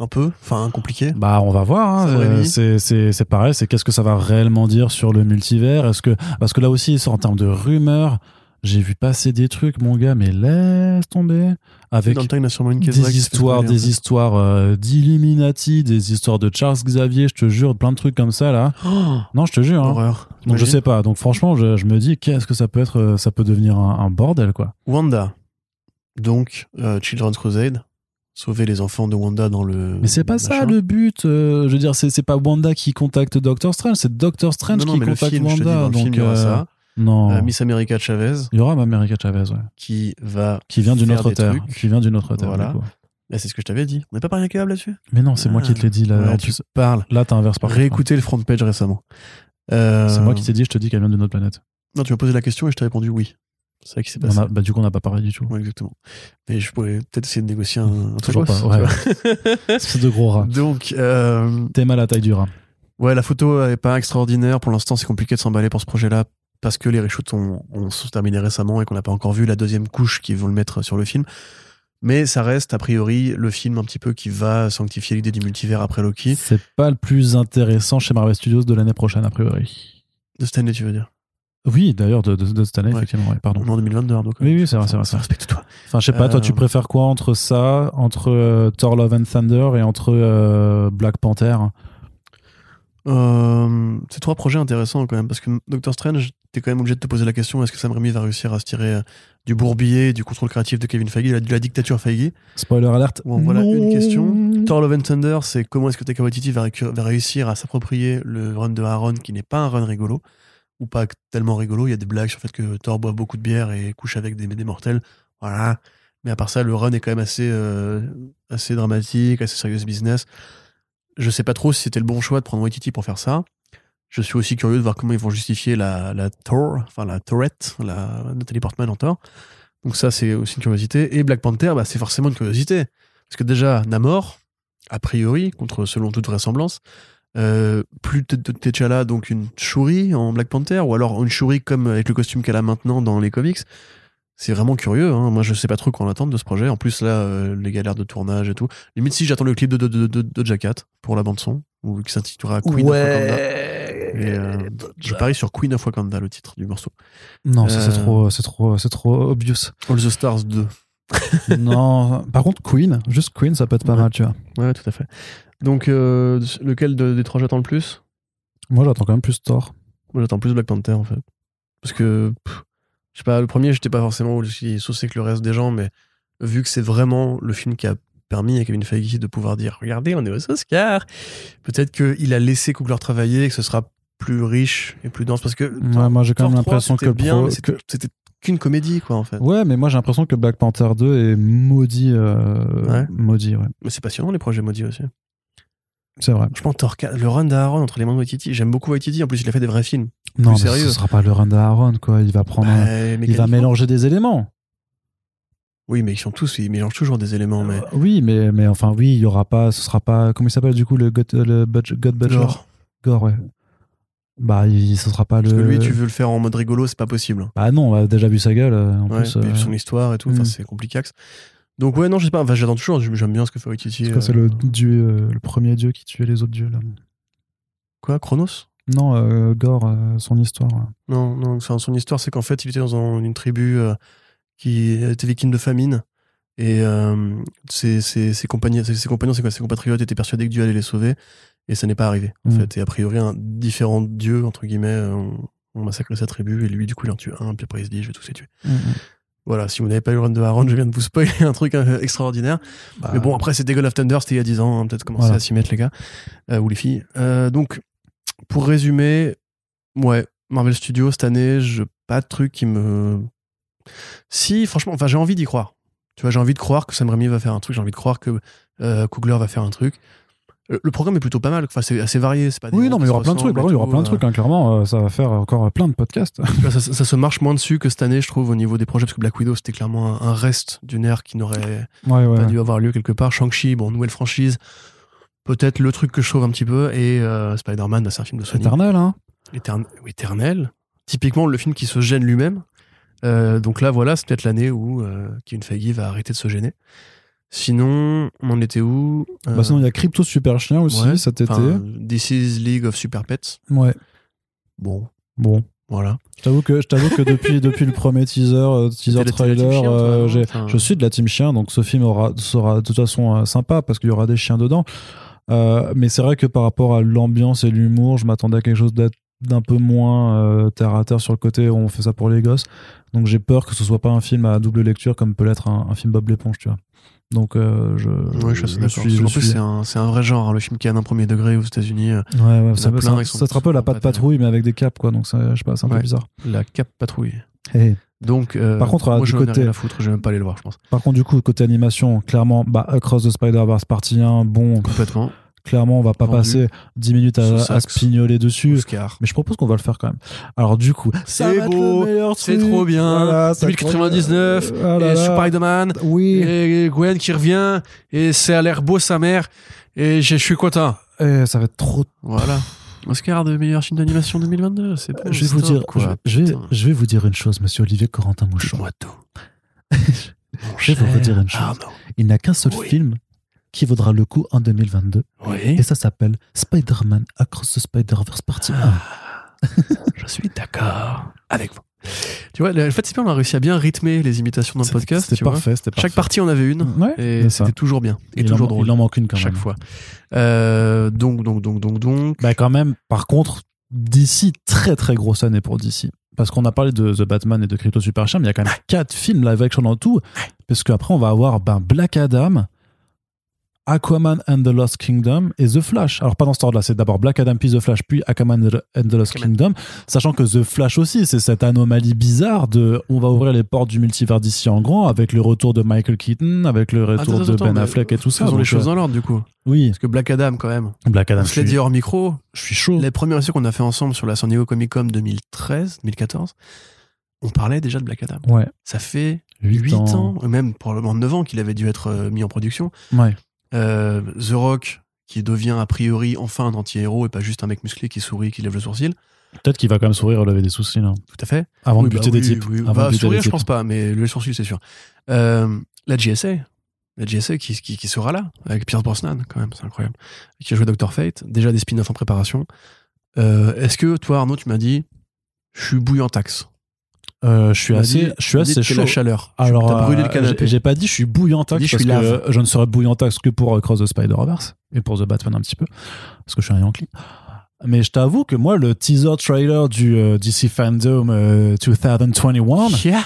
Un peu. Enfin, compliqué.
Bah, on va voir. hein.
Ça aurait
Euh,
mis.
C'est c'est- c'est pareil. C'est qu'est-ce que ça va réellement dire sur le multivers Est-ce que parce que là aussi, en termes de rumeurs, j'ai vu passer des trucs, mon gars. Mais laisse tomber avec
Dans le temps, il y en a sûrement une qui est vraie,
des
qui se fait
histoires,
spoiler, en
des
fait.
histoires euh, d'Illuminati, des histoires de Charles Xavier. Je te jure, plein de trucs comme ça là.
Oh,
Non, je te jure. hein.
horreur.
Donc je
T'imagines
sais pas. Donc franchement, je, je me dis qu'est-ce que ça peut être euh, Ça peut devenir un, un bordel quoi.
Wanda. Donc, euh, Children's Crusade. Sauver les enfants de Wanda dans le.
Mais c'est pas
Bah, machin.
ça le but. euh, je veux dire, c'est c'est pas Wanda qui contacte Doctor Strange, c'est Doctor Strange
Non, non,
qui
mais le
contacte
film, je te dis,
Wanda.
dans le film,
donc
il y aura
euh,
ça.
non.
Euh, Miss America Chavez,
Il y aura America Chavez, ouais.
qui va.
Qui vient d'une
faire
autre
des
terre.
trucs.
Qui vient d'une autre terre.
Voilà.
du coup.
Là, c'est ce que je t'avais dit. On n'est pas parlé un câble là-dessus
Mais non, c'est moi
Ah.
qui te l'ai dit. Là,
Ouais,
en
tu
plus,
parles.
là t'as inverse par contre. hein.
Réécoutez le front page récemment. Euh,
C'est moi qui t'ai dit, je te dis qu'elle vient d'une autre planète.
Non, tu m'as posé la question et je t'ai répondu oui. C'est ça qui s'est passé.
On a- bah, du coup, on n'a pas parlé du tout.
Ouais, exactement. Mais je pourrais peut-être essayer de négocier un, un
Toujours
tacos,
pas, ouais.
tu vois.
C'est de gros rats.
Donc, euh,
T'es mal à la taille du rat.
Ouais, la photo est pas extraordinaire. Pour l'instant, c'est compliqué de s'emballer pour ce projet-là parce que les reshoots ont, ont sont terminés récemment et qu'on n'a pas encore vu la deuxième couche qu'ils vont le mettre sur le film. Mais ça reste, a priori, le film un petit peu qui va sanctifier l'idée du multivers après Loki.
C'est pas le plus intéressant chez Marvel Studios de l'année prochaine, a priori.
De Stanley, tu veux dire
Oui, d'ailleurs, de, de, de cette année,
Ouais.
effectivement, ouais, pardon.
On est en 2022, Arnaud. quand
Oui,
même.
oui, c'est vrai, c'est vrai, c'est vrai.
hein, Respecte-toi.
Enfin, je sais pas, toi, tu
Euh,
préfères quoi entre ça, entre euh, Thor Love and Thunder et entre euh, Black Panther
Euh, c'est trois projets intéressants quand même, parce que hum, Doctor Strange, t'es quand même obligé de te poser la question est-ce que Sam Raimi va réussir à se tirer euh, du bourbier, du contrôle créatif de Kevin Feige, de la, de la dictature Feige
Spoiler alerte.
Bon, voilà
Non.
une question. Thor Love and Thunder, c'est comment est-ce que Taika Waititi va, récu- va réussir à s'approprier le run de Aaron, qui n'est pas un run rigolo, ou pas tellement rigolo. Il y a des blagues sur le fait que Thor boit beaucoup de bière et couche avec des, des mortels. Voilà. Mais à part ça, le run est quand même assez, euh, assez dramatique, assez serious business. Je sais pas trop si c'était le bon choix de prendre Waititi pour faire ça. Je suis aussi curieux de voir comment ils vont justifier la, la Thor, enfin la Tourette, la Nathalie Portman en Thor. Donc ça, c'est aussi une curiosité. Et Black Panther, bah, c'est forcément une curiosité. Parce que déjà, Namor, a priori, contre selon toute vraisemblance, euh, plus T- T- T'Challa, donc une Shuri en Black Panther, ou alors une Shuri comme avec le costume qu'elle a maintenant dans les comics. C'est vraiment curieux. hein. Moi, je sais pas trop quoi en attendre de ce projet. En plus, là, euh, les galères de tournage et tout. Limite, si j'attends le clip de, de, de, de, de Jack Hat pour la bande-son, ou qui s'intitulera Queen of Wakanda. Et, euh, je parie sur Queen of Wakanda, le titre du morceau.
Non, ça, c'est
Euh.
trop, c'est trop, c'est trop obvious.
All the Stars 2.
non, par contre, Queen, juste Queen, ça peut être pas
Ouais.
mal, tu vois.
Ouais, tout à fait. Donc, euh, lequel de- des trois j'attends le plus
Moi, j'attends quand même plus Thor.
Moi, j'attends plus Black Panther, en fait. Parce que, pff, je sais pas, le premier, j'étais pas forcément aussi saucé que le reste des gens, mais vu que c'est vraiment le film qui a permis à Kevin Feige de pouvoir dire Regardez, on est aux Oscars Peut-être qu'il a laissé Coogler travailler et que ce sera plus riche et plus dense. Parce que.
Ouais, moi, j'ai quand même
Thor 3,
l'impression que
c'était
le
bien,
pro-
mais c'était-
que-
C'était qu'une comédie, quoi, en fait.
Ouais, mais moi, j'ai l'impression que Black Panther 2 est maudit. euh,
Ouais.
Maudit, ouais.
Mais c'est passionnant, les projets maudits aussi.
C'est vrai.
Franchement, Thor 4, le run d'Aaron entre les mains de Waititi, j'aime beaucoup Waititi. En plus, il a fait des vrais films.
Non, mais
sérieux.
ce sera pas le run d'Aaron, quoi. Il va prendre. un-
Bah,
Il va
mécaniquement-
mélanger des éléments.
Oui, mais ils sont tous, ils mélangent toujours des éléments. Mais...
Euh, Oui, mais, mais enfin, oui, il y aura pas. Ce sera pas. Comment il s'appelle du coup le God, euh, le Butch- God Butcher
Genre.
Gore, ouais. Bah, il, ce sera pas
Parce
le.
que lui, tu veux le faire en mode rigolo, c'est pas possible. hein.
Bah, non, on a déjà vu sa gueule. euh, En
Ouais,
plus, euh,
puis son histoire et tout, enfin,
Mm.
c'est compliqué. Donc, ouais, non, je sais pas. Enfin, j'attends toujours. J'aime bien ce que fait Waititi.
c'est quoi,
euh,
c'est le, dieu, euh, le premier dieu qui tuait les autres dieux, là.
Quoi, Chronos
Non, euh, Gore, euh, son histoire. ouais.
Non, non, enfin, son histoire, c'est qu'en fait, il était dans un- une tribu euh, qui était victime de famine. Et euh, ses, ses, ses compagnons, ses, ses compagnons, c'est quoi Ses compatriotes étaient persuadés que Dieu allait les sauver. Et ça n'est pas arrivé, en
Mm.
fait. Et a priori, un différent dieu, entre guillemets, euh, ont ont massacré sa tribu. Et lui, du coup, il en tue un. Puis après, il se dit, je vais tous les tuer.
Mm,
Voilà, si vous n'avez pas eu le run de Aaron, je viens de vous spoiler un truc euh, extraordinaire.
Bah,
Mais bon, après, c'était Gold of Thunder, c'était il y a 10 ans, hein, peut-être commencer
Voilà.
à s'y mettre, les gars, euh, ou les filles. Euh, donc, pour résumer, ouais, Marvel Studios, cette année, je, pas de truc qui me. Si, franchement, enfin, j'ai envie d'y croire. Tu vois, j'ai envie de croire que Sam Raimi va faire un truc, j'ai envie de croire que euh, Coogler va faire un truc. Le, le programme est plutôt pas mal, enfin, c'est assez varié. c'est Pas des
Oui,
héros
non, mais il y
qui
aura
se
plein de trucs. par
ressemblent
contre, Il y
et
aura
tout,
plein de
euh,
trucs. hein, clairement, euh, ça va faire encore plein de podcasts.
tu vois, ça, ça- ça se marche moins dessus que cette année, je trouve, au niveau des projets, parce que Black Widow, c'était clairement un, un reste d'une ère qui n'aurait
ouais, ouais.
pas dû avoir lieu quelque part. Shang-Chi, bon, nouvelle franchise. Peut-être le truc que je trouve un petit peu. Et euh, Spider-Man, bah, c'est un film de Sony.
Éternel, hein.
Éterne- ou éternel. Typiquement, le film qui se gêne lui-même. Euh, donc là, voilà, c'est peut-être l'année où euh, Kevin Feige va arrêter de se gêner. Sinon, on en était où Euh,
Bah, sinon, il y a Crypto Super Chien aussi
ouais,
cet été.
enfin, This is League of Super Pets.
Ouais.
Bon,
Bon.
voilà.
Je t'avoue que, je t'avoue que depuis, depuis le premier teaser, euh, teaser
T'es de la- t'es de la team
trailer,
chien, toi,
euh,
non
j'ai-
Enfin,
je suis de la team chien, donc ce film aura, sera de toute façon euh, sympa parce qu'il y aura des chiens dedans. Euh, mais c'est vrai que par rapport à l'ambiance et l'humour, je m'attendais à quelque chose d'à- d'un peu moins euh, terre à terre sur le côté on fait ça pour les gosses donc j'ai peur que ce soit pas un film à double lecture comme peut l'être un, un film Bob l'éponge tu vois donc euh, je,
Ouais, je suis assez d'accord.
suis,
en
je
plus,
suis-
c'est un, c'est un vrai genre, hein, le film qui a un premier degré aux États-Unis. euh,
Ouais, ouais,
a
ça,
plein,
ça,
ils sont
ça te rappelle la
souvent
patte
pas
patrouille, mais avec des caps, quoi. Donc, ça, je sais pas, c'est un peu
Ouais.
bizarre.
la Cap Patrouille.
Hey.
Donc, euh,
Par contre, euh,
moi,
du
je n'en ai
côté-
rien à foutre, je vais même pas aller le voir, je pense.
Par contre, du coup, côté animation, clairement, bah, Across the Spider-Verse partie 1, bon, pff,
Complètement.
clairement, on va pas
Vendu.
passer 10 minutes à,
Sous
à
sax.
se pignoler dessus.
Oscar.
Mais je propose qu'on va le faire quand même. Alors, du coup, ça
C'est
va être
beau,
le meilleur
c'est
truc.
trop bien.
Voilà, ça
1099,
commence. Ah là
et
là.
Spider-Man.
Oui,
Et Gwen qui revient. Et c'est à l'air beau, sa mère. Et je suis content. Oh,
et euh, ça va être trop
Voilà. Oscar de meilleur film d'animation 2022. C'est bon,
je vais vous
stop,
dire,
quoi.
je, je vais,
Putain.
je vais vous dire une chose, monsieur Olivier Corentin Mouchon.
Dites-moi tout.
Je vais vous redire une chose. Il n'y a qu'un seul
Oui.
film qui vaudra le coup en 2022,
Oui,
et ça s'appelle Spider-Man Across the Spider-Verse Partie 1.
Ah, je suis d'accord avec vous. Tu vois, le- en fait, c'est bien, on a réussi à bien rythmer les imitations dans le
C'était-
podcast.
C'était
tu vois.
parfait, c'était
Chaque
parfait.
partie en avait une.
Ouais,
et
c'est ça.
c'était toujours bien. Et
il,
toujours
en,
drôle.
il en manque une quand
chaque
même.
fois. Euh, donc, donc, donc, donc, donc.
Bah quand même, par contre, DC, très très grosse année pour DC. Parce qu'on a parlé de The Batman et de Crypto Super Chien, mais il y a quand même quatre films live action en tout. Parce qu'après, on va avoir ben, Black Adam, Aquaman and the Lost Kingdom et The Flash. Alors pas dans cet ordre-là, c'est d'abord Black Adam puis The Flash, puis Aquaman and the Lost
Aquaman.
Kingdom. Sachant que The Flash aussi, c'est cette anomalie bizarre de on va ouvrir les portes du multivers d'ici en grand avec le retour de Michael Keaton, avec le retour
Attends,
de
attends,
Ben
mais
Affleck et tout ça.
Faisons les
Donc, euh,
choses dans l'ordre, du coup.
Oui,
Parce que Black Adam, quand même.
Black Adam,
On
je
se l'a dit
suis,
hors micro.
je suis chaud.
Les premières émissions qu'on a fait ensemble sur la San Diego Comic Con 2013, 2014, on parlait déjà de Black Adam.
Ouais,
Ça fait
8,
8 ans, ou même probablement 9 ans qu'il avait dû être euh, mis en production.
Ouais.
Euh, The Rock, qui devient a priori enfin un anti-héros et pas juste un mec musclé qui sourit, qui lève le sourcil.
Peut-être qu'il va quand même sourire et relever des soucis là.
Tout à fait.
Avant
Oui,
de
bah
buter des
oui,
types.
oui.
Avant
Bah,
de buter
sourire,
des
je
types.
pense pas, mais le sourcil, c'est sûr. Euh, la JSA, la JSA qui, qui, qui sera là, avec Pierce Brosnan, quand même, c'est incroyable, qui a joué Dr. Fate, déjà des spin-offs en préparation. Euh, Est-ce que toi, Arnaud, tu m'as dit, je suis bouillant taxe
Euh, je suis
Tu m'as
assez,
dit-
je
tu
suis
m'as dit
assez
que t'es la
chaud.
chaleur.
Alors,
t'as brûlé
euh,
le canapé.
j'ai- j'ai pas dit je suis bouillantax
Dis, je
parce
suis
que
lave.
euh, je ne serais bouillantax que pour euh, Cross the Spider-Verse et pour The Batman un petit peu parce que je suis un Yankee. Mais je t'avoue que moi, le teaser trailer du euh, DC Fandom euh, 2021,
Yeah.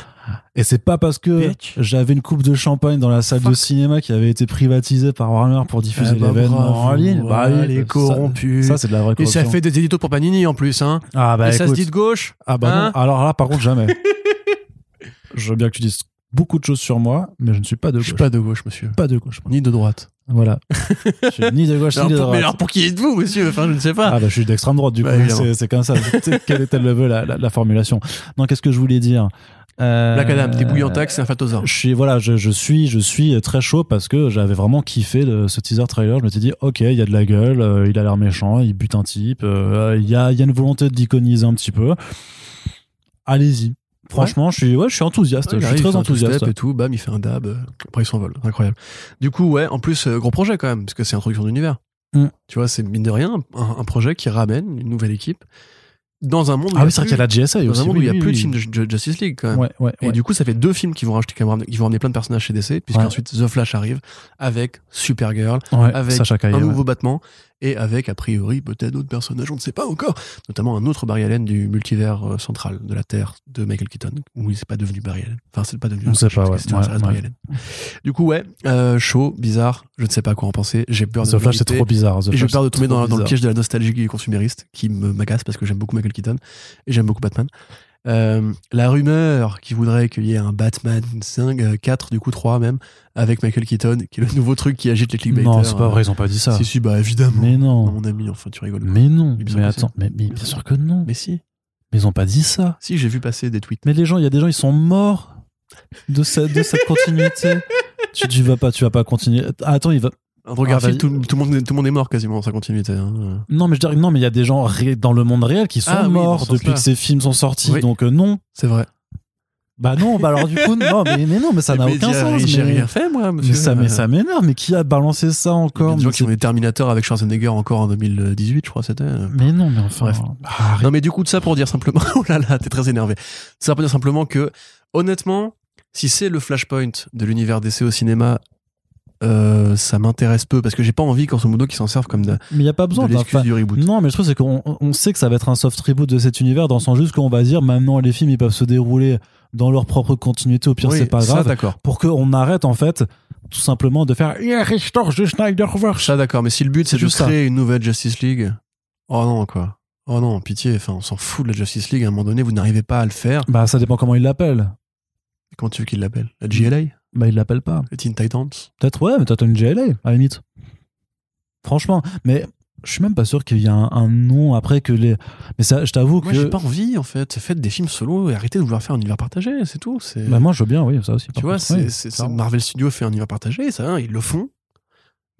et c'est pas parce que
Bitch.
j'avais une coupe de champagne dans la salle de
Fuck.
cinéma qui avait été privatisée par Warner pour diffuser
Ah bah,
l'événement en
bravo,
ligne. Bah
voilà,
oui,
les
ça-
corrompus.
Ça, c'est de la vraie
Et ça
corruption.
fait des éditos pour Panini en plus, hein.
Ah bah
et ça se
écoute.
dit de gauche.
Ah bah
Hein
non, alors là par contre jamais. je veux bien que tu dises beaucoup de choses sur moi, mais je ne suis pas de
Je
gauche.
suis pas de gauche, monsieur.
Pas de gauche. moi.
Ni de droite.
Voilà. je suis ni de gauche ni
Alors
de
pour, mais
droite.
alors pour qui êtes-vous, monsieur Enfin, je ne sais pas.
Ah bah je suis d'extrême droite du
Bah,
coup,
évidemment.
c'est- c'est comme ça. C'est- Quel était le level, la, la, la formulation Non, qu'est-ce que je voulais dire Euh,
Black Adam, t'es bouillant taxe, c'est un phaltosaure.
je suis voilà je, je suis je suis très chaud parce que j'avais vraiment kiffé le- ce teaser trailer je me suis dit ok il y a de la gueule euh, il a l'air méchant il bute un type euh, il y, a, il y a une volonté d'iconiser un petit peu allez-y franchement je suis ouais je suis enthousiaste
Ouais, il
je suis
arrive, il
très
fait un
enthousiaste
two-step et tout, bam, il fait un dab, euh, après il s'envole, incroyable. Du coup, ouais, en plus, euh, gros projet quand même, parce que c'est introduction d'univers.
Mm.
Tu vois, c'est mine de rien, un, un projet qui ramène une nouvelle équipe dans un monde. où
ah oui
il y a
c'est vrai
plus-
qu'il y a la GSA
dans
aussi
un monde
oui,
où il n'y a
oui,
plus de
oui.
films de, de Justice League quand même.
ouais ouais,
Et
ouais.
du coup, ça fait deux films qui vont rajouter, qui vont ramener- qui vont ramener plein de personnages chez DC, puisqu'ensuite The Flash arrive avec Supergirl,
Ouais,
avec
Sacha Cahier,
un
ouais.
nouveau battement et avec a priori peut-être d'autres personnages, on ne sait pas encore, notamment un autre Barry Allen du multivers euh, central de la Terre de Michael Keaton, où il s'est pas devenu Barry Allen. Enfin, c'est pas devenu.
On
un
sait
Flash,
pas,
parce
ouais.
que sinon, ça
Ouais,
reste Barry Allen. Du coup, ouais, euh, chaud, bizarre, je ne sais pas quoi en penser. J'ai peur de
The Flash c'est
m'imiter.
trop bizarre The
Et j'ai
Flash,
peur de
c'est
tomber
trop
dans, dans le
bizarre.
piège de la nostalgie consumériste qui me m'agace parce que j'aime beaucoup Michael Keaton et j'aime beaucoup Batman. Euh, la rumeur qui voudrait qu'il y ait un Batman 5, euh, 4, du coup 3 même, avec Michael Keaton, qui est le nouveau truc qui agite les clickbaiters.
non c'est pas
euh,
vrai ils ont pas dit ça
si, si, bah évidemment.
mais
Non,
non
Mon ami, enfin, tu rigoles.
mais non
Il me semble
mais
que c'est-
attends mais mais bien sûr que non
Mais si,
mais ils ont pas dit ça
si, j'ai vu passer des tweets.
Mais les gens, il y a des gens, ils sont morts de cette, de cette continuité. tu, tu vas pas, tu vas pas continuer. Ah, attends, il va.
Andrew
Ah,
Garfield,
bah,
tout, tout le monde, tout le monde est mort quasiment, ça continue. t'es, hein.
Non, mais je dirais, non, mais il y a des gens ré- dans le monde réel qui sont
Ah oui, dans
morts
ce sens-là.
depuis que ces films sont sortis.
Oui.
Donc euh, non,
C'est vrai.
bah non, bah alors du coup, non, mais, mais non, mais ça
Les
n'a aucun
médias,
sens.
J'ai
Mais,
rien fait, moi,
mais
monsieur.
ça, mais
Euh,
ça m'énerve. Mais qui a balancé ça
il y a
encore
des
Mais,
gens qui
c'est-
ont des Terminator avec Schwarzenegger encore en 2018, je crois, c'était.
mais non, mais enfin,
Bref.
bah, arrête.
Non, mais du coup, de ça pour dire simplement. Oh là là, t'es très énervé. Ça pour dire simplement que, honnêtement, si c'est le flashpoint de l'univers DC au cinéma, euh, ça m'intéresse peu parce que j'ai pas envie, grosso modo, qu'ils s'en servent comme de,
mais il y a pas
de
besoin. d'un
l'excuse
fan.
du reboot.
Non, mais je trouve c'est qu'on on- on sait que ça va être un soft reboot de cet univers dans le sens juste qu'on va dire maintenant les films ils peuvent se dérouler dans leur propre continuité. Au pire,
Oui,
c'est pas
ça,
grave.
d'accord.
pour qu'on arrête en fait tout simplement de faire Yeah, restore the Snyderverse.
Ça, d'accord. Mais si le but, c'est
C'est
de
juste ça.
créer une nouvelle Justice League, oh non, quoi. Oh non, pitié. Enfin, on s'en fout de la Justice League. À un moment donné, vous n'arrivez pas à le faire.
Bah ça dépend comment il l'appelle.
Comment tu veux qu'il l'appelle La GLA
Bah il l'appelle pas.
Les Teen Titans
Peut-être ouais, mais t'as une JLA à la limite. Franchement, mais je suis même pas sûr qu'il y a un, un nom après que les. Mais ça, je t'avoue
Moi,
que.
j'ai pas envie, en fait. Faites des films solo et arrêtez de vouloir faire un univers partagé, c'est tout. C'est...
Bah moi Bah, je veux bien, oui, ça aussi. par
Tu vois,
contre.
c'est,
Oui,
c'est- c'est-
clairement.
Marvel Studios fait un univers partagé, ça, hein, ils le font.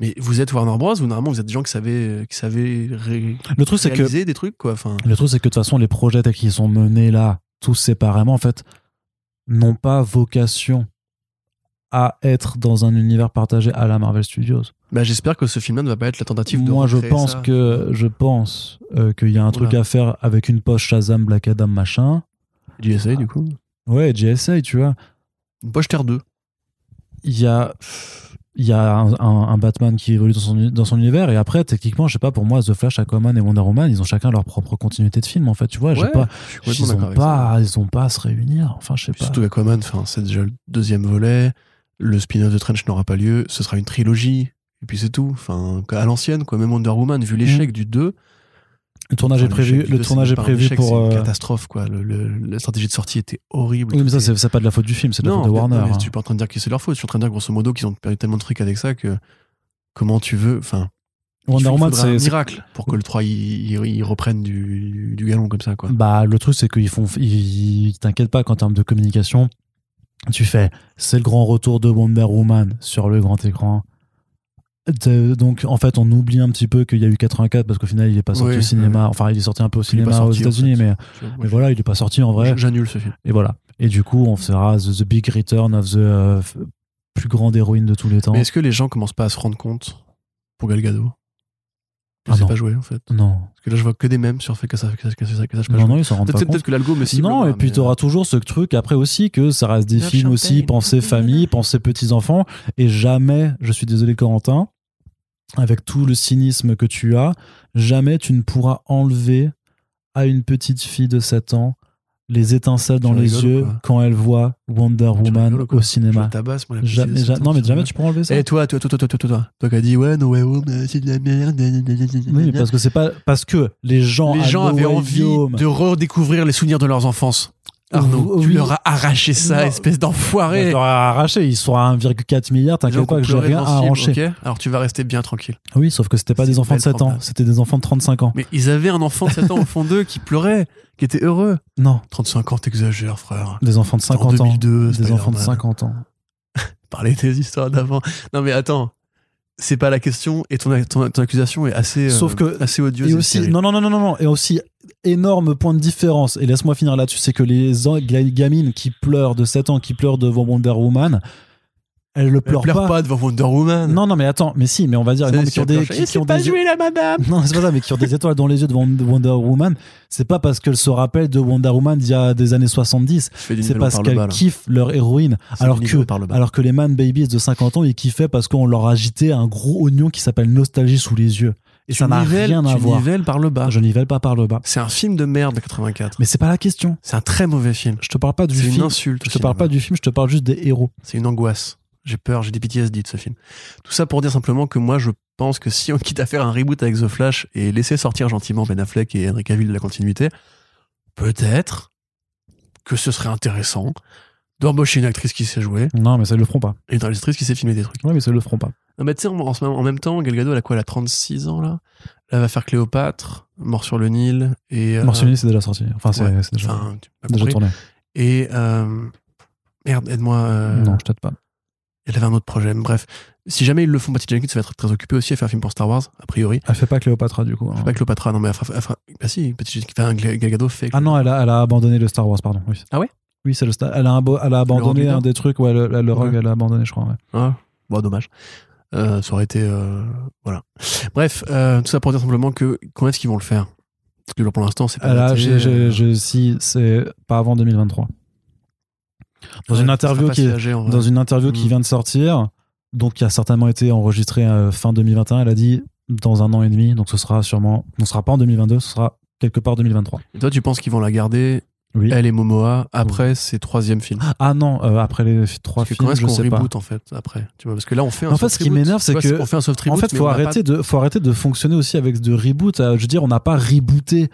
Mais vous êtes Warner Bros. Vous normalement vous êtes des gens qui savaient qui savaient ré-
Le truc, c'est que
réaliser des trucs quoi. Enfin,
Le truc, c'est que de toute façon, les projets tels qu'ils sont menés là, tous séparément, en fait, n'ont pas vocation à être dans un univers partagé à la Marvel Studios.
bah, j'espère que ce film-là ne va pas être la tentative de.
Moi, je
recréer
pense
ça.
que je pense euh, qu'il y a un truc
Oula.
à faire avec une poche Shazam, Black Adam, machin.
Du SA,
Ah.
du coup.
Ouais, JSA, tu vois.
Une poche Terre 2.
Il y a, il y a un, un- un Batman qui évolue dans son, dans son univers. Et après, techniquement, je sais pas, pour moi, The Flash, Aquaman et Wonder Woman, ils ont chacun leur propre continuité de film, en fait. Tu vois, j'ai
Ouais,
pas,
Je suis complètement
ils
d'accord
ont
avec ça.
pas, ils ont pas à se réunir. Enfin, je sais
Puis
pas.
Surtout Aquaman, enfin, c'est déjà le deuxième volet. Le spin-off de Trench n'aura pas lieu. Ce sera une trilogie. Et puis c'est tout. Enfin, à l'ancienne, quoi. Même Wonder Woman, vu l'échec du 2.
Le tournage est Mm. Ah, prévu, le tournage est prévu pour.
C'est une
euh,
catastrophe, quoi. Le- le- la stratégie de sortie était horrible.
Oui, mais ça,
Tout est-
c'est c'est pas de la faute du film, c'est de la
Non,
faute de
en fait, non,
Warner.
mais
hein.
Je suis pas en train de dire que c'est leur faute. Je suis en train de dire, grosso modo, qu'ils ont perdu tellement de trucs avec ça que. Comment tu veux. Enfin, il
Wonder Woman,
faudrait un
c'est. c'est-
miracle pour que le 3 il, il- il reprenne du, du galon comme ça, quoi.
Bah, le truc, c'est qu'ils font. Ils ils t'inquiètent pas qu'en termes de communication, tu fais. C'est le grand retour de Wonder Woman sur le grand écran. De- donc, en fait, on oublie un petit peu qu'il y a eu 84 parce qu'au final, il est pas sorti
Oui,
au cinéma. Enfin, il est sorti un peu au
Il est
cinéma
pas sorti,
aux
en
États-Unis,
fait.
mais,
Tu vois,
mais
moi,
voilà, il est pas sorti en vrai.
J'annule ce film.
Et voilà. Et du coup, on fera The, the Big Return of the euh, f- plus grande héroïne de tous les temps.
Mais est-ce que les gens commencent pas à se rendre compte pour Galgado que
Ah
c'est
non.
pas joué en fait
Non.
Parce que là je vois que des mêmes sur fait que ça que ça que ça que ça je pas
Non,
joué.
non, ils s'en rendent
Peut-être
pas compte.
peut-être que l'algo me cible.
Non,
voilà,
et puis
hein, mais- euh,
tu auras toujours ce truc après aussi que ça reste des
Leur
films aussi,
champagne.
penser famille, penser petits-enfants, et jamais, je suis désolé Corentin, avec tout le cynisme que tu as, jamais tu ne pourras enlever à une petite fille de 7 ans les étincelles dans les
rigoles ou
yeux
quoi
quand elle voit Wonder
Tu
Woman
rigoles ou quoi
au
Je
cinéma.
la tabasse, moi, la
Jamais,
petite,
ja-
c'est-
non, mais
c'est-
jamais tu hein. pourras enlever ça.
Eh toi, toi, toi, toi, toi, toi, toi, toi, toi qui as dit ouais, No Way Home, euh, c'est de la merde.
Oui, mais
Oui,
parce que c'est pas parce que les Bah, gens,
les
à
gens
No
avaient
Way
envie
Home-
de redécouvrir les souvenirs de leurs enfances. Arnaud,
Oh, Oui.
tu leur as arraché ça,
Non.
espèce
Je
d'enfoiré.
leur ai arraché, ils sont à 1,4 milliard,
Les
t'inquiète
gens qui ont
pas que j'ai
pleuré
rien
dans
à
ce film,
arracher.
ok Alors tu vas rester bien tranquille.
Oui, sauf que c'était pas
C'est
des
une
enfants de
belle
7 ans,
fantasme.
c'était des enfants de 35 ans.
Mais ils avaient un enfant de 7 ans au fond d'eux qui pleurait, qui était heureux.
Non,
35 ans, t'exagères, frère.
des enfants de
C'était en
50 ans.
2002,
Des enfants de
Spider-Man.
50 ans.
Parler des histoires d'avant. Non, mais attends. C'est pas la question et ton, ton, ton accusation est assez, euh,
Sauf que-
assez odieuse.
Et
et
aussi,
stérile.
non, non, non, non, non, non, et aussi, énorme point de différence, et laisse-moi finir là-dessus, c'est que les en- ga- gamines qui pleurent de 7 ans, qui pleurent devant Wonder Woman, elles le
Elle pleure,
pleurent pas.
pas. devant Wonder Woman.
Non, non, mais attends, mais si, mais on va dire,
Ça,
non, mais
si
qui ont
elle
des.
pleure,
qui-
c'est
qui ont
pas
des-
joué, la madame.
Non, c'est pas ça, mais qui ont des étoiles dans les yeux devant Wonder Woman, c'est pas parce qu'elles se rappellent de Wonder Woman d'il y a des années 70, c'est parce qu'elles kiffent leur héroïne, alors que
Par le bas.
Alors que les man babies de 50 ans, ils kiffaient parce qu'on leur agitait un gros oignon qui s'appelle nostalgie sous les yeux. Et ça n'a rien à voir.
par le bas.
Je nivelle pas par le bas.
C'est un film de merde, de 84.
Mais c'est pas la question.
C'est un très mauvais film.
Je te parle pas du
C'est une
film.
insulte.
Je te parle pas du film, je te parle juste des héros.
C'est une angoisse. J'ai peur, j'ai des PTSD de ce film. Tout ça pour dire simplement que moi, je pense que si on quitte à faire un reboot avec The Flash et laisser sortir gentiment Ben Affleck et Henry Cavill de la continuité, peut-être que ce serait intéressant d'embaucher une actrice qui sait jouer
Non, mais ça ils le feront pas.
et une réalisatrice qui sait filmer des trucs.
Ouais, mais ça ils le feront pas.
Non, mais tu sais, en, en ce moment- en même temps, Gal Gadot, elle a quoi Elle a 36 ans, là Elle va faire Cléopâtre, Mort sur le Nil et... euh,
Marcellier, c'est déjà sorti. Enfin, c'est
ouais,
c'est déjà,
Enfin, tu m'as
déjà
compris.
tourné.
Et... euh, merde, aide-moi... euh,
Non, je t'aide pas.
Elle avait un autre projet. mais Bref, si jamais ils le font, Patty Jenkins va être très occupée aussi à faire un film pour Star Wars, a priori.
Elle fait pas Cléopatra du coup. hein.
Je sais pas Cléopatra, non mais elle fera- elle fera- bah si, Patty Jenkins, enfin, Gal Gal Gadot fait.
Ah non, elle a, elle a abandonné le Star Wars, pardon. Oui.
Ah ouais
Oui, c'est le Star. Elle a, un bo- elle a abandonné
Rogue
un
Leader
des trucs. Ouais, le, le- le Rogue,
Ouais.
elle a abandonné, je crois. ouais.
Ah, bon, dommage. Euh, ça aurait été, euh, voilà. Bref, euh, tout ça pour dire simplement que quand est-ce qu'ils vont le faire Parce que pour l'instant, c'est pas.
Ah là,
daté,
j'ai- j'ai-
euh,
j'ai- si, c'est pas avant 2023. Dans
ouais,
une
ça
interview
sera pas
qui,
si âgé, en vrai.
dans une interview qui
Mm.
vient de sortir, donc qui a certainement été enregistrée euh, fin 2021, elle a dit dans un an et demi, donc ce sera sûrement, on sera pas en 2022, ce sera quelque part 2023.
Et Toi, tu penses qu'ils vont la garder
Oui.
Elle et Momoa après ses troisième films
Ah non, euh, après les f- trois
Parce que
films,
quand est-ce
je
qu'on
sais pas.
reboot en fait après Tu vois, parce que là, on fait. Un
En fait,
soft
ce qui
reboot.
m'énerve,
Tu
c'est
vois,
que-
on fait un soft
En
reboot,
fait,
mais
faut
on n'a pas
arrêter de, faut arrêter de fonctionner aussi avec de reboot. Euh, Je veux dire, on n'a pas rebooté.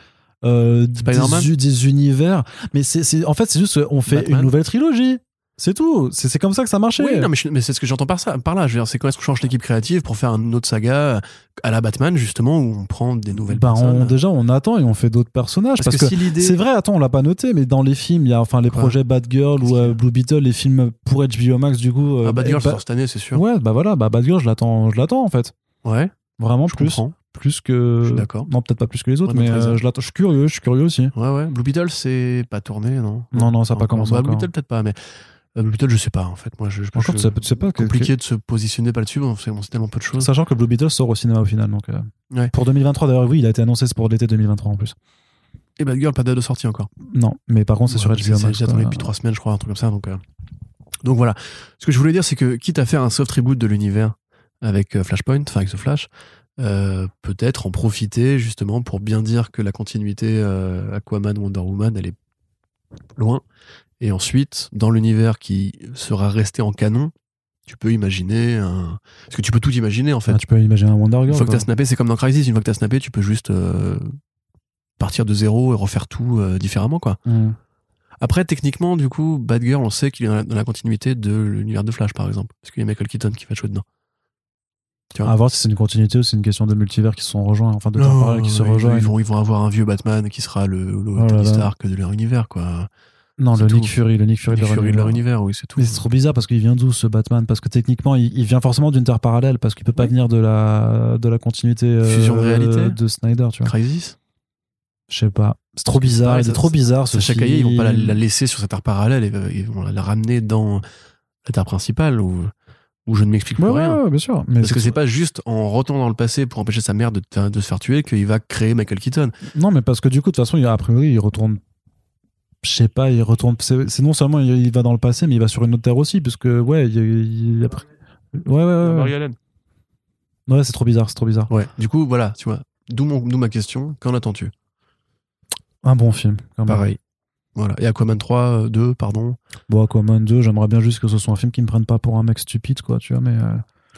euh, des,
Spider-Man
u- des univers mais c'est c'est- en fait c'est juste qu'on fait
Batman
une nouvelle trilogie C'est tout. C'est c'est comme ça que ça marchait.
Oui, non, mais, je- mais c'est ce que j'entends par ça, par là. Je veux dire, c'est quand est-ce qu'on change l'équipe créative pour faire une autre saga euh, à la Batman, justement, où on prend des nouvelles
Bah,
personnes.
on- déjà, on attend et on fait d'autres personnages. Parce,
parce, que,
que,
si l'idée,
c'est vrai, attends, on l'a pas noté, mais dans les films, il y a enfin les
Quoi
projets Batgirl
Qu'est-ce
ou euh,
qu'il y a
Blue Beetle, les films pour HBO Max, du coup. euh,
ah, Batgirl
bah-
sort cette année, c'est sûr.
Ouais, bah voilà, bah Batgirl, je l'attends, je l'attends en fait.
Ouais,
Vraiment
je
plus,
comprends.
plus que.
Je suis d'accord.
Non, peut-être pas plus que les autres,
Ouais,
mais
d'autres
euh,
raisons.
je l'attends. Je suis curieux, je suis curieux aussi.
Ouais, ouais. Blue Beetle, c'est pas tourné, non
Non, non, ça n'a pas commencé
Bah, Blue
encore.
Beetle, peut-être pas, mais euh, Blue Beetle, je sais pas, en fait. Moi, je, je,
Encore,
je-
tu sais- tu sais pas. que-
compliqué de se positionner pas dessus on sait, on sait tellement peu de
que-
choses.
Sachant que Blue Beetle sort au cinéma au final, donc. euh,
Ouais.
Pour 2023, d'ailleurs, oui, il a été annoncé c'est pour l'été 2023 en plus.
Et Batgirl, pas de date de sortie encore.
Non, mais par contre, c'est
Ouais,
sur HBO Max.
J'ai
quoi.
attendu depuis trois semaines, je crois, un truc comme ça. Donc, euh, donc voilà. Ce que je voulais dire, c'est que quitte à faire un soft reboot de l'univers avec euh, Flashpoint, enfin avec The Flash, euh, peut-être en profiter justement pour bien dire que la continuité euh, Aquaman Wonder Woman, elle est loin. Et ensuite, dans l'univers qui sera resté en canon, tu peux imaginer un... Parce que tu peux tout imaginer en fait.
Ah, tu peux imaginer un Wonder Girl.
Une fois que
quoi.
t'as snappé, c'est comme dans Crisis. Une fois que t'as snappé, tu peux juste euh, partir de zéro et refaire tout euh, différemment, quoi.
Mm.
Après, techniquement, du coup, Batgirl, on sait qu'il est dans la, dans la continuité de l'univers de Flash, par exemple. Parce qu'il y a Michael Keaton qui va jouer dedans.
À voir si c'est une continuité ou si c'est une question de multivers qui se sont rejoints, enfin de
Non,
temporel qui se
ils-
rejoignent.
Ils vont, ils vont avoir un vieux Batman qui sera le, le
Oh là
Tony
là.
Stark de leur univers, quoi.
Non, le
c'est
Nick
tout.
Fury, le Nick Fury,
Fury
de leur
de
univers.
leur univers, oui, c'est tout.
Mais c'est trop bizarre parce qu'il vient d'où ce Batman Parce que techniquement, il, il vient forcément d'une terre parallèle parce qu'il peut pas
Oui.
venir de la de la continuité euh,
Fusion de réalité
de Snyder, tu vois.
Crisis
Je sais pas. C'est trop bizarre.
pareil,
Il est
ça-
trop bizarre ce
Sacha
film.
Cahier, ils vont pas la, la laisser sur sa terre parallèle, ils- ils vont la- la ramener dans la terre principale, où, où je ne m'explique plus
Ouais,
rien.
ouais, ouais, bien sûr. Mais
Parce que c'est pas juste en retournant dans le passé pour empêcher sa mère de, te- de se faire tuer qu'il va créer Michael Keaton.
non, mais parce que du coup, de toute façon, il, a priori, il retourne. Je sais pas. Il retourne. C'est c'est non seulement il, il va dans le passé, mais il va sur une autre terre aussi, parce que ouais, il, il- après- ouais, ouais, ouais, ouais. Ouais, c'est trop bizarre. C'est trop bizarre.
Ouais. Du coup, voilà, tu vois. D'où mon- d'où ma question. Qu'en attends-tu
Un bon film. quand même.
Voilà. Et Aquaman 3, euh, 2, pardon.
Bon, Aquaman 2, j'aimerais bien juste que ce soit un film qui me prenne pas pour un mec stupide, quoi, tu vois, mais. euh,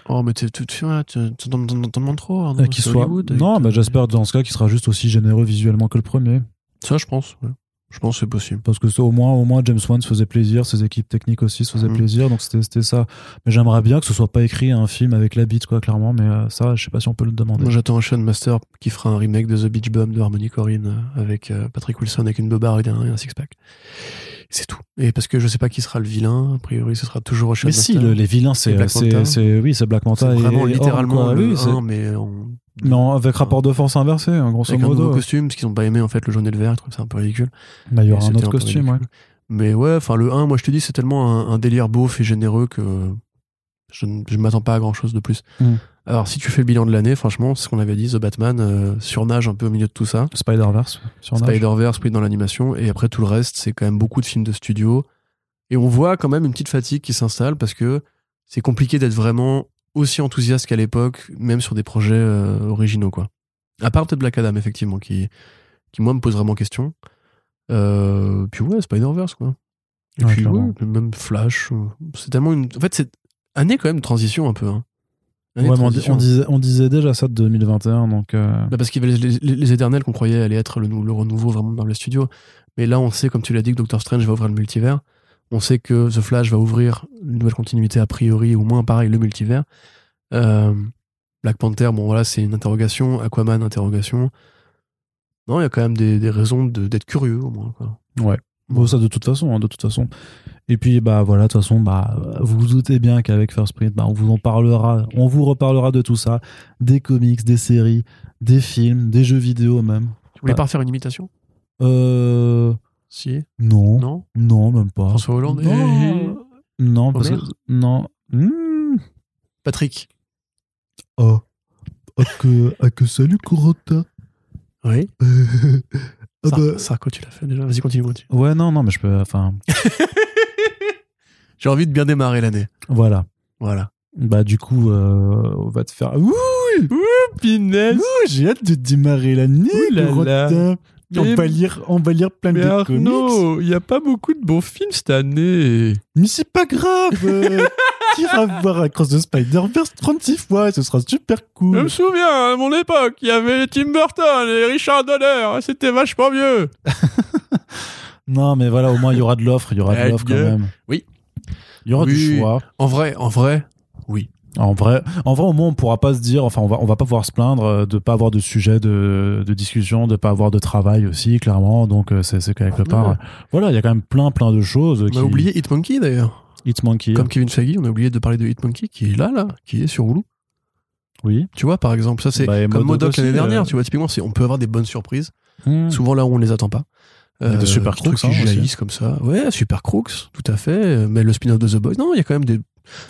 Oh, mais t'es- tu tu- tu vois, tu- tu- t'en t'en- t'en demandes trop. Arnaud,
euh, qu'il
c'est
soit.
Oh, Hollywood.
non,
Et-
mais j'espère dans ce cas qu'il sera juste aussi généreux visuellement que le premier.
Ça, je pense. ouais. Je pense que c'est possible.
Parce que ça, au moins, au moins James Wan se faisait plaisir, ses équipes techniques aussi se faisaient
Mhm.
plaisir, donc c'était c'était ça. Mais j'aimerais bien que ce soit pas écrit un film avec la bite, quoi, clairement, mais euh, ça, je sais pas si on peut le demander.
Moi, j'attends un Sean Master qui fera un remake de The Beach Bum de Harmony Corinne euh, avec euh, Patrick Wilson avec une bobarde et un, et un six-pack. C'est tout. Et parce que je sais pas qui sera le vilain. A priori, ce sera toujours Sean
mais
Master.
si, le- les vilains, c'est.
Et Black
c'est-
Manta.
c'est- Oui, c'est Black
C'est
Manta. et-
vraiment
et Orm,
littéralement
quoi.
le
Oui, c'est-
1, mais en-
mais en- avec rapport de force inversé, hein, grosso
avec un nouveau
modo.
costume, parce qu'ils ont pas aimé en fait le jaune et le vert, je trouve ça un peu ridicule.
Bah, il y aura
Et
un
c'était
autre
peu
costume, ouais.
ridicule. Mais ouais, enfin le 1, moi je te dis, c'est tellement un, un délire beauf et généreux que je ne je ne m'attends pas à grand chose de plus.
Mm.
Alors si tu fais le bilan de l'année, franchement, c'est ce qu'on avait dit, The Batman euh, surnage un peu au milieu de tout ça.
Spider-Verse, sur Nage.
Spider-Verse pris dans l'animation, et après tout le reste, c'est quand même beaucoup de films de studio. Et on voit quand même une petite fatigue qui s'installe parce que c'est compliqué d'être vraiment aussi enthousiaste qu'à l'époque, même sur des projets euh, originaux, quoi. À part peut-être Black Adam, effectivement, qui, qui moi me pose vraiment question. Euh, puis ouais, Spider-Verse, quoi. Et
Ouais,
puis
clairement.
ouais, même Flash. euh, C'est tellement une. En fait, c'est année quand même de transition un peu. hein. Année de
Ouais, mais on, di-
transition.
on disait, on disait déjà ça de 2021, donc. euh,
Bah, parce qu'il y avait les, les- les éternels qu'on croyait aller être le, nou- le renouveau vraiment dans le studio. Mais là, on sait, comme tu l'as dit, que Doctor Strange va ouvrir le multivers. On sait que The Flash va ouvrir une nouvelle continuité a priori, au moins pareil, le multivers. Euh, Black Panther, bon voilà, c'est une interrogation. Aquaman, interrogation. Non, il y a quand même des, des raisons de- d'être curieux, au moins. quoi.
Bon, ça de toute façon, hein, de toute façon. Et puis, bah voilà, de toute façon, bah, vous vous doutez bien qu'avec First Print, bah, on vous en parlera, on vous reparlera de tout ça, des comics, des séries, des films, des jeux vidéo même.
Tu voulais
Bah.
pas faire une imitation
Euh,
Si
non, non,
Non
même pas.
François Hollande
Non, non, parce que
Homer
non, Hmm.
Patrick
Ah. Ah que, ah que salut Corentin.
Oui
Ah bah-
Sarko, tu l'as fait déjà Vas-y, continue, continue.
Ouais, non, non, mais je peux, enfin,
J'ai envie de bien démarrer l'année.
voilà.
Voilà.
Bah du coup, euh, on va te faire. Ouh,
Pinel,
Ouh, j'ai hâte de démarrer l'année,
Ouh là là.
Rotin. On
Mais-
va, lire, on va lire plein
mais
de comics.
Arnaud, il n'y a pas beaucoup de bons films cette année.
Mais c'est pas grave. euh, T'iras voir Across the Spider-Verse 36 fois, ce sera super
Je
cool.
me souviens, à mon époque, il y avait Tim Burton et Richard Donner, c'était vachement mieux.
Non, mais voilà, au moins il y aura de l'offre, il y aura de
Eh,
l'offre quand
gueule.
même.
Oui.
Il y aura du
Oui.
choix.
En vrai, en vrai, oui.
En vrai, en vrai, au moins, on pourra pas se dire, enfin, on va, on va pas pouvoir se plaindre euh, de pas avoir de sujet de, de discussion, de pas avoir de travail aussi, clairement. Donc, euh, c'est c'est quelque part.
Ah Ouais.
euh, Voilà, il y a quand même plein, plein de choses.
On
qui...
a oublié Hitmonkey d'ailleurs.
Hitmonkey.
Comme Kevin Feige, on a oublié de parler de Hitmonkey qui est là, là, qui est sur Hulu.
Oui.
Tu vois, par exemple, ça c'est
Bah, et
comme
Modoc
Modoc l'année
aussi,
dernière.
euh.
Tu vois, typiquement, c'est- on peut avoir des bonnes surprises,
Hmm.
souvent là où on les attend pas.
y a des Super
des trucs
Crooks, hein,
qui
aussi.
jaillissent comme ça. Ouais, Super Crooks, tout à fait. Euh, Mais le spin-off de The Boys, non, il y a quand même des.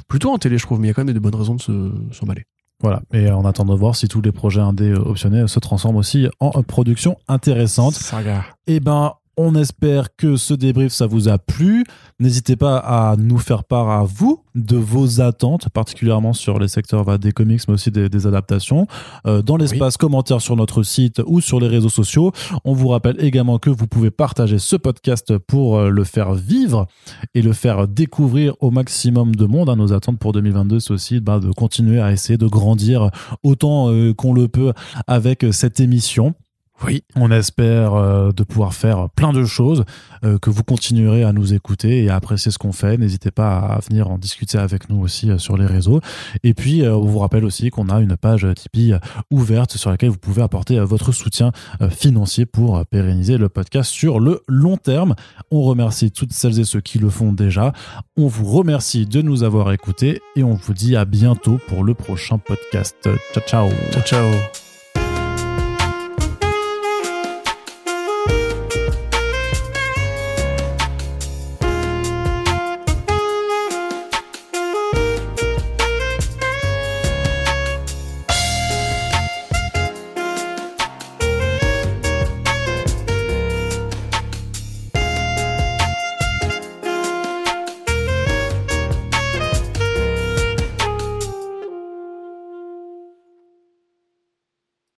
Plutôt en télé, je trouve, mais il y a quand même des bonnes raisons de se s'emballer.
Voilà. Et euh, on attend de voir si tous les projets indés euh, optionnés se transforment aussi en euh, production intéressante.
Saga.
Eh ben, on espère que ce débrief, ça vous a plu. N'hésitez pas à nous faire part à vous de vos attentes, particulièrement sur les secteurs bah, des comics, mais aussi des, des adaptations, euh, dans l'espace commentaire sur notre site ou sur les réseaux sociaux. On vous rappelle également que vous pouvez partager ce podcast pour euh, le faire vivre et le faire découvrir au maximum de monde. hein. Nos attentes pour 2022, c'est aussi bah, de continuer à essayer de grandir autant euh, qu'on le peut avec euh, cette émission.
Oui.
On espère euh, de pouvoir faire plein de choses, euh, que vous continuerez à nous écouter et à apprécier ce qu'on fait. N'hésitez pas à venir en discuter avec nous aussi euh, sur les réseaux. Et puis, euh, on vous rappelle aussi qu'on a une page Tipeee euh, ouverte sur laquelle vous pouvez apporter euh, votre soutien euh, financier pour euh, pérenniser le podcast sur le long terme. On remercie toutes celles et ceux qui le font déjà. On vous remercie de nous avoir écoutés et on vous dit à bientôt pour le prochain podcast. Ciao, ciao.
Ciao, ciao.